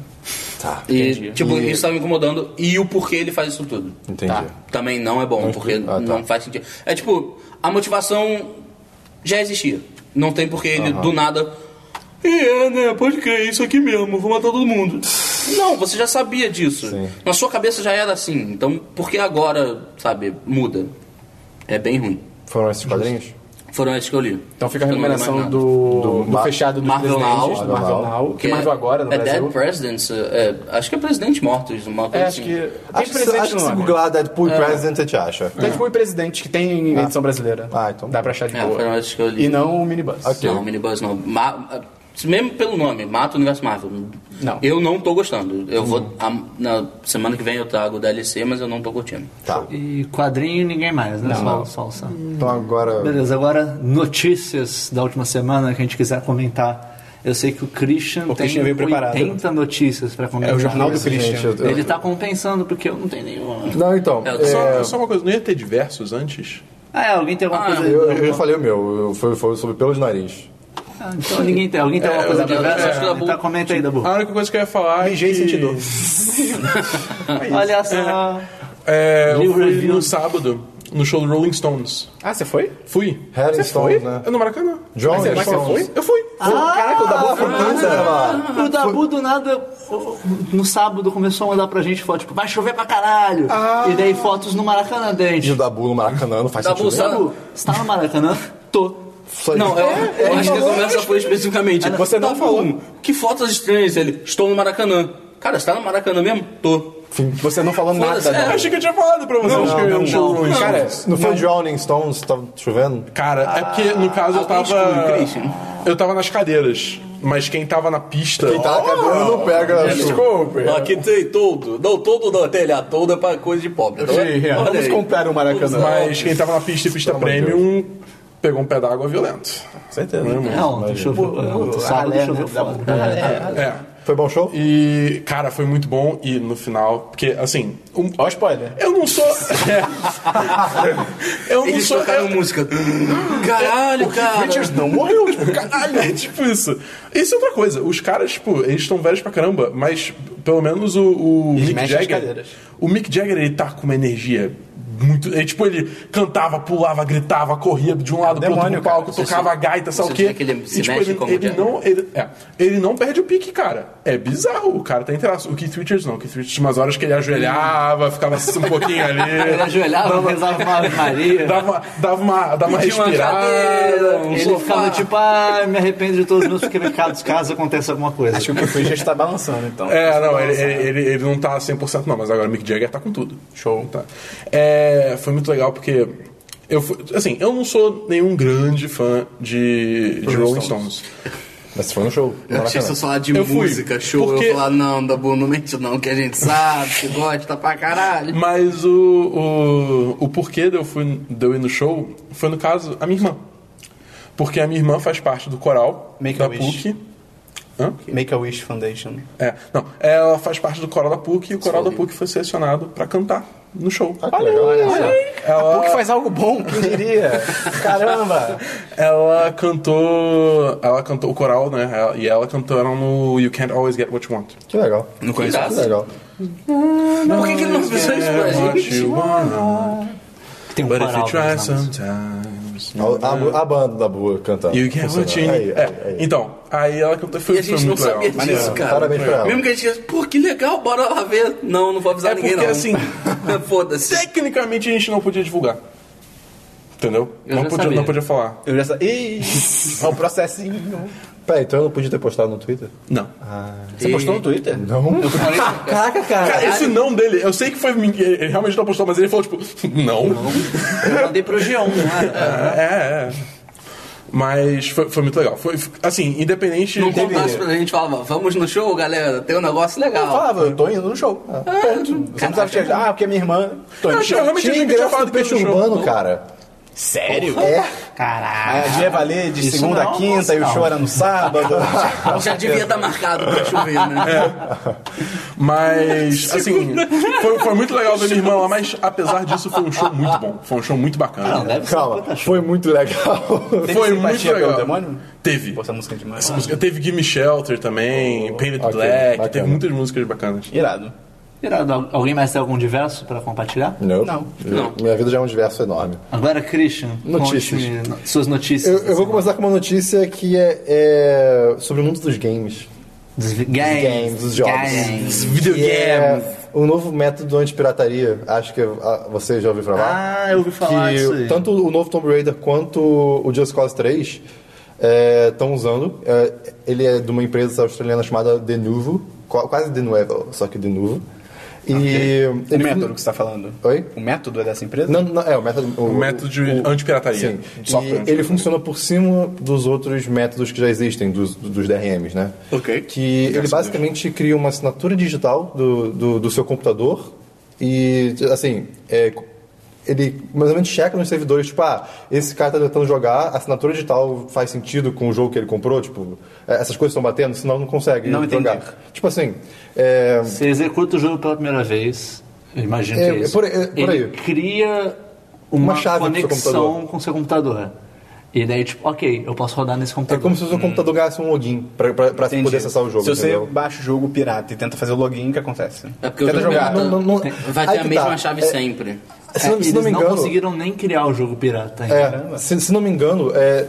S4: E, tipo, isso tá me incomodando. E o porquê ele faz isso tudo.
S5: Entendi.
S4: Também não é bom, porque
S5: explica- ah, tá.
S4: não faz sentido. É tipo, a motivação já existia. Não tem porquê ele do nada. É, né? Pode crer, é isso aqui mesmo, vou matar todo mundo. Não, você já sabia disso.
S5: Sim.
S4: Na sua cabeça já era assim. Então, por que agora, sabe, muda? É bem ruim.
S5: Foram esses quadrinhos?
S4: Foram esses que eu li.
S2: Então fica a
S4: Eu não li mais
S2: recomendação
S4: nada.
S2: do, do,
S5: Mar-
S2: fechado dos
S4: Marvel
S2: presidentes,
S4: Now.
S2: do Marvel
S5: Marvel
S2: Now, que Marvel agora no
S4: é
S2: Brasil.
S4: Dead Presidents, é, acho que é Presidente Mortos, uma coisa
S2: É, acho
S4: assim.
S2: que. Tem
S5: Acho que, se- acho
S2: presidente
S5: que se
S2: no É. nome.
S5: googlar Deadpool President, você te acha.
S2: Tem tipo o presidente que tem em edição brasileira.
S5: Ah, então.
S2: Dá pra achar de
S4: É, foram
S2: boa.
S4: esses que eu li.
S2: E não o minibus.
S5: Ok.
S4: Não, Minibus não. Ma- mesmo pelo nome, Mata o Universo Marvel.
S2: Não. Hum.
S4: Eu não tô gostando. Eu vou. a- na semana que vem eu trago o DLC, mas eu não tô curtindo.
S5: Tá.
S1: E quadrinho ninguém mais, né? só, só o Sam.
S5: Então agora.
S1: Beleza, agora notícias da última semana que a gente quiser comentar. Eu sei que o Christian tem
S2: Christian veio preparado.
S1: 80 notícias pra comentar.
S2: É o jornal do Christian.
S5: Gente, eu- eu-
S1: Ele tá compensando porque eu não tenho nenhuma.
S5: Não, então.
S4: É, eu tô
S5: é,
S3: Só, só uma coisa, não ia ter diversos antes?
S1: Ah, é, alguém tem alguma coisa.
S5: Eu, eu já falei o meu, eu- foi, foi sobre pelos nariz.
S1: Ah, então ninguém tem. Alguém tem alguma coisa
S4: eu-
S1: de
S4: eu- eu-
S1: graça?
S4: eu-
S1: Então comenta aí, Dabu.
S3: A única coisa que eu ia falar é
S2: Ligeiro e
S3: que...
S2: sentido.
S1: Olha só.
S3: É, eu
S1: Livro
S3: fui
S1: review.
S3: no sábado, no show do Rolling Stones.
S2: Ah, você foi?
S3: Fui.
S5: Rolling
S3: Você
S5: Stones,
S3: foi?
S5: né?
S3: É no Maracanã.
S5: John um-
S2: Mas você
S5: Stones.
S2: foi?
S3: Eu fui.
S4: Ah.
S2: Caraca, o da boa
S5: Nossa, mano.
S1: Ah! O Dabu do nada, o- no sábado, começou a mandar pra gente foto, tipo, vai chover pra caralho. E daí fotos no Maracanã, daí a
S5: E o
S1: gente.
S5: Dabu no Maracanã não faz
S4: Dabu,
S5: sentido. nenhum.
S4: sabe-
S1: Dabu, você tá no Maracanã? Tô.
S5: Só-
S4: Não, eu,
S2: É,
S4: eu acho que a conversa foi especificamente. Tá
S2: Você é. Ah, não
S4: bom.
S2: falou.
S4: Que fotos estranhas ele. Estou no Maracanã. Cara, você tá no Maracanã mesmo? Tô.
S2: Você não falou nada.
S4: Foda-se, é,
S2: não.
S3: Eu achei que eu tinha falado pra vocês que eu ia no show do Rolling
S2: Cara,
S3: Stones.
S5: Não foi Drowning Stones, tava chovendo?
S3: Cara, é porque no caso eu
S4: ah, alguém exclui o
S3: tava.
S4: Christian.
S3: Eu tava nas cadeiras. Mas quem tava na pista.
S5: Quem
S2: Oh!
S5: tá na cadeira não pega.
S2: Desculpa.
S4: Aqui tem todo. Não, todo não. Telha toda é pra coisa de pobre. Então,
S2: Sim, é. Vamos comprar o Maracanã.
S3: Mas quem tava na pista e pista premium pegou um pé d'água violento.
S5: Certeza.
S1: É, ontem choveu. é, Ontem sábado
S2: ralé,
S1: choveu
S2: né,
S1: foda.
S3: É.
S5: Foi bom show?
S3: E, cara, foi muito bom. E no final, porque assim. um-
S2: Ó, spoiler.
S3: eu não sou. É. eu não
S4: Eles
S3: sou.
S4: tocaram
S3: eu-
S4: música. Caralho, cara.
S2: Richards não morreu, tipo, caralho.
S3: É tipo isso. Isso é outra coisa. Os caras, tipo, eles estão velhos pra caramba, mas pelo menos o, o
S2: Eles
S3: Mick
S2: mexem as
S3: Jagger.
S2: cadeiras.
S3: O Mick Jagger, ele tá com uma energia muito. É, tipo, ele cantava, pulava, gritava, corria de um lado pro outro
S2: demônio,
S3: no palco,
S4: cara.
S3: tocava
S4: Você-
S3: gaita, sabe
S4: você
S3: o quê?
S4: vê que ele se
S3: e, tipo,
S4: mexe
S3: ele,
S4: como
S3: ele
S4: que é.
S3: não. Ele, é, ele não perde o pique, cara. É bizarro. O cara tá interação. O Keith Richards não. O Keith Richards tinha umas horas que ele ajoelhava, ficava um pouquinho
S4: Ele
S3: ali.
S4: ajoelhava,
S1: Não rezava uma Ave Maria.
S3: Dava uma, dava uma, dava uma
S4: Pedia uma
S3: respirada,
S4: cadeira,
S3: um
S1: Ele
S3: sofá.
S1: ficava tipo, ah, me arrependo de todos os meus pecados caso aconteça alguma coisa.
S2: Acho que Tipo, o Chris já está balançando, então.
S3: É, não, ele, ele, ele, ele não tá 100% não, mas agora o Mick Jagger tá com tudo. Show. Tá. É, foi muito legal porque... Eu fui, assim, eu não sou nenhum grande fã de, de Rolling Stones.
S5: Mas foi um show.
S4: Eu achei que
S5: Maracanã.
S4: você falar de
S3: Eu fui,
S4: música, show.
S3: porque-
S4: Eu falar, não, Dabu, não mente não, que a gente sabe, que gosta pra caralho.
S3: Mas o, o, o porquê de eu, fui, de eu ir no show foi, no caso, a minha irmã. Porque a minha irmã faz parte do coral
S2: Make a
S3: da
S2: Wish.
S3: PUC. Hã?
S2: Make a Wish Foundation.
S3: É, não, ela faz parte do coral da PUC e o coral da
S4: Sorry.
S3: PUC foi selecionado pra cantar no show.
S5: Ah, que legal.
S3: Ela-
S2: O que É faz algo bom, quem diria? Caramba!
S3: Ela cantou. Ela cantou o coral, né? Ela- E ela cantaram no You Can't Always Get What You Want.
S5: Que legal.
S4: Não conheço.
S5: Que legal.
S4: Por que, que ele não fez
S5: é,
S4: isso pra gente?
S3: What you want,
S1: Tem um
S3: but if you
S1: coral, né,
S3: try
S1: na
S3: sometimes.
S5: A, a- a banda da Bua cantando.
S3: You can't what you
S5: Funcionando. Aí,
S3: need. É,
S5: aí, aí.
S3: Então, aí ela cantou. Foi,
S4: E a
S3: foi
S4: gente não
S3: muito legal.
S4: sabia disso,
S5: Maneiro.
S4: cara.
S5: Parabéns pra ela.
S4: Mesmo que a gente dissesse, pô, que legal, bora lá ver. Não, não vou avisar
S3: É
S4: ninguém não. É,
S3: porque, assim,
S4: Foda-se.
S3: Tecnicamente a gente não podia divulgar. Entendeu?
S4: Eu
S3: Não
S4: já
S3: podia,
S4: sabia.
S3: não podia falar.
S2: Eu já sa... Ih, é um processinho.
S5: Peraí, então eu não podia ter postado no Twitter?
S3: Não.
S2: Você postou no Twitter?
S5: Não.
S1: Caraca, cara.
S4: Ah,
S3: Cara, esse não dele, eu sei que foi. min- Ele realmente não postou, mas ele falou, tipo, não.
S1: Eu mandei pro G1, né?
S3: É, é. Mas foi, foi muito legal. Foi, foi- assim, independente.
S4: Não contasse pra gente, falava, vamos no show, galera, tem um negócio
S2: Eu
S4: legal.
S2: falava, eu tô indo no show. Ah, Ponto. Você não precisava chegar, ah, porque minha irmã... Tô indo
S3: Eu
S2: no
S3: tinha-
S2: show.
S5: Tinha
S3: realmente achei que tinha
S5: ingresso
S3: falado
S5: do
S3: que
S5: peixe
S3: no show.
S5: urbano, cara.
S2: Sério?
S5: É.
S1: Caraca.
S2: Aí a dia valer É, de segunda
S1: não,
S2: a quinta e o
S1: não.
S2: show era no sábado.
S4: Já devia estar marcado pra chover, né?
S3: Mas, assim, foi, foi muito legal ver minha irmã lá, mas apesar disso, foi um show muito bom. Foi um show muito
S5: Ah,
S1: Não,
S5: né?
S3: bacana.
S1: deve ser.
S5: Calma, foi muito legal.
S3: Foi
S2: simpatia
S3: muito
S2: pelo
S3: legal.
S2: demônio?
S3: Teve.
S2: Pô, essa música é demais.
S3: Essa música- Teve Gimme Shelter também, Painted
S5: Oh, ok,
S3: Black,
S5: bacana.
S3: teve muitas músicas bacanas.
S2: Irado.
S1: Irado, al- alguém mais tem algum diverso pra compartilhar?
S5: Não.
S2: Não.
S4: Não.
S5: Minha vida já é um diverso enorme.
S1: Agora, Christian,
S5: Notícias.
S1: conte-me no- suas notícias. assim,
S5: Eu, eu vou começar com uma notícia que é, é sobre o mundo dos games.
S1: Dos vi-
S5: Dos
S1: games.
S5: games, dos jogos.
S1: Games.
S5: Que é um novo método antipirataria. Acho que ah, você já ouviu falar.
S1: Ah, eu ouvi falar
S5: que
S1: disso aí.
S5: Tanto o novo Tomb Raider quanto o Just Cause 3 estão usando. É, ele é de uma empresa australiana chamada De Novo. Qua- Quase De Novo, só que De Novo.
S1: Ah,
S5: E
S2: O
S1: Um
S2: método que você tá falando?
S5: Oi?
S2: O método é dessa empresa?
S5: Não, não, é, o método... O,
S3: método de antipirataria.
S5: Sim.
S3: De software
S5: E ele
S3: antipirataria.
S5: funciona por cima dos outros métodos que já existem, dos, dos DRMs, né?
S4: Ok.
S5: Que ele basicamente cria uma assinatura digital do, do, do seu computador e, assim, é, ele mais ou menos checa nos servidores, tipo, ah, esse cara tá tentando jogar, a assinatura digital faz sentido com o jogo que ele comprou, tipo, é, essas coisas estão batendo, senão não consegue
S2: Não
S5: jogar.
S2: entendi.
S5: Tipo assim, é,
S1: Você executa o jogo pela primeira vez, eu imagino
S5: É,
S1: que é isso.
S5: por- é, por
S1: Ele
S5: aí.
S1: cria uma,
S5: Uma chave pro seu
S1: conexão
S5: computador.
S1: com o seu computador. E daí, tipo, ok, eu posso rodar nesse
S5: é
S1: computador.
S5: como se o seu computador ganhasse um login pra, pra, pra
S2: Entendi.
S5: poder acessar o jogo,
S2: Se você
S5: entendeu?
S2: baixa o jogo pirata e tenta fazer o login, o que acontece?
S4: É porque o
S2: Tenta
S4: jogo
S2: jogar.
S4: pirata
S5: Não, não, não.
S4: vai
S5: Aí
S4: ter a
S5: que
S4: mesma
S5: tá.
S4: chave
S5: É-
S4: sempre.
S5: Se, não-
S1: É,
S5: se
S1: eles
S5: não me engano,
S1: conseguiram nem criar o jogo pirata ainda.
S5: é, se, se não me engano, é,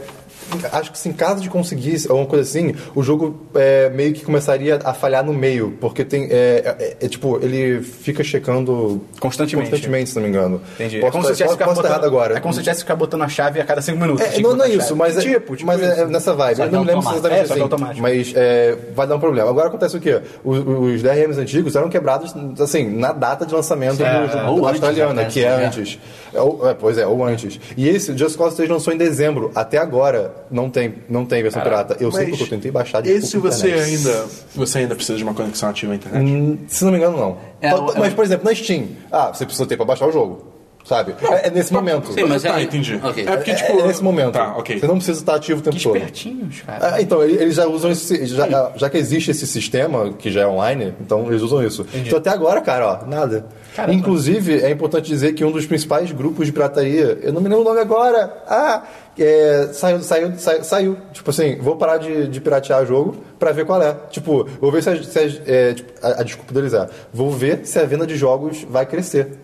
S5: acho que se em caso de conseguir alguma coisa assim, o jogo é, meio que começaria a falhar no meio, porque tem é, é- é, tipo ele fica checando
S2: Constantemente.
S5: constantemente se não me engano.
S2: Entendi.
S5: Posso, tá-
S2: é como se você
S5: posso,
S2: tivesse que
S5: posso
S2: ficar
S5: estar errado
S2: botando,
S5: agora.
S2: É como se você tivesse que ficar botando a chave a cada cinco minutos.
S5: É,
S2: Tinha que
S5: não, não é
S2: botar a
S5: isso,
S2: chave.
S5: mas, é,
S2: Tipo, tipo
S5: mas é-
S2: isso.
S5: é nessa vibe.
S1: Só
S5: Eu
S1: que
S5: não me lembro
S1: automático.
S5: exatamente
S2: É, só que
S5: assim,
S2: automático.
S5: mas é, vai dar um problema. Agora acontece o quê? Os, os DRMs antigos eram quebrados, assim, na data de lançamento do
S1: ou
S5: jogo
S1: antes,
S5: australiano,
S1: né?
S5: que é
S1: É.
S5: antes. É, ou- é, pois é, ou antes. E esse, Just Cause 3 lançou em dezembro. Até agora, não tem, não tem versão pirata. Eu sei
S3: Mas
S5: porque eu tentei baixar.
S3: Esse
S5: desculpa,
S3: você
S5: internet.
S3: ainda. Você ainda precisa de uma conexão ativa à internet?
S5: Hum, Se não me engano, não.
S1: É,
S5: Tá-
S1: o-
S5: tá-
S1: é
S5: mas,
S1: o-
S5: por exemplo, na Steam. Ah, você precisa ter pra baixar o jogo. Sabe? É, é nesse momento.
S4: Sim, mas
S3: tá,
S4: é-
S3: entendi.
S4: ok.
S3: É porque,
S5: É-
S3: tipo.
S5: é nesse momento.
S3: Tá, ok.
S5: Você não precisa estar ativo o tempo todo.
S2: Espertinhos, cara.
S5: Ah, então, ele- eles já usam esse. Já, já que existe esse sistema que já é online, então eles usam isso. Então, até agora, cara, ó, nada.
S2: Caramba.
S5: Inclusive, é importante dizer que um dos principais grupos de pirataria, eu não me lembro o nome agora, ah, é, saiu, saiu, saiu, saiu. Tipo assim, vou parar de, de piratear o jogo pra ver qual é. Tipo, vou ver se, a, se a- é, tipo, a- a desculpa deles é, vou ver se a venda de jogos vai crescer.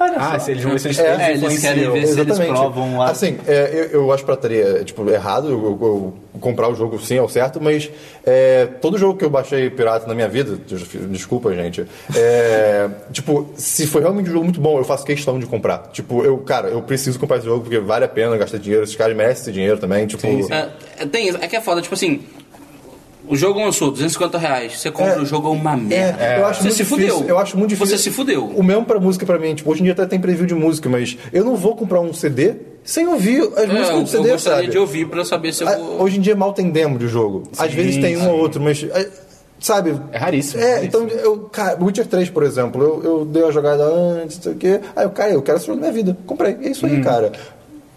S1: Olha
S2: Ah,
S1: só.
S2: se eles vão ver se eles
S5: É,
S1: eles querem ver. se eles provam a-
S5: Assim, é, eu, eu acho pirataria tipo, errado, eu, eu- eu comprar o jogo sim é o certo, mas é, todo jogo que eu baixei pirata na minha vida, des- desculpa, gente, é, tipo, se foi realmente um jogo muito bom, eu faço questão de comprar. Tipo, eu, cara, eu preciso comprar esse jogo porque vale a pena gastar dinheiro, esses caras merecem esse dinheiro também, tipo...
S4: É, é, tem, isso. é que é foda, tipo assim. O jogo lançou 250 reais, você compra
S5: É.
S4: o jogo é uma merda.
S5: É, eu acho
S4: você
S5: muito
S4: se
S5: difícil,
S4: fudeu.
S5: Eu acho muito difícil.
S4: Você se fudeu.
S5: O mesmo pra música pra mim. Tipo, hoje em dia até tem preview de música, mas eu não vou comprar um CD sem ouvir as
S4: É,
S5: músicas
S4: eu,
S5: do CD,
S4: eu gostaria
S5: sabe?
S4: de ouvir pra eu saber se eu
S5: Ah,
S4: vou.
S5: Hoje em dia mal tem demo de jogo. Às vezes tem um ou outro, mas. ah, Sabe?
S2: É raríssimo,
S5: É,
S2: raríssimo.
S5: então, eu, cara, Witcher 3, por exemplo, eu, eu dei a jogada antes, não sei o quê. Aí eu, cara, eu quero esse jogo na minha vida. Comprei. É isso aí, cara.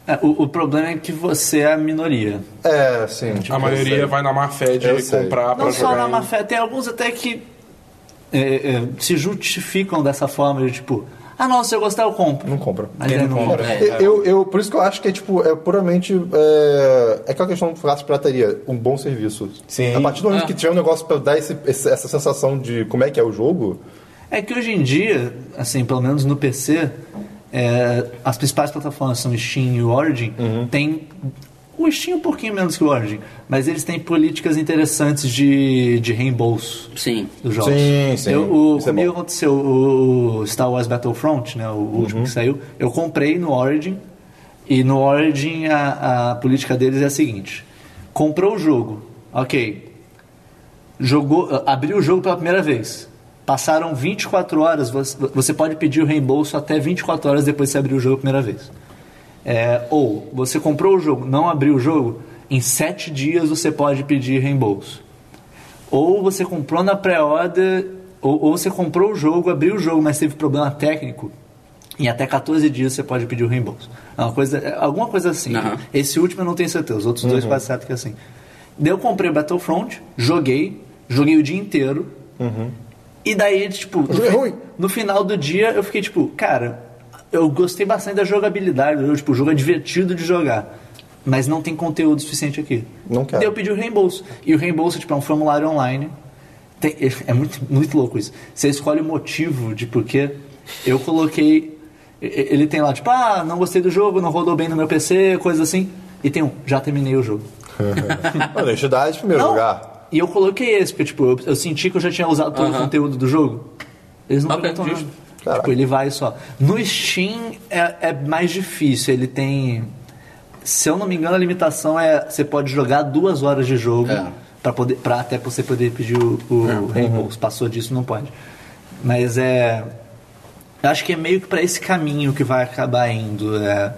S1: É, o, o problema é que você é a minoria.
S5: É, sim. tipo,
S3: a maioria
S5: eu sei.
S3: vai na má fé de
S5: Eu sei.
S3: comprar pra
S1: Não só
S3: jogar.
S1: na
S3: em-
S1: má fé, tem alguns até que é, é, se justificam dessa forma de tipo, ah, não, se eu gostar, eu compro.
S5: Não né? compra.
S1: Mas aí não compra.
S5: Cara, eu, eu, por isso que eu acho que é tipo, é puramente. É, é aquela questão que falasse de pirataria, um bom serviço.
S2: Sim.
S5: A partir do momento
S4: Ah.
S5: que tiver um negócio pra dar esse- esse- essa sensação de como é que é o jogo,
S1: É que hoje em dia, assim, pelo menos no PC, é, as principais plataformas são Steam e o Origin. Tem o Steam um pouquinho menos que o Origin, mas eles têm políticas interessantes de, de reembolso
S4: Sim.
S1: dos jogos.
S5: Sim, sim.
S1: Eu, o,
S5: Isso é
S1: comigo
S5: bom. Uhum.
S1: aconteceu o Star Wars Battlefront, né, o último que saiu. Eu comprei no Origin e no Origin a, a política deles é a seguinte: comprou o jogo, ok. Jogou, ah, abriu o jogo pela primeira vez. Passaram 24 horas, você, você pode pedir o reembolso até 24 horas depois de você abrir o jogo a primeira vez. É, ou você comprou o jogo, não abriu o jogo, em 7 dias você pode pedir reembolso ou você comprou na pré-order, ou, ou você comprou o jogo, abriu o jogo, mas teve problema técnico, em até 14 dias você pode pedir o reembolso. É uma coisa, é alguma coisa assim.
S4: Aham.
S1: Esse último eu não tenho certeza, os outros dois quase certo que é assim. Daí eu comprei Battlefront, joguei, joguei o dia inteiro, e daí, tipo, no,
S5: jogo é
S1: fi-
S5: ruim.
S1: no final do dia eu fiquei tipo, cara, eu gostei bastante da jogabilidade, eu, tipo, o jogo é divertido de jogar. Mas não tem conteúdo suficiente aqui.
S5: Não quero.
S1: Daí eu pedir o reembolso. E o reembolso, tipo, é um formulário online. Tem- é muito, muito louco isso. Você escolhe o motivo de porquê. Eu coloquei. e- e- Ele tem lá, tipo, ah, não gostei do jogo, não rodou bem no meu PC, coisa assim. E tem um, já terminei o jogo.
S5: honestidade em primeiro
S1: Não,
S5: lugar.
S1: E eu coloquei esse, porque, tipo, eu, eu senti que eu já tinha usado todo o
S4: Aham.
S1: conteúdo do jogo. Eles não
S4: Ok,
S1: perguntam nada.
S4: justo.
S5: Caraca.
S1: Tipo, ele vai só. No Steam é, é mais difícil, ele tem. Se eu não me engano, a limitação é você pode jogar duas horas de jogo
S4: É.
S1: pra poder para até você poder pedir o, o reembolso. Passou disso, não pode. Mas é. Eu acho que é meio que pra esse caminho que vai acabar indo. é.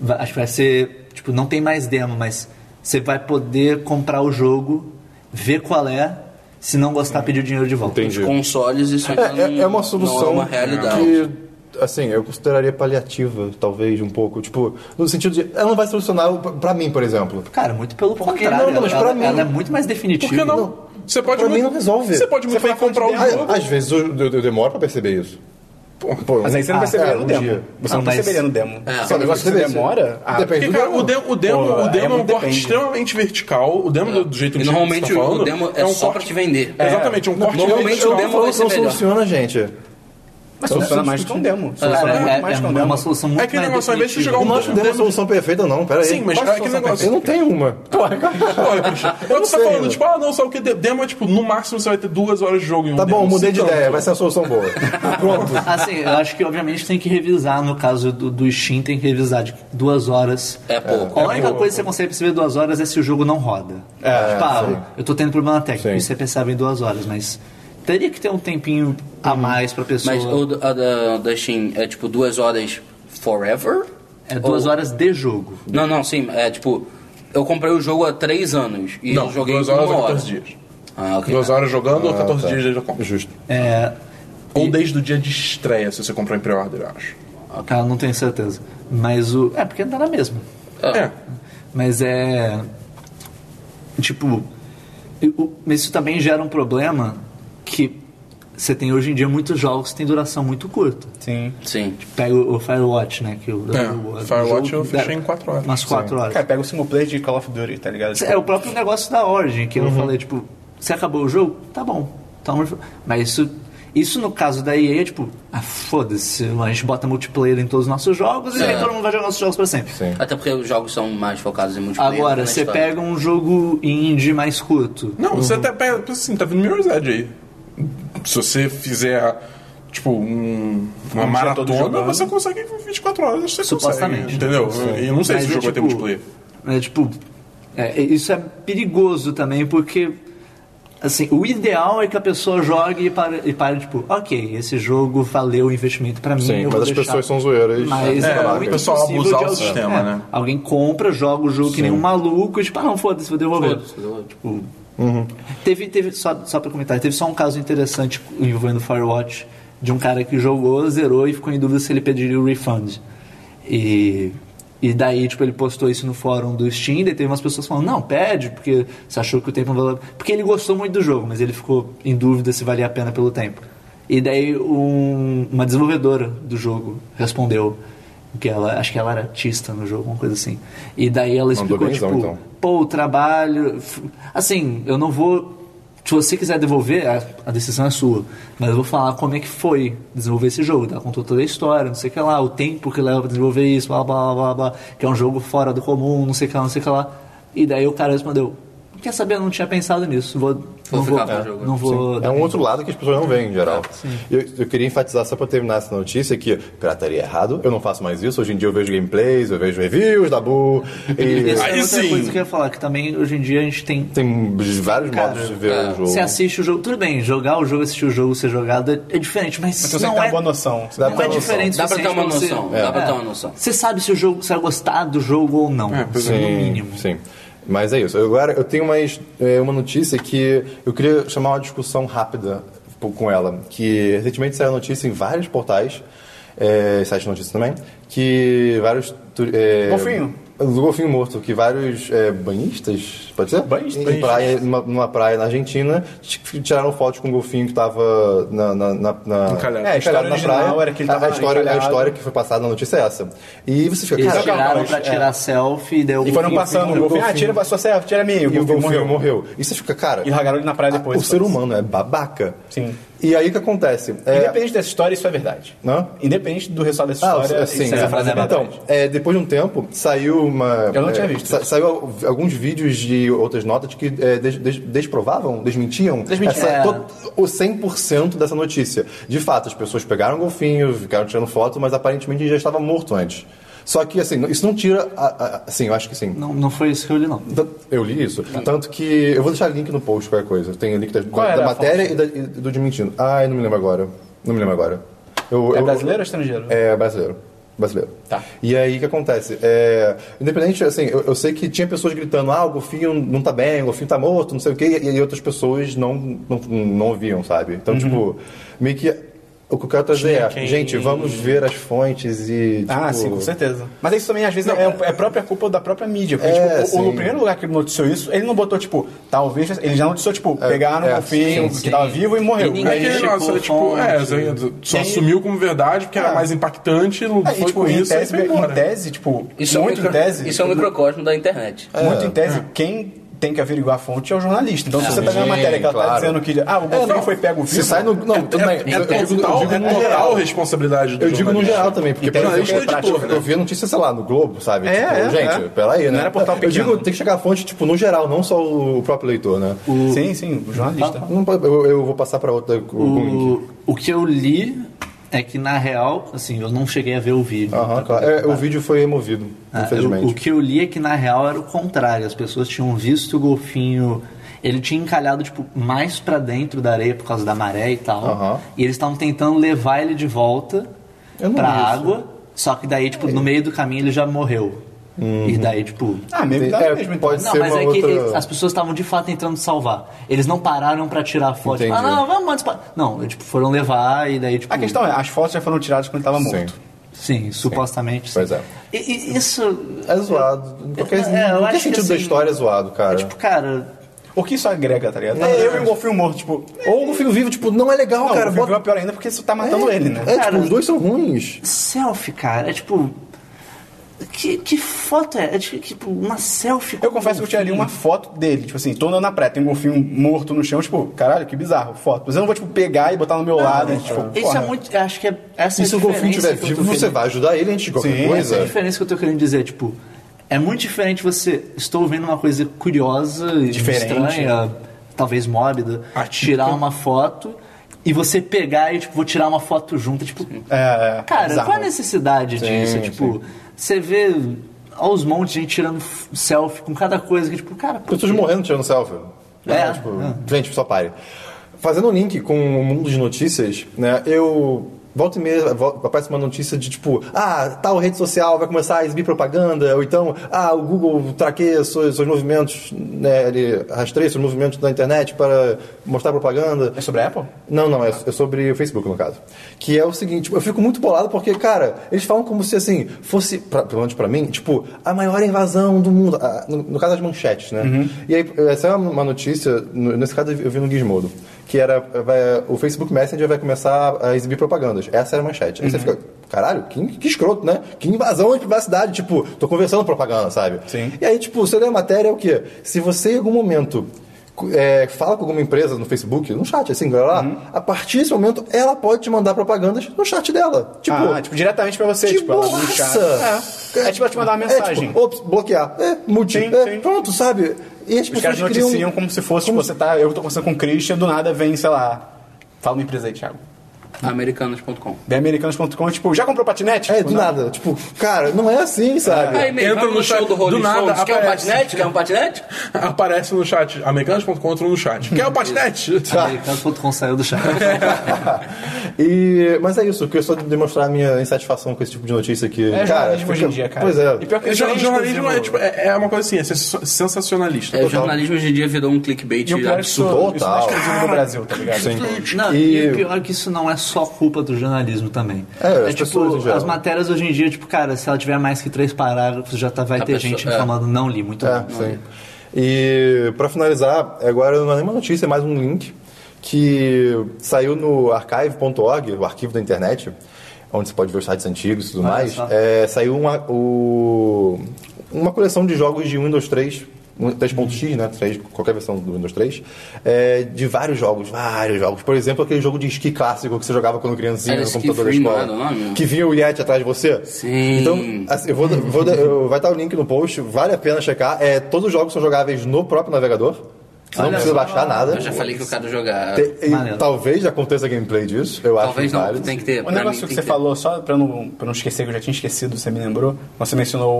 S1: Vai- acho que vai ser. Tipo, não tem mais demo, mas você vai poder comprar o jogo, ver qual é, se não gostar, pedir o dinheiro de volta.
S5: Entendi.
S4: Consoles, isso ainda
S5: É, é-
S4: não-
S5: é uma solução
S4: Não é uma realidade.
S5: que, assim, eu consideraria paliativa, talvez, um pouco. Tipo, no sentido de, ela não vai solucionar o- pra mim, por exemplo.
S1: Cara, muito pelo
S5: que
S1: contrário.
S5: não? Não, mas
S1: ela,
S5: pra mim-
S1: ela é muito mais definitiva.
S3: Por que não?
S5: Não.
S3: Você pode
S5: pra
S3: muito,
S5: mim não resolve.
S3: Você pode muito bem comprar o jogo.
S5: Ah, Às vezes eu, eu- eu demoro pra perceber isso. Pô,
S2: Mas aí você
S1: Ah,
S2: não perceberia
S5: é,
S2: no
S5: um
S2: demo.
S5: dia.
S2: Você
S1: Ah,
S2: não
S1: mas-
S2: perceberia no demo.
S4: É.
S2: Se é um negócio que
S5: Depende.
S2: demora... ah,
S5: Depende
S3: Porque,
S5: do
S3: cara,
S5: demo.
S3: o demo, o demo,
S2: Pô,
S3: o
S2: aí é
S3: demo é um
S2: muito
S3: corte
S2: depende.
S3: extremamente vertical. O demo, do jeito
S4: E
S3: que
S4: normalmente
S3: você tá falando,
S4: o demo é,
S3: um
S4: só
S3: corte-
S4: pra te vender.
S3: Exatamente, é um corte
S4: Normalmente
S3: vertical.
S4: o demo vai
S5: Não,
S4: ser
S5: não
S4: melhor.
S5: funciona, gente.
S2: Mas funciona mais que um demo. Funciona
S1: Cara, é,
S2: muito
S1: é,
S2: mais que um
S1: é uma
S2: demo.
S1: solução muito
S3: É aquele
S1: mais
S3: negócio, ao invés de você
S1: definitiva.
S3: jogar
S5: Eu
S3: um
S5: não acho o demo é uma solução perfeita, não. Pera aí.
S3: Sim, mas
S5: Qual é a
S3: aquele
S5: solução
S3: negócio-
S5: perfeita? Eu não tenho uma.
S3: Olha, Cristian,
S5: Eu
S3: quando você tá
S5: sei,
S3: falando,
S5: né?
S3: tipo, ah, não, só o que de- demo é, tipo, no máximo você vai ter duas horas de jogo em um
S5: Tá
S3: demo.
S5: bom, mudei de
S3: Então,
S5: ideia. Vai ser uma solução boa. Pronto.
S1: Assim, eu acho que obviamente tem que revisar. No caso do, do Steam, tem que revisar de duas horas.
S4: É pouco.
S1: A única coisa que você consegue perceber em duas horas é se o jogo não roda.
S5: É,
S1: tipo, ah,
S5: sim.
S1: eu tô tendo problema técnico,
S5: Sim.
S1: isso é pensável em duas horas, mas teria que ter um tempinho a mais pra pessoa.
S4: Uhum. Mas o da- a da, da Steam é tipo duas horas forever?
S1: É duas
S4: Ou-
S1: horas de jogo.
S4: Não, não, sim. É tipo, eu comprei o jogo há três anos e
S3: Não,
S4: eu joguei
S3: duas horas
S4: uma
S3: ou
S4: hora.
S3: 14 dias.
S4: Ah, ok.
S3: Duas horas jogando ou 14
S5: tá.
S3: dias desde a compra.
S5: Justo.
S1: É,
S3: Ou desde o dia de estreia, se você comprou em pre-order, eu acho.
S1: cara, não tenho certeza. Mas o. É, porque não dá na mesma.
S4: Ah.
S3: É.
S1: Mas é. Tipo. o- Mas isso também gera um problema que você tem hoje em dia muitos jogos que têm duração muito curta.
S2: Sim.
S4: Sim.
S1: Pega o, o Firewatch, né? Que o,
S3: É,
S1: o- o
S3: Firewatch
S1: jogo
S3: eu
S1: dá
S3: fechei em quatro horas.
S1: Umas 4 horas.
S2: Cara, pega o single player de Call of Duty, tá ligado?
S1: É o próprio tipo,
S3: Uhum.
S1: negócio da Origin, que eu falei, tipo, você acabou o jogo? Tá bom. Toma... o jogo. tá um Mas isso. Isso no caso da EA é tipo, ah, foda-se, a gente bota multiplayer em todos os nossos jogos e
S4: É.
S1: aí todo mundo vai jogar nossos jogos pra sempre.
S5: Sim.
S4: Até porque os jogos são mais focados em multiplayer. do
S1: Agora,
S4: que na
S1: você
S4: história.
S1: pega um jogo indie mais curto.
S3: Não, você até pega. pensa Assim, tá vindo Mirror's Edge aí. Se você fizer, tipo, um, uma
S2: dia todo
S3: maratona,
S2: jogando.
S3: você consegue em 24 horas, você consegue.
S1: Supostamente.
S3: Entendeu? E eu não sei
S1: Mas
S3: se
S1: é
S3: o jogo vai ter
S1: tipo-
S3: multiplayer.
S1: É tipo. é, isso é perigoso também, porque. Assim, o ideal é que a pessoa jogue e pare, e pare tipo, ok, esse jogo valeu o investimento pra mim.
S5: Sim,
S1: eu
S5: mas
S1: vou
S5: as
S1: deixar.
S5: pessoas são zoeiras,
S1: Mas
S5: né?
S1: é,
S5: É,
S1: muito
S5: o
S3: pessoal
S1: possível
S3: abusar
S1: de
S3: o
S1: alguém-
S3: sistema,
S1: é,
S3: né?
S1: Alguém compra, joga o jogo que nem um maluco e tipo, ah, não, foda-se, vou devolver.
S4: Foda-se, devolve.
S1: Tipo,
S5: Uhum.
S1: teve, teve só, só pra comentar, teve só um caso interessante envolvendo Firewatch de um cara que jogou, zerou e ficou em dúvida se ele pediria o refund. E, e daí, tipo, ele postou isso no fórum do Steam, daí teve umas pessoas falando, não, pede, porque você achou que o tempo não valeu. Porque ele gostou muito do jogo, mas ele ficou em dúvida se valia a pena pelo tempo. E daí um- uma desenvolvedora do jogo respondeu que ela, acho que ela era artista no jogo, uma coisa assim. E daí ela
S5: Mandou
S1: explicou,
S5: benzão,
S1: tipo,
S5: então.
S1: pô, o trabalho. f- Assim, eu não vou. Se você quiser devolver, a, a decisão é sua. Mas eu vou falar como é que foi desenvolver esse jogo. Tá? Contou toda a história, não sei o que lá, o tempo que leva pra desenvolver isso, blá blá blá blá, blá que é um jogo fora do comum, não sei o que lá, não sei o que lá. E daí o cara respondeu: Quer saber, eu não tinha pensado nisso. Vou, não vou,
S4: ficar com o jogo."
S1: não vou.
S5: É um outro lado que as pessoas não veem, em geral. Eu, eu queria enfatizar, só pra terminar essa notícia, que pirataria é errado, eu não faço mais isso. Hoje em dia eu vejo gameplays, eu vejo reviews da Boo, e
S1: Essa é
S3: Aí
S1: outra
S3: sim.
S1: coisa que eu ia falar, que também hoje em dia a gente tem
S5: tem vários
S1: Cara,
S5: modos de ver
S4: é,
S5: o jogo.
S1: Você assiste o jogo, tudo bem, jogar o jogo, assistir o jogo, ser jogado é, é diferente, mas,
S2: Mas você
S1: não
S2: tem uma
S1: é,
S2: boa noção.
S5: Dá
S1: não
S5: pra
S1: é
S5: ter uma noção.
S1: diferente.
S4: Dá pra ter uma
S1: suficiente
S4: noção,
S1: você- É.
S4: dá pra ter uma noção.
S1: Você sabe se o jogo, se vai gostar do jogo ou não,
S3: pois
S1: no
S5: Sim,
S1: mínimo.
S5: Sim. Mas é isso. Agora eu tenho mais é, uma notícia que eu queria chamar uma discussão rápida po- com ela. Que recentemente saiu notícia em vários portais, é, sites de notícias também, que vários. tu- É,
S2: Golfinho.
S5: Do golfinho morto, que vários é, banhistas, pode ser?
S2: Banhistas.
S5: Em praia, numa, numa praia na Argentina, t- tiraram fotos com um golfinho que estava na, na, na, na-
S3: Encalhado.
S5: É, a história na
S2: original
S5: praia.
S2: era que ele
S5: a,
S2: tava
S5: a história, a
S2: encalhado.
S5: história que foi passada na notícia é essa. E você fica,
S1: Eles
S5: cara,
S1: tiraram pra
S5: é.
S1: tirar selfie, deu
S2: E foram passando o golfinho. Ah, tira a sua selfie, tira a minha.
S5: E o golfinho morreu.
S2: morreu.
S5: E você fica, cara.
S2: E largaram ele na praia
S5: a-
S2: depois.
S5: O ser humano é babaca.
S2: Sim.
S5: E aí o que acontece? É,
S2: Independente dessa história, isso é verdade.
S5: Hã?
S2: Independente do resultado dessa
S5: Ah,
S2: história,
S5: sim,
S2: isso é
S5: é.
S2: a frase é
S5: Então,
S2: verdade.
S5: é, depois de um tempo, saiu uma.
S2: Eu não
S5: é,
S2: tinha visto
S5: sa- saiu al- alguns vídeos de outras notas que é, des- des- desprovavam, desmentiam,
S1: Desmentiam.
S5: essa-
S1: É.
S5: to- o 100% dessa notícia. De fato, as pessoas pegaram o golfinho, ficaram tirando foto, mas aparentemente ele já estava morto antes. Só que, assim, isso não tira. a- a- assim, eu acho que sim.
S1: Não, não foi isso que eu li, não.
S5: Tan- Eu li isso.
S2: Tá.
S5: Tanto que. Eu vou deixar link no post, qualquer coisa. Tem o link da, da,
S2: era é a
S5: matéria e, da- e do Dimentindo. Ah, eu não me lembro agora. Não me lembro agora. Eu-
S2: É
S5: eu-
S2: brasileiro ou estrangeiro?
S5: É brasileiro. Brasileiro.
S2: Tá.
S5: E aí o que acontece? É, independente, assim, eu, eu sei que tinha pessoas gritando, ah, o golfinho não tá bem, o golfinho tá morto, não sei o quê, e, e outras pessoas não, não, não ouviam, sabe?
S2: Uhum.
S5: Então, tipo, meio que. O que eu quero trazer é, gente, vamos ver as fontes e.
S2: Ah,
S5: tipo,
S2: sim, com certeza. Mas isso também, às vezes, é, é própria culpa da própria mídia. Porque, tipo, o-
S5: É,
S2: o,
S5: sim.
S2: no primeiro lugar que ele noticiou isso, ele não botou, tipo, talvez... Ele já noticiou, tipo, pegaram
S5: é,
S2: um golfinho
S5: sim,
S2: que tava vivo e morreu.
S1: E ninguém
S3: É
S2: Aí,
S3: aquele
S1: checou
S3: negócio, é, tipo,
S1: fonte.
S3: é, só
S2: E aí-
S3: assumiu como verdade, porque era mais impactante, não
S2: aí,
S3: foi
S2: tipo,
S3: com
S2: em
S3: isso e
S2: tese,
S3: foi embora.
S2: em tese, tipo, muito
S4: Isso é um micro-
S2: em tese...
S4: Isso é um microcosmo da internet.
S5: É.
S2: Muito em tese, quem tem que averiguar a fonte é o jornalista. Então, se você pegar a
S5: Sim,
S2: matéria que ela tá
S5: claro. É,
S2: dizendo que... Ah, o golfinho
S5: não.
S2: foi pego vivo...
S5: Se sai no. Não, tudo bem.
S3: É
S5: Eu- eu digo- eu
S3: total,
S5: digo
S3: é
S5: no
S3: total
S5: geral.
S3: responsabilidade do
S5: Eu digo no
S3: jornalista.
S5: geral também, porque
S2: Então,
S5: por exemplo,
S2: jornalista
S5: eu,
S2: é
S5: tipo,
S2: prático, né?
S5: eu vi a notícia, sei lá, no Globo, sabe?
S2: É,
S5: tipo,
S2: é,
S5: gente,
S2: é.
S5: peraí, né?
S2: Não era portal
S5: Eu
S2: pequeno.
S5: digo, tem que chegar à fonte, tipo, no geral, não só o próprio leitor, né?
S2: Sim, sim, o jornalista.
S5: Não pode- eu, eu vou passar pra outra com o link.
S1: O, o que eu li é que, na real, assim, eu não cheguei a ver o vídeo.
S5: Aham, claro. É, o vídeo foi removido,
S1: Ah,
S5: infelizmente.
S1: eu- o que eu li é que na real era o contrário. As pessoas tinham visto o golfinho. Ele tinha encalhado tipo mais pra dentro da areia por causa da maré e tal.
S5: Aham.
S1: E eles estavam tentando levar ele de volta
S5: Eu não
S1: pra
S5: vi isso.
S1: água. Só que daí tipo no meio do caminho ele já morreu. E daí tipo
S2: Ah, meio que dá
S5: É,
S2: mesmo, então.
S5: Uhum. pode
S1: não,
S5: ser
S1: mas
S5: uma
S1: é que
S5: outra...
S1: eles- as pessoas estavam de fato tentando salvar. Eles não pararam pra tirar a foto. Tipo, ah,
S5: Entendi.
S1: não, vamos antes pa-" Não, eles, tipo, foram levar e daí tipo
S2: A questão é, as fotos já foram tiradas quando ele tava
S5: Sim.
S2: morto.
S1: Sim, supostamente.
S5: Pois
S1: sim.
S5: é.
S1: E, e isso
S5: É zoado. Qualquer,
S1: É, eu
S5: qualquer
S1: acho que
S5: sentido da
S1: assim,
S5: história é zoado, cara.
S1: é tipo, cara,
S2: O que isso agrega, tá ligado? É, eu e o golfinho morto, tipo...
S5: Ou o filme vivo, tipo, não é legal,
S2: Não, o
S5: cara. É.
S2: golfinho
S5: bota-
S2: é pior ainda porque isso tá matando ele, né?
S5: É,
S1: Cara-
S5: tipo, os dois são ruins.
S1: selfie, cara, é tipo. Que, que foto é? É de- tipo uma selfie. com
S2: Eu confesso que eu tiraria uma foto dele, tipo assim, tô andando na praia, tem um golfinho morto no chão, tipo, caralho, que bizarro, foto. Mas eu não vou, tipo, pegar e botar no meu lado, e, tipo,
S1: Isso
S2: porra.
S1: é muito. eu Acho que é essa é
S5: E
S1: a
S5: se o golfinho
S1: diferença
S5: estiver
S1: que eu tô
S5: vivo, você
S1: querendo-
S5: vai ajudar ele antes de qualquer
S2: Sim,
S1: Essa é a
S5: coisa?
S1: diferença que eu tô querendo dizer. Tipo, é muito diferente você. Estou ouvindo uma coisa curiosa, e
S2: Diferente.
S1: estranha, talvez mórbida,
S3: Atípica.
S1: tirar uma foto e você pegar e, tipo, vou tirar uma foto junto. Tipo,
S2: É, é,
S1: Cara,
S2: bizarro.
S1: qual a necessidade disso? Tipo, você vê aos montes de gente tirando f- selfie com cada coisa que, tipo, cara, por
S5: Pessoas
S1: quê?
S5: morrendo tirando selfie.
S1: É.
S5: Tipo,
S1: É.
S5: Gente, só pare. Fazendo um link com o mundo de notícias, né? Eu. Volta e meia, vol- aparece uma notícia de tipo, ah, tal rede social vai começar a exibir propaganda, ou então, ah, o Google traqueia seus, seus movimentos, né, ele rastreia seus movimentos na internet para mostrar propaganda.
S2: É sobre a Apple?
S5: Não, não, é, é sobre o Facebook, no caso. Que é o seguinte, tipo, eu fico muito bolado porque, cara, eles falam como se, assim, fosse, pra, pelo menos pra mim, tipo, a maior invasão do mundo. Ah, no, no caso, as manchetes, né? E aí, essa é uma uma notícia, no- nesse caso eu vi- eu vi no Gizmodo, que era, vai- o Facebook Messenger vai começar a exibir propagandas. Essa era a manchete. Aí você fica, caralho, que, que escroto, né? Que invasão à privacidade, tipo, tô conversando propaganda, sabe?
S2: Sim.
S5: E aí, tipo, você lê a matéria, é o quê? Se você, em algum momento, cu- é, fala com alguma empresa no Facebook, num chat, assim, lá, lá,
S2: Uhum.
S5: a partir desse momento, ela pode te mandar propagandas no chat dela. Tipo,
S2: ah, tipo, diretamente pra você,
S5: que
S2: tipo, ela no chat.
S5: borraça!
S2: É. é tipo, ela te mandar uma mensagem.
S5: É, tipo, ops, bloquear. É, multi.
S2: Sim,
S5: é,
S2: sim.
S5: Pronto, sabe? E as
S2: Os caras
S5: pessoas
S2: noticiam
S5: criam...
S2: como se fosse, tipo, você tá, eu tô conversando com o Christian, do nada vem, sei lá, fala uma empresa aí, Thiago.
S4: Americanos.com.
S2: Beamericanos.com, tipo, já comprou patinete?
S5: É,
S2: Tipo,
S5: do
S2: não.
S5: nada. Tipo, cara, não é assim, sabe?
S4: Aí, meio,
S3: Entra
S4: vamos
S3: no
S4: no show
S3: chat,
S4: do
S3: do
S4: Rolling
S3: nada
S4: Stones. Quer um
S3: aparece.
S4: patinete? Quer um patinete?
S3: Aparece no chat, americanos.com entra no chat. Quer o patinete?
S1: Americanos.com saiu do chat.
S5: E, mas é isso, eu queria só demonstrar a minha insatisfação com esse tipo de notícia que.
S2: É
S5: cara,
S2: jornalismo hoje
S5: fica-
S2: em dia, cara.
S5: Pois é.
S2: E pior que
S3: É,
S2: isso
S3: jor-
S2: é
S3: jornalismo é,
S2: exclusivo.
S3: tipo, é, é uma coisa assim, é sens- sensacionalista.
S4: É, o jornalismo hoje em dia virou um clickbait
S2: E o pior é que isso,
S4: absurdo.
S5: Total.
S2: isso não é exclusivo no Brasil, tá ligado?
S5: Sim.
S1: Não,
S5: E-
S1: e... o pior é que isso não é só culpa do jornalismo também.
S5: É, as pessoas em
S1: tipo,
S5: geral.
S1: as matérias hoje em dia, tipo, cara, se ela tiver mais que três parágrafos, já tá, vai
S4: A
S1: ter
S4: pessoa-
S1: gente
S4: é.
S1: reclamando, não li, muito
S5: É,
S1: bom.
S5: sim. E pra finalizar, agora não é nenhuma notícia, é mais um link que saiu no archive.org, o arquivo da internet, onde você pode ver os sites antigos e tudo
S1: Olha
S5: mais.
S1: só.
S5: É, saiu uma, o- uma coleção de jogos de Windows 3. um- 3.x, né? 3, qualquer versão do Windows 3, é, de vários jogos, vários jogos. Por exemplo, aquele jogo de esqui clássico que você jogava quando criancinha
S4: Era
S5: no
S4: Ski
S5: computador da
S4: Free, não
S5: escola.
S4: era o nome?
S5: que vinha o Yeti atrás de você.
S4: Sim.
S5: Então, Assim, eu vou, vou- eu- vai estar o link no post, vale a pena checar. É, todos os jogos são jogáveis no próprio navegador. Você não
S1: Olha
S5: precisa
S1: só.
S5: baixar nada.
S4: Eu já falei que eu quero jogar.
S5: Tem- e
S1: Maneiro.
S5: talvez aconteça gameplay disso, eu
S4: Talvez
S5: acho.
S4: não,
S5: válido.
S4: tem que
S2: O
S4: ter. É, pra mim,
S2: Um negócio
S4: tem
S2: que você
S4: ter.
S2: falou, só pra eu não, pra eu não esquecer, que eu já tinha esquecido, você me lembrou. Você mencionou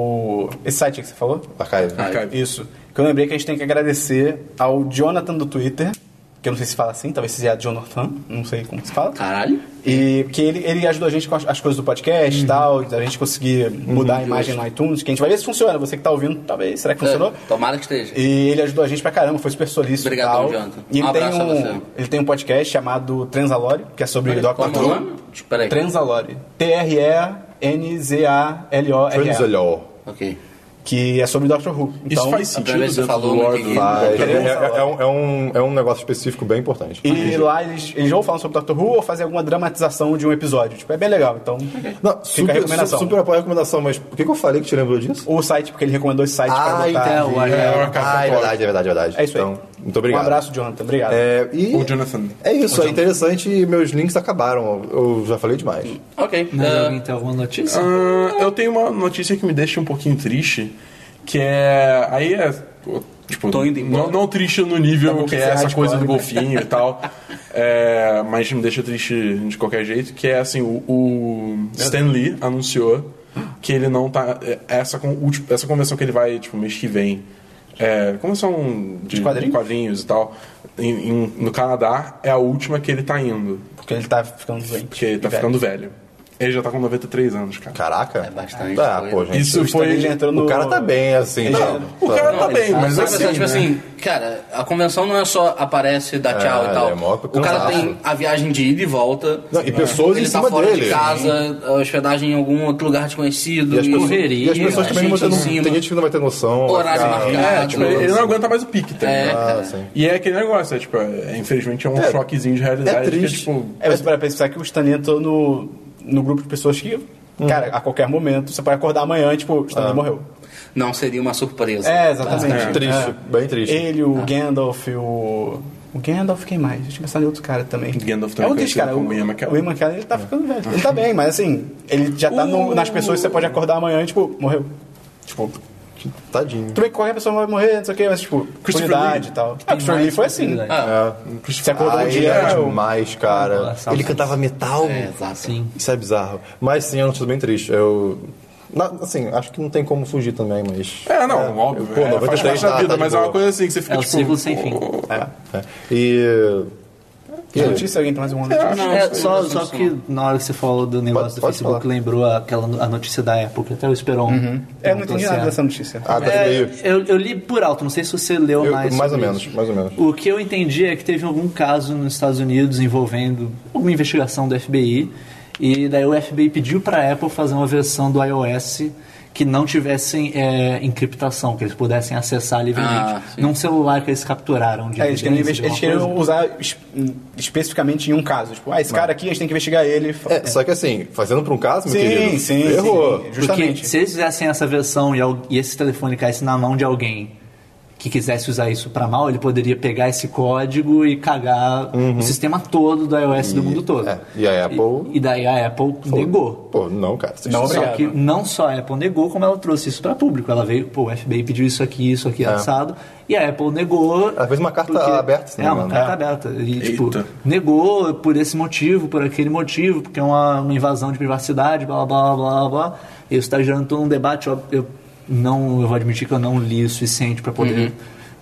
S2: o- esse site aí que você falou?
S5: Archive.
S4: Ah,
S3: Archive.
S2: Isso. Que eu lembrei que a gente tem que agradecer ao Jonathan do Twitter, que eu não sei se fala assim, talvez seja Jonathan, não sei como se fala.
S4: Caralho.
S2: E que ele, ele ajudou a gente com as, as coisas do podcast e tal, da gente conseguir mudar a imagem no iTunes, que a gente vai ver se funciona. Você que tá ouvindo, talvez, será que funcionou?
S4: Uhum. É, tomara que esteja.
S2: E ele ajudou a gente pra caramba, foi super solícito. e
S4: Obrigadão,
S2: tal.
S4: Jonathan.
S2: E ele,
S4: Um
S2: tem
S4: abraço a
S2: um,
S4: você.
S2: ele tem um podcast chamado Transalore, que é sobre
S4: Como é o
S2: Doctor
S4: nome? Peraí.
S2: Transalore. T-R-E-N-Z-A-L-O-R-E.
S5: Transalhol.
S4: Ok.
S2: Que é sobre Doctor Who.
S3: Isso
S2: Então,
S3: faz
S4: a primeira vez
S3: sentido
S4: que
S3: dentro
S4: você falou,
S3: do lore
S4: ninguém-
S3: do
S5: É,
S2: Transalol.
S5: é- é um, é, um, é um negócio específico bem importante.
S2: tá E lá eles, eles ou falam sobre Doctor Who ou fazem alguma dramatização de um episódio. Tipo, é bem legal. Então,
S5: Não, super,
S2: recomendação.
S5: super apoio a recomendação, mas por que, que eu falei que te lembrou disso?
S2: o site, porque ele recomendou esse site pra botar.
S1: É, o
S5: entendi.
S1: Archive.
S5: Ah, é verdade, é verdade, é verdade.
S2: É isso aí.
S5: então, Muito obrigado.
S2: Um abraço, Jonathan. Obrigado.
S5: É, e-
S3: Ou Jonathan.
S5: É isso, é interessante e meus links acabaram. Eu eu já falei demais.
S4: Ok.
S1: Mas
S3: eh,
S4: Ah,
S1: né, alguém tem alguma
S5: É.
S1: notícia?
S3: Ah, eu tenho uma notícia que me deixa um pouquinho triste, que é. Aí é. Tipo,
S4: Tô indo embora.
S3: não, não triste no nível que é
S2: você
S3: essa
S2: raspa.
S3: coisa do golfinho e tal. é, mas me deixa triste de qualquer jeito, que é assim, o, o Stan Lee anunciou que ele não tá. é, Essa, con- ulti- essa convenção que ele vai, tipo, mês que vem. É, convenção de,
S2: De quadrinhos?
S3: de quadrinhos e tal. em- em- no Canadá é a última que ele tá indo.
S2: Porque ele tá ficando doente.
S3: Porque ele tá
S2: Velho.
S3: ficando velho. Ele já tá com 93 anos, cara.
S5: Caraca.
S4: É bastante
S5: Ah,
S4: coisa.
S5: pô, gente.
S3: Isso
S2: O Stanley
S3: foi-
S2: já entrou no...
S5: O cara tá bem, assim.
S2: Não,
S5: já-
S3: O cara tá
S4: Não,
S3: bem,
S4: ele-
S3: mas
S4: sabe,
S3: assim.
S4: Tipo
S3: né?
S4: assim, cara, a convenção não é só aparece, dá tchau
S5: É,
S4: e tal.
S5: é mó
S4: o cara
S5: cansaço.
S4: tem a viagem de ida e volta.
S5: Não, e pessoas
S4: ele
S5: em
S4: tá
S5: cima
S4: fora
S5: dele.
S4: de casa, a hospedagem em algum outro lugar desconhecido.
S5: E as pessoas,
S1: Correria,
S5: e as pessoas
S1: a
S5: também não vão
S4: gente
S5: ter
S4: em
S5: noção.
S4: cima.
S5: Tem gente que não vai ter noção. vai
S4: Horário
S5: ficar-
S4: marcado.
S3: É, tipo, ele não aguenta mais o pique, tá
S4: É,
S3: ligado?
S5: Ah,
S4: cara.
S5: sim.
S3: E é aquele negócio, é, tipo, é, infelizmente é um
S5: É,
S3: choquezinho de realidade.
S5: é triste.
S3: Que, tipo,
S2: É, mas para pensar que o Stanley entrou no, no grupo de pessoas que Cara, a qualquer momento, você pode acordar amanhã, tipo, o Stanley morreu.
S4: Não seria uma surpresa.
S2: É, exatamente.
S5: É. Triste, bem triste.
S2: Ele, o Gandalf, o. O Gandalf, quem mais? Deixa eu pensar em outro cara também.
S3: Gandalf
S2: é
S3: também
S2: um desses
S3: conhecido
S2: cara. O,
S3: como
S2: o
S3: Ian
S2: Ian
S3: McKellen.
S2: McKellen, ele tá ficando velho. Ele tá bem, mas assim, ele já tá no- nas pessoas que você pode acordar amanhã e, tipo, morreu. Tipo,
S5: Tadinho.
S2: tudo bem que qualquer pessoa vai morrer, não sei o quê, mas, tipo,
S3: Christopher
S2: comunidade
S3: Lee.
S2: e tal. Ah, o Christopher Lee foi assim.
S1: Possibilidade.
S4: Ah,
S2: Você acordou
S5: Ah,
S2: um
S5: ele
S2: dia,
S5: era
S2: eu-
S5: demais, cara.
S1: Nossa,
S5: Ele
S1: mas-
S5: cantava metal.
S4: é, exato.
S1: Sim.
S5: Isso é bizarro. Mas sim, é uma notícia bem triste. Eu. na- assim, acho que não tem como fugir também, mas.
S3: É, não, óbvio.
S5: pô,
S3: é, faz
S5: 93
S3: parte
S5: tá-
S3: da vida,
S5: tá de
S3: mas é
S5: boa.
S3: uma coisa assim que você fica
S4: um
S1: É o
S3: tipo.
S1: ciclo sem fim.
S3: "Oh,
S5: É. E. e
S2: Que notícia? Alguém tem mais uma notícia?
S4: Não,
S1: É,
S4: isso-
S1: só,
S4: isso
S1: só
S4: não.
S1: que na hora que você falou do negócio
S5: Pode-
S1: do
S5: pode
S1: Facebook,
S5: falar. Uhum.
S1: lembrou aquela no- a notícia da Apple, que até o Esperon.
S2: É, eu não entendi nada dessa notícia.
S5: Ah, tá
S1: É,
S5: meio.
S1: eu, eu li por alto, não sei se você leu
S5: eu-
S1: mais.
S5: mais ou
S1: sobre
S5: menos,
S1: isso.
S5: mais ou menos.
S1: O que eu entendi é que teve algum caso nos Estados Unidos envolvendo alguma investigação do FBI e daí o FBI pediu para a Apple fazer uma versão do iOS que não tivessem é, encriptação, que eles pudessem acessar livremente.
S4: Ah, sim.
S1: Num celular que eles capturaram de
S2: É, eles queriam,
S1: evidência,
S2: investi-
S1: de
S2: eles
S1: alguma coisa.
S2: queriam usar es- especificamente em um caso. Tipo, ah, esse cara aqui, a gente tem que investigar ele.
S5: É, só que assim, fazendo pra um caso, meu
S2: Sim,
S5: querido.
S2: sim,
S5: errou.
S2: sim.
S1: Porque
S2: Justamente.
S1: se eles fizessem essa versão e, al- e esse telefone caísse na mão de alguém que quisesse usar isso pra mal, ele poderia pegar esse código e cagar o sistema todo do iOS do mundo todo.
S5: é, Uhum. e a Apple-
S1: E, e daí a Apple negou.
S5: Pô, não, cara. vocês
S2: Não,
S5: são-
S1: Só
S2: obrigado.
S1: que não só a Apple negou, como ela trouxe isso pra público. Ela veio, pô, o FBI pediu isso aqui, isso aqui, assado. E a Apple negou.
S5: É. Ela fez uma carta
S1: porque-
S5: aberta, se não
S1: É,
S5: me
S1: uma
S5: engano.
S1: carta aberta. E, tipo,
S3: Eita.
S1: negou por esse motivo, por aquele motivo, porque é uma, uma invasão de privacidade, blá, blá, blá, blá, blá. E isso está gerando todo um debate. Eu, eu não, eu vou admitir que eu não li o suficiente para
S3: Uhum.
S1: poder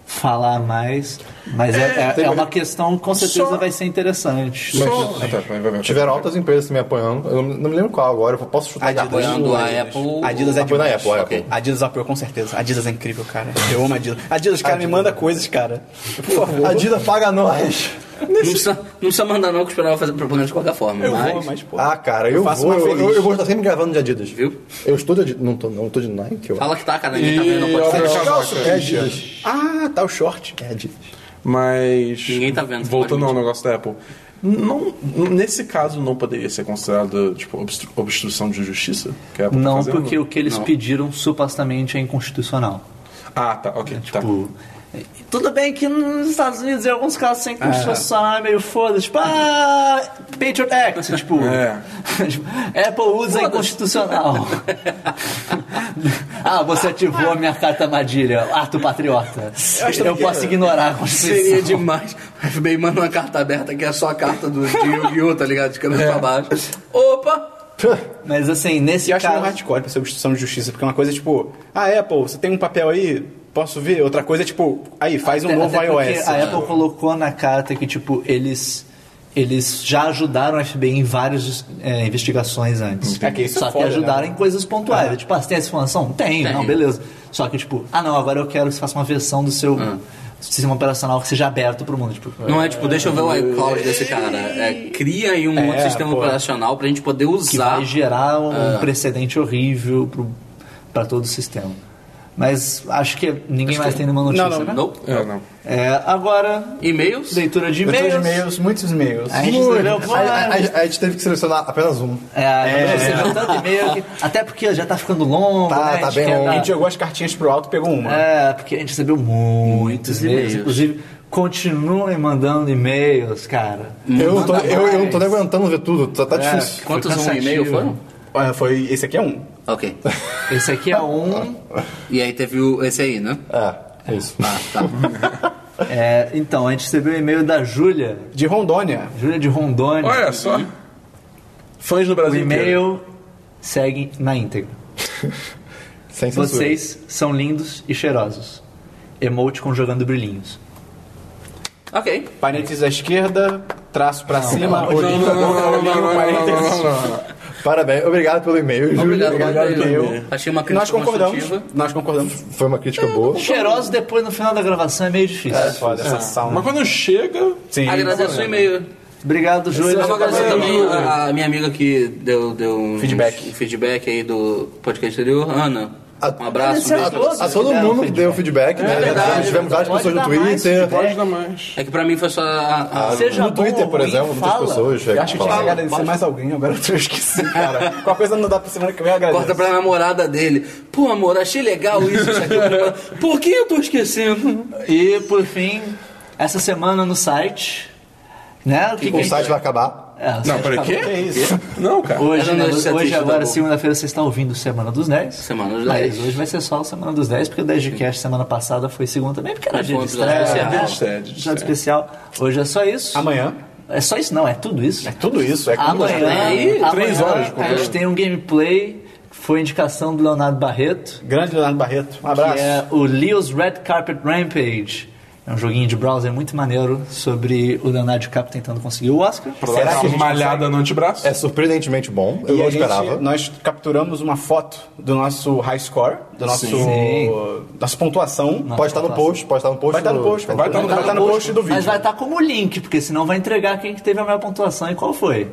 S1: falar mais, mas é, é- é uma questão que com certeza
S3: Só-
S1: vai ser interessante.
S3: só- Ah, tá, vai, vai, vai.
S5: Tiveram altas empresas me apoiando. Eu não não me lembro qual agora. Eu posso chutar de
S2: Adidas.
S5: arranjo,
S4: Tá Apoiando a
S5: mas-
S4: Apple.
S2: Adidas é
S5: Apoio na
S2: demais.
S5: Apple, Apple.
S2: Ok. Adidas apoiou com certeza. Adidas é incrível, cara. Eu amo Adidas. Adidas, cara, me manda coisas, cara. Por favor.
S5: Adidas paga nós.
S4: Não precisa, não precisa mandar não, que o Esperava fazer propaganda de qualquer forma.
S2: Eu
S4: mas...
S2: vou, mas, pô.
S5: Ah, cara, eu,
S2: faço
S5: vou.
S2: uma
S5: Eu,
S2: feliz.
S5: eu- eu vou estar sempre gravando de Adidas.
S4: Viu?
S5: Eu estou de Adidas. Não tô, não tô de Nike, eu
S4: Fala que tá, cara, ninguém tá vendo,
S3: E
S4: não pode
S3: olha
S4: ser.
S3: a
S5: acho. É
S3: cavaca.
S5: Adidas.
S2: Ah, tá o short.
S5: É Adidas.
S3: Mas.
S4: Ninguém tá vendo,
S3: Voltando
S4: pode
S3: ao negócio da Apple. Não, nesse caso, não poderia ser considerado tipo, obstru- obstrução de justiça? Que a Apple tá
S1: Não,
S3: fazendo?
S1: porque o que eles
S4: Não.
S1: pediram supostamente é inconstitucional.
S3: Ah, tá,
S4: É,
S3: ok. tá.
S1: Tipo, tudo bem que nos Estados Unidos em alguns casos sem construção é meio foda, tipo, ah, Patriot Act, tipo,
S3: É.
S1: tipo, Apple usa inconstitucional. ah, você ativou a minha carta armadilha, ato patriota. Eu posso ignorar a Constituição.
S4: Seria demais. O FBI manda uma carta aberta que é só a carta do de Yu-Gi-Oh!, tá ligado? De cabeça pra baixo. Opa!
S1: Mas assim, nesse
S2: E eu acho meio
S1: caso.
S2: hardcore pra ser obstrução de justiça, porque uma coisa é tipo, ah, Apple, você tem um papel aí, posso ver? Outra coisa é tipo, aí, faz um
S1: Até-
S2: novo
S1: é, até porque
S2: iOS.
S1: A Apple colocou na carta que, tipo, eles, eles já ajudaram a FBI em várias é, investigações antes.
S2: É que isso é
S1: Só
S2: foda,
S1: que ajudaram
S2: né?
S1: em coisas pontuais. Tipo, ah, você tem essa informação? Tem,
S4: Tem.
S1: não, beleza. Só que, tipo, ah, não, agora eu quero que você faça uma versão do seu
S2: Ah.
S1: sistema operacional que seja aberto pro mundo. Tipo,
S4: Não é tipo, deixa eu ver o iCloud desse cara. É, cria aí um
S2: É,
S4: sistema
S2: pô.
S4: operacional pra gente poder
S1: que
S4: usar.
S1: vai gerar
S2: Ah.
S1: um precedente horrível para todo o sistema. Mas acho que ninguém mais tem nenhuma notícia,
S2: Não, não,
S1: né?
S4: Não.
S3: É, não.
S1: É, agora,
S4: E-mails?
S1: leitura de
S2: Eu tô de
S1: e-mails.
S2: e-mails, muitos e-mails.
S1: A gente escreveu
S5: A, a- a- a gente teve que selecionar apenas um.
S1: É, é, recebeu tanto e-mail que. Até porque já tá ficando longo,
S5: Tá,
S1: né?
S5: tá
S1: A gente
S5: bem
S1: quer
S5: longo.
S2: A
S1: dar-
S2: gente jogou as cartinhas pro alto e pegou uma.
S1: É, porque a gente recebeu muitos e-mails.
S4: e-mails.
S1: Inclusive, continuem mandando e-mails, cara.
S5: Eu não, tô,
S4: Manda
S5: eu, eu não tô nem
S4: mais.
S5: aguentando ver tudo, tá, tá difícil.
S4: Quantos
S1: Foi
S4: um e-mail
S1: cansativo.
S4: foram?
S2: Ah, Foi, esse aqui é um.
S4: Ok.
S1: Esse aqui é um.
S4: E aí teve o, esse aí, né?
S5: É, é isso.
S4: Ah, tá.
S1: É, então, a gente recebeu um e-mail da Júlia.
S2: De Rondônia.
S1: Júlia de Rondônia.
S3: Olha só. Fãs no
S1: o
S3: Brasil. inteiro.
S1: e-mail segue na íntegra.
S5: Sem censura.
S1: Vocês são lindos e cheirosos. Emote conjugando brilhinhos.
S4: ok.
S2: Parênteses à esquerda, traço pra cima,
S3: Não, não,
S2: olhinho,
S3: Ah, não, não, não, não, não, não,
S2: parênteses.
S3: não, não, não.
S5: Parabéns, obrigado pelo e-mail, Júlio.
S4: Obrigado,
S2: obrigado
S4: obrigado
S2: pelo
S4: e-mail. Achei uma crítica
S2: Nós concordamos.
S4: construtiva.
S2: Nós concordamos.
S5: Foi uma crítica boa.
S1: Cheirosos depois no final da gravação é meio difícil.
S2: Foda essa sound.
S3: Mas quando chega.
S2: Sim.
S4: Agradeço o e-mail.
S1: Obrigado,
S3: é
S1: Júlia.
S4: Eu vou agradecer
S3: Valeu,
S4: também
S3: Júlia.
S4: a, a minha amiga que deu, deu um
S2: Feedback.
S4: um feedback aí do podcast anterior, Ana.
S5: A,
S4: Um abraço, um
S1: Esse é
S4: beijo.
S1: todo.
S5: a todo mundo
S1: Feedback.
S5: deu feedback, né?
S4: verdade,
S5: Nós tivemos várias
S1: pode
S5: pessoas no
S1: dar mais
S5: Twitter.
S1: feedback.
S3: Pode dar mais.
S4: É que pra mim foi só a- a-
S1: Seja
S5: No
S1: bom
S5: Twitter,
S1: ou
S5: por
S1: ruim,
S5: exemplo, muitas
S1: fala.
S5: pessoas
S2: Eu acho que eu tinha que
S5: falaram.
S2: agradecer mais alguém, agora eu esqueci, cara. Qualquer coisa não dá pra semana que vem, eu agradeço.
S4: Corta pra namorada dele. Pô, amor, achei legal isso, isso aqui. Por que eu tô esquecendo?
S1: E por fim, essa semana no site, né? O que, que a
S5: O
S1: gente-
S5: site vai acabar.
S1: É, o
S3: Não,
S1: site
S3: peraí,
S1: acabou.
S3: quê?
S2: Que isso?
S3: Não, cara.
S1: Hoje,
S4: Era
S1: né,
S4: no
S1: hoje,
S4: estatístico da
S1: agora,
S4: Globo.
S1: segunda-feira, você está ouvindo Semana dos 10.
S4: Semana dos
S1: Mas
S4: 10.
S1: hoje vai ser só o Semana dos 10, porque o 10 de cast semana passada foi segunda também, porque era
S4: Mas
S1: dia de
S4: foi um episódio
S1: estreia. né?
S4: especial.
S3: Dia de estreia, dia de
S1: Episódio
S3: estreia.
S1: especial. Hoje é só isso.
S2: Amanhã.
S1: É só isso, não, é tudo isso.
S2: Tudo isso é
S1: Amanhã,
S4: Aí,
S1: amanhã
S3: três horas de
S1: a gente tem um gameplay, que foi indicação do Leonardo Barreto,
S2: Grande Leonardo Barreto. Um abraço.
S1: que é o Leo's Red Carpet Rampage. É um joguinho de browser muito maneiro sobre o Leonardo DiCaprio tentando conseguir o Oscar.
S3: Pra dar
S2: que a
S3: uma
S2: gente
S3: malhada no antebraço.
S5: É surpreendentemente bom. Eu
S2: E
S5: não
S2: a gente-
S5: esperava.
S2: nós capturamos uma foto do nosso high score, do nosso
S1: Sim.
S2: nossa pontuação.
S5: Pode estar Tá no post, pode estar no post.
S2: Vai estar no post, vai
S3: estar no-
S2: vai estar Tá no post do vídeo.
S1: Mas vai estar como link, porque senão vai entregar quem que teve a maior pontuação e qual foi.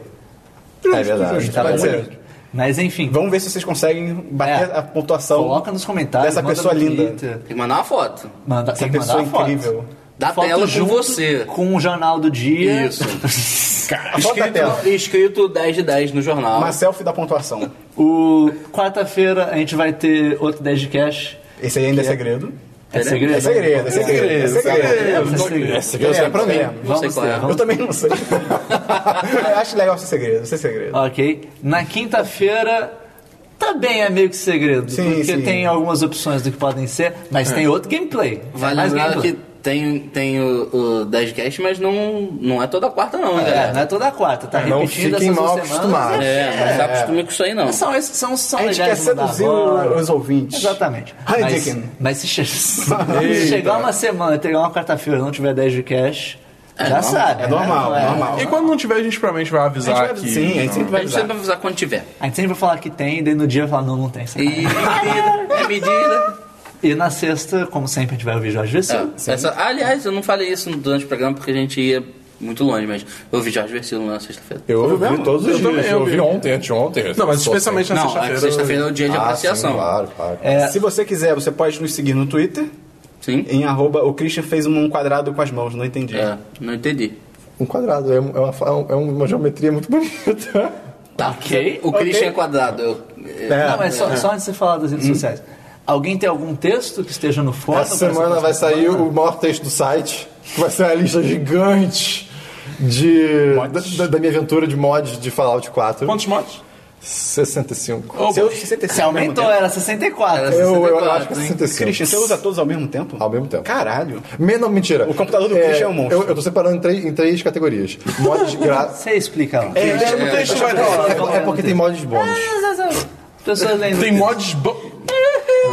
S5: É verdade.
S1: Tá
S2: Pode
S1: bom?
S2: ser.
S1: Mas enfim,
S2: Vamos ver se vocês conseguem bater
S1: É.
S2: a pontuação.
S1: coloca nos comentários.
S2: dessa
S1: manda
S2: pessoa
S1: no
S2: linda.
S1: Twitter,
S4: Tem que mandar uma foto.
S1: Manda,
S2: Essa
S1: tem que mandar
S2: pessoa
S1: a foto.
S2: incrível.
S4: Da
S1: Foto
S4: tela com
S1: junto
S4: você.
S1: Com o jornal do dia.
S4: Isso.
S3: Cara,
S2: A foto da
S4: tá
S3: escrito-
S2: tela.
S4: Escrito 10 de 10 no jornal.
S2: Uma selfie da pontuação.
S1: O quarta-feira a gente vai ter outro 10 de cash.
S2: Esse aí ainda é segredo.
S1: É segredo?
S2: É segredo, é segredo. É segredo.
S1: É segredo.
S5: Esse aqui eu sei pra mim.
S4: Não sei
S1: Vamos
S4: qual
S1: ter,
S4: é.
S1: vamos
S2: Eu também não sei. Eu acho legal ser segredo, ser segredo.
S1: Ok. Na quinta-feira também é meio que segredo.
S2: Sim,
S1: porque
S2: sim.
S1: tem algumas opções do que podem ser, mas tem outro gameplay. É
S4: Vai
S1: mais
S4: É. lembrar
S1: gameplay.
S4: que tem, tem o, o 10 cast, mas não, não é toda quarta, não, hein,
S1: É,
S4: galera.
S1: não é toda quarta, tá
S5: Não
S1: repetindo
S5: fiquem
S1: essas duas
S5: mal
S1: semanas. É,
S5: acostumados.
S4: É, não se acostume com isso aí, não.
S1: São, esses- são, são
S2: A gente quer
S1: legais de mandar
S2: seduzir
S1: agora.
S2: os ouvintes.
S1: Exatamente. Mas,
S2: Heineken.
S1: mas se, che- se chegar uma semana, pegar uma quarta-feira e não tiver 10 de cash, já
S4: normal.
S1: sabe.
S2: É
S1: né?
S2: normal,
S1: Não
S2: é normal.
S3: E quando não tiver, a gente provavelmente vai
S2: A gente
S3: avisar
S2: vai-
S3: aqui.
S2: sim, a gente sempre vai
S4: A gente sempre
S2: avisar.
S4: vai avisar quando tiver.
S1: A gente sempre vai falar que tem, daí no dia vai falar, não, não tem. sacanagem.
S4: E é medida.
S1: E na sexta, como sempre, a gente vai ouvir Jorge Vecino.
S4: É, essa- aliás, eu não falei isso durante o programa porque a gente ia muito longe, mas eu ouvi Jorge Versilo na sexta-feira.
S5: Eu ouvi
S2: mesmo?
S5: todos os dias.
S3: também
S5: Eu ouvi
S3: ouvi.
S5: ontem, anteontem. assim.
S3: Não, mas
S5: Só
S3: especialmente na
S4: Não, a
S3: sexta-feira.
S4: sexta-feira é o dia
S5: sempre.
S4: de
S5: Ah, sim,
S4: apreciação.
S5: Claro, claro.
S1: É,
S2: Se você quiser, você pode nos seguir no Twitter.
S4: Sim?
S2: Em arroba, o Christian fez um quadrado com as mãos, não entendi.
S4: É, não entendi.
S5: Um quadrado, é um- é uma, fa- é uma geometria muito bonita.
S1: Tá ok.
S4: O Christian é quadrado. Eu, é,
S1: Não, mas só, só antes de você falar das redes sociais. Alguém tem algum texto que esteja no fórum?
S5: Essa semana vai sair o maior texto do site, que vai ser uma lista gigante de da, da minha aventura de mods de Fallout 4.
S3: Quantos mods?
S5: 65.
S3: Oh,
S2: Você usa 65
S1: Se
S2: ao mesmo
S1: aumentou,
S2: tempo?
S1: era 64.
S4: Era
S5: Eu, eu
S4: 64,
S5: acho que Então é
S4: hein?
S5: 65.
S2: Christian, você usa todos ao mesmo tempo?
S5: Ao mesmo tempo.
S2: Caralho.
S5: Me- Não, mentira.
S2: O computador do Christian é um monstro.
S5: Eu, eu tô separando em três, em três categorias. Mods grátis.
S1: Você explica lá.
S2: É, deixa no texto, vai lá.
S5: É, é porque tem mods bônus.
S1: Pessoas lendo.
S3: Tem mods. bo-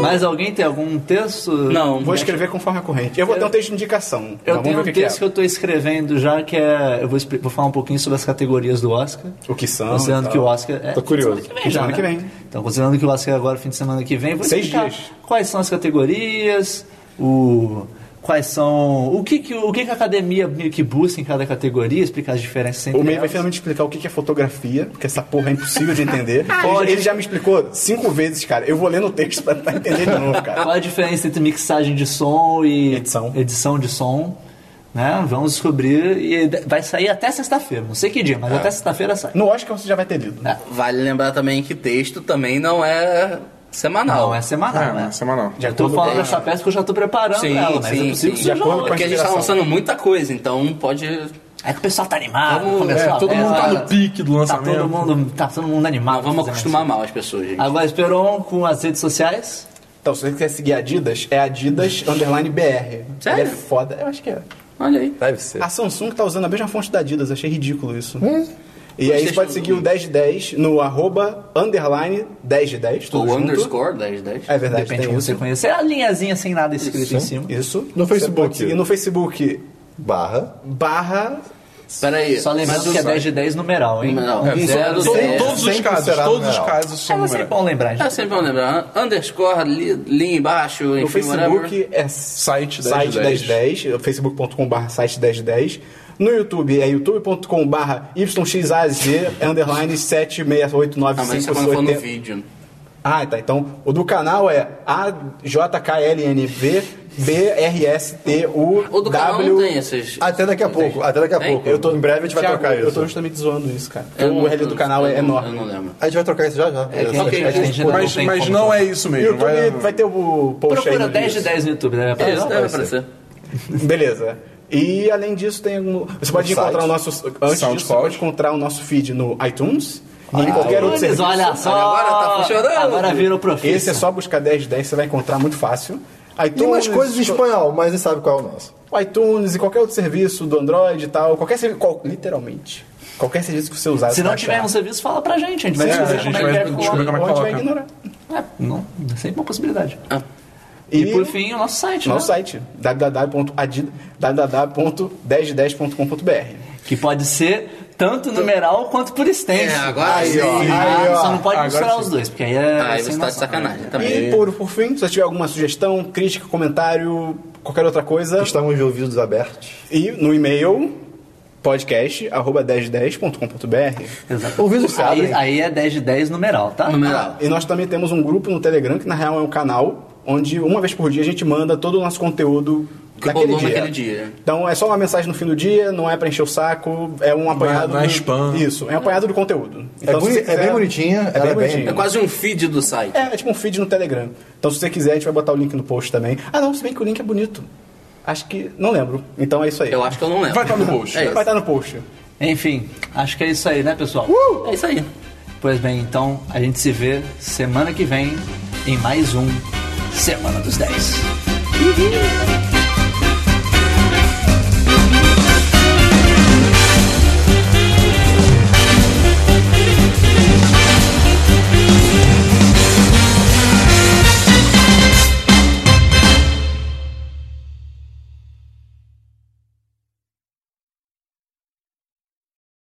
S1: Mas alguém tem algum texto?
S4: Não, é.
S2: Vou escrever conforme a corrente. Eu vou ter um texto de indicação.
S1: Eu
S2: Então,
S1: tenho um
S2: vamos ver o que,
S1: texto que, eu tô escrevendo já, que é. Eu vou, expli- vou falar um pouquinho sobre as categorias do Oscar.
S2: que é. O que são.
S1: Considerando
S2: e
S1: que o
S2: tal.
S1: Oscar. É,
S5: Tô curioso.
S1: Fim de Semana que vem, já,
S2: Semana
S1: né?
S2: que vem.
S1: Então, considerando que o Oscar é agora, fim de semana que vem, vou
S2: Seis
S1: explicar
S2: dias.
S1: quais são as categorias, o. Quais são. O que, que, o que, que a academia meio que busca em cada categoria, explicar as diferenças entre
S2: O May vai
S1: elas.
S2: finalmente explicar o que que é fotografia, porque essa porra é impossível de entender. Ele- Ele já me explicou cinco vezes, cara. Eu vou ler no texto pra tentar entender de novo, cara.
S1: Qual é a diferença entre mixagem de som e
S2: Edição.
S1: edição de som? Né? Vamos descobrir e vai sair até sexta-feira. Não sei que dia,
S2: É.
S1: mas até sexta-feira sai.
S2: No Oscar você já vai ter lido.
S1: É.
S4: Vale lembrar também que texto também não é semanal.
S1: Não, é semanal,
S3: Ah,
S1: né?
S3: semanal.
S1: Eu tô falando dessa peça porque eu já tô preparando
S4: Sim,
S1: ela, mas é
S4: sim,
S1: possível
S4: sim.
S1: que seja
S2: acordo
S1: outra.
S2: com
S4: Porque a gente tá lançando muita coisa, então pode.
S1: É que o pessoal tá animado,
S4: Vamos-
S1: começou a
S3: É, todo mundo tá
S1: festa,
S3: no pique do
S1: Tá
S3: lançamento.
S1: todo mundo, tá todo mundo animado.
S4: Não Ah, vamos
S1: fazendo
S4: acostumar mal as pessoas,
S1: isso.
S4: gente.
S1: Agora, Esperon, com as redes sociais.
S2: Então, se você quiser seguir Adidas, é Adidas underline BR. Ele
S4: Sério?
S2: é foda. Eu acho que é.
S4: Olha aí.
S5: Deve ser.
S2: A Samsung tá usando a mesma fonte da Adidas, achei ridículo isso.
S5: Hum?
S2: E aí
S4: Vocês
S2: você pode
S4: estão-
S2: seguir o 10 de 10 no arroba underline 10 de 10, tudo
S4: Ou
S2: junto.
S4: underscore 10, 10.
S2: É verdade,
S1: Depende de
S2: tem
S1: como você
S2: isso.
S1: conhecer. É a linhazinha sem nada escrito em cima.
S2: Isso.
S5: No
S2: Você
S5: Facebook.
S2: pode seguir no Facebook
S5: Barra.
S2: barra...
S4: Pera aí.
S1: Só lembrando
S4: Mas o-
S1: que é 10 de 10 numeral, hein?
S4: Não, um zero,
S3: Todo-
S4: dez.
S3: todos os
S5: sempre
S3: casos,
S5: será
S3: todos os
S5: numeral.
S3: casos são
S1: É sempre
S3: numeral.
S1: bom lembrar,
S4: É
S1: gente.
S4: sempre bom lembrar. Underscore, li- linha embaixo,
S2: No
S4: enfim, whatever.
S2: Facebook é
S3: Site 10
S2: site 10
S3: 10.
S2: 10, facebook.com barra site 10 10. No YouTube é youtube.com barra yxaz underline
S4: Ah, mas isso é quando for no
S2: 7689580.
S4: vídeo.
S2: Ah, tá. Então, o do canal é AJKLNV.
S4: O do canal não tem esses.
S5: Até daqui a
S4: não tem.
S5: pouco, até daqui a
S4: Tem?
S5: pouco. Eu tô, em breve a gente vai
S2: Thiago,
S5: trocar
S2: Eu tô
S5: isso.
S2: justamente zoando isso, cara.
S4: Eu
S2: o
S4: não-
S2: URL do canal é
S4: eu não-
S2: enorme.
S4: Eu não lembro.
S5: A gente vai trocar isso já já.
S1: É que a gente,
S2: Ok,
S1: a gente não
S3: Mas,
S1: tem
S3: mas
S1: como
S3: não
S1: trocar.
S3: é isso
S2: E o
S3: mesmo.
S2: YouTube
S3: Vai,
S2: vai ter o post aí.
S1: Procura
S2: no
S1: 10 de
S2: vídeo.
S1: 10 no YouTube, né? deve
S4: É,
S1: aparecer.
S4: isso deve aparecer.
S2: Beleza. E além disso, tem algum. Você pode
S5: site.
S2: encontrar o nosso. Antes disso, você
S3: SoundCloud.
S2: pode encontrar o nosso feed no iTunes e em qualquer outro
S1: Olha,
S2: serviço.
S1: Olha só,
S4: Agora tá funcionando.
S1: Agora virou profissional.
S2: Esse é só buscar 10 de 10, você vai encontrar muito fácil. iTunes,
S5: Tem umas coisas em espanhol, mas você sabe qual é o nosso.
S2: iTunes e qualquer outro serviço do Android e tal. Qualquer serviço. qual- literalmente. Qualquer serviço que você usar.
S1: Se não tiver um serviço, fala pra gente. A gente vai
S3: É,
S1: descobrir
S3: a gente
S1: como é
S3: vai
S1: que é.
S3: descobrir
S1: colocar.
S3: como é
S2: Ou a
S3: que
S2: gente vai
S3: coloca.
S2: ignorar.
S1: É, não, é sempre uma possibilidade.
S2: E,
S1: E, por fim, o nosso site,
S2: nosso
S1: né?
S2: site, www.adid- www.1010.com.br.
S1: Que pode ser tanto numeral quanto por extenso.
S4: Então- É, agora
S5: Aí,
S4: sim.
S5: ó.
S1: Ah,
S5: Aí, ó.
S1: só não pode
S3: Agora
S1: misturar
S3: sim.
S1: os dois, porque aí é.
S4: Aí
S1: é sem
S4: você tá de
S1: noção.
S4: sacanagem também.
S2: E por, por fim, se você tiver alguma sugestão, crítica, comentário, qualquer outra coisa,
S5: Estamos de ouvidos abertos.
S2: e no e-mail podcast@1010.com.br.
S1: Exato.
S5: Ouvidos
S1: aí,
S5: sabem.
S1: aí é 10 de 10 numeral, tá?
S4: Numeral.
S2: E nós também temos um grupo no Telegram, que na real é um canal, onde uma vez por dia a gente manda todo o nosso conteúdo
S4: Que
S2: daquele
S4: rolou
S2: dia.
S4: naquele dia.
S2: Então é só uma mensagem no fim do dia, não é pra encher o saco, é um apanhado.
S3: não é
S2: do-
S3: spam.
S2: Isso, é um apanhado do conteúdo. Então, se
S5: boni-
S2: você
S5: é bem bonitinha, ela é bem-
S4: É quase um feed do site.
S2: É, é tipo um feed no Telegram. Então, se você quiser, a gente vai botar o link no post também. Ah, não, se bem que o link é bonito. Acho que. Não lembro. Então é isso aí.
S4: Eu acho que eu não lembro.
S3: Vai estar no post.
S4: É isso.
S2: Vai tá estar no post.
S1: Enfim, acho que é isso aí, né, pessoal?
S4: É isso aí.
S1: Pois bem, então a gente se vê semana que vem em mais um Semana dos 10.